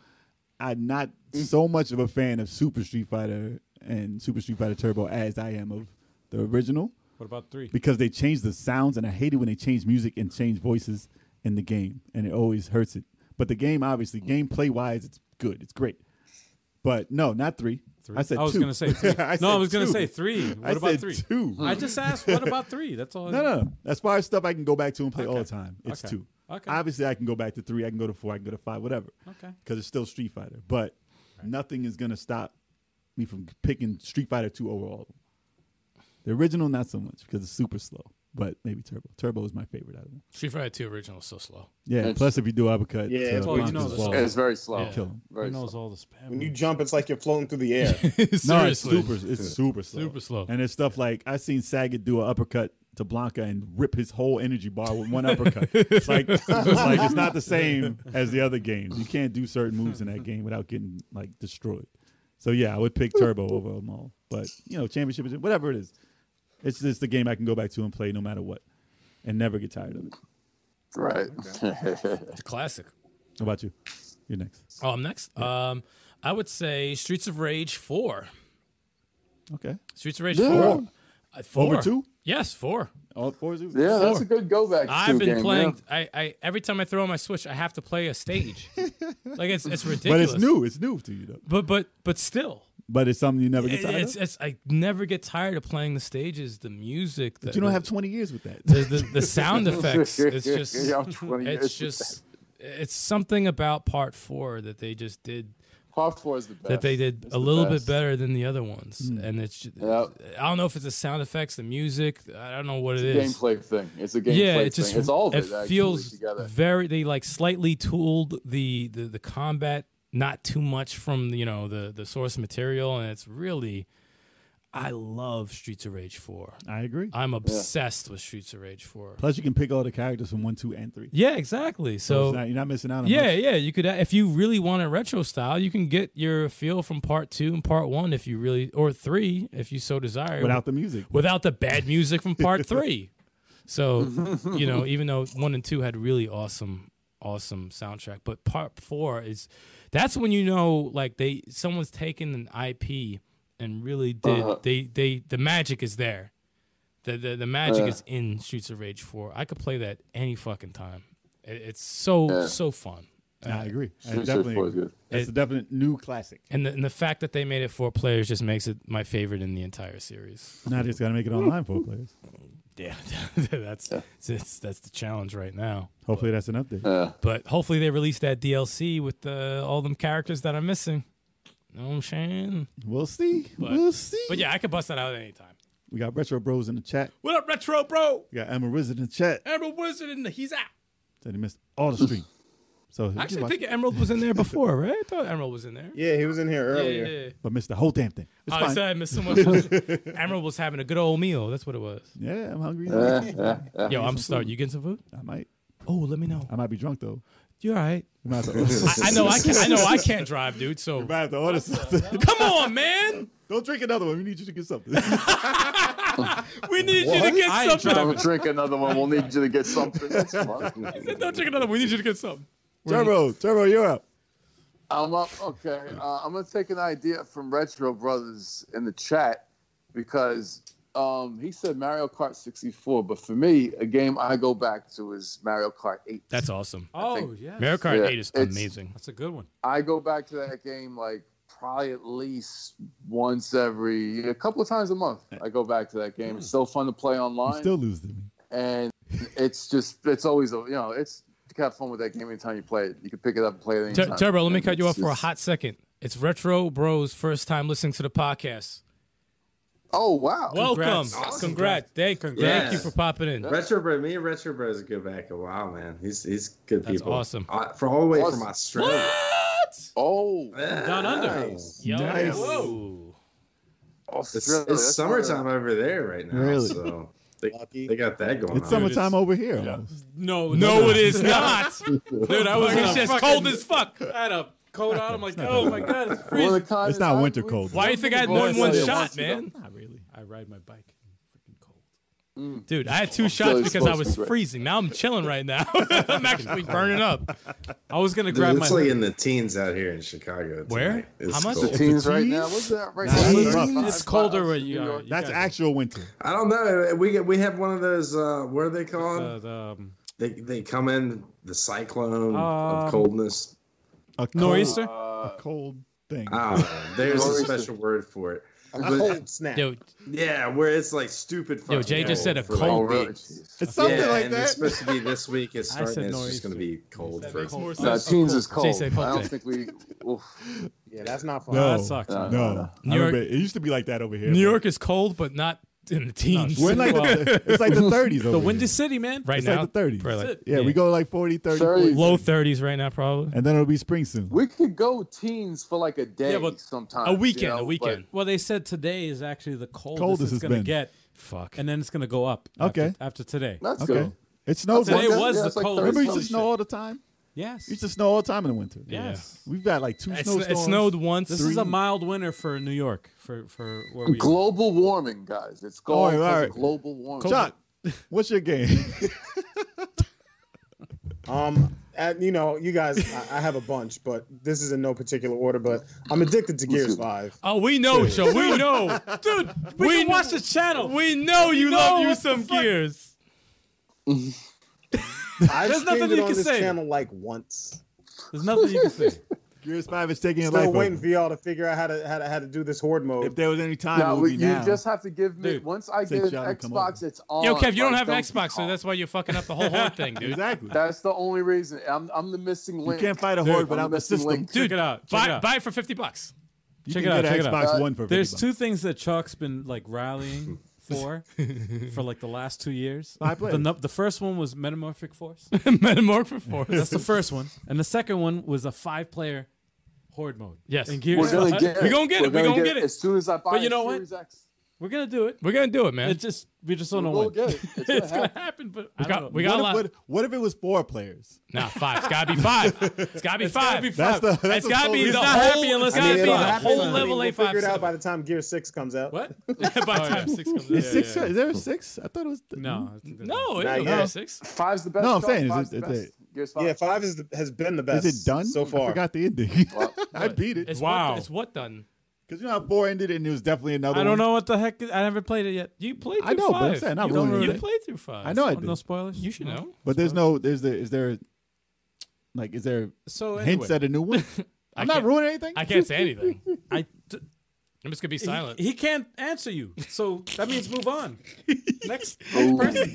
Speaker 3: I'm not so much of a fan of Super Street Fighter and Super Street Fighter Turbo as I am of the original
Speaker 2: What about three?
Speaker 3: because they change the sounds, and I hate it when they change music and change voices in the game, and it always hurts it. But the game, obviously, gameplay wise, it's good, it's great. But no, not three. I said
Speaker 2: I was
Speaker 3: two.
Speaker 2: gonna say three.
Speaker 3: I
Speaker 2: no, I
Speaker 3: said
Speaker 2: was gonna
Speaker 3: two.
Speaker 2: say three. What
Speaker 3: I
Speaker 2: about
Speaker 3: said
Speaker 2: three?
Speaker 3: two.
Speaker 2: I just asked. What about three? That's all.
Speaker 3: No, no, no. As far as stuff I can go back to and play all the time, it's
Speaker 2: Oh, Okay.
Speaker 3: two.
Speaker 2: Okay.
Speaker 3: Obviously, I can go back to three. I can go to four. I can go to five. Whatever.
Speaker 2: Okay.
Speaker 3: Because it's still Street Fighter, but nothing is gonna stop me from picking Street Fighter two over all of them. The original, not so much because it's super slow. But maybe Turbo. Turbo is my favorite out of them.
Speaker 5: Street Fighter 2 original is so slow.
Speaker 3: Yeah.
Speaker 8: That's-
Speaker 3: plus, if you do uppercut, uh,
Speaker 6: Yeah,
Speaker 3: to
Speaker 6: it's
Speaker 2: all you know
Speaker 3: Blanca's
Speaker 2: that's
Speaker 3: wall,
Speaker 8: It's very slow.
Speaker 5: Yeah.
Speaker 3: kill him.
Speaker 8: Very
Speaker 2: He
Speaker 8: slow.
Speaker 2: knows all the spam.
Speaker 6: When you jump, it's like you're floating through the air.
Speaker 3: No, it's
Speaker 5: Seriously.
Speaker 3: super. It's super slow.
Speaker 5: Super slow.
Speaker 3: And it's stuff like I seen Saget do an uppercut to Blanca and rip his whole energy bar with one uppercut. it's like it's like it's not the same as the other games. You can't do certain moves in that game without getting like destroyed. So yeah, I would pick Turbo over them all. But you know, championship, whatever it is, it's just the game I can go back to and play no matter what. and never get tired of it.
Speaker 1: Right.
Speaker 5: It's a classic.
Speaker 3: How about you? You're next.
Speaker 5: Oh, I'm next. Um, I would say Streets of Rage four.
Speaker 3: Okay.
Speaker 5: Streets of Rage
Speaker 1: Yeah.
Speaker 5: four. Uh, four.
Speaker 3: Over two?
Speaker 5: Yes, four.
Speaker 3: All four is even?
Speaker 1: yeah, that's
Speaker 5: Four.
Speaker 1: a good go back.
Speaker 5: I've
Speaker 1: to
Speaker 5: been
Speaker 1: game,
Speaker 5: playing. I, I every time I throw on my Switch, I have to play a stage. like it's it's
Speaker 3: But
Speaker 5: ridiculous.
Speaker 3: it's new. It's new to you, though.
Speaker 5: But but but still,
Speaker 3: But it's something you never get
Speaker 5: it-
Speaker 3: tired
Speaker 5: it's
Speaker 3: of.
Speaker 5: it's I never get tired of playing the stages, the music. The,
Speaker 3: But you don't
Speaker 5: the-
Speaker 3: have 20 years with that.
Speaker 5: the, the, the sound effects. It's just
Speaker 1: Yeah, 20
Speaker 5: it's
Speaker 1: years.
Speaker 5: just it's something about part four that they just did
Speaker 1: Part four is the best.
Speaker 5: that they did
Speaker 1: It's
Speaker 5: a
Speaker 1: the
Speaker 5: little bit
Speaker 1: best.
Speaker 5: better than the other ones,
Speaker 3: Hmm.
Speaker 5: and it's just,
Speaker 1: Yep.
Speaker 5: I don't know if it's the sound effects, the music, I don't know what it is.
Speaker 1: Gameplay thing. It's a gameplay
Speaker 5: Yeah,
Speaker 1: thing.
Speaker 5: it just
Speaker 1: it's all of it,
Speaker 5: it
Speaker 1: actually,
Speaker 5: feels
Speaker 1: together.
Speaker 5: very. They like slightly tooled the, the the combat not too much from you know the the source material, and it's really. I love Streets of Rage four.
Speaker 3: I agree.
Speaker 5: I'm obsessed with Streets of Rage four.
Speaker 3: Plus, you can pick all the characters from one, two, and three.
Speaker 5: Yeah, exactly.
Speaker 3: So
Speaker 5: So
Speaker 3: it's not- you're not missing out on
Speaker 5: Yeah,
Speaker 3: much.
Speaker 5: yeah. You could, if you really want a retro style, you can get your feel from part two and part one if you really, or three if you so desire,
Speaker 3: without the music.
Speaker 5: without the bad music from part three. So, you know, even though one and two had really awesome, awesome soundtrack, but part four is that's when you know like they someone's taken an IP and really did they they the magic is there. The the, the magic is in Streets of Rage four. I could play that any fucking time. It, it's so
Speaker 1: Yeah.
Speaker 5: so fun.
Speaker 3: Nah, I agree. I
Speaker 1: Streets of
Speaker 3: definitely
Speaker 1: Rage
Speaker 3: agree.
Speaker 1: is good.
Speaker 3: That's
Speaker 5: Uh, It-
Speaker 3: a definite new classic.
Speaker 5: And the, and the fact that they made it four players just makes it my favorite in the entire series.
Speaker 3: Now just got to make it online for players.
Speaker 5: Yeah, that's, that's that's the challenge right now.
Speaker 3: Hopefully, that's an update.
Speaker 5: But hopefully they release that DLC with uh, all them characters that I'm missing. Know what I'm saying?
Speaker 3: We'll see.
Speaker 5: But-
Speaker 3: we'll see.
Speaker 5: But yeah, I could bust that out at any time.
Speaker 3: We got Retro Bros in the chat.
Speaker 5: What up, Retro Bro?
Speaker 3: We got Emerald Wizard in the chat.
Speaker 5: Emerald Wizard and he's out.
Speaker 3: Said he missed all the stream. So
Speaker 5: I actually
Speaker 3: watch-
Speaker 5: think Emerald was in there before, right? I thought Emerald was in there.
Speaker 6: Yeah, he was in here earlier.
Speaker 5: Yeah, yeah, yeah.
Speaker 3: but missed the whole damn thing. It's
Speaker 5: Oh, I
Speaker 3: fine.
Speaker 5: said I missed so much. Emerald was having a good old meal. That's what it was.
Speaker 3: Yeah, I'm hungry.
Speaker 1: uh.
Speaker 5: Yo, I'm starting. You getting some food?
Speaker 3: I might.
Speaker 5: Oh, let me know.
Speaker 3: I might be drunk though.
Speaker 5: You all right?
Speaker 3: We might have to order,
Speaker 5: I, I know I can I know I can't drive, dude. So
Speaker 3: might have to order something.
Speaker 5: come on, man.
Speaker 3: Don't drink another one. We need you to get something.
Speaker 5: We need you to get
Speaker 2: I ain't
Speaker 5: something.
Speaker 1: Don't drink another one. We'll need you to get something. That's fun.
Speaker 5: Don't drink another. one. We need you to get something.
Speaker 3: Turbo, Turbo, you're up.
Speaker 1: I'm up. Okay, uh, I'm gonna take an idea from Retro Brothers in the chat because um, he said Mario Kart 64, but for me, a game I go back to is Mario Kart 8.
Speaker 5: That's awesome.
Speaker 2: Oh, yeah.
Speaker 5: Mario Kart
Speaker 1: Yeah,
Speaker 5: 8 is
Speaker 1: it's-
Speaker 5: amazing.
Speaker 2: That's a good one.
Speaker 1: I go back to that game like probably at least once every a couple of times a month. I go back to that game. It's so fun to play
Speaker 3: Hmm. You
Speaker 1: online,
Speaker 3: still lose to me.
Speaker 1: and it's just it's always a you know it's you can have fun with that game anytime you play it. You can pick it up and play it
Speaker 5: Tur-
Speaker 1: anytime.
Speaker 5: Turbo, let me
Speaker 1: And
Speaker 5: cut you
Speaker 1: it's
Speaker 5: off for a
Speaker 1: just-
Speaker 5: hot second. It's Retro Bros' first time listening to the podcast.
Speaker 1: Oh wow!
Speaker 5: Welcome.
Speaker 2: Congrats.
Speaker 5: Congrats.
Speaker 2: Awesome.
Speaker 5: Thank, thank
Speaker 4: Yeah.
Speaker 5: you for popping in.
Speaker 4: Retro Bro, me and Retro Bros go back a while, man. He's he's good
Speaker 5: That's
Speaker 4: people.
Speaker 5: awesome.
Speaker 4: Uh, for all the way
Speaker 1: Awesome.
Speaker 4: from Australia.
Speaker 1: Oh,
Speaker 4: Yeah,
Speaker 2: Down under.
Speaker 4: nice.
Speaker 5: Yo.
Speaker 3: Nice.
Speaker 5: Whoa.
Speaker 4: It's,
Speaker 1: Australia,
Speaker 4: it's
Speaker 1: that's
Speaker 4: summertime over there right now.
Speaker 3: Really?
Speaker 4: So they,
Speaker 6: Lucky.
Speaker 4: they got that going
Speaker 3: It's
Speaker 4: on.
Speaker 3: summertime over here. almost.
Speaker 2: No,
Speaker 5: No, it is not.
Speaker 2: Dude, I was
Speaker 5: It's
Speaker 2: in a
Speaker 5: just
Speaker 2: fucking-
Speaker 5: cold as fuck.
Speaker 2: I had a coat on. I'm like, oh my god, it's
Speaker 1: Well, the
Speaker 2: freezing.
Speaker 1: con-
Speaker 3: It's not
Speaker 1: I-
Speaker 3: winter
Speaker 1: we-
Speaker 3: cold.
Speaker 5: Why do you think I had more than one
Speaker 1: Once you-
Speaker 5: shot,
Speaker 1: once you
Speaker 5: man?
Speaker 2: Not really. I ride my bike. in Freaking cold.
Speaker 5: Dude, I had two shots
Speaker 1: it's
Speaker 5: because I
Speaker 1: supposed to
Speaker 5: was
Speaker 1: be great.
Speaker 5: freezing. Now I'm chilling right now. I'm actually burning up.
Speaker 2: I was gonna
Speaker 4: Dude,
Speaker 2: grab my.
Speaker 4: it's like in the teens out here in Chicago.
Speaker 5: Where?
Speaker 4: tonight. It's
Speaker 5: How much?
Speaker 4: cold.
Speaker 3: It's
Speaker 1: Teens
Speaker 3: a
Speaker 1: right
Speaker 3: teens?
Speaker 1: now. What's that right
Speaker 3: Nah,
Speaker 1: now?
Speaker 3: it's rough.
Speaker 1: Five,
Speaker 2: It's
Speaker 1: five,
Speaker 2: colder where
Speaker 1: New
Speaker 2: you are.
Speaker 1: York.
Speaker 2: You
Speaker 3: That's
Speaker 2: guys-
Speaker 3: actual winter.
Speaker 4: I don't know. We get we have one of those. Uh, what are they called?
Speaker 2: Uh, the, um,
Speaker 4: they they come in the cyclone
Speaker 2: Um,
Speaker 4: of coldness.
Speaker 3: A cold,
Speaker 2: nor'easter.
Speaker 1: Uh,
Speaker 3: A cold thing.
Speaker 4: I don't know. There's a
Speaker 1: Nor'easter.
Speaker 4: special word for it.
Speaker 6: A
Speaker 4: But-
Speaker 6: cold snap.
Speaker 5: Yo,
Speaker 4: Yeah, where it's like stupid.
Speaker 5: Yo,
Speaker 4: fucking
Speaker 5: Jay just said a
Speaker 4: for, like,
Speaker 1: Oh,
Speaker 5: cold
Speaker 1: really?
Speaker 4: weeks.
Speaker 1: Jeez.
Speaker 3: it's something
Speaker 4: yeah,
Speaker 3: like
Speaker 4: and It's
Speaker 3: that.
Speaker 4: supposed to be this week. It's
Speaker 5: I said
Speaker 4: starting. It's just
Speaker 5: nor'easter.
Speaker 4: going to be cold
Speaker 2: That
Speaker 4: for.
Speaker 2: makes more
Speaker 1: Nah,
Speaker 2: sense.
Speaker 1: teens is
Speaker 5: Jay
Speaker 1: cold.
Speaker 5: said
Speaker 1: I
Speaker 5: cold.
Speaker 1: don't think we. oof.
Speaker 6: Yeah, that's not fun.
Speaker 3: No,
Speaker 2: that sucks.
Speaker 3: No,
Speaker 1: No,
Speaker 3: no.
Speaker 1: no.
Speaker 3: I
Speaker 5: New York-
Speaker 3: remember- it used to be like that over here.
Speaker 5: New
Speaker 3: but
Speaker 5: York is cold, but not in the teens.
Speaker 3: We're in like the, it's like the 30s over
Speaker 2: The
Speaker 3: here.
Speaker 2: Windy City, man.
Speaker 5: right
Speaker 3: It's
Speaker 5: now,
Speaker 3: like the 30s.
Speaker 5: probably like-
Speaker 3: yeah, we go like 40, 30, 40,
Speaker 5: low 30s right now, probably.
Speaker 3: and then it'll be spring soon.
Speaker 1: We could go teens for like a day
Speaker 5: Yeah, but
Speaker 1: sometimes.
Speaker 5: A
Speaker 1: you
Speaker 5: weekend,
Speaker 1: know,
Speaker 5: a weekend.
Speaker 2: Well, they said today is actually the coldest,
Speaker 3: Coldest
Speaker 2: it's
Speaker 3: it's
Speaker 2: gonna
Speaker 3: been.
Speaker 2: get,
Speaker 5: Fuck.
Speaker 2: and then it's gonna go up. after-
Speaker 3: Okay.
Speaker 2: After today.
Speaker 1: but That's
Speaker 3: Okay,
Speaker 1: good.
Speaker 3: it snowed.
Speaker 2: Today
Speaker 3: one-
Speaker 2: was
Speaker 1: yeah,
Speaker 2: the
Speaker 1: it's like
Speaker 2: coldest.
Speaker 3: Remember, it used
Speaker 1: Holy
Speaker 3: to snow all the time.
Speaker 2: Yes.
Speaker 3: It used to snow all the time in the winter.
Speaker 5: Yes.
Speaker 3: we've got like two
Speaker 5: It,
Speaker 3: snow
Speaker 5: sn- it
Speaker 3: storms.
Speaker 5: snowed once.
Speaker 2: This is a mild winter for New York. For for where we.
Speaker 1: Global warming, guys. It's called
Speaker 3: All right, all
Speaker 1: because of
Speaker 3: right.
Speaker 1: global warming.
Speaker 3: Chuck, What's your game?
Speaker 6: Um, and, you know, you guys, I, I have a bunch, but this is in no particular order. But I'm addicted to Gears Five.
Speaker 5: Oh, we know, Joe. We know.
Speaker 2: Dude, we,
Speaker 5: We
Speaker 2: can
Speaker 5: know-
Speaker 2: watch the channel.
Speaker 5: We know you
Speaker 2: No,
Speaker 5: love you
Speaker 2: what the
Speaker 5: some
Speaker 2: fuck?
Speaker 5: gears.
Speaker 6: I've
Speaker 2: There's
Speaker 6: streamed
Speaker 2: nothing
Speaker 6: it
Speaker 2: you
Speaker 6: on
Speaker 2: can
Speaker 6: this
Speaker 2: say.
Speaker 6: channel like once.
Speaker 2: There's nothing you can say.
Speaker 3: Gears Five is taking your
Speaker 6: Still
Speaker 3: life.
Speaker 6: waiting
Speaker 3: over.
Speaker 6: for y'all to figure out how to how to how to do this horde
Speaker 3: If
Speaker 6: mode.
Speaker 3: there was any time,
Speaker 8: No,
Speaker 3: it
Speaker 8: we-
Speaker 3: would
Speaker 8: you
Speaker 3: be now.
Speaker 8: just have to give me
Speaker 2: Dude,
Speaker 8: once I
Speaker 3: say
Speaker 8: get an
Speaker 3: John, come over.
Speaker 8: Xbox, it's on.
Speaker 2: Oh,
Speaker 5: Yo, Kev, you don't
Speaker 8: like,
Speaker 5: have an Xbox, so
Speaker 8: on.
Speaker 5: that's why you're fucking up the whole whole thing, dude.
Speaker 3: exactly.
Speaker 8: that's the only reason. I'm I'm the missing
Speaker 3: You
Speaker 8: link.
Speaker 3: can't fight a horde
Speaker 8: I'm
Speaker 3: without the
Speaker 8: missing
Speaker 3: system.
Speaker 8: link.
Speaker 5: Dude,
Speaker 2: Check it out. Check it
Speaker 5: Buy,
Speaker 2: out.
Speaker 5: buy it for fifty bucks.
Speaker 3: You
Speaker 2: Check
Speaker 3: can
Speaker 2: it out,
Speaker 3: get an
Speaker 2: check it out.
Speaker 3: Xbox
Speaker 8: Uh,
Speaker 3: One for
Speaker 2: There's
Speaker 3: 50
Speaker 2: two things that Chuck's been like rallying for for like the last two years.
Speaker 3: I played.
Speaker 2: the, nu- the first one was Metamorphic Force.
Speaker 5: Metamorph for
Speaker 2: That's the first one, and the second one was a five-player horde mode.
Speaker 5: Yes.
Speaker 2: and Gears.
Speaker 8: We're gonna
Speaker 2: Five.
Speaker 8: get it.
Speaker 5: We gonna get it. We
Speaker 8: We're
Speaker 5: gonna get it.
Speaker 8: as soon as I buy.
Speaker 2: But you
Speaker 8: a
Speaker 2: know what?
Speaker 8: Series X.
Speaker 2: We're gonna do it.
Speaker 5: We're gonna do it, man.
Speaker 2: It just we just don't know
Speaker 8: We'll
Speaker 2: when.
Speaker 8: get it. It's gonna
Speaker 2: It's gonna
Speaker 8: happen.
Speaker 2: happen, but
Speaker 5: we
Speaker 2: I don't
Speaker 5: got,
Speaker 2: know.
Speaker 5: we got
Speaker 3: What
Speaker 5: a
Speaker 3: if,
Speaker 5: lot.
Speaker 3: what, what if it was four players?
Speaker 5: Nah, five. It's gotta be five. It's gotta be five.
Speaker 2: be
Speaker 3: That's the. That's
Speaker 5: it's gotta be
Speaker 3: the
Speaker 5: the
Speaker 2: not
Speaker 5: whole.
Speaker 2: happy unless
Speaker 5: it's
Speaker 2: I
Speaker 5: gotta
Speaker 2: mean,
Speaker 5: be
Speaker 2: it'll
Speaker 5: the
Speaker 2: happen.
Speaker 5: whole
Speaker 2: I mean,
Speaker 5: level
Speaker 6: we'll
Speaker 5: A
Speaker 6: figure
Speaker 5: five.
Speaker 6: it out by the time Gear Six comes out.
Speaker 2: what?
Speaker 5: by time six
Speaker 3: Is
Speaker 5: comes. Oh, Yeah,
Speaker 3: six?
Speaker 5: yeah, yeah.
Speaker 3: Is there a six? I thought it was. th-
Speaker 2: No, I think that's-
Speaker 5: Hmm? No,
Speaker 6: Not
Speaker 5: it's
Speaker 6: yet.
Speaker 5: no. six.
Speaker 8: Five's the best.
Speaker 3: No, I'm
Speaker 8: John.
Speaker 3: saying it's-
Speaker 8: Five's the
Speaker 3: it's-
Speaker 8: best.
Speaker 3: it's-
Speaker 8: Gears Five.
Speaker 6: Yeah, Five is the, has been the best.
Speaker 3: hmm? Is it done?
Speaker 6: so
Speaker 3: I
Speaker 6: far?
Speaker 3: forgot the ending.
Speaker 8: Well,
Speaker 3: I beat it
Speaker 5: It's
Speaker 3: because
Speaker 2: Wow.
Speaker 5: What, it's what done?
Speaker 3: you know how four ended, and it was definitely another.
Speaker 2: I don't
Speaker 3: one.
Speaker 2: know what the heck. I haven't played it yet.
Speaker 5: You played through
Speaker 3: I know,
Speaker 5: five.
Speaker 3: but I'm saying not
Speaker 2: You don't
Speaker 3: ruining
Speaker 5: you
Speaker 2: really-
Speaker 3: it.
Speaker 5: played through five.
Speaker 3: I know I did,
Speaker 2: No spoilers.
Speaker 5: You should know.
Speaker 3: but there's no. There's the. Is there? Like, is there
Speaker 2: So
Speaker 3: hints
Speaker 2: anyway,
Speaker 3: at a new one? I'm not
Speaker 5: can't-
Speaker 3: ruining anything.
Speaker 5: I can't say anything.
Speaker 2: I d-
Speaker 5: I'm just gonna be
Speaker 2: he-
Speaker 5: silent.
Speaker 2: He, can't answer you, so that means move on. Next, next person.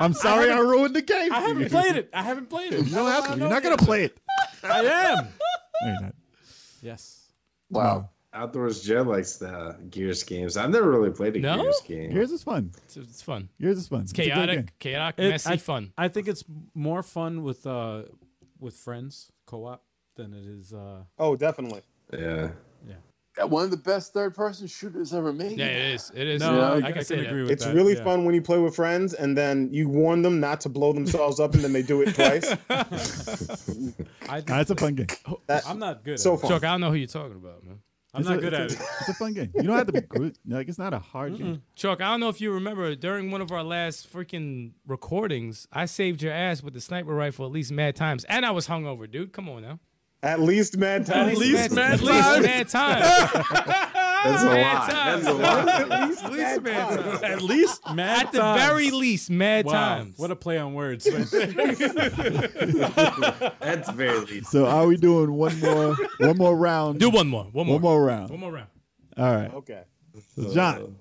Speaker 3: I'm sorry, I, ruined the game.
Speaker 2: I
Speaker 3: for you.
Speaker 2: haven't played it. I haven't played it.
Speaker 3: You don't have
Speaker 2: I don't
Speaker 3: to. You're
Speaker 2: know
Speaker 3: not
Speaker 2: the
Speaker 3: gonna
Speaker 2: answer.
Speaker 3: play it.
Speaker 2: I am.
Speaker 3: No, you're not.
Speaker 2: Yes.
Speaker 8: wow.
Speaker 4: Outdoors Joe likes the Gears games. I've never really played a
Speaker 5: No?
Speaker 4: Gears game.
Speaker 3: Yours is fun.
Speaker 5: It's, it's fun.
Speaker 3: Yours is fun. It's a good game.
Speaker 5: Chaotic, chaotic,
Speaker 2: It-
Speaker 5: messy
Speaker 2: I-
Speaker 5: fun.
Speaker 2: I think it's more fun with uh with friends co-op than it is uh
Speaker 6: Oh, definitely.
Speaker 4: yeah.
Speaker 8: One of the best third-person shooters ever made.
Speaker 5: Yeah, it is. It is.
Speaker 2: no
Speaker 5: I can say
Speaker 2: agree
Speaker 5: that.
Speaker 2: with
Speaker 6: It's
Speaker 2: that,
Speaker 6: really
Speaker 2: yeah.
Speaker 6: fun when you play with friends, and then you warn them not to blow themselves up, and then they do it twice.
Speaker 2: I
Speaker 3: Ah, it's a fun game.
Speaker 6: That-
Speaker 2: am not good
Speaker 6: so
Speaker 2: at it.
Speaker 6: far,
Speaker 5: Chuck, I don't know who you're talking about, man.
Speaker 2: I'm
Speaker 3: It's
Speaker 2: not
Speaker 3: a-
Speaker 2: good at
Speaker 3: it's
Speaker 2: it.
Speaker 3: a- It's a fun game. You don't have to be good. Like it's not a hard game.
Speaker 5: Chuck, I don't know if you remember during one of our last freaking recordings, I saved your ass with the sniper rifle at least mad times, and I was hungover, dude. Come on now.
Speaker 6: at least mad time.
Speaker 2: least mad
Speaker 5: at least mad times.
Speaker 4: That's a
Speaker 5: Mad
Speaker 4: lot.
Speaker 5: times.
Speaker 4: That's a lot.
Speaker 5: at least mad times.
Speaker 2: At least mad
Speaker 5: At the very least, mad times.
Speaker 2: What a play on words. right there.
Speaker 4: That's very least.
Speaker 3: So are we doing one more one more round?
Speaker 5: do one more. One more.
Speaker 3: one more round.
Speaker 5: One more round.
Speaker 3: All right.
Speaker 6: Okay.
Speaker 3: So John,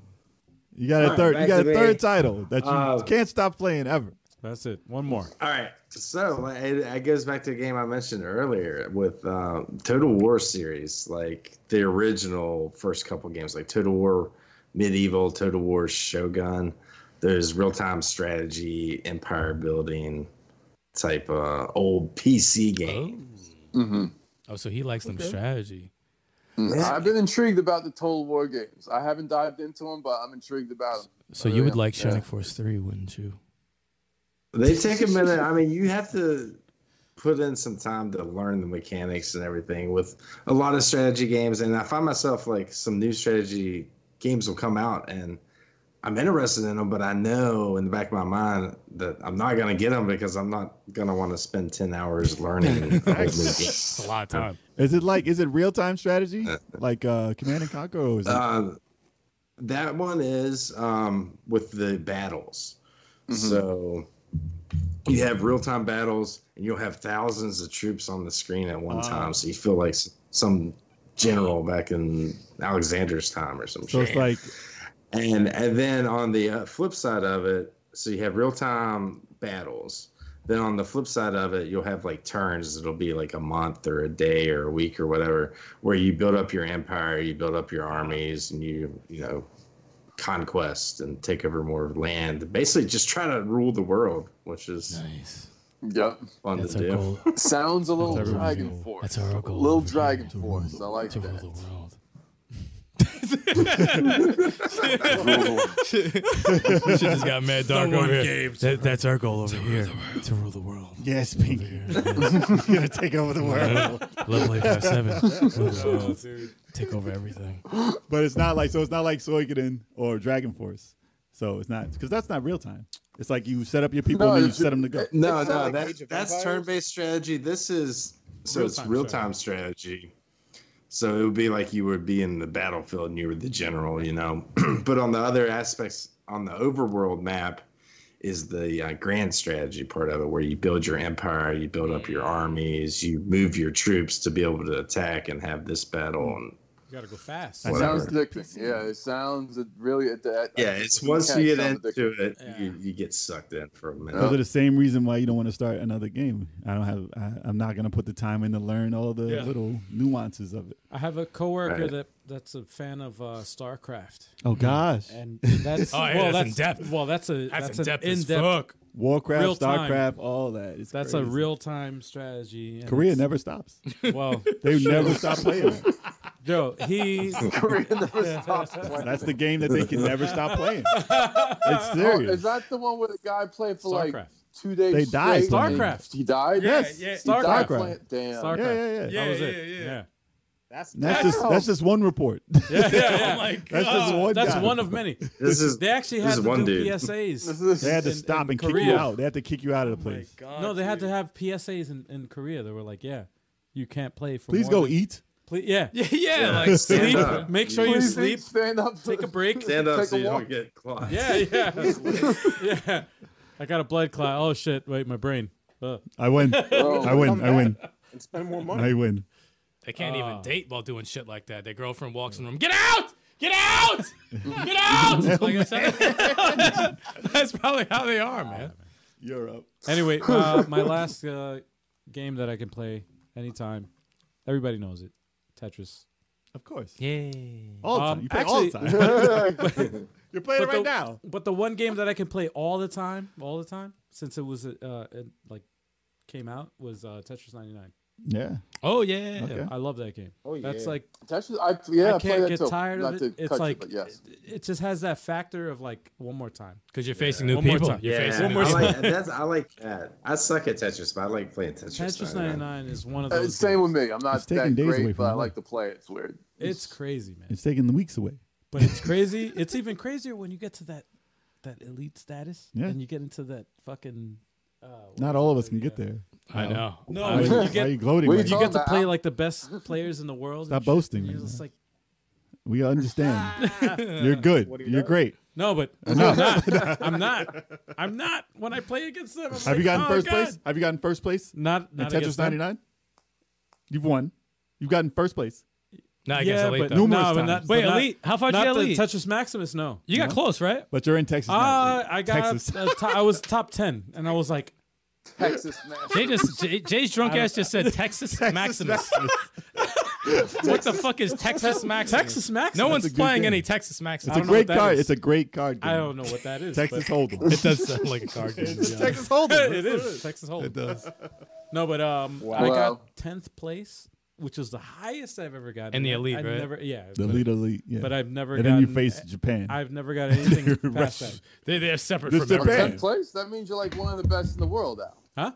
Speaker 3: you got a
Speaker 4: right,
Speaker 3: third. you
Speaker 4: back
Speaker 3: got a
Speaker 4: to me.
Speaker 3: third title that you
Speaker 4: Uh,
Speaker 3: can't stop playing ever.
Speaker 2: That's it. One more.
Speaker 4: All right. So like, it, it goes back to a game I mentioned earlier with um, Total War series, like the original first couple games, like Total War Medieval, Total War Shogun. There's real time strategy, empire building type uh, old PC game.
Speaker 8: Mm-hmm.
Speaker 5: Oh, so he likes them strategy.
Speaker 8: I've been intrigued about the Total War games. I haven't dived into them, but I'm intrigued about them.
Speaker 5: So you would like Shining Force 3, wouldn't you?
Speaker 4: They take a minute. I mean, you have to put in some time to learn the mechanics and everything with a lot of strategy games. And I find myself like some new strategy games will come out and I'm interested in them, but I know in the back of my mind that I'm not going to get them because I'm not going to want to spend 10 hours learning. a whole new game.
Speaker 5: It's a lot of time.
Speaker 3: Is it like is it real time strategy like uh, Command and Conquer? Or is it,
Speaker 4: Uh, that one is um, with the battles.
Speaker 3: Mm-hmm.
Speaker 4: So you have real time battles, and you'll have thousands of troops on the screen at one time. So you feel like s- some general back in Alexander's time or some
Speaker 3: so
Speaker 4: shit.
Speaker 3: it's like
Speaker 4: And and then on the uh, flip side of it, so you have real time battles. Then on the flip side of it, you'll have like turns. It'll be like a month or a day or a week or whatever, where you build up your empire, you build up your armies, and you you know conquest and take over more land. Basically, just try to rule the world, which is
Speaker 5: Nice.
Speaker 8: Yep.
Speaker 4: fun
Speaker 5: That's
Speaker 4: to
Speaker 5: our
Speaker 4: do.
Speaker 5: goal.
Speaker 8: Sounds a little
Speaker 5: That's our
Speaker 8: Dragon
Speaker 5: goal.
Speaker 8: Force.
Speaker 5: That's our goal.
Speaker 8: Little Dragon Force. I like
Speaker 5: To rule
Speaker 8: that.
Speaker 5: the world. Shit just got mad dark over here. That- that's our goal over here. To rule the world.
Speaker 3: yes, Pinky, you're gonna take over the world.
Speaker 5: Level 857.
Speaker 2: dude.
Speaker 5: Take over everything.
Speaker 3: But it's not like so. It's not like Soikoden or Dragon Force. So it's not because that's not real time. It's like you set up your people and then you
Speaker 1: it's-
Speaker 3: set them to go.
Speaker 4: No,
Speaker 6: It's
Speaker 4: no,
Speaker 6: not like Age
Speaker 4: that,
Speaker 6: of
Speaker 4: that's
Speaker 6: Empires.
Speaker 4: turn-based strategy. This is so it's
Speaker 2: Real-time
Speaker 4: real-time strategy. So it would be like you would be in the battlefield and you were the general, you know. but on the other aspects on the overworld map is the uh, grand strategy part of it, where you build your empire, you build up your armies, you move your troops to be able to attack and have this battle. And uh,
Speaker 2: You gotta go fast.
Speaker 3: I
Speaker 1: It
Speaker 3: know.
Speaker 1: sounds addicting. Yeah, it sounds really addicting.
Speaker 4: yeah, it's once you get into it,
Speaker 2: Yeah.
Speaker 4: you, you get sucked in for a minute.
Speaker 3: Those are the same reason why you don't want to start another game. I don't have. I, I'm not gonna put the time in to learn all the
Speaker 2: Yeah.
Speaker 3: little nuances of it.
Speaker 2: I have a coworker
Speaker 4: Right.
Speaker 2: that that's a fan of uh, StarCraft,
Speaker 3: Oh gosh,
Speaker 2: and that's
Speaker 5: Oh, yeah,
Speaker 2: well,
Speaker 5: that's
Speaker 2: that's
Speaker 5: in-depth.
Speaker 2: Well, that's a
Speaker 5: That's,
Speaker 2: that's,
Speaker 5: in
Speaker 2: an
Speaker 5: depth
Speaker 2: in
Speaker 5: as
Speaker 2: depth.
Speaker 5: fuck.
Speaker 3: Warcraft,
Speaker 2: real time.
Speaker 3: Starcraft, all that. It's
Speaker 2: That's a
Speaker 3: crazy.
Speaker 2: real time strategy. and
Speaker 3: Korea
Speaker 2: it's-
Speaker 3: never stops.
Speaker 2: Well,
Speaker 3: They never stop playing. it.
Speaker 2: yo, he
Speaker 1: Korea never stops playing.
Speaker 3: That's the game that they can never stop playing. It's
Speaker 1: Oh,
Speaker 3: serious.
Speaker 1: is that the one where the guy played for like
Speaker 2: Starcraft.
Speaker 1: two days?
Speaker 3: They died
Speaker 1: straight and
Speaker 2: playing. Starcraft.
Speaker 1: He died.
Speaker 5: Yeah,
Speaker 3: Yes.
Speaker 5: yeah,
Speaker 1: He died
Speaker 3: Starcraft.
Speaker 1: playing- Damn.
Speaker 2: Starcraft.
Speaker 3: Yeah, yeah, yeah.
Speaker 2: That was
Speaker 5: Yeah,
Speaker 2: it.
Speaker 5: yeah, yeah.
Speaker 6: That's
Speaker 3: That's just that's just one report.
Speaker 2: Yeah, yeah, yeah.
Speaker 5: Oh my god.
Speaker 3: That's just one.
Speaker 2: That's
Speaker 3: guy.
Speaker 2: one of many.
Speaker 4: This is
Speaker 2: They actually
Speaker 4: This
Speaker 2: had
Speaker 4: is
Speaker 2: to
Speaker 4: one
Speaker 2: do
Speaker 4: dude.
Speaker 1: This
Speaker 2: PSAs.
Speaker 1: is-
Speaker 3: They had to
Speaker 2: in-
Speaker 3: stop
Speaker 2: in
Speaker 3: and kick you
Speaker 2: Korea.
Speaker 3: out. They had to kick you out of the
Speaker 5: Oh my
Speaker 3: place.
Speaker 5: god.
Speaker 2: No, they had to
Speaker 5: dude.
Speaker 2: have PSAs in, in Korea. They were like, yeah, you can't play for.
Speaker 3: Please
Speaker 2: more
Speaker 3: go
Speaker 2: than-
Speaker 3: eat.
Speaker 2: Please, yeah.
Speaker 5: Yeah, yeah, like
Speaker 4: Stand
Speaker 2: Sleep.
Speaker 4: up.
Speaker 2: Make sure you
Speaker 1: Please
Speaker 2: sleep.
Speaker 1: Stand up.
Speaker 2: Take a break.
Speaker 4: Stand up
Speaker 1: Take
Speaker 4: so
Speaker 1: a
Speaker 4: you
Speaker 1: walk.
Speaker 4: don't get clocked.
Speaker 2: Yeah, yeah, yeah. I got a blood clot. Oh shit! Wait, my brain. Uh,
Speaker 3: I win.
Speaker 1: Oh,
Speaker 3: I win. I win.
Speaker 6: and spend more money.
Speaker 3: I win.
Speaker 5: They can't
Speaker 2: Oh.
Speaker 5: even date while doing shit like that. Their girlfriend walks in the room. Get out! Get out! Get out!
Speaker 1: Oh,
Speaker 5: Like I said- that's probably how they are, man.
Speaker 3: You're up.
Speaker 2: anyway, uh, my last uh, game that I can play anytime. Everybody knows it. Tetris.
Speaker 3: Of course.
Speaker 5: Yay!
Speaker 3: All the
Speaker 2: Um,
Speaker 3: time. You play all the
Speaker 2: actually-
Speaker 3: time. You're playing it
Speaker 2: But the-
Speaker 3: right now.
Speaker 2: But the one game that I can play all the time, all the time, since it was uh, uh, like came out, was uh, Tetris 99.
Speaker 3: Yeah.
Speaker 5: Oh yeah.
Speaker 3: Okay.
Speaker 2: I love that game.
Speaker 6: Oh,
Speaker 2: That's
Speaker 6: yeah.
Speaker 2: like
Speaker 1: Tetris, I, yeah,
Speaker 2: I
Speaker 1: I,
Speaker 2: can't
Speaker 1: play that
Speaker 2: get
Speaker 1: too.
Speaker 2: tired of
Speaker 1: Not
Speaker 2: it.
Speaker 1: to
Speaker 2: It's
Speaker 1: cut you,
Speaker 2: like-
Speaker 1: but yes.
Speaker 2: it just has that factor of like one more time.
Speaker 5: Because you're facing new
Speaker 2: One more
Speaker 5: people.
Speaker 2: time.
Speaker 5: You're
Speaker 4: Yeah,
Speaker 5: facing
Speaker 4: I
Speaker 5: new people.
Speaker 4: like, that's, I like that. I suck at Tetris, but I like playing Tetris.
Speaker 2: Tetris
Speaker 4: 99.
Speaker 2: 99 is one of
Speaker 1: Uh,
Speaker 2: those.
Speaker 1: same with
Speaker 2: games.
Speaker 1: me. I'm not
Speaker 3: It's taking
Speaker 1: that
Speaker 3: days away
Speaker 1: great,
Speaker 3: from
Speaker 1: but I
Speaker 3: you.
Speaker 1: like to play it. It's weird.
Speaker 2: It's crazy, man.
Speaker 3: It's taking the weeks away.
Speaker 2: but it's crazy. It's even crazier when you get to that that elite status
Speaker 3: Yeah.
Speaker 2: and you get into that fucking. Uh,
Speaker 3: Not all of us can get there.
Speaker 5: I know.
Speaker 2: no,
Speaker 3: Why are
Speaker 2: when
Speaker 3: you,
Speaker 2: you
Speaker 3: why are
Speaker 2: get
Speaker 3: you gloating?
Speaker 1: What
Speaker 3: right
Speaker 1: did
Speaker 2: you
Speaker 3: now?
Speaker 2: get to
Speaker 1: Talking
Speaker 2: play
Speaker 1: about-
Speaker 2: like the best players in the world.
Speaker 3: Stop
Speaker 2: and shit,
Speaker 3: boasting,
Speaker 2: and You're
Speaker 3: man.
Speaker 2: just like
Speaker 3: We understand. You're good.
Speaker 6: What do you
Speaker 3: You're
Speaker 6: know?
Speaker 3: great.
Speaker 2: no, but I'm not. I'm not. I'm not. When I play against them, I'm
Speaker 3: Have
Speaker 2: like,
Speaker 3: you gotten
Speaker 2: "Oh,
Speaker 3: first
Speaker 2: God."
Speaker 3: place? Have you gotten first place?
Speaker 2: Not,
Speaker 3: In
Speaker 2: not
Speaker 3: Tetris
Speaker 2: against them.
Speaker 3: 99? You've won. You've gotten first place.
Speaker 5: Not against
Speaker 2: Yeah,
Speaker 5: elite
Speaker 2: but
Speaker 5: though.
Speaker 2: no,
Speaker 3: numerous
Speaker 2: but
Speaker 3: times.
Speaker 2: not, but
Speaker 5: Wait,
Speaker 2: not-
Speaker 5: elite. How far did you
Speaker 2: Not
Speaker 5: get
Speaker 2: the
Speaker 5: elite?
Speaker 2: Tetris Maximus. No,
Speaker 5: you got close, right?
Speaker 3: But you're in Texas. now.
Speaker 2: Uh, I got
Speaker 3: Texas.
Speaker 2: uh, to- I was top ten, and I was like,
Speaker 1: Texas, man.
Speaker 5: Jay just Jay, Jay's drunk ass just said Texas, Maximus. what the fuck is Texas Maximus?
Speaker 2: Texas Maximus.
Speaker 5: No one's
Speaker 3: a good
Speaker 5: playing
Speaker 3: game.
Speaker 5: any Texas Maximus.
Speaker 3: It's a
Speaker 2: don't know what
Speaker 3: great
Speaker 2: that
Speaker 3: card.
Speaker 2: is.
Speaker 3: It's a great card game.
Speaker 2: I don't know what that is.
Speaker 3: Texas
Speaker 2: but-
Speaker 3: Hold'em.
Speaker 5: It does sound like a card game. to be honest.
Speaker 3: Texas Hold'em.
Speaker 2: it is Texas Hold'em.
Speaker 3: It does.
Speaker 2: No, but um, I
Speaker 1: Wow. Wow.
Speaker 2: got tenth place, which is the highest I've ever gotten.
Speaker 5: In the elite,
Speaker 2: I've
Speaker 5: right?
Speaker 2: Never, yeah,
Speaker 3: The
Speaker 2: but,
Speaker 3: lead elite. Yeah.
Speaker 2: but I've never.
Speaker 3: and
Speaker 2: gotten,
Speaker 3: then you face Japan.
Speaker 2: I've never got anything past that.
Speaker 5: They they're separate
Speaker 3: This
Speaker 5: from
Speaker 3: Japan.
Speaker 5: everybody.
Speaker 1: Tenth place. That means you're like one of the best in the world now.
Speaker 2: Huh?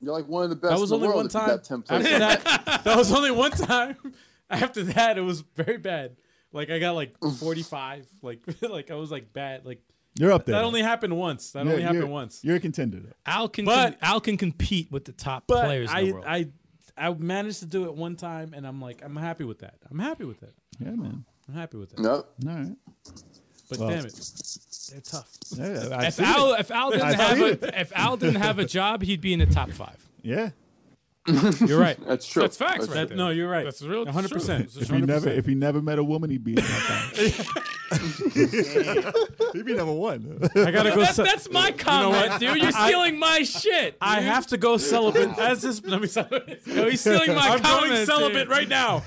Speaker 1: You're like one of the best.
Speaker 2: That was
Speaker 1: in the
Speaker 2: only one
Speaker 1: world if you
Speaker 2: time.
Speaker 1: got 10 places.
Speaker 2: After that, that was only one time. After that, it was very bad. Like I got like forty five. Like like I was like bad. Like
Speaker 3: you're up there.
Speaker 2: that only happened once. That
Speaker 3: You're-
Speaker 2: only happened
Speaker 3: you're-
Speaker 2: once.
Speaker 3: You're a contender. though.
Speaker 5: Al can
Speaker 2: But-
Speaker 5: Al can compete with the top
Speaker 2: But
Speaker 5: players
Speaker 2: I
Speaker 5: in the world.
Speaker 2: I I managed to do it one time, and I'm like I'm happy with that. I'm happy with that.
Speaker 3: Yeah, man.
Speaker 2: I'm happy with that.
Speaker 1: Nope.
Speaker 3: All right.
Speaker 2: But
Speaker 3: Well-
Speaker 2: damn it, they're tough.
Speaker 3: Yeah, I've
Speaker 5: if
Speaker 3: seen
Speaker 5: Al
Speaker 3: it.
Speaker 5: if Al didn't
Speaker 3: I've
Speaker 5: have
Speaker 3: seen
Speaker 5: a if Al didn't have a job, he'd be in the top five.
Speaker 3: yeah.
Speaker 2: You're right.
Speaker 1: That's true.
Speaker 5: That's facts, right?
Speaker 2: That-
Speaker 5: there.
Speaker 2: no, you're right.
Speaker 5: That's real.
Speaker 2: One hundred percent.
Speaker 3: If he never if he never met a woman, he'd be in that time. he'd be number one.
Speaker 2: I gotta go.
Speaker 5: That's,
Speaker 2: ce-
Speaker 5: that's my comment, dude. You're stealing my shit.
Speaker 2: I
Speaker 5: dude.
Speaker 2: have to go celibate. As this, let me stop.
Speaker 5: Yo, he's stealing my
Speaker 2: I'm
Speaker 5: comment.
Speaker 2: going celibate
Speaker 5: dude.
Speaker 2: right now.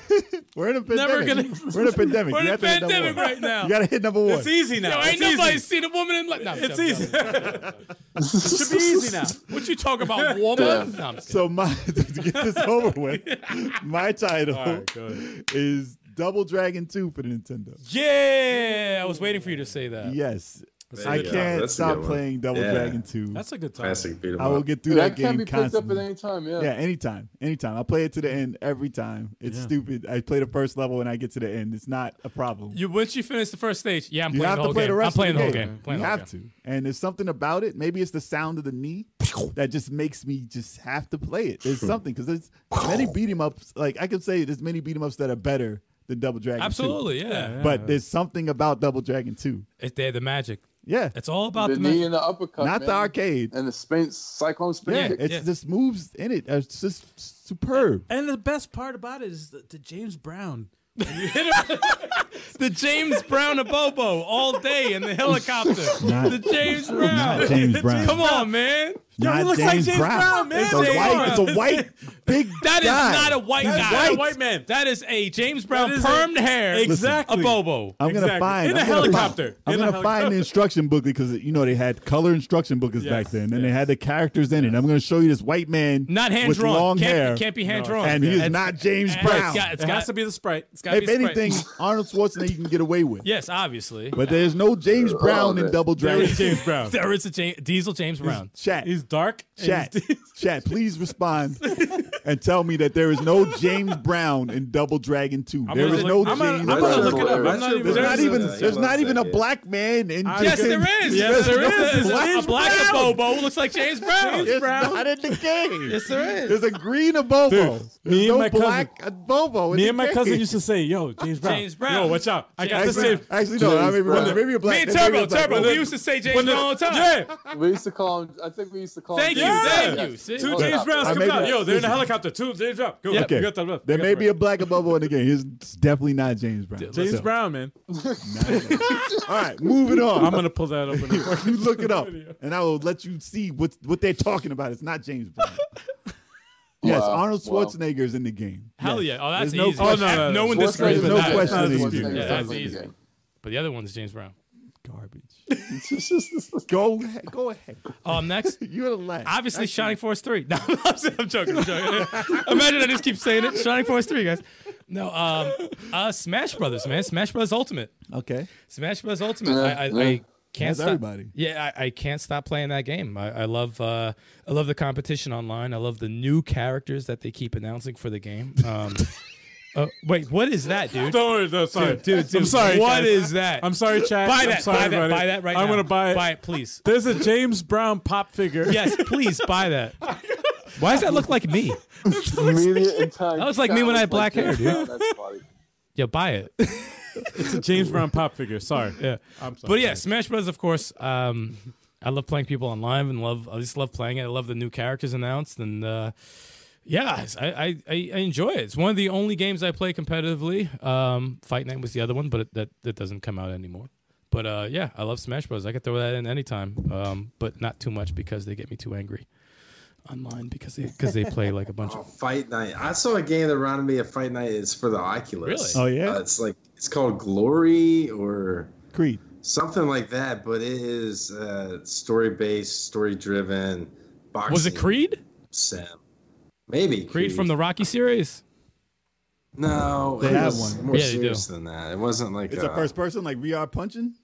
Speaker 3: We're in a
Speaker 2: Never
Speaker 3: pandemic. We're in a pandemic.
Speaker 5: We're in
Speaker 3: You
Speaker 5: a
Speaker 3: have to hit number
Speaker 5: pandemic
Speaker 3: one.
Speaker 5: right now.
Speaker 3: You gotta hit number one.
Speaker 2: It's easy now.
Speaker 5: Yo, ain't
Speaker 2: it's
Speaker 5: nobody
Speaker 2: easy.
Speaker 5: seen a woman in like. No,
Speaker 2: It's
Speaker 5: no, no,
Speaker 2: easy.
Speaker 5: no.
Speaker 2: it should be easy now.
Speaker 5: What you talking about, woman?
Speaker 1: Yeah.
Speaker 5: No, I'm just kidding.
Speaker 3: So my to get this over with, my title is Double Dragon Two for the Nintendo.
Speaker 5: yeah, I was waiting for you to say that.
Speaker 3: Yes,
Speaker 4: There
Speaker 3: I
Speaker 4: you go.
Speaker 3: can't
Speaker 4: That's a
Speaker 3: stop
Speaker 4: good one.
Speaker 3: playing Double
Speaker 4: Yeah.
Speaker 3: Dragon 2.
Speaker 2: That's a good time.
Speaker 4: Classic beat 'em
Speaker 3: I will
Speaker 4: up.
Speaker 3: get through
Speaker 1: That
Speaker 3: that,
Speaker 1: can be
Speaker 3: game
Speaker 1: picked up at
Speaker 3: constantly.
Speaker 1: any time. Yeah.
Speaker 3: Yeah, anytime, anytime. I play it to the end every time. It's
Speaker 2: Yeah.
Speaker 3: stupid. I play the first level and I get to the end. It's not a problem.
Speaker 5: You once you finish the first stage, yeah, I'm
Speaker 3: You
Speaker 5: playing
Speaker 3: have
Speaker 5: the
Speaker 3: to
Speaker 5: whole
Speaker 3: play the
Speaker 5: game. I'm
Speaker 3: rest
Speaker 5: playing
Speaker 3: of the
Speaker 5: the whole
Speaker 3: game.
Speaker 5: game. Playing
Speaker 3: you
Speaker 5: the whole
Speaker 3: have
Speaker 5: game.
Speaker 3: to. And there's something about it. Maybe it's the sound of the knee that just makes me just have to play it. There's something because there's many beat 'em ups. Like I could say, there's many beat 'em ups that are better than Double Dragon. 2.
Speaker 5: Absolutely, yeah.
Speaker 3: But there's something about Double Dragon 2.
Speaker 5: It's there, the magic.
Speaker 3: Yeah,
Speaker 5: It's all about
Speaker 1: The
Speaker 5: the,
Speaker 1: knee
Speaker 5: magic.
Speaker 1: and the uppercut.
Speaker 3: not the
Speaker 1: man.
Speaker 3: arcade.
Speaker 1: And the spin, cyclone spin.
Speaker 3: Yeah,
Speaker 1: kick.
Speaker 3: it's
Speaker 5: yeah.
Speaker 3: just moves in it. It's just superb.
Speaker 2: And the best part about it is the, the James Brown.
Speaker 5: the James Brown of Bobo all day in the helicopter. the James Brown.
Speaker 3: Not James Brown.
Speaker 5: Come on, man.
Speaker 3: Not
Speaker 2: he looks like James Brown, man.
Speaker 3: It's a
Speaker 2: Come
Speaker 3: white,
Speaker 5: on.
Speaker 3: it's a white big
Speaker 5: That is
Speaker 3: guy.
Speaker 5: not a white
Speaker 2: That's
Speaker 5: guy.
Speaker 2: not a
Speaker 5: That is
Speaker 2: white man.
Speaker 5: That is a James Brown
Speaker 2: That is a-
Speaker 5: permed hair.
Speaker 2: Exactly.
Speaker 5: A Bobo.
Speaker 3: I'm gonna
Speaker 2: Exactly.
Speaker 3: find
Speaker 5: In a
Speaker 3: I'm gonna find-
Speaker 5: helicopter.
Speaker 3: I'm
Speaker 2: In a
Speaker 3: gonna find the
Speaker 2: helicopter.
Speaker 3: instruction booklet because you know they had color instruction booklets back
Speaker 2: Yes,
Speaker 3: then, and they
Speaker 2: yes.
Speaker 3: had the characters in it. I'm gonna show you this white man,
Speaker 5: Not hand
Speaker 3: with
Speaker 5: drawn.
Speaker 3: long
Speaker 5: can't,
Speaker 3: hair,
Speaker 5: Can't be hand drawn.
Speaker 3: and he is
Speaker 5: It's-
Speaker 3: not James
Speaker 5: it's
Speaker 3: Brown.
Speaker 5: got- it's
Speaker 2: It
Speaker 5: got
Speaker 2: has to be the sprite.
Speaker 5: It's got to
Speaker 3: if
Speaker 5: be Sprite.
Speaker 3: anything, Arnold Schwarzenegger you can get away with,
Speaker 5: yes, obviously.
Speaker 3: but there's no James Brown in
Speaker 1: man.
Speaker 3: Double
Speaker 2: There
Speaker 3: Dragon.
Speaker 2: is James Brown.
Speaker 5: there is a James, Diesel James Brown.
Speaker 3: Chat,
Speaker 2: He's dark. and
Speaker 3: chat,
Speaker 2: he's-
Speaker 3: chat. Please respond and tell me that there is no James Brown in Double Dragon Two.
Speaker 2: I'm
Speaker 3: There
Speaker 2: gonna
Speaker 3: is no
Speaker 2: look- I'm
Speaker 3: James.
Speaker 2: gonna- I'm
Speaker 3: Brown.
Speaker 2: gonna look it up.
Speaker 1: There's
Speaker 2: I'm not even.
Speaker 3: There's not
Speaker 4: There's
Speaker 3: even
Speaker 4: no-
Speaker 3: there's not even a black man in.
Speaker 2: I-
Speaker 5: Yes,
Speaker 3: in-
Speaker 5: there
Speaker 2: Yes,
Speaker 5: is. Yes, there
Speaker 2: there is.
Speaker 5: is. A black
Speaker 3: Brown.
Speaker 5: Bobo who looks like James Brown.
Speaker 3: It's not in the game.
Speaker 5: Yes, there is.
Speaker 3: There's a green abobo.
Speaker 2: Dude,
Speaker 3: There's
Speaker 2: me and
Speaker 3: no
Speaker 2: my cousin-
Speaker 3: black abobo. in
Speaker 2: Me
Speaker 3: the
Speaker 2: and my
Speaker 3: game.
Speaker 2: cousin used to say, "Yo, James Brown.
Speaker 5: James Brown.
Speaker 2: Yo, watch out. I got the
Speaker 3: Actually,
Speaker 2: same."
Speaker 3: actually no, I maybe,
Speaker 1: Brown.
Speaker 3: maybe a black.
Speaker 5: Me and
Speaker 3: maybe
Speaker 5: Turbo,
Speaker 3: a black
Speaker 5: Turbo,
Speaker 3: woman.
Speaker 5: we used to say James
Speaker 2: When the-
Speaker 5: Brown all the time.
Speaker 2: Yeah.
Speaker 1: We used to call him. I think we used to call
Speaker 5: Thank
Speaker 1: him.
Speaker 5: you,
Speaker 2: Yeah.
Speaker 5: thank you. See?
Speaker 2: Two
Speaker 1: Hold
Speaker 2: James
Speaker 1: up.
Speaker 2: Browns
Speaker 3: I
Speaker 2: come
Speaker 3: may
Speaker 2: out.
Speaker 3: be-
Speaker 2: Yo, they're in a helicopter. Two James Brown. Go.
Speaker 5: Yeah.
Speaker 2: You got the left. You
Speaker 3: There
Speaker 2: got
Speaker 3: may
Speaker 2: the
Speaker 3: be
Speaker 2: right.
Speaker 3: a black abobo in the game. He's it's definitely not James Brown.
Speaker 2: James
Speaker 3: So,
Speaker 2: Brown, man.
Speaker 3: All right, moving on.
Speaker 2: I'm gonna pull that up. in a-
Speaker 3: you look it up, and I will let you see what what they're talking about. It's not James Brown. yes,
Speaker 1: Wow,
Speaker 3: Arnold
Speaker 1: wow.
Speaker 3: Schwarzenegger is in the game.
Speaker 5: Hell yeah. Oh, that's
Speaker 3: There's no
Speaker 5: easy.
Speaker 3: question.
Speaker 5: no, no, one
Speaker 1: Schwarzenegger-
Speaker 5: disagrees with
Speaker 3: no
Speaker 5: that.
Speaker 3: question.
Speaker 2: Not a
Speaker 1: Schwarzenegger.
Speaker 2: dispute.
Speaker 5: Yeah,
Speaker 1: Sounds
Speaker 5: that's
Speaker 1: like a
Speaker 5: easy.
Speaker 1: game.
Speaker 5: But the other one's James Brown.
Speaker 3: Garbage. go ahead. Go ahead.
Speaker 5: Um, next.
Speaker 3: You're the last.
Speaker 5: Obviously, Shining Force 3. No, I'm, joking. I'm joking. Imagine I just keep saying it. Shining Force 3, guys. No, um, uh, Smash Brothers, man. Smash Brothers Ultimate.
Speaker 3: Okay.
Speaker 5: Smash Bros. Ultimate.
Speaker 1: Yeah,
Speaker 5: I, I,
Speaker 1: yeah.
Speaker 5: I can't
Speaker 3: That's
Speaker 5: stop.
Speaker 3: everybody.
Speaker 5: Yeah, I, I can't stop playing that game. I, I love uh, I love the competition online. I love the new characters that they keep announcing for the game. Um, uh, wait, what is that, dude?
Speaker 2: Don't worry. No, sorry,
Speaker 5: Dude, dude,
Speaker 2: I'm sorry.
Speaker 5: What
Speaker 2: guys.
Speaker 5: is that?
Speaker 2: I'm sorry, Chad.
Speaker 5: Buy
Speaker 2: I'm
Speaker 5: that.
Speaker 2: sorry
Speaker 5: buy that.
Speaker 2: about it.
Speaker 5: Buy that right now.
Speaker 2: I'm gonna buy it.
Speaker 5: Buy it, please.
Speaker 2: There's a James Brown pop figure.
Speaker 5: yes, please buy that. Why does that look like me?
Speaker 1: Media and time.
Speaker 5: That was like me when I had black hair,
Speaker 1: dude. That's funny.
Speaker 5: Yeah, buy it.
Speaker 2: It's a James Brown pop figure. Sorry.
Speaker 5: Yeah.
Speaker 2: I'm sorry.
Speaker 5: But yeah, Smash Bros. Of course. Um, I love playing people online and love. I just love playing it. I love the new characters announced and uh, yeah, I, I I I enjoy it. It's one of the only games I play competitively. Um, Fight Night was the other one, but it, that that doesn't come out anymore. But uh, yeah, I love Smash Bros. I could throw that in anytime, um, but not too much because they get me too angry online because they because they play like a bunch
Speaker 4: Oh,
Speaker 5: of.
Speaker 4: Fight Night. I saw a game that reminded me of Fight Night. It's for the Oculus.
Speaker 5: Really?
Speaker 3: Oh, yeah?
Speaker 4: Uh, it's like it's called Glory or
Speaker 3: Creed.
Speaker 4: something like that, but it is uh, story based, story driven. Boxing
Speaker 5: Was it Creed?
Speaker 4: Sim. Maybe
Speaker 5: Creed from the Rocky series?
Speaker 4: No,
Speaker 3: They
Speaker 4: it
Speaker 3: have
Speaker 4: was
Speaker 3: one.
Speaker 4: More
Speaker 5: Yeah, they do.
Speaker 4: serious than that. It wasn't like
Speaker 3: It's a first person like we are punching.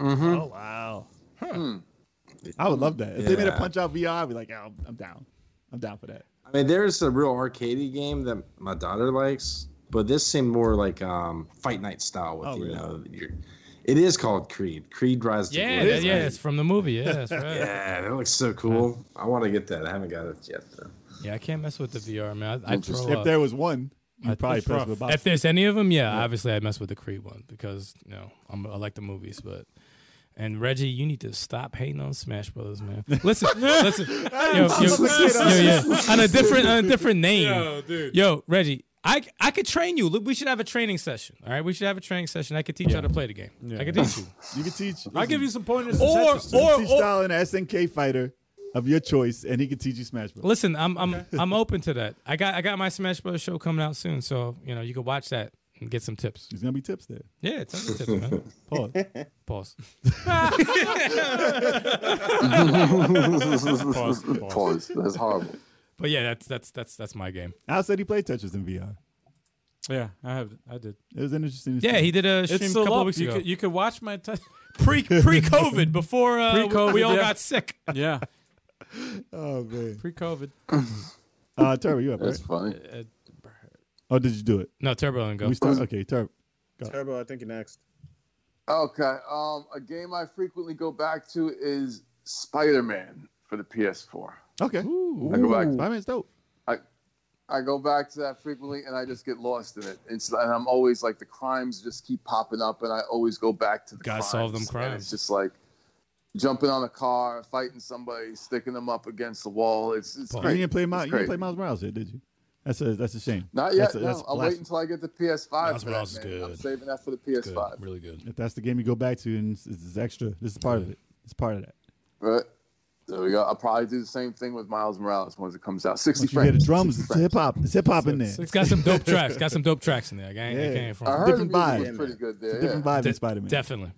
Speaker 3: Oh wow! I would love that if they made a
Speaker 4: Yeah.
Speaker 3: punch out VR. I'd be like, oh, I'm down. I'm down for that.
Speaker 4: I mean, there's a real arcadey game that my daughter likes, but this seemed more like um, Fight Night style. With
Speaker 3: Oh,
Speaker 4: you
Speaker 3: really?
Speaker 4: know, your, it is called Creed. Creed Rise. to
Speaker 5: Yeah,
Speaker 4: Glory,
Speaker 5: that- yeah,
Speaker 4: right?
Speaker 5: it's from the movie. Yeah, that's right.
Speaker 4: Yeah, that looks so cool. I want to get that. I haven't got it yet though.
Speaker 5: Yeah, I can't mess with the VR, man. I, I'd throw
Speaker 3: if
Speaker 5: up.
Speaker 3: there was one, you'd probably
Speaker 2: it's
Speaker 3: press
Speaker 2: rough.
Speaker 3: the
Speaker 5: If
Speaker 3: button.
Speaker 5: there's any of them, yeah, obviously I'd mess with the Creed one because you know I'm, I like the movies, but and Reggie, you need to stop hating on Smash Brothers, man. Listen, listen, yo, yo, yo, yeah, on a different on a different name,
Speaker 2: Yo, Oh, dude.
Speaker 5: yo, Reggie. I, I could train you. Look, We should have a training session. All right, we should have a training session. I could teach you how to play the game. I could teach you.
Speaker 3: You could teach.
Speaker 2: I'll give you some pointers.
Speaker 5: Or
Speaker 3: or,
Speaker 5: or,
Speaker 3: teach
Speaker 5: or
Speaker 3: Style an SNK fighter of your choice, and he could teach you Smash Bros.
Speaker 5: listen, I'm I'm I'm open to that. I got I got my Smash Bros show coming out soon, so you know you can watch that and get some tips.
Speaker 3: There's gonna be tips there.
Speaker 5: Yeah, tons of tips, man.
Speaker 3: Pause.
Speaker 5: Pause.
Speaker 2: pause, pause.
Speaker 1: Pause. That's horrible.
Speaker 5: But yeah, that's that's that's that's my game.
Speaker 3: Al said he played Tetris in VR.
Speaker 2: Yeah, I have. I did.
Speaker 3: It was interesting. to
Speaker 5: Yeah,
Speaker 3: see.
Speaker 5: he did a stream
Speaker 2: It's
Speaker 5: a
Speaker 2: still
Speaker 5: couple
Speaker 2: up.
Speaker 5: of weeks
Speaker 2: you
Speaker 5: ago.
Speaker 2: Could, you could watch my. T-
Speaker 5: pre pre COVID before uh,
Speaker 2: Pre-COVID,
Speaker 5: we all
Speaker 2: yeah.
Speaker 5: got sick.
Speaker 2: Yeah,
Speaker 3: Oh man.
Speaker 5: Pre COVID.
Speaker 3: Uh, Turbo, you up? Right?
Speaker 8: That's funny.
Speaker 3: Oh, did you do it?
Speaker 5: No Turbo and go.
Speaker 3: We start. Okay, Turbo.
Speaker 6: Turbo, I think you're next.
Speaker 8: Okay. Um, a game I frequently go back to is Spider Man for the PS4.
Speaker 3: Okay.
Speaker 8: I go back.
Speaker 3: Spider Man's dope.
Speaker 8: I go back to that frequently, and I just get lost in it. It's, and I'm always like the crimes just keep popping up, and I always go back to the
Speaker 5: Gotta
Speaker 8: crimes.
Speaker 5: solve them
Speaker 8: And it's
Speaker 5: crimes.
Speaker 8: just like jumping on a car, fighting somebody, sticking them up against the wall. It's it's
Speaker 3: You
Speaker 8: great.
Speaker 3: didn't play Miles.
Speaker 8: It's
Speaker 3: You didn't play
Speaker 8: great.
Speaker 3: Miles Morales yet, did you? That's a that's a shame.
Speaker 8: Not yet.
Speaker 3: That's a-
Speaker 8: no,
Speaker 3: that's
Speaker 8: I'll
Speaker 3: blasphemy.
Speaker 8: wait until I get the PS5.
Speaker 5: That's
Speaker 8: for
Speaker 5: what
Speaker 8: that,
Speaker 5: else is
Speaker 8: man. I'm
Speaker 5: good.
Speaker 8: saving that for the PS5.
Speaker 5: Really good.
Speaker 3: If that's the game you go back to, and it's, it's extra. This is part of it. It's part of that.
Speaker 8: Right. There we go. I'll probably do the same thing with Miles Morales once it comes out. 60
Speaker 3: Once you hear the
Speaker 8: frames.
Speaker 3: drums, it's hip hop. It's hip hop in there.
Speaker 5: It's got some dope tracks. Got some dope tracks in there. I can't, I
Speaker 3: Yeah.
Speaker 5: can't
Speaker 8: I
Speaker 5: front.
Speaker 8: heard
Speaker 3: Different
Speaker 8: the music was
Speaker 3: vibe.
Speaker 8: pretty good there.
Speaker 3: Different
Speaker 8: yeah.
Speaker 3: vibe
Speaker 5: De-
Speaker 3: in Spider Man.
Speaker 5: Definitely.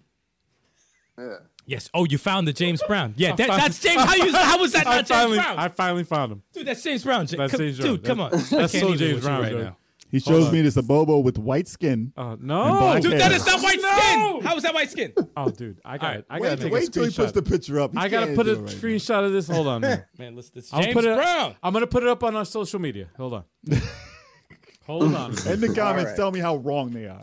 Speaker 8: yeah.
Speaker 5: Yes. Oh, you found the James Brown. Yeah, that,
Speaker 2: found-
Speaker 5: that's James. How, you, how was that
Speaker 2: I
Speaker 5: not
Speaker 2: finally,
Speaker 5: James Brown?
Speaker 2: I finally found him.
Speaker 5: dude, that's James Brown. Ja-
Speaker 2: That's
Speaker 5: come-
Speaker 2: James Brown.
Speaker 5: dude, come on.
Speaker 2: That's-
Speaker 5: I
Speaker 2: that's
Speaker 5: can't
Speaker 2: so
Speaker 5: even
Speaker 2: James
Speaker 5: with you
Speaker 2: Brown,
Speaker 5: right
Speaker 2: dude.
Speaker 5: now.
Speaker 3: He shows
Speaker 2: on.
Speaker 3: me this a Bobo with white skin.
Speaker 2: Uh,
Speaker 3: And
Speaker 2: no,
Speaker 3: black
Speaker 5: Dude, that
Speaker 3: Yeah.
Speaker 5: is not white skin. How is that white skin?
Speaker 2: Oh, dude, I got.
Speaker 5: Alright,
Speaker 2: it. I got.
Speaker 3: wait, wait till he puts the picture up. He
Speaker 2: I gotta
Speaker 3: can't
Speaker 2: put
Speaker 3: do
Speaker 2: a
Speaker 3: it right now.
Speaker 2: screenshot of this. Hold on, man.
Speaker 5: Man, listen, it's
Speaker 2: I'll
Speaker 5: James
Speaker 2: put it-
Speaker 5: Brown.
Speaker 2: I'm gonna put it up on our social media. Hold on. Hold on.
Speaker 3: In the comments,
Speaker 6: right.
Speaker 3: tell me how wrong they are.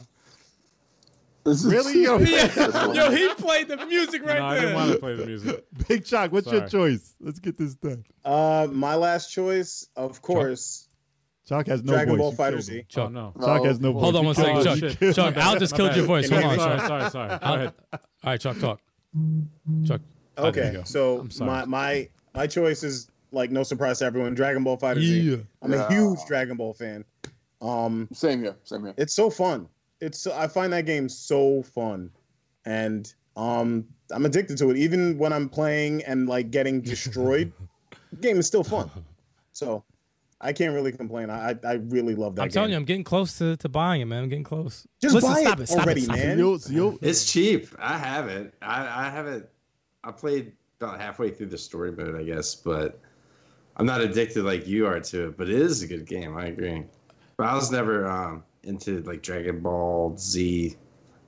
Speaker 8: This is-
Speaker 3: Really? Yo,
Speaker 5: Yeah. Yo, he played the music right
Speaker 2: No, I
Speaker 5: there.
Speaker 2: didn't want to play the music. Oh,
Speaker 3: Big Chalk, what's your
Speaker 2: Sorry.
Speaker 3: choice? Let's get this done.
Speaker 6: Uh, my last choice, of course,
Speaker 3: Chalk has no
Speaker 6: Dragon
Speaker 3: voice.
Speaker 6: Ball
Speaker 3: You
Speaker 6: Fighter
Speaker 3: killed him.
Speaker 6: Z.
Speaker 5: Chuck,
Speaker 2: Oh no.
Speaker 3: Chalk has no voice.
Speaker 5: Hold on
Speaker 3: You
Speaker 5: one
Speaker 3: killed
Speaker 5: second,
Speaker 3: him.
Speaker 5: Chuck.
Speaker 3: You
Speaker 2: shit.
Speaker 5: Chuck,
Speaker 2: My
Speaker 5: Al
Speaker 2: bad.
Speaker 5: just
Speaker 2: My
Speaker 5: killed
Speaker 2: bad.
Speaker 5: your voice. Hold on, Uh,
Speaker 2: sorry,
Speaker 5: Chuck.
Speaker 2: sorry, sorry. Go
Speaker 5: I'll-
Speaker 2: ahead.
Speaker 5: All right, Chuck, talk. Chuck. Oh, there you
Speaker 6: Okay,
Speaker 5: go.
Speaker 6: so
Speaker 2: sorry.
Speaker 6: my my my choice is like no surprise to everyone. Dragon Ball Fighter Z. I'm
Speaker 8: Yeah.
Speaker 6: a huge Dragon Ball fan. Um,
Speaker 8: Same here. Same here.
Speaker 6: it's so fun. It's so- I find that game so fun, and um, I'm addicted to it. Even when I'm playing and like getting destroyed, the game is still fun. So I can't really complain. I I- I really love that.
Speaker 5: I'm
Speaker 6: game.
Speaker 5: telling you, I'm getting close to, to buying it, man. I'm getting close.
Speaker 6: Just
Speaker 5: Listen,
Speaker 6: buy
Speaker 5: stop
Speaker 6: it
Speaker 5: it, stop
Speaker 6: already,
Speaker 5: it, stop it.
Speaker 3: So
Speaker 6: man.
Speaker 3: you'll, so you'll,
Speaker 4: It's cheap. I have it. I, I have it. I played about halfway through the story mode, I guess, but I'm not addicted like you are to it. But it is a good game. I agree. But I was never um, into like Dragon Ball Z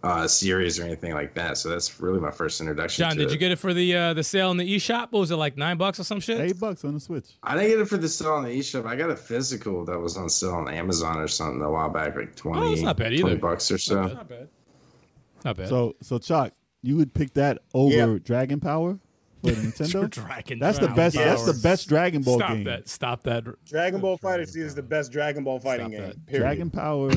Speaker 4: uh, series or anything like that. So that's really my first introduction.
Speaker 5: John,
Speaker 4: to
Speaker 5: did
Speaker 4: it.
Speaker 5: you get it for the uh, the sale in the eShop? What was it like nine bucks or some shit?
Speaker 3: eight bucks on the Switch.
Speaker 4: I didn't get it for the sale on the eShop. I got a physical that was on sale on Amazon or something a while back, like 20,
Speaker 5: Oh, that's not bad either.
Speaker 4: 20 bucks or so.
Speaker 5: Not bad. Not bad.
Speaker 3: So, so Chalk, you would pick that over
Speaker 6: Yeah.
Speaker 3: Dragon Power for the Nintendo.
Speaker 5: Dragon
Speaker 3: that's the
Speaker 5: Ball.
Speaker 3: best. That's
Speaker 6: Power.
Speaker 3: the best Dragon Ball
Speaker 5: Stop
Speaker 3: game.
Speaker 5: that. Stop that.
Speaker 6: Dragon Ball Fighter Z is the best Dragon Ball fighting
Speaker 5: Stop
Speaker 6: game.
Speaker 5: that.
Speaker 6: Period.
Speaker 3: Dragon Power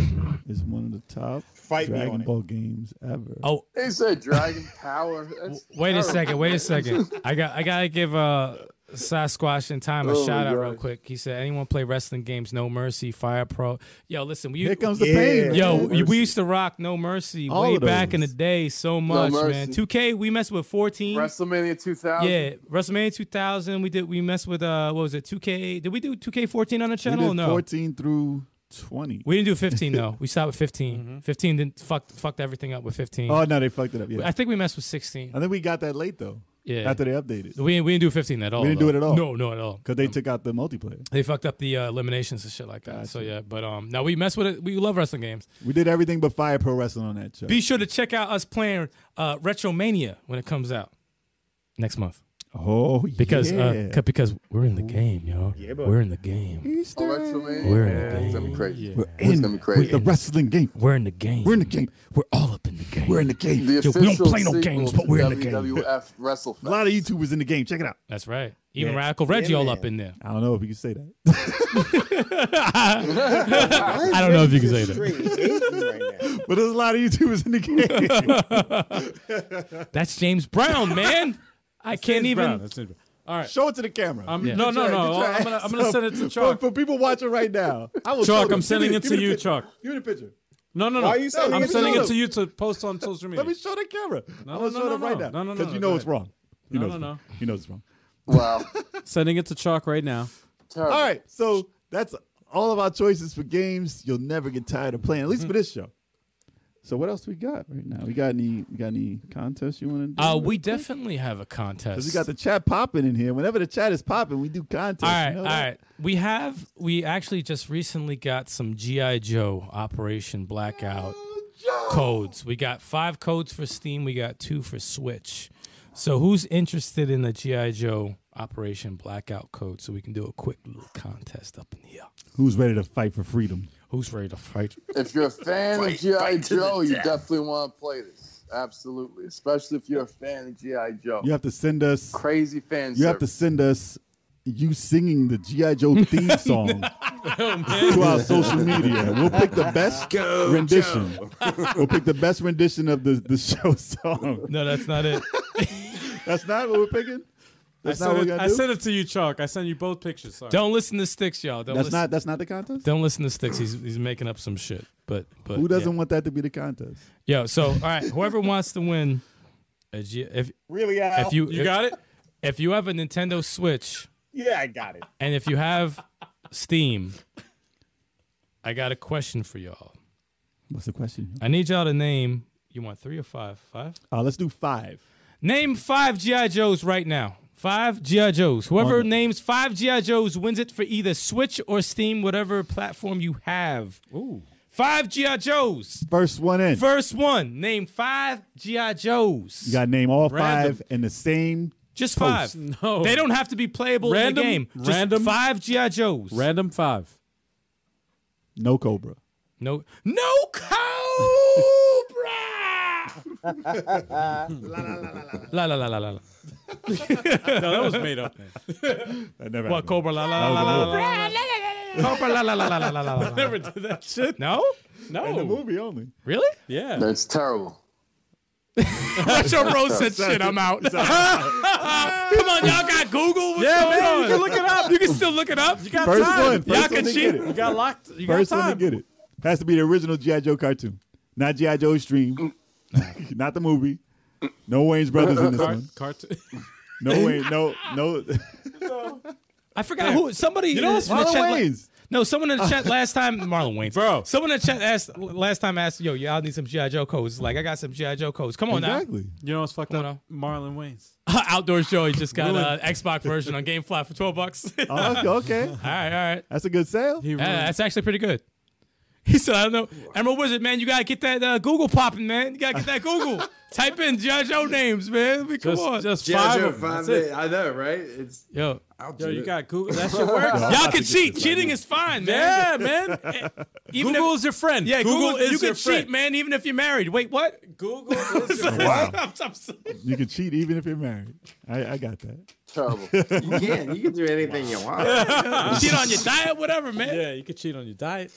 Speaker 3: is one of the top
Speaker 6: Fight me on
Speaker 3: Dragon
Speaker 6: it.
Speaker 3: Ball games ever.
Speaker 5: Oh,
Speaker 8: They said Dragon Power. That's
Speaker 5: wait a
Speaker 8: terrible.
Speaker 5: second. Wait a second. I got I gotta give uh Sasquatch and Time a
Speaker 8: Oh,
Speaker 5: shout out
Speaker 8: God.
Speaker 5: real quick. He said, "Anyone play wrestling games? No Mercy, Fire Pro. Yo, listen, we
Speaker 3: Here comes the
Speaker 6: Yeah.
Speaker 3: pain.
Speaker 5: Yo,
Speaker 3: man.
Speaker 5: we used to rock No Mercy
Speaker 3: All
Speaker 5: way
Speaker 3: of
Speaker 5: back in the
Speaker 3: those.
Speaker 5: day so much, man.
Speaker 8: Mercy.
Speaker 5: 2K, we messed with 14.
Speaker 8: WrestleMania 2000.
Speaker 5: yeah, WrestleMania 2000, we did we messed with uh what was it? 2K. Did we do 2K14 on the
Speaker 3: We
Speaker 5: channel?
Speaker 3: did
Speaker 5: no.
Speaker 3: 14 through 20.
Speaker 5: We didn't do 15 though. We stopped with 15. 15 didn't fucked fucked everything up with 15.
Speaker 3: Mm-hmm. Oh no, they fucked it up. Yeah,
Speaker 5: I think we messed with 16.
Speaker 3: I think we got that late though.
Speaker 5: Yeah.
Speaker 3: After they updated,
Speaker 5: we, we didn't do 15 at all.
Speaker 3: We didn't do
Speaker 5: though.
Speaker 3: it at all.
Speaker 5: No, no at all.
Speaker 2: Um,
Speaker 3: because they took out the multiplayer.
Speaker 5: They fucked up the uh, eliminations and shit like that. So yeah, but um now we mess with it. We love wrestling games.
Speaker 3: We did everything but Fire Pro Wrestling on that show.
Speaker 5: Be sure to check out us playing uh, Retromania when it comes out next month
Speaker 3: oh yeah.
Speaker 5: because uh, c- because we're in the game, y'all.
Speaker 6: Yeah, boy.
Speaker 5: we're in the game.
Speaker 8: Oh,
Speaker 3: Easter.
Speaker 8: WrestleMania.
Speaker 5: We're in
Speaker 8: yeah,
Speaker 5: the
Speaker 8: it's gonna be
Speaker 5: game.
Speaker 8: crazy.
Speaker 3: We're
Speaker 8: It's
Speaker 3: in
Speaker 8: gonna be crazy.
Speaker 3: the wrestling game.
Speaker 5: We're in the game.
Speaker 3: We're in the game.
Speaker 5: We're all up in the game.
Speaker 3: We're in the game.
Speaker 8: The
Speaker 5: Yo,
Speaker 8: official
Speaker 5: we don't play no
Speaker 8: sequel
Speaker 5: games,
Speaker 8: to
Speaker 5: but we're in the game.
Speaker 8: WWF WrestleFest.
Speaker 3: A lot of YouTubers in the game. Check it out.
Speaker 5: That's right. Even
Speaker 3: Yeah.
Speaker 5: Radical Reggie
Speaker 6: Yeah,
Speaker 5: all
Speaker 6: man.
Speaker 5: up in there.
Speaker 3: I don't know if you can say that.
Speaker 5: I don't know if you can say that.
Speaker 6: that.
Speaker 3: But there's a lot of YouTubers in the game.
Speaker 5: That's James Brown, man. I can't
Speaker 2: James
Speaker 5: even.
Speaker 2: Brown, that's James Brown. All right.
Speaker 3: Show it to the camera.
Speaker 2: Um,
Speaker 5: Yeah.
Speaker 2: No,
Speaker 3: Get
Speaker 2: no,
Speaker 3: your-
Speaker 2: no.
Speaker 3: get your
Speaker 2: I'm gonna,
Speaker 3: ass
Speaker 2: I'm gonna send it to
Speaker 3: up.
Speaker 2: Chuck.
Speaker 3: For, for people watching right now, I will
Speaker 2: Chalk,
Speaker 3: show them.
Speaker 2: I'm
Speaker 3: Give
Speaker 2: sending
Speaker 3: me-
Speaker 2: it to
Speaker 3: give me the
Speaker 2: you,
Speaker 3: picture.
Speaker 2: Chalk.
Speaker 3: Give me the picture.
Speaker 2: No, no, no.
Speaker 6: Why are you sending
Speaker 2: I'm
Speaker 6: it to
Speaker 2: sending it
Speaker 3: him?
Speaker 2: to you to post on social media.
Speaker 3: Let me show the camera.
Speaker 2: No,
Speaker 3: I'm gonna
Speaker 2: no,
Speaker 3: show
Speaker 2: no,
Speaker 3: them right
Speaker 2: no.
Speaker 3: now.
Speaker 2: No, no, no, no,
Speaker 3: you know
Speaker 2: go
Speaker 3: it's
Speaker 2: ahead.
Speaker 3: wrong. He
Speaker 2: No,
Speaker 3: knows
Speaker 2: no,
Speaker 3: it's
Speaker 2: no.
Speaker 3: wrong. He knows it's wrong.
Speaker 8: Wow.
Speaker 2: Sending it to Chalk right now.
Speaker 8: Terrible.
Speaker 3: All right, so that's all of our choices for games. You'll never get tired of playing, at least for this show. So what else we got right now? We got any? We got any contests you want to do?
Speaker 5: Uh, we definitely have a contest.
Speaker 3: Because we got the chat popping in here. Whenever the chat is popping, we do contests.
Speaker 5: All right,
Speaker 3: you know
Speaker 5: all
Speaker 3: that?
Speaker 5: right. We have we actually just recently got some GI Joe Operation Blackout codes. We got five codes for Steam. We got two for Switch. So who's interested in the GI Joe Operation Blackout code? So we can do a quick little contest up in here.
Speaker 3: Who's ready to fight for freedom?
Speaker 5: Who's ready to fight?
Speaker 8: If you're a fan of
Speaker 4: Fight-
Speaker 8: G.I.
Speaker 4: fight to the
Speaker 8: Joe, you
Speaker 4: death.
Speaker 8: definitely want to play this. Absolutely. Especially if you're a fan of G.I. Joe.
Speaker 3: You have to send us.
Speaker 8: Crazy fans.
Speaker 3: You have to send us you singing the GI Joe theme song to our social media. We'll pick the best
Speaker 4: Go,
Speaker 3: rendition.
Speaker 4: Joe.
Speaker 3: We'll pick the best rendition of the, the show song.
Speaker 5: No, that's not it.
Speaker 3: That's not what we're picking.
Speaker 2: I
Speaker 3: That's not
Speaker 2: sent,
Speaker 3: what we
Speaker 2: it,
Speaker 3: gotta
Speaker 2: I
Speaker 3: do.
Speaker 2: sent it to you, Chalk. I sent you both pictures. Sorry.
Speaker 5: Don't listen to Sticks, y'all. Don't
Speaker 3: that's
Speaker 5: listen.
Speaker 3: not that's not the contest.
Speaker 5: Don't listen to Sticks. He's he's making up some shit. But but
Speaker 3: Who doesn't
Speaker 5: Yeah.
Speaker 3: want that to be the contest?
Speaker 5: Yo, so all right, whoever wants to win, a G- if
Speaker 6: Really, uh, Al?
Speaker 5: if you
Speaker 2: You got it?
Speaker 5: if you have a Nintendo Switch
Speaker 6: yeah, I got it.
Speaker 5: and if you have Steam, I got a question for y'all.
Speaker 3: What's the question?
Speaker 5: I need y'all to name. You want three or five? Five.
Speaker 3: Uh, let's do five.
Speaker 5: Name five GI Joes right now. Five GI Joes. Whoever
Speaker 3: Okay.
Speaker 5: names five GI Joes wins it for either Switch or Steam, whatever platform you have.
Speaker 2: Ooh.
Speaker 5: Five GI Joes.
Speaker 3: First one in.
Speaker 5: First one. Name five GI Joes.
Speaker 3: You gotta name all
Speaker 2: Random.
Speaker 3: five in the same.
Speaker 5: Just
Speaker 3: Post.
Speaker 5: five.
Speaker 2: No.
Speaker 5: They don't have to be playable
Speaker 2: Random-
Speaker 5: in the game. Just
Speaker 2: random-
Speaker 5: five GI Joes.
Speaker 2: Random five.
Speaker 3: No Cobra.
Speaker 5: no, no Cobra. la la la la la la.
Speaker 2: No, that was made up.
Speaker 3: That never.
Speaker 5: What
Speaker 3: happened.
Speaker 5: Cobra? La la la la la. la, la. Cobra la la la la la la la, la.
Speaker 2: Never did that shit.
Speaker 5: No,
Speaker 3: In the
Speaker 2: No.
Speaker 3: movie only.
Speaker 5: really?
Speaker 2: Yeah.
Speaker 8: That's terrible.
Speaker 5: Retro Rose said shit. I'm out. Come on, y'all got Google. What's
Speaker 2: Yeah,
Speaker 5: going
Speaker 2: man.
Speaker 5: on?
Speaker 2: You can look it up.
Speaker 5: You can still look it up. You got
Speaker 3: First
Speaker 2: time.
Speaker 3: one. First
Speaker 5: Y'all
Speaker 3: one
Speaker 5: can
Speaker 3: to
Speaker 5: cheat.
Speaker 3: get it.
Speaker 2: You got locked. You
Speaker 3: First
Speaker 2: got
Speaker 3: one
Speaker 2: time.
Speaker 3: to get it. Has to be the original GI Joe cartoon, not GI Joe stream, not the movie. No Wayne's brothers in this
Speaker 2: Car-
Speaker 3: one.
Speaker 2: cartoon.
Speaker 3: No Wayne. No. No.
Speaker 5: I forgot who. Somebody you
Speaker 2: know
Speaker 5: know, in
Speaker 2: what's
Speaker 5: the chat.
Speaker 3: Marlon
Speaker 5: la-
Speaker 3: Wayne's.
Speaker 5: No, someone in the chat last time, Marlon Wayne,
Speaker 2: Bro.
Speaker 5: Someone in the chat asked last time asked, "Yo, y'all need some GI Joe codes?" Like, I got some GI Joe codes. Come on
Speaker 3: Exactly.
Speaker 2: You know what's fucked
Speaker 5: Come
Speaker 2: up? Marlon Wayans.
Speaker 5: now. Outdoor show. He just got an Xbox version on GameFly for twelve bucks. all
Speaker 3: Oh, okay, okay.
Speaker 5: right, all right.
Speaker 3: That's a good sale.
Speaker 2: He
Speaker 5: Uh,
Speaker 2: ruined-
Speaker 5: that's actually pretty good. He said, "I don't know, Emerald Wizard, man. You gotta get that uh, Google popping, man. You gotta get that Google. Type in GI Joe names, man. We- Come
Speaker 2: just,
Speaker 5: on,
Speaker 2: just
Speaker 4: Yeah,
Speaker 2: five.
Speaker 4: Joe,
Speaker 2: of them. That's
Speaker 4: five
Speaker 2: it.
Speaker 4: I know, right? It's
Speaker 5: yo,
Speaker 4: I'll do
Speaker 2: Yo, you
Speaker 4: it.
Speaker 2: got Google. That shit works.
Speaker 5: y'all can cheat. Cheating is fine, man.
Speaker 2: yeah,
Speaker 5: Eh,
Speaker 2: man.
Speaker 5: Even
Speaker 2: Google
Speaker 5: if,
Speaker 2: is your friend.
Speaker 5: yeah, Google,
Speaker 2: is
Speaker 5: you
Speaker 2: your
Speaker 5: can cheat,
Speaker 2: friend.
Speaker 5: man. Even if you're married. Wait, what?
Speaker 2: Google is your friend.
Speaker 3: Wow.
Speaker 5: I'm- I'm sorry.
Speaker 3: You can cheat even if you're married. I, I got that.
Speaker 8: Terrible.
Speaker 4: You can. You can do anything you want.
Speaker 5: Shit on your diet, whatever, man.
Speaker 2: Yeah, you can cheat on your diet.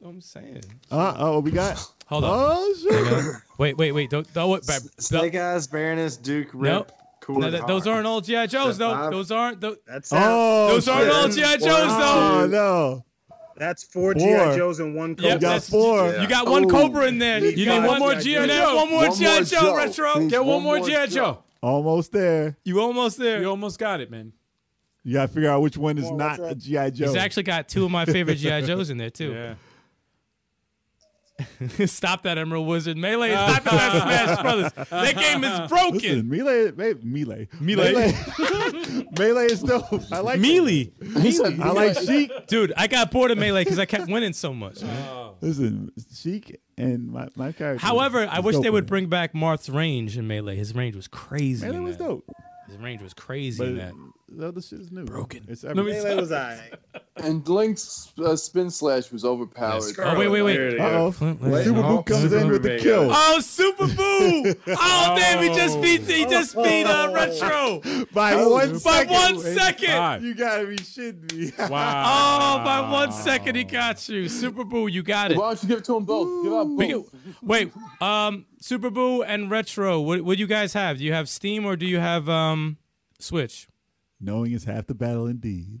Speaker 5: I'm saying.
Speaker 3: Uh oh, we got.
Speaker 5: Hold on.
Speaker 3: Oh shit.
Speaker 5: Wait, wait, wait. Don't, don't what,
Speaker 4: S- Snake Eyes, Baroness, Duke, Rip,
Speaker 5: Nope.
Speaker 4: Cool.
Speaker 5: no, that- those aren't all GI Joes, though.
Speaker 4: five.
Speaker 5: Those aren't. tho-
Speaker 6: That's oh,
Speaker 3: Oh.
Speaker 5: those aren't
Speaker 3: shit.
Speaker 5: all GI Joes,
Speaker 3: Oh
Speaker 5: though.
Speaker 3: no.
Speaker 6: that's four,
Speaker 3: Four.
Speaker 6: GI Joes and one
Speaker 5: Yep,
Speaker 3: You
Speaker 6: Cobra.
Speaker 3: got
Speaker 5: that's-
Speaker 3: four.
Speaker 5: You got one
Speaker 8: Ooh.
Speaker 5: Cobra in there. You need
Speaker 6: got
Speaker 5: one more
Speaker 6: GI
Speaker 5: GI Joe.
Speaker 6: Joe.
Speaker 5: One more
Speaker 8: One
Speaker 5: GI
Speaker 8: more
Speaker 5: Joe
Speaker 8: Joe.
Speaker 5: retro.
Speaker 8: Please,
Speaker 5: Get one
Speaker 8: one
Speaker 5: more
Speaker 8: more
Speaker 5: GI Joe.
Speaker 8: Joe.
Speaker 3: Almost there.
Speaker 5: You almost there.
Speaker 2: You almost got it, man.
Speaker 3: You gotta figure out which one is
Speaker 6: Come on,
Speaker 3: not
Speaker 6: what's
Speaker 3: a
Speaker 6: up?
Speaker 3: GI Joe.
Speaker 5: He's actually got two of my favorite GI Joes in there too.
Speaker 2: Yeah.
Speaker 5: stop that Emerald Wizard melee. Stop that Smash Brothers. That game is
Speaker 3: Listen,
Speaker 5: broken.
Speaker 3: melee, me- melee,
Speaker 5: Melee.
Speaker 3: melee, melee is dope. I like
Speaker 5: Melee,
Speaker 8: He said,
Speaker 3: I like Sheik.
Speaker 5: dude. I got bored of melee because I kept winning so much. Man.
Speaker 3: Listen, Sheik and my, my character.
Speaker 5: However, I
Speaker 3: is
Speaker 5: wish
Speaker 3: dope,
Speaker 5: they would
Speaker 3: man.
Speaker 5: bring back Marth's range in melee. His range was crazy.
Speaker 3: Melee
Speaker 5: in
Speaker 3: was
Speaker 5: that.
Speaker 3: dope,
Speaker 5: His range was crazy
Speaker 3: but
Speaker 5: in that.
Speaker 3: the other shit is new.
Speaker 5: Broken.
Speaker 3: It's
Speaker 6: Melee was I.
Speaker 8: and Link's uh, spin slash was overpowered.
Speaker 5: Oh wait, wait, wait.
Speaker 3: Uh oh.
Speaker 5: Flint, Flint.
Speaker 3: Super Boot comes in with the kill.
Speaker 5: Oh, Super Boo! Oh, damn, he just beat he just beat uh, Retro
Speaker 3: By one
Speaker 5: by
Speaker 3: second.
Speaker 5: one
Speaker 3: Wayne.
Speaker 5: second.
Speaker 2: Five.
Speaker 3: You gotta be shitting me.
Speaker 5: Oh, by one second he got you, Super Boo. You got it.
Speaker 8: Why don't you give it to them both? Give out
Speaker 5: We
Speaker 8: both.
Speaker 5: can- wait, um, Super Boo and Retro. What what do you guys have? Do you have Steam or do you have um Switch?
Speaker 3: Knowing is half the battle indeed.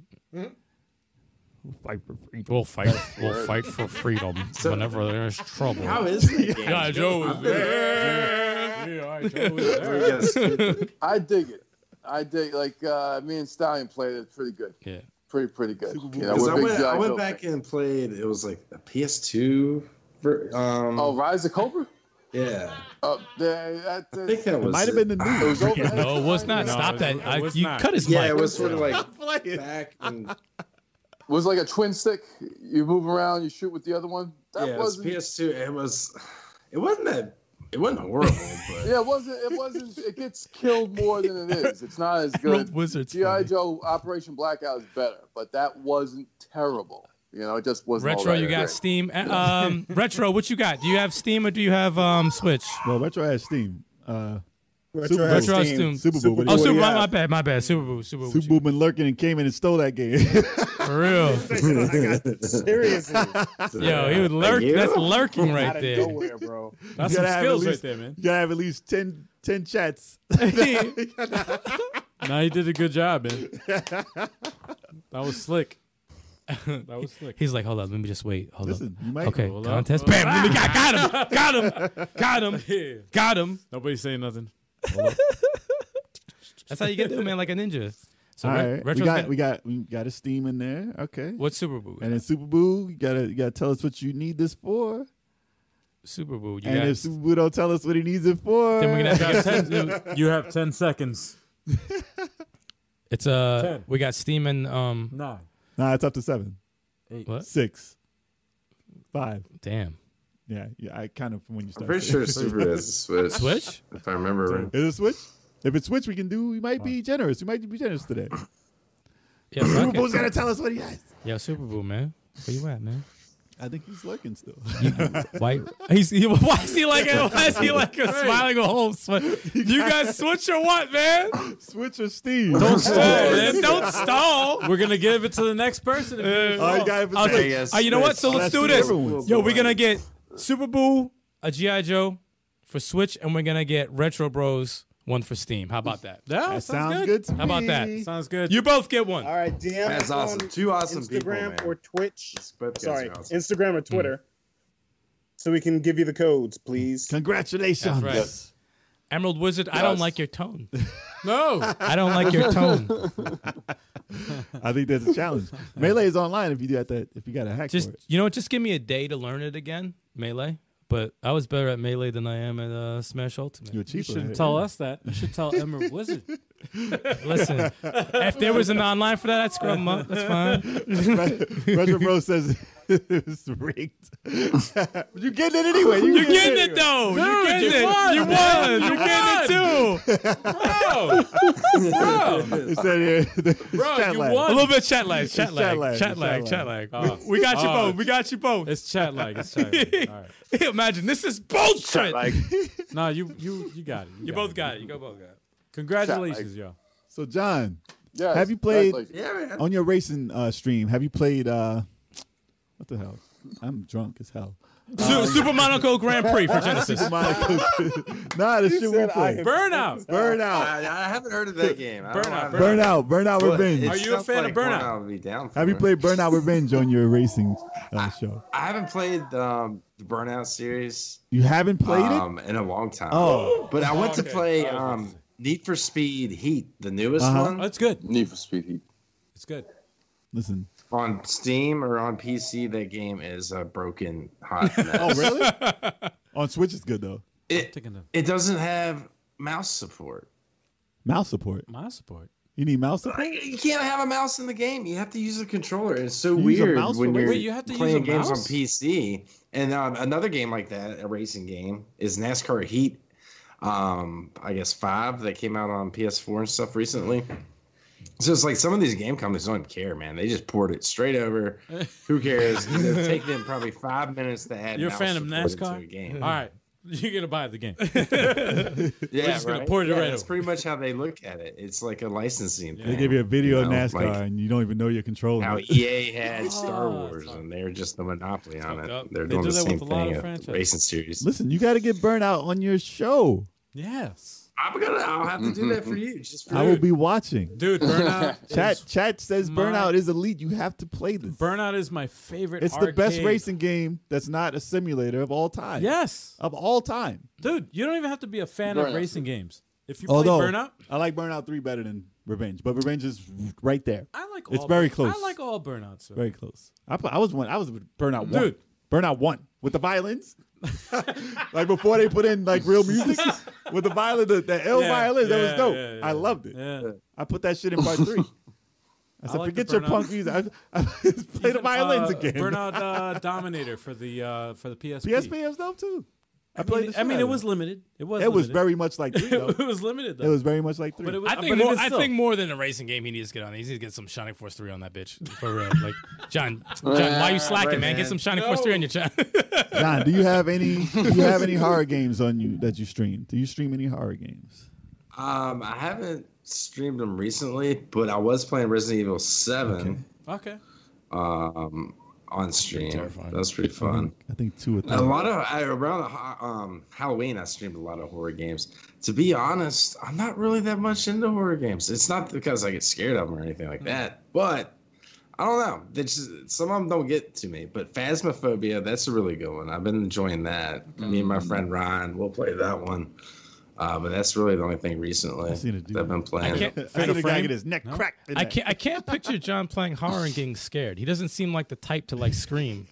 Speaker 3: Fight for freedom.
Speaker 5: We'll fight. We'll fight for freedom whenever there's trouble.
Speaker 4: How is that game?
Speaker 5: Yeah, Joe is
Speaker 4: You gotta skip it.
Speaker 8: I dig it. I dig like uh, me and Stallion played it pretty good.
Speaker 5: Yeah.
Speaker 8: Pretty pretty good. You know,
Speaker 4: 'Cause
Speaker 8: we're
Speaker 4: I
Speaker 8: big
Speaker 4: went, I
Speaker 8: G.I.
Speaker 4: went
Speaker 8: Joe
Speaker 4: back
Speaker 8: fans.
Speaker 4: and played. It was like a PS2. ver- Um,
Speaker 8: Oh, Rise of Cobra?
Speaker 4: yeah.
Speaker 8: Oh, that, that,
Speaker 4: I think that
Speaker 3: It
Speaker 4: was.
Speaker 3: might have been the
Speaker 8: it
Speaker 3: new.
Speaker 8: was over.
Speaker 5: No, it was not.
Speaker 2: No,
Speaker 5: Stop
Speaker 2: it
Speaker 5: that.
Speaker 2: was- it
Speaker 5: I,
Speaker 2: was
Speaker 5: you
Speaker 2: not.
Speaker 5: cut his
Speaker 4: Yeah,
Speaker 5: mic.
Speaker 4: it was sort of like
Speaker 3: Playing.
Speaker 4: back and
Speaker 8: It was like a twin stick. You move around, you shoot with the other one. That
Speaker 4: yeah, it was
Speaker 8: wasn't
Speaker 4: PS2. It was. It wasn't that. It wasn't horrible, but
Speaker 1: Yeah, it wasn't. It wasn't. It gets killed more than it is. It's not as
Speaker 5: Rope
Speaker 1: good.
Speaker 5: Wizards.
Speaker 1: GI
Speaker 5: funny.
Speaker 1: Joe Operation Blackout is better, but that wasn't terrible. You know, it just wasn't. all
Speaker 5: Retro,
Speaker 1: that
Speaker 5: you got
Speaker 1: great.
Speaker 5: Steam. Uh, Um, Retro, what you got? Do you have Steam or do you have um, Switch?
Speaker 3: Well, retro has Steam. Uh,
Speaker 6: Retro,
Speaker 3: Bowl.
Speaker 6: has
Speaker 5: Retro has
Speaker 6: Steam.
Speaker 5: Steam.
Speaker 3: Super Bowl. What do
Speaker 5: Oh,
Speaker 3: you-
Speaker 5: Super.
Speaker 6: do you
Speaker 5: My, my
Speaker 6: have?
Speaker 5: bad. My bad. Super Boo. Super Boo.
Speaker 3: Super Bowl been lurking and came in and stole that game.
Speaker 5: For real.
Speaker 6: I got seriously
Speaker 5: Yo, he would lurk.
Speaker 4: you?
Speaker 5: That's lurking
Speaker 6: out
Speaker 5: right
Speaker 6: of
Speaker 5: there.
Speaker 6: nowhere, bro.
Speaker 5: That's
Speaker 3: You
Speaker 5: some
Speaker 3: gotta have
Speaker 5: skills
Speaker 3: at
Speaker 5: right
Speaker 3: least-
Speaker 5: there, man.
Speaker 3: you gotta have at least 10, 10 chats.
Speaker 2: Now you did a good job, man. That was slick. That was slick.
Speaker 5: He's like, hold up, let me just wait. Hold up.
Speaker 3: Listen, you might
Speaker 5: Okay,
Speaker 2: Hold up.
Speaker 5: contest. Bam! let me- I got, him. Got him. Got him.
Speaker 2: Yeah.
Speaker 5: Got him.
Speaker 2: Nobody's saying nothing.
Speaker 5: That's how you get through, man, like a ninja. So
Speaker 3: All
Speaker 5: re-
Speaker 3: right, we
Speaker 5: Retro's
Speaker 3: got we got we got a Steam in there. Okay,
Speaker 5: What's Super Boo?
Speaker 3: and then Super Boo, you gotta you gotta tell us what you need this for.
Speaker 5: Super Boo. You
Speaker 3: and if
Speaker 5: guys.
Speaker 3: Super Boo don't tell us what he needs it for,
Speaker 5: Then we're gonna have to get
Speaker 2: You- you have 10 seconds.
Speaker 5: It's uh,
Speaker 2: Ten.
Speaker 5: we got Steam and um,
Speaker 2: Nine.
Speaker 3: nah, it's up to seven,
Speaker 5: what?
Speaker 3: six, five.
Speaker 5: Damn.
Speaker 3: Yeah, yeah. I kind of from when you
Speaker 4: I'm
Speaker 3: started.
Speaker 4: pretty sure Super has a Switch.
Speaker 5: Switch?
Speaker 4: If I remember right.
Speaker 3: Is it Switch? If it's Switch, we can do. We might be generous. We might be generous today.
Speaker 5: Yeah,
Speaker 3: Super
Speaker 5: fuck
Speaker 3: Bowl's
Speaker 5: it.
Speaker 3: gotta tell us what he has.
Speaker 5: Yo, Super Boo, man. Where you at, man?
Speaker 3: I think he's lurking still.
Speaker 5: Why? He's, he, why is he like? Why is he like a smiling a whole sweat? You guys switch or what, man?
Speaker 3: Switch or Steam?
Speaker 2: Don't
Speaker 5: Yeah,
Speaker 2: stall,
Speaker 5: man,
Speaker 2: man.
Speaker 5: Don't stall.
Speaker 2: We're going to give it to the next person. if you
Speaker 5: Uh,
Speaker 2: don't
Speaker 3: All right,
Speaker 2: stall.
Speaker 3: guy for
Speaker 5: I'll
Speaker 3: Steam.
Speaker 5: take-
Speaker 4: yes,
Speaker 5: uh, you know what?
Speaker 4: yes.
Speaker 5: So let's
Speaker 3: That's
Speaker 5: do
Speaker 3: the
Speaker 5: this.
Speaker 3: other one.
Speaker 5: Yo, we're gonna get Super Bowl, a GI Joe for Switch, and we're gonna get Retro Bros one for Steam. How about that?
Speaker 2: Yeah,
Speaker 3: That
Speaker 2: Oh, sounds,
Speaker 3: sounds
Speaker 2: good.
Speaker 3: good. to
Speaker 5: How about
Speaker 3: me.
Speaker 5: that?
Speaker 2: Sounds good.
Speaker 5: You both get one.
Speaker 6: All right, DM us
Speaker 4: That's
Speaker 6: on
Speaker 4: awesome. Two awesome people,
Speaker 6: Instagram
Speaker 4: man.
Speaker 6: or Twitch.
Speaker 4: These both guys
Speaker 6: Sorry,
Speaker 4: are awesome.
Speaker 6: Instagram or Twitter. So we can give you the codes, please.
Speaker 3: Congratulations.
Speaker 5: That's right. Emerald Wizard, I don't like your tone.
Speaker 2: No.
Speaker 5: I don't like your tone.
Speaker 3: I think that's a challenge. Melee is online if you do have to, if you got a hack
Speaker 5: Just
Speaker 3: for it.
Speaker 5: you know, what? just give me a day to learn it again, melee. But I was better at melee than I am at uh, Smash Ultimate.
Speaker 3: You're
Speaker 2: You
Speaker 3: cheaper.
Speaker 2: shouldn't
Speaker 3: right?
Speaker 2: tell us that. You should tell Emerald Wizard.
Speaker 5: Listen, if there was an online for that, I'd scrub them up. That's fine.
Speaker 3: Retro Bro says it's rigged. But You're getting it anyway. You're,
Speaker 5: You're getting it though. You're
Speaker 2: Dude,
Speaker 5: getting
Speaker 2: Oh, you
Speaker 5: it.
Speaker 2: won.
Speaker 5: You won. You're getting it too.
Speaker 3: It said here, bro, chat
Speaker 2: you
Speaker 3: lag.
Speaker 2: won.
Speaker 5: A little bit chat lag, chat
Speaker 3: chat
Speaker 5: lag,
Speaker 3: lag,
Speaker 5: chat
Speaker 3: it's
Speaker 5: lag, chat
Speaker 3: chat
Speaker 5: lag.
Speaker 2: Oh.
Speaker 5: We we got you
Speaker 2: Oh.
Speaker 5: both. We got you both.
Speaker 2: It's chat lag. It's chat lag. All right.
Speaker 5: Imagine this is bullshit.
Speaker 2: No, you you you got it.
Speaker 5: You both got it. You go both got it.
Speaker 2: Congratulations, yo.
Speaker 3: So John,
Speaker 1: Yes,
Speaker 3: Have you played-
Speaker 1: congratulations.
Speaker 4: Yeah, man.
Speaker 3: on your racing uh, stream, have you played? uh What the hell? I'm drunk as hell.
Speaker 5: Su- Super Monaco Grand Prix for Genesis.
Speaker 3: Super Monaco. nah, this shit we
Speaker 6: said I
Speaker 3: play.
Speaker 6: am-
Speaker 2: Burnout.
Speaker 3: Burnout.
Speaker 4: I, I haven't heard of that game. I don't
Speaker 2: Burnout,
Speaker 4: have-
Speaker 3: Burnout. Burnout
Speaker 4: Well,
Speaker 3: Revenge.
Speaker 4: it
Speaker 2: Are you a
Speaker 4: sounds
Speaker 2: fan of
Speaker 4: like one
Speaker 2: Burnout?
Speaker 4: I would be down for
Speaker 3: have you
Speaker 4: it.
Speaker 3: played Burnout Revenge on your racing
Speaker 4: Ah.
Speaker 3: uh, show?
Speaker 4: I haven't played um, the Burnout series
Speaker 3: You haven't played it?
Speaker 4: um, in a long time.
Speaker 3: Oh.
Speaker 4: But I went
Speaker 2: Okay.
Speaker 4: to play
Speaker 2: I was about to
Speaker 4: um,
Speaker 2: say.
Speaker 4: Need for Speed Heat, the newest
Speaker 3: Uh-huh.
Speaker 2: Oh,
Speaker 4: one
Speaker 2: it's good.
Speaker 1: Need for Speed Heat?
Speaker 2: It's good.
Speaker 3: Listen.
Speaker 4: on Steam or on PC. That game is a broken hot mess.
Speaker 3: Oh, really? on Switch it's good though.
Speaker 4: it,
Speaker 2: Taking the
Speaker 4: it doesn't have mouse support.
Speaker 3: Mouse support.
Speaker 2: my support.
Speaker 3: You need mouse support.
Speaker 4: Like, you can't have a mouse in the game. You have to use a controller. It's so
Speaker 3: You use a
Speaker 4: weird
Speaker 3: mouse
Speaker 4: when
Speaker 3: for-
Speaker 4: you're
Speaker 2: Wait, you have to use
Speaker 4: playing
Speaker 2: a
Speaker 4: games
Speaker 2: mouse?
Speaker 4: on PC. And um, another game like that, a racing game, is NASCAR Heat. Um, I guess five that came out on PS4 and stuff recently. So it's like some of these game companies don't even care, man. They just poured it straight over. Who cares? It'll take them probably five minutes to add.
Speaker 2: You're a
Speaker 4: mouse
Speaker 2: fan of
Speaker 4: support
Speaker 2: NASCAR?
Speaker 4: into a game.
Speaker 2: All right. You're gonna buy the game.
Speaker 4: Yeah,
Speaker 2: just gonna
Speaker 4: right?
Speaker 2: pour it
Speaker 4: yeah,
Speaker 2: right
Speaker 4: That's
Speaker 2: over.
Speaker 4: pretty much how they look at it. It's like a licensing.
Speaker 3: They
Speaker 4: thing,
Speaker 3: give you a video
Speaker 4: know,
Speaker 3: of NASCAR
Speaker 4: like-
Speaker 3: and you don't even know you're controlling
Speaker 4: how e-,
Speaker 3: it.
Speaker 4: EA had Star
Speaker 2: Oh,
Speaker 4: Wars
Speaker 2: it's
Speaker 4: and they're just the monopoly on
Speaker 2: fucked
Speaker 4: it.
Speaker 2: up.
Speaker 4: They're
Speaker 2: They
Speaker 4: doing
Speaker 2: do
Speaker 4: the
Speaker 2: that
Speaker 4: same
Speaker 2: with a lot of
Speaker 4: thing at
Speaker 2: franchises.
Speaker 4: the racing series.
Speaker 3: Listen, you gotta get Burnout on your show.
Speaker 2: yes.
Speaker 4: I'm gonna. I'll have to do that for you. Just for
Speaker 3: I will be watching.
Speaker 2: Dude, Burnout
Speaker 3: Chat
Speaker 2: is,
Speaker 3: chat says
Speaker 2: my-
Speaker 3: Burnout is elite. You have to play this.
Speaker 2: Burnout is my favorite.
Speaker 3: It's the best
Speaker 2: arcade.
Speaker 3: racing game that's not a simulator of all time.
Speaker 2: Yes.
Speaker 3: Of all time.
Speaker 2: Dude, you don't even have to be a fan of
Speaker 1: Burnout.
Speaker 2: racing games. If you
Speaker 3: Although
Speaker 2: play Burnout,
Speaker 3: I like Burnout 3 better than Revenge, but Revenge is right there.
Speaker 2: I like all
Speaker 3: It's very close.
Speaker 2: I like all Burnouts.
Speaker 3: Very close. I, pl- I was one. I was with Burnout one.
Speaker 2: Dude.
Speaker 3: Burnout one with the violins. like before they put in like real music with the violin, the, the L
Speaker 2: Yeah,
Speaker 3: violins. that
Speaker 2: yeah,
Speaker 3: was dope.
Speaker 2: yeah, yeah.
Speaker 3: I loved it.
Speaker 2: Yeah.
Speaker 3: I put that shit in part three. I said,
Speaker 2: like the
Speaker 3: forget your
Speaker 2: Burnout.
Speaker 3: punk music. I, I play the
Speaker 2: Even,
Speaker 3: violins
Speaker 2: uh,
Speaker 3: again.
Speaker 2: Burnout uh, Dominator for the uh, for the PSP.
Speaker 3: PSP has dope too. I played.
Speaker 2: mean,
Speaker 3: the
Speaker 2: I
Speaker 3: shit
Speaker 2: mean,
Speaker 3: out
Speaker 2: it
Speaker 3: of
Speaker 2: was limited. It was.
Speaker 3: It was
Speaker 2: limited.
Speaker 3: very much like three. Though.
Speaker 2: it was limited
Speaker 3: it
Speaker 2: though.
Speaker 3: was very much like three.
Speaker 2: But it was.
Speaker 5: I think
Speaker 2: but
Speaker 5: more.
Speaker 2: even
Speaker 5: I
Speaker 2: still.
Speaker 5: think more than a racing game, he needs to get on. He needs to get some Shining Force three on that bitch for real. Like John, John, why you slacking,
Speaker 4: Right,
Speaker 5: man? Get
Speaker 4: man.
Speaker 5: some Shining Force three on your channel.
Speaker 3: John, do you have any? Do you have any horror games on you that you stream? Do you stream any horror games?
Speaker 4: Um, I haven't streamed them recently, but I was playing Resident Evil Seven
Speaker 2: Okay.
Speaker 4: um on stream. That was pretty fun.
Speaker 3: I think two or three.
Speaker 4: A lot of I, around the ho- um, Halloween, I streamed a lot of horror games. To be honest, I'm not really that much into horror games. It's not because I get scared of them or anything
Speaker 5: Mm.
Speaker 4: like that, but I don't know. They just, some of them don't get to me. But Phasmophobia, that's a really good one. I've been enjoying that. Me and my
Speaker 5: Mm.
Speaker 4: friend Ron, we'll play that one. Uh, but that's really the only thing recently
Speaker 3: seen it do
Speaker 4: that I've been playing.
Speaker 5: can't-
Speaker 3: I
Speaker 5: Fatal
Speaker 3: seen a guy
Speaker 5: Frame?
Speaker 3: get his neck cracked. in
Speaker 5: I
Speaker 3: that.
Speaker 5: can't. I can't picture John playing horror and getting scared. He doesn't seem like the type to like scream.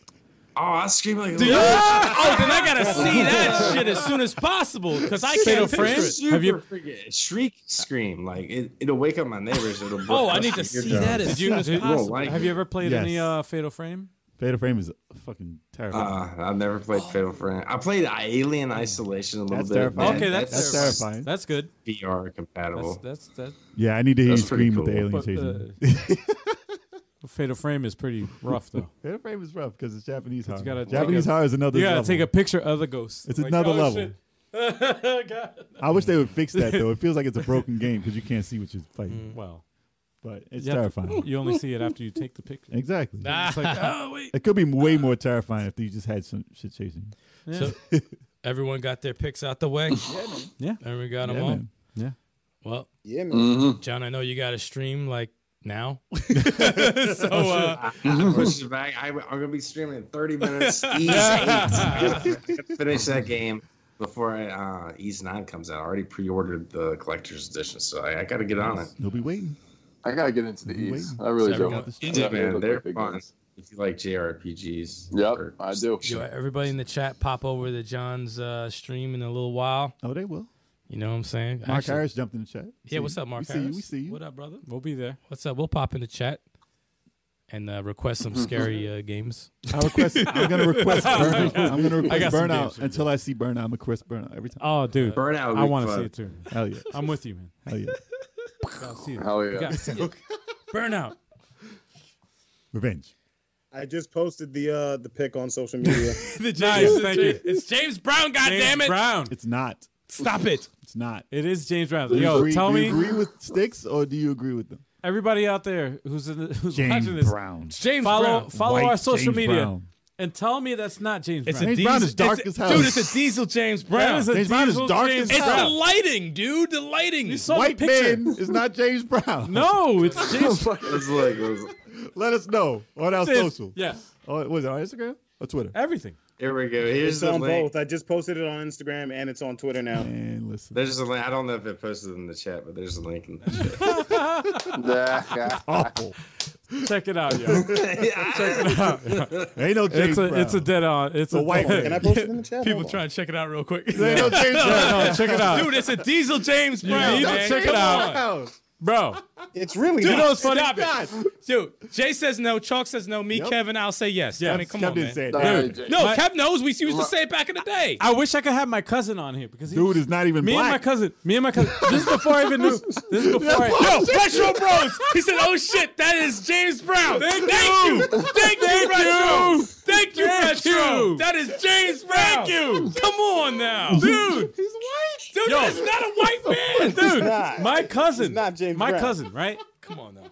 Speaker 4: Oh, I scream like a
Speaker 5: Dude,
Speaker 4: little-
Speaker 5: oh, then I gotta see that shit as soon as possible because I can't picture
Speaker 4: It's
Speaker 5: it.
Speaker 4: super
Speaker 2: Have you-
Speaker 4: freaking- shriek scream like it, it'll wake up my neighbors. It'll
Speaker 5: Oh, I need to see that as soon as
Speaker 2: Did-
Speaker 5: possible.
Speaker 4: like
Speaker 2: Have you ever played
Speaker 3: Yes.
Speaker 2: any uh, Fatal Frame?
Speaker 3: Fatal Frame is fucking terrible.
Speaker 4: Uh, I've never played Fatal Frame. I played Alien Isolation a little
Speaker 3: That's
Speaker 4: bit.
Speaker 3: terrifying.
Speaker 4: but
Speaker 2: okay, that's,
Speaker 3: that's terrifying.
Speaker 2: That's good.
Speaker 4: VR
Speaker 2: That's
Speaker 3: Oh.
Speaker 4: compatible.
Speaker 2: that's that.
Speaker 3: yeah, I need to hear you
Speaker 4: that's pretty
Speaker 3: scream with the
Speaker 4: cool.
Speaker 3: alien
Speaker 2: But,
Speaker 3: chasing.
Speaker 2: uh, Fatal Frame is pretty rough though.
Speaker 3: Fatal Frame is rough because it's Japanese horror.
Speaker 2: gotta take
Speaker 3: Japanese
Speaker 2: a-
Speaker 3: horror is another.
Speaker 2: You gotta
Speaker 3: level.
Speaker 2: take a picture of the ghost.
Speaker 3: It's another level.
Speaker 2: God.
Speaker 3: I wish they would fix that though. It feels like it's a broken game because you can't see what you're
Speaker 5: Mm.
Speaker 3: fighting,
Speaker 2: Well,
Speaker 3: but it's
Speaker 2: you, have to-
Speaker 3: terrifying.
Speaker 2: you only see it after you take the picture.
Speaker 3: Exactly.
Speaker 2: It's like,
Speaker 5: Ah.
Speaker 2: oh wait.
Speaker 3: It could be way more terrifying if you just had some shit chasing. you.
Speaker 5: So everyone got their picks out the way.
Speaker 2: Yeah.
Speaker 5: Everyone got them
Speaker 3: Yeah,
Speaker 5: all.
Speaker 3: man.
Speaker 5: Well,
Speaker 6: Yeah, man.
Speaker 5: John, I know you got to stream like now. so uh,
Speaker 4: I, I pushed it back. I, am gonna be streaming in 30 minutes. Ease 8. I gotta Finish that game before I, uh, Ease 9 comes out. I already pre-ordered the collector's edition, so I, I gotta get on it.
Speaker 3: They'll be waiting.
Speaker 1: I gotta get into the
Speaker 3: Wait.
Speaker 1: East. I really
Speaker 5: So
Speaker 1: do.
Speaker 5: everyone-
Speaker 1: I
Speaker 4: Yeah,
Speaker 1: love
Speaker 4: man,
Speaker 1: those
Speaker 4: they're
Speaker 1: big
Speaker 4: fun.
Speaker 1: ones.
Speaker 4: If you like JRPGs.
Speaker 1: Yep,
Speaker 4: or-
Speaker 1: I do.
Speaker 5: yo, everybody in the chat, pop over to John's uh, stream in a little while.
Speaker 3: Oh, they will.
Speaker 5: You know what I'm saying?
Speaker 3: Mark
Speaker 5: Actually-
Speaker 3: Harris jumped in the chat.
Speaker 5: Yeah, what's up, Mark
Speaker 3: we
Speaker 5: Harris?
Speaker 3: See you, we see you.
Speaker 5: What up, brother?
Speaker 2: We'll be there.
Speaker 5: What's up? We'll pop in the chat and uh, request some scary uh, games.
Speaker 3: I request, I'm gonna request burnout. I'm gonna request
Speaker 2: got some games
Speaker 3: burnout
Speaker 2: for
Speaker 3: until I see burnout. I'm gonna request burnout every time.
Speaker 2: Oh, dude.
Speaker 4: Burnout. would
Speaker 2: I
Speaker 4: be
Speaker 2: want to
Speaker 4: fun.
Speaker 2: see it too.
Speaker 3: Hell yeah.
Speaker 2: I'm with you, man.
Speaker 3: Hell yeah.
Speaker 2: Gotta see it.
Speaker 1: Hell
Speaker 2: You
Speaker 1: yeah.
Speaker 2: gotta see it. Burnout.
Speaker 3: Revenge.
Speaker 6: I just posted the uh the pic on social media.
Speaker 2: Nice, thank you.
Speaker 5: It's James Brown,
Speaker 2: James
Speaker 5: goddammit!
Speaker 2: Brown.
Speaker 3: It's not.
Speaker 5: Stop it!
Speaker 3: It's not.
Speaker 2: It is James Brown.
Speaker 3: Do you
Speaker 2: Yo,
Speaker 3: agree-
Speaker 2: tell
Speaker 3: do you
Speaker 2: me,
Speaker 3: agree with sticks or do you agree with them?
Speaker 2: everybody out there who's in the, who's
Speaker 3: James
Speaker 2: watching this,
Speaker 3: Brown.
Speaker 5: James
Speaker 2: follow
Speaker 5: Brown.
Speaker 2: follow
Speaker 3: White
Speaker 2: our social
Speaker 3: James
Speaker 2: media
Speaker 3: Brown.
Speaker 2: and tell me that's not James
Speaker 5: It's
Speaker 2: Brown.
Speaker 5: a
Speaker 3: James
Speaker 5: diesel,
Speaker 3: Brown is dark
Speaker 5: it's
Speaker 3: as
Speaker 5: a-
Speaker 3: hell.
Speaker 5: Dude, it's a diesel James Brown.
Speaker 2: that is a
Speaker 3: James Brown is
Speaker 2: diesel
Speaker 3: dark
Speaker 2: James
Speaker 3: as
Speaker 5: it's
Speaker 2: Brown.
Speaker 5: the lighting, dude. The lighting.
Speaker 2: You saw
Speaker 3: White
Speaker 2: the picture.
Speaker 3: man is not James Brown.
Speaker 2: No, it's James.
Speaker 4: It's like- it's-
Speaker 3: Let us know on our social.
Speaker 2: yeah,
Speaker 3: Oh, was it on Instagram or Twitter?
Speaker 2: everything.
Speaker 4: Here we go. Here's
Speaker 6: it's
Speaker 4: the
Speaker 6: on
Speaker 4: link.
Speaker 6: both. I just posted it on Instagram and it's on Twitter now.
Speaker 3: And listen.
Speaker 4: There's a link. I don't know if it posted in the chat, but there's a link in the chat.
Speaker 1: Yeah.
Speaker 3: Awful.
Speaker 2: Check it out, yo. Check it out.
Speaker 3: Ain't no James
Speaker 2: It's a
Speaker 3: Brown.
Speaker 2: it's a dead on. It's a
Speaker 3: white
Speaker 2: dead-
Speaker 3: man.
Speaker 6: Can I post it in the chat?
Speaker 5: People
Speaker 6: Hold on.
Speaker 5: trying to check it out real quick.
Speaker 3: There ain't no James Brown.
Speaker 2: No, check it out,
Speaker 5: Dude, it's a diesel James Brown.
Speaker 2: need to
Speaker 5: man.
Speaker 2: check it
Speaker 5: Come
Speaker 2: out.
Speaker 5: on.
Speaker 2: bro.
Speaker 6: It's really
Speaker 5: Dude,
Speaker 6: not.
Speaker 5: you know what's funny?
Speaker 3: Stop it.
Speaker 5: Dude, Jay says no. Chalk says no. Me,
Speaker 3: Yep.
Speaker 5: Kevin, I'll say yes.
Speaker 2: Yes,
Speaker 5: I mean, come
Speaker 3: Kev
Speaker 5: on,
Speaker 3: didn't
Speaker 5: man.
Speaker 3: say it.
Speaker 1: Sorry,
Speaker 3: Dude,
Speaker 1: Jay.
Speaker 5: No,
Speaker 2: My-
Speaker 5: Kev knows. We used to say it back in the day.
Speaker 2: I wish I could have my cousin on here because he
Speaker 3: Dude is not even
Speaker 2: me and my
Speaker 3: black.
Speaker 2: cousin. Me and my cousin. This is before I even knew. This is before. I,
Speaker 5: Yo, Retro Bros. He said, "Oh shit, that is James Brown." Thank, you, thank you, Retro. Thank you,
Speaker 2: Thank
Speaker 5: Retro.
Speaker 2: you.
Speaker 5: That is James Brown. Thank you. Come on now, dude. He's white. Dude,
Speaker 2: Yo.
Speaker 5: that's not a white man, dude.
Speaker 6: Nah.
Speaker 2: my cousin.
Speaker 6: It's not James
Speaker 2: my
Speaker 6: Brown.
Speaker 2: cousin, right?
Speaker 5: Come on now.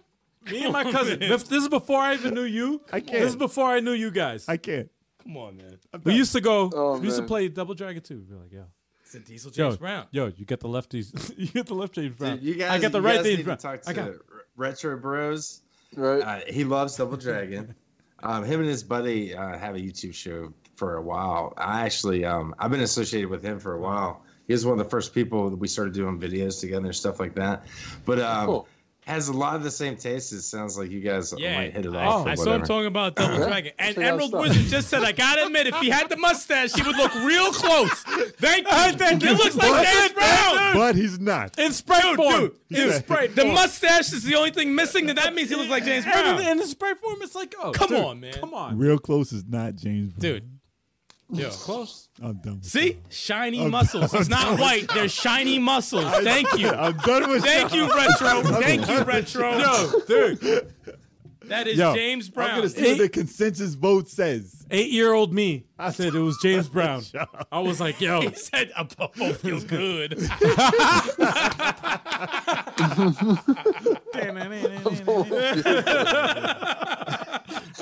Speaker 2: Me and my cousin. This this is before I even knew you.
Speaker 3: I can't.
Speaker 2: This is before I knew you guys.
Speaker 3: I can't.
Speaker 5: Come on, man.
Speaker 2: we used to go.
Speaker 1: Oh,
Speaker 2: we used to
Speaker 1: man.
Speaker 2: play Double Dragon 2. We'd be like, yo,
Speaker 5: It's a Diesel
Speaker 2: yo,
Speaker 5: James Brown.
Speaker 2: yo, you get the lefties. you get the left James Brown.
Speaker 4: Dude, you guys,
Speaker 2: I got the
Speaker 4: you
Speaker 2: right
Speaker 4: guys
Speaker 2: James
Speaker 4: need
Speaker 2: Brown.
Speaker 4: To talk to
Speaker 2: I got.
Speaker 4: Retro Bros.
Speaker 1: Right.
Speaker 4: Uh, he loves Double Dragon. um, him and his buddy uh, have a YouTube show for a while. I actually, um, I've been associated with him for a while. He was one of the first people that we started doing videos together and stuff like that. But um,
Speaker 1: Cool.
Speaker 4: has a lot of the same tastes. It sounds like you guys
Speaker 5: Yeah.
Speaker 4: might hit it off.
Speaker 2: Oh,
Speaker 4: or
Speaker 5: I saw him
Speaker 4: whatever.
Speaker 5: talking about Double Dragon. And
Speaker 1: Check out
Speaker 5: Emerald
Speaker 1: stuff.
Speaker 5: Wizard just said, I gotta admit, if he had the mustache, he would look real close. Thank you. It looks like James Brown.
Speaker 3: But he's not.
Speaker 2: In Sprite form.
Speaker 5: Dude,
Speaker 2: in
Speaker 5: dude,
Speaker 2: Sprite
Speaker 5: the
Speaker 2: form.
Speaker 5: mustache is the only thing missing, and that means he looks like James
Speaker 2: And in,
Speaker 5: Brown.
Speaker 2: in the Sprite form, it's like, oh.
Speaker 5: Come
Speaker 2: dude,
Speaker 5: on, man.
Speaker 2: Come on.
Speaker 3: Real close is not James Brown.
Speaker 5: Dude, Yeah. Close.
Speaker 3: I'm done. With
Speaker 5: See? Shiny muscles. It's not white. They're shiny muscles. Thank you.
Speaker 3: that. I'm done with
Speaker 5: Thank you, Retro. Thank you, Retro.
Speaker 3: Yo, dude.
Speaker 5: That is
Speaker 3: Yo,
Speaker 5: James
Speaker 3: I'm
Speaker 5: Brown.
Speaker 3: gonna see what the consensus vote says.
Speaker 2: Eight year old me said it was James Brown. I was like, yo,
Speaker 5: He said a bubble feels good.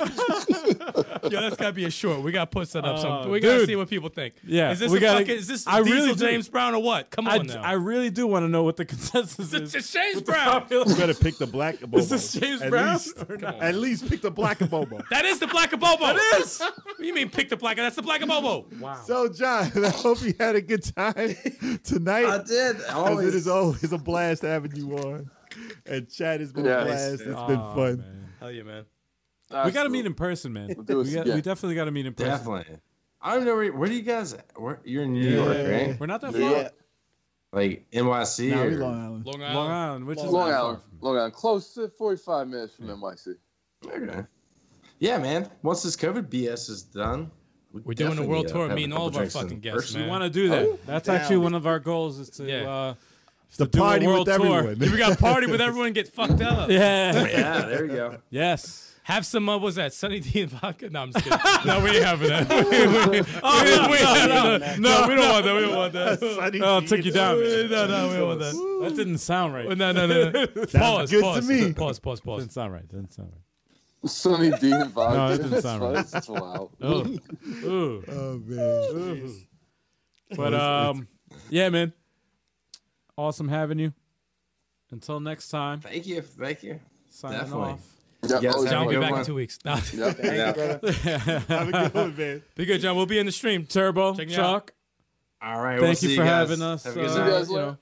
Speaker 5: Yo, that's gotta be a short. We gotta put that up. some.
Speaker 2: Oh,
Speaker 5: We gotta
Speaker 2: dude.
Speaker 5: see what people think.
Speaker 2: Yeah,
Speaker 5: is this
Speaker 2: we
Speaker 5: a
Speaker 2: gotta-
Speaker 5: fucking? Is this
Speaker 2: I
Speaker 5: Diesel
Speaker 2: really do.
Speaker 5: James Brown or what? Come
Speaker 2: I,
Speaker 5: on now.
Speaker 2: I really do want to know what the consensus
Speaker 5: it's,
Speaker 2: is.
Speaker 5: it's James Brown.
Speaker 3: You better pick the black Bobo.
Speaker 2: Is this James
Speaker 3: at
Speaker 2: Brown
Speaker 3: Least,
Speaker 2: or not?
Speaker 3: at least pick the black Bobo.
Speaker 5: That is the Black Bobo. That is. What do you mean pick the Black? That's the Black Bobo.
Speaker 3: So, John, I hope you had a good time tonight.
Speaker 4: I did.
Speaker 3: As it
Speaker 4: Always.
Speaker 3: is always a blast having you on. And chat has been a
Speaker 8: Yeah.
Speaker 3: blast. It's been
Speaker 2: Aw,
Speaker 3: fun.
Speaker 2: man.
Speaker 5: Hell yeah, man.
Speaker 2: We got to meet in person, man. We,
Speaker 8: do this
Speaker 2: got-
Speaker 8: again.
Speaker 2: we definitely got to meet in person.
Speaker 4: Definitely. I don't know where, where do you guys at? Where, you're in New York, right?
Speaker 2: We're not that far.
Speaker 6: Yeah.
Speaker 4: Like NYC
Speaker 3: Nah,
Speaker 4: or
Speaker 3: we Long Island.
Speaker 5: Long
Speaker 2: Long Island, which is
Speaker 8: Long
Speaker 2: not far
Speaker 8: Island,
Speaker 2: from here.
Speaker 8: Long Island, close to 45 minutes from NYC.
Speaker 4: Okay. Yeah, man. Once this COVID BS is done, we
Speaker 5: We're doing a
Speaker 4: definitely
Speaker 5: world
Speaker 4: gotta
Speaker 5: tour,
Speaker 4: have
Speaker 5: me
Speaker 4: a
Speaker 5: and
Speaker 4: couple
Speaker 5: all of our
Speaker 4: drinks in
Speaker 5: fucking guests,
Speaker 4: person.
Speaker 2: We
Speaker 5: man.
Speaker 2: want to do that. That's actually one of our goals is to.
Speaker 5: Yeah.
Speaker 2: Uh,
Speaker 3: The
Speaker 2: do a
Speaker 3: party
Speaker 2: world
Speaker 3: with
Speaker 2: tour.
Speaker 3: everyone.
Speaker 5: we got party with everyone, get fucked up.
Speaker 2: yeah.
Speaker 4: Yeah, there we go.
Speaker 2: yes.
Speaker 5: Have some, uh, what was that, Sunny D and vodka? No, I'm just kidding. no, we ain't having that. We, we, we, oh, no, no, no, no, we don't want that. We don't want that.
Speaker 3: Sunny
Speaker 2: Oh, it
Speaker 3: D
Speaker 2: took you
Speaker 3: is-
Speaker 2: down.
Speaker 5: No,
Speaker 2: man.
Speaker 5: no, we don't want that.
Speaker 2: That didn't sound right.
Speaker 5: Oh, No, no, no. no. Pause,
Speaker 3: good to
Speaker 5: pause,
Speaker 3: me.
Speaker 5: pause, pause,
Speaker 2: Didn't
Speaker 5: pause.
Speaker 2: sound right. Didn't sound right.
Speaker 8: Sunny D and vodka.
Speaker 2: No, that didn't
Speaker 8: That's
Speaker 2: sound
Speaker 8: fun.
Speaker 2: right.
Speaker 8: That's just wild.
Speaker 2: Ooh. Ooh.
Speaker 3: Oh, man.
Speaker 2: But um, yeah, man. Awesome having you. Until next time,
Speaker 4: Thank you. Thank you.
Speaker 2: signing
Speaker 4: Definitely.
Speaker 2: off.
Speaker 8: Yeah,
Speaker 4: Yes,
Speaker 8: oh,
Speaker 4: I
Speaker 5: John will
Speaker 8: yeah.
Speaker 4: Good
Speaker 5: be back in
Speaker 4: one.
Speaker 5: two weeks. No.
Speaker 4: Yeah.
Speaker 3: Have a good one, man.
Speaker 5: Be good, John. We'll be in the stream.
Speaker 2: Turbo,
Speaker 5: Check me
Speaker 2: Chalk.
Speaker 4: All right. we'll
Speaker 2: Thank
Speaker 4: see
Speaker 2: you for
Speaker 4: guys.
Speaker 2: having us.
Speaker 4: Have a good
Speaker 2: uh,
Speaker 8: See
Speaker 4: night.
Speaker 8: you guys
Speaker 2: you
Speaker 8: later.
Speaker 2: know.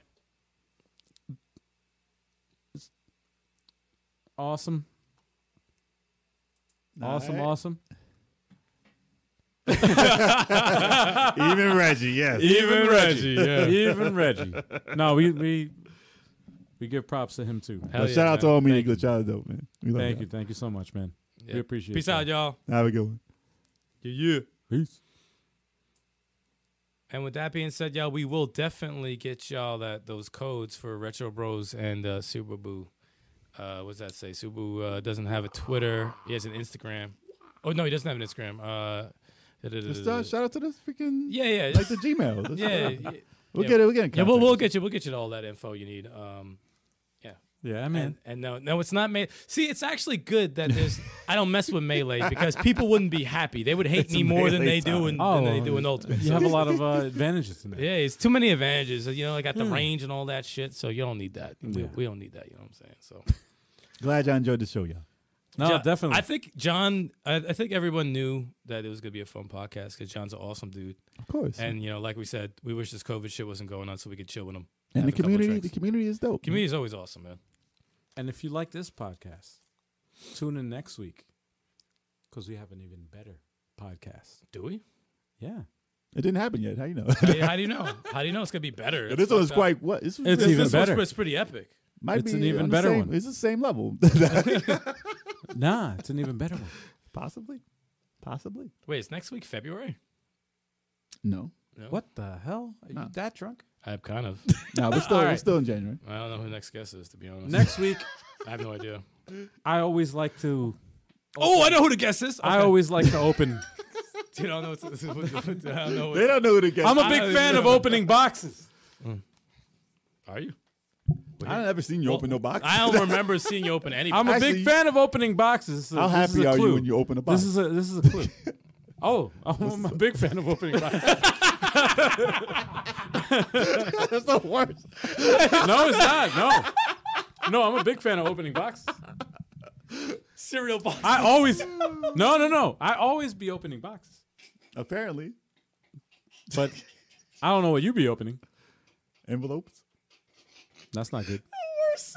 Speaker 2: Awesome. Awesome,
Speaker 3: Alright.
Speaker 2: awesome.
Speaker 3: Even Reggie, yes.
Speaker 2: Even Reggie, yeah. Even Reggie. No, we we we give props to him too.
Speaker 5: Hell yeah,
Speaker 3: shout out to
Speaker 5: man.
Speaker 3: all media glitch out though, man. We love
Speaker 2: Thank
Speaker 3: y'all.
Speaker 2: you, thank you so much, man.
Speaker 5: Yeah.
Speaker 2: We appreciate
Speaker 5: Peace
Speaker 2: that.
Speaker 5: out, y'all.
Speaker 3: Have a good one.
Speaker 5: Yeah, yeah.
Speaker 2: Peace.
Speaker 5: And with that being said, y'all, we will definitely get y'all that those codes for Retro Bros and uh, Subabu. Uh, what's that say? Subabu uh, doesn't have a Twitter. He has an Instagram. Oh no, he doesn't have an Instagram. Uh,
Speaker 3: Just, uh, shout out to this freaking
Speaker 5: yeah, yeah,
Speaker 3: like the Gmail. Let's-
Speaker 5: yeah, yeah.
Speaker 3: We'll
Speaker 5: yeah.
Speaker 3: get it. We'll get it.
Speaker 5: Yeah, we'll, we'll get you. We'll get you all that info you need. Um,
Speaker 2: Yeah, I mean
Speaker 5: and, and no, no, it's not melee. See, it's actually good that there's. I don't mess with melee because people wouldn't be happy. They would hate me more than
Speaker 3: melee
Speaker 5: they do in,
Speaker 2: Oh,
Speaker 5: than they do in ultimate.
Speaker 2: you
Speaker 5: So-
Speaker 2: have a lot of uh, advantages in that.
Speaker 5: Yeah, it's too many advantages. You know, I got the range and all that shit, so you don't need that. We,
Speaker 2: Hmm. Yeah.
Speaker 5: we don't need that. You know what I'm saying? So
Speaker 3: Glad y'all enjoyed the show, y'all.
Speaker 2: No,
Speaker 5: John-
Speaker 2: definitely.
Speaker 5: I think John. I, I think everyone knew that it was gonna be a fun podcast because John's an awesome dude,
Speaker 3: Of course. And,
Speaker 5: and you know, like we said, we wish this COVID shit wasn't going on so we could chill with him. have
Speaker 3: the
Speaker 5: a couple
Speaker 3: community,
Speaker 5: drinks.
Speaker 3: the community is dope. man.
Speaker 5: Community's always awesome, man.
Speaker 2: and if you like this podcast, tune in next week because we have an even better podcast.
Speaker 5: Do we?
Speaker 2: Yeah.
Speaker 3: It didn't happen yet. How you know?
Speaker 5: How do you, how do you know? How do you know it's gonna be better?
Speaker 3: this
Speaker 5: That's
Speaker 3: one's
Speaker 5: fucked up.
Speaker 3: quite what? This
Speaker 2: It's
Speaker 3: this
Speaker 2: even
Speaker 5: This
Speaker 3: is-
Speaker 5: one's
Speaker 2: better.
Speaker 5: pre- It's pretty epic.
Speaker 3: Might
Speaker 2: It's
Speaker 3: be
Speaker 2: an even
Speaker 3: on the
Speaker 2: better
Speaker 3: same-
Speaker 2: one.
Speaker 3: It's the same level.
Speaker 2: Nah, it's an even better one.
Speaker 3: Possibly. Possibly.
Speaker 5: Wait, it's next week, February.
Speaker 3: No.
Speaker 5: No?
Speaker 2: What the hell? Are
Speaker 3: No.
Speaker 2: you that drunk?
Speaker 5: I'm kind of.
Speaker 3: No, we're still
Speaker 2: All
Speaker 3: we're
Speaker 2: right.
Speaker 3: still in January.
Speaker 5: I don't know who next guest is, to be honest.
Speaker 2: Next week,
Speaker 5: I have no idea.
Speaker 2: I always like to.
Speaker 5: Oh, I know who the guest is.
Speaker 2: I always like to open.
Speaker 5: Dude, I don't know. What's, what's, what's, what's, I don't know. What,
Speaker 3: They don't know who to get.
Speaker 2: I'm
Speaker 3: I
Speaker 2: a big fan of opening boxes.
Speaker 5: are you?
Speaker 3: I've never seen you open no box.
Speaker 5: I don't remember seeing you open any.
Speaker 2: I'm a
Speaker 3: Actually-
Speaker 2: big fan of opening boxes. This is a,
Speaker 3: How
Speaker 2: this is
Speaker 3: happy
Speaker 2: a
Speaker 3: are
Speaker 2: clue.
Speaker 3: you when you open a box?
Speaker 2: This is a this is a clue. oh, I'm a big fan of opening boxes.
Speaker 3: That's the worst.
Speaker 2: No, it's not. No, no, I'm a big fan of opening boxes.
Speaker 5: cereal box.
Speaker 2: I always. No, no, no. I always be opening boxes,
Speaker 3: Apparently,
Speaker 2: but I don't know what you be opening.
Speaker 3: envelopes.
Speaker 2: That's not good.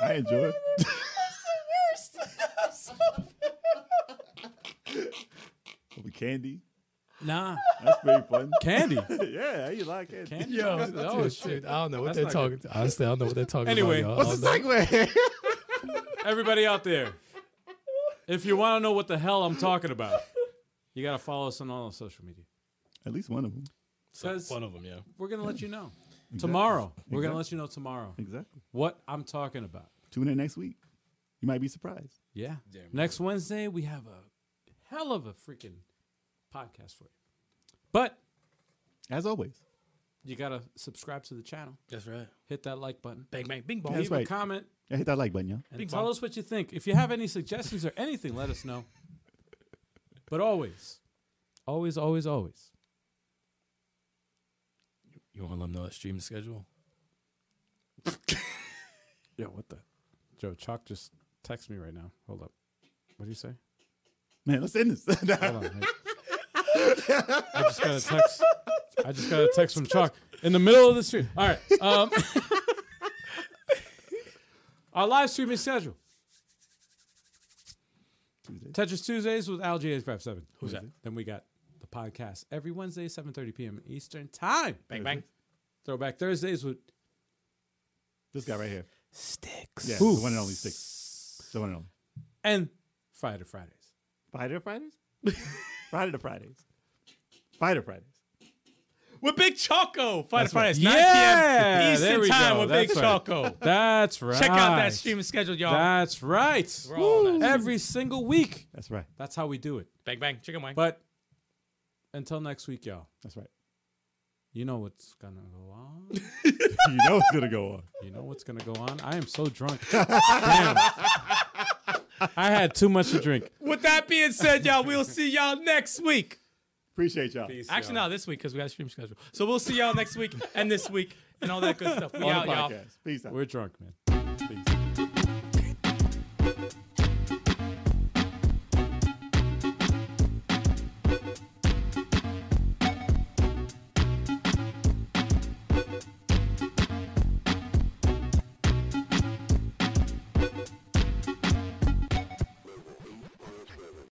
Speaker 3: I enjoy it. Open candy.
Speaker 2: Nah,
Speaker 3: That's pretty fun.
Speaker 2: candy.
Speaker 3: yeah, you like it.
Speaker 2: Candy.
Speaker 5: Yo, oh shit! I don't know what
Speaker 2: That's
Speaker 5: they're
Speaker 2: not
Speaker 5: talking. Honestly, I don't know what they're talking
Speaker 2: Anyway,
Speaker 5: about.
Speaker 2: what's
Speaker 5: y'all. I don't know.
Speaker 3: Segue.
Speaker 2: Everybody out there, if you want to know what the hell I'm talking about, you got to follow us on all social media.
Speaker 3: At least one of them.
Speaker 2: Says
Speaker 5: One of them, yeah.
Speaker 2: we're gonna let you know tomorrow. We're gonna let you know tomorrow
Speaker 3: Exactly.
Speaker 2: what I'm talking about.
Speaker 3: Tune in next week. You might be surprised.
Speaker 2: Yeah. Next Wednesday we have a hell of a freaking podcast for you. But
Speaker 3: As always.
Speaker 2: you gotta subscribe to the channel.
Speaker 5: That's right.
Speaker 2: Hit that like button.
Speaker 5: Bang, bang, bing, bong.
Speaker 3: That's
Speaker 2: Leave a
Speaker 3: right.
Speaker 2: comment
Speaker 3: Yeah, hit that like button, y'all.
Speaker 2: and tell us what you think. If you have any suggestions or anything, let us know. But always, always, always, always.
Speaker 5: You want to let them know that stream schedule?
Speaker 2: Yeah, what the? Joe Chalk just text me right now. Hold up. What do you say?
Speaker 3: Man, let's end this.
Speaker 2: Hold on. I just got a text. I just got a text from Chalk in the middle of the stream. All right. Um, our live streaming schedule. Tetris Tuesdays with Al G857. Who's
Speaker 5: that?
Speaker 2: Then we got the podcast every Wednesday, 7.30 p.m. Eastern Time.
Speaker 5: Bang, bang.
Speaker 2: Throwback Thursdays with
Speaker 3: this guy right here.
Speaker 5: Sticks.
Speaker 3: Yeah, the one and only six. The one and only.
Speaker 2: and Friday Fridays.
Speaker 3: Friday to Fridays? Friday to Fridays. Friday to Fridays.
Speaker 5: With Big Choco. Friday, Fridays, 9
Speaker 2: Yeah,
Speaker 5: p.m.
Speaker 2: there
Speaker 5: Eastern
Speaker 2: we
Speaker 5: Time
Speaker 2: go.
Speaker 5: with
Speaker 2: That's
Speaker 5: Big
Speaker 2: right.
Speaker 5: Choco.
Speaker 2: That's right.
Speaker 5: Check out that streaming schedule, y'all.
Speaker 2: That's right.
Speaker 5: We're all on that
Speaker 2: Every single week.
Speaker 3: That's right.
Speaker 2: That's how we do it.
Speaker 5: Bang, bang. Chicken wing.
Speaker 2: But until next week, y'all,
Speaker 3: That's right.
Speaker 2: you know what's gonna go on.
Speaker 3: You know it's gonna go on.
Speaker 2: You know what's gonna go on. I am so drunk. Damn. I had too much to drink.
Speaker 5: With that being said, y'all, we'll see y'all next week.
Speaker 3: Appreciate y'all.
Speaker 5: Actually, no, this week because we got a stream schedule. So we'll see y'all next week and this week and all that good stuff. We out, y'all.
Speaker 3: Podcast. Peace out.
Speaker 2: We're drunk, man.
Speaker 3: Peace.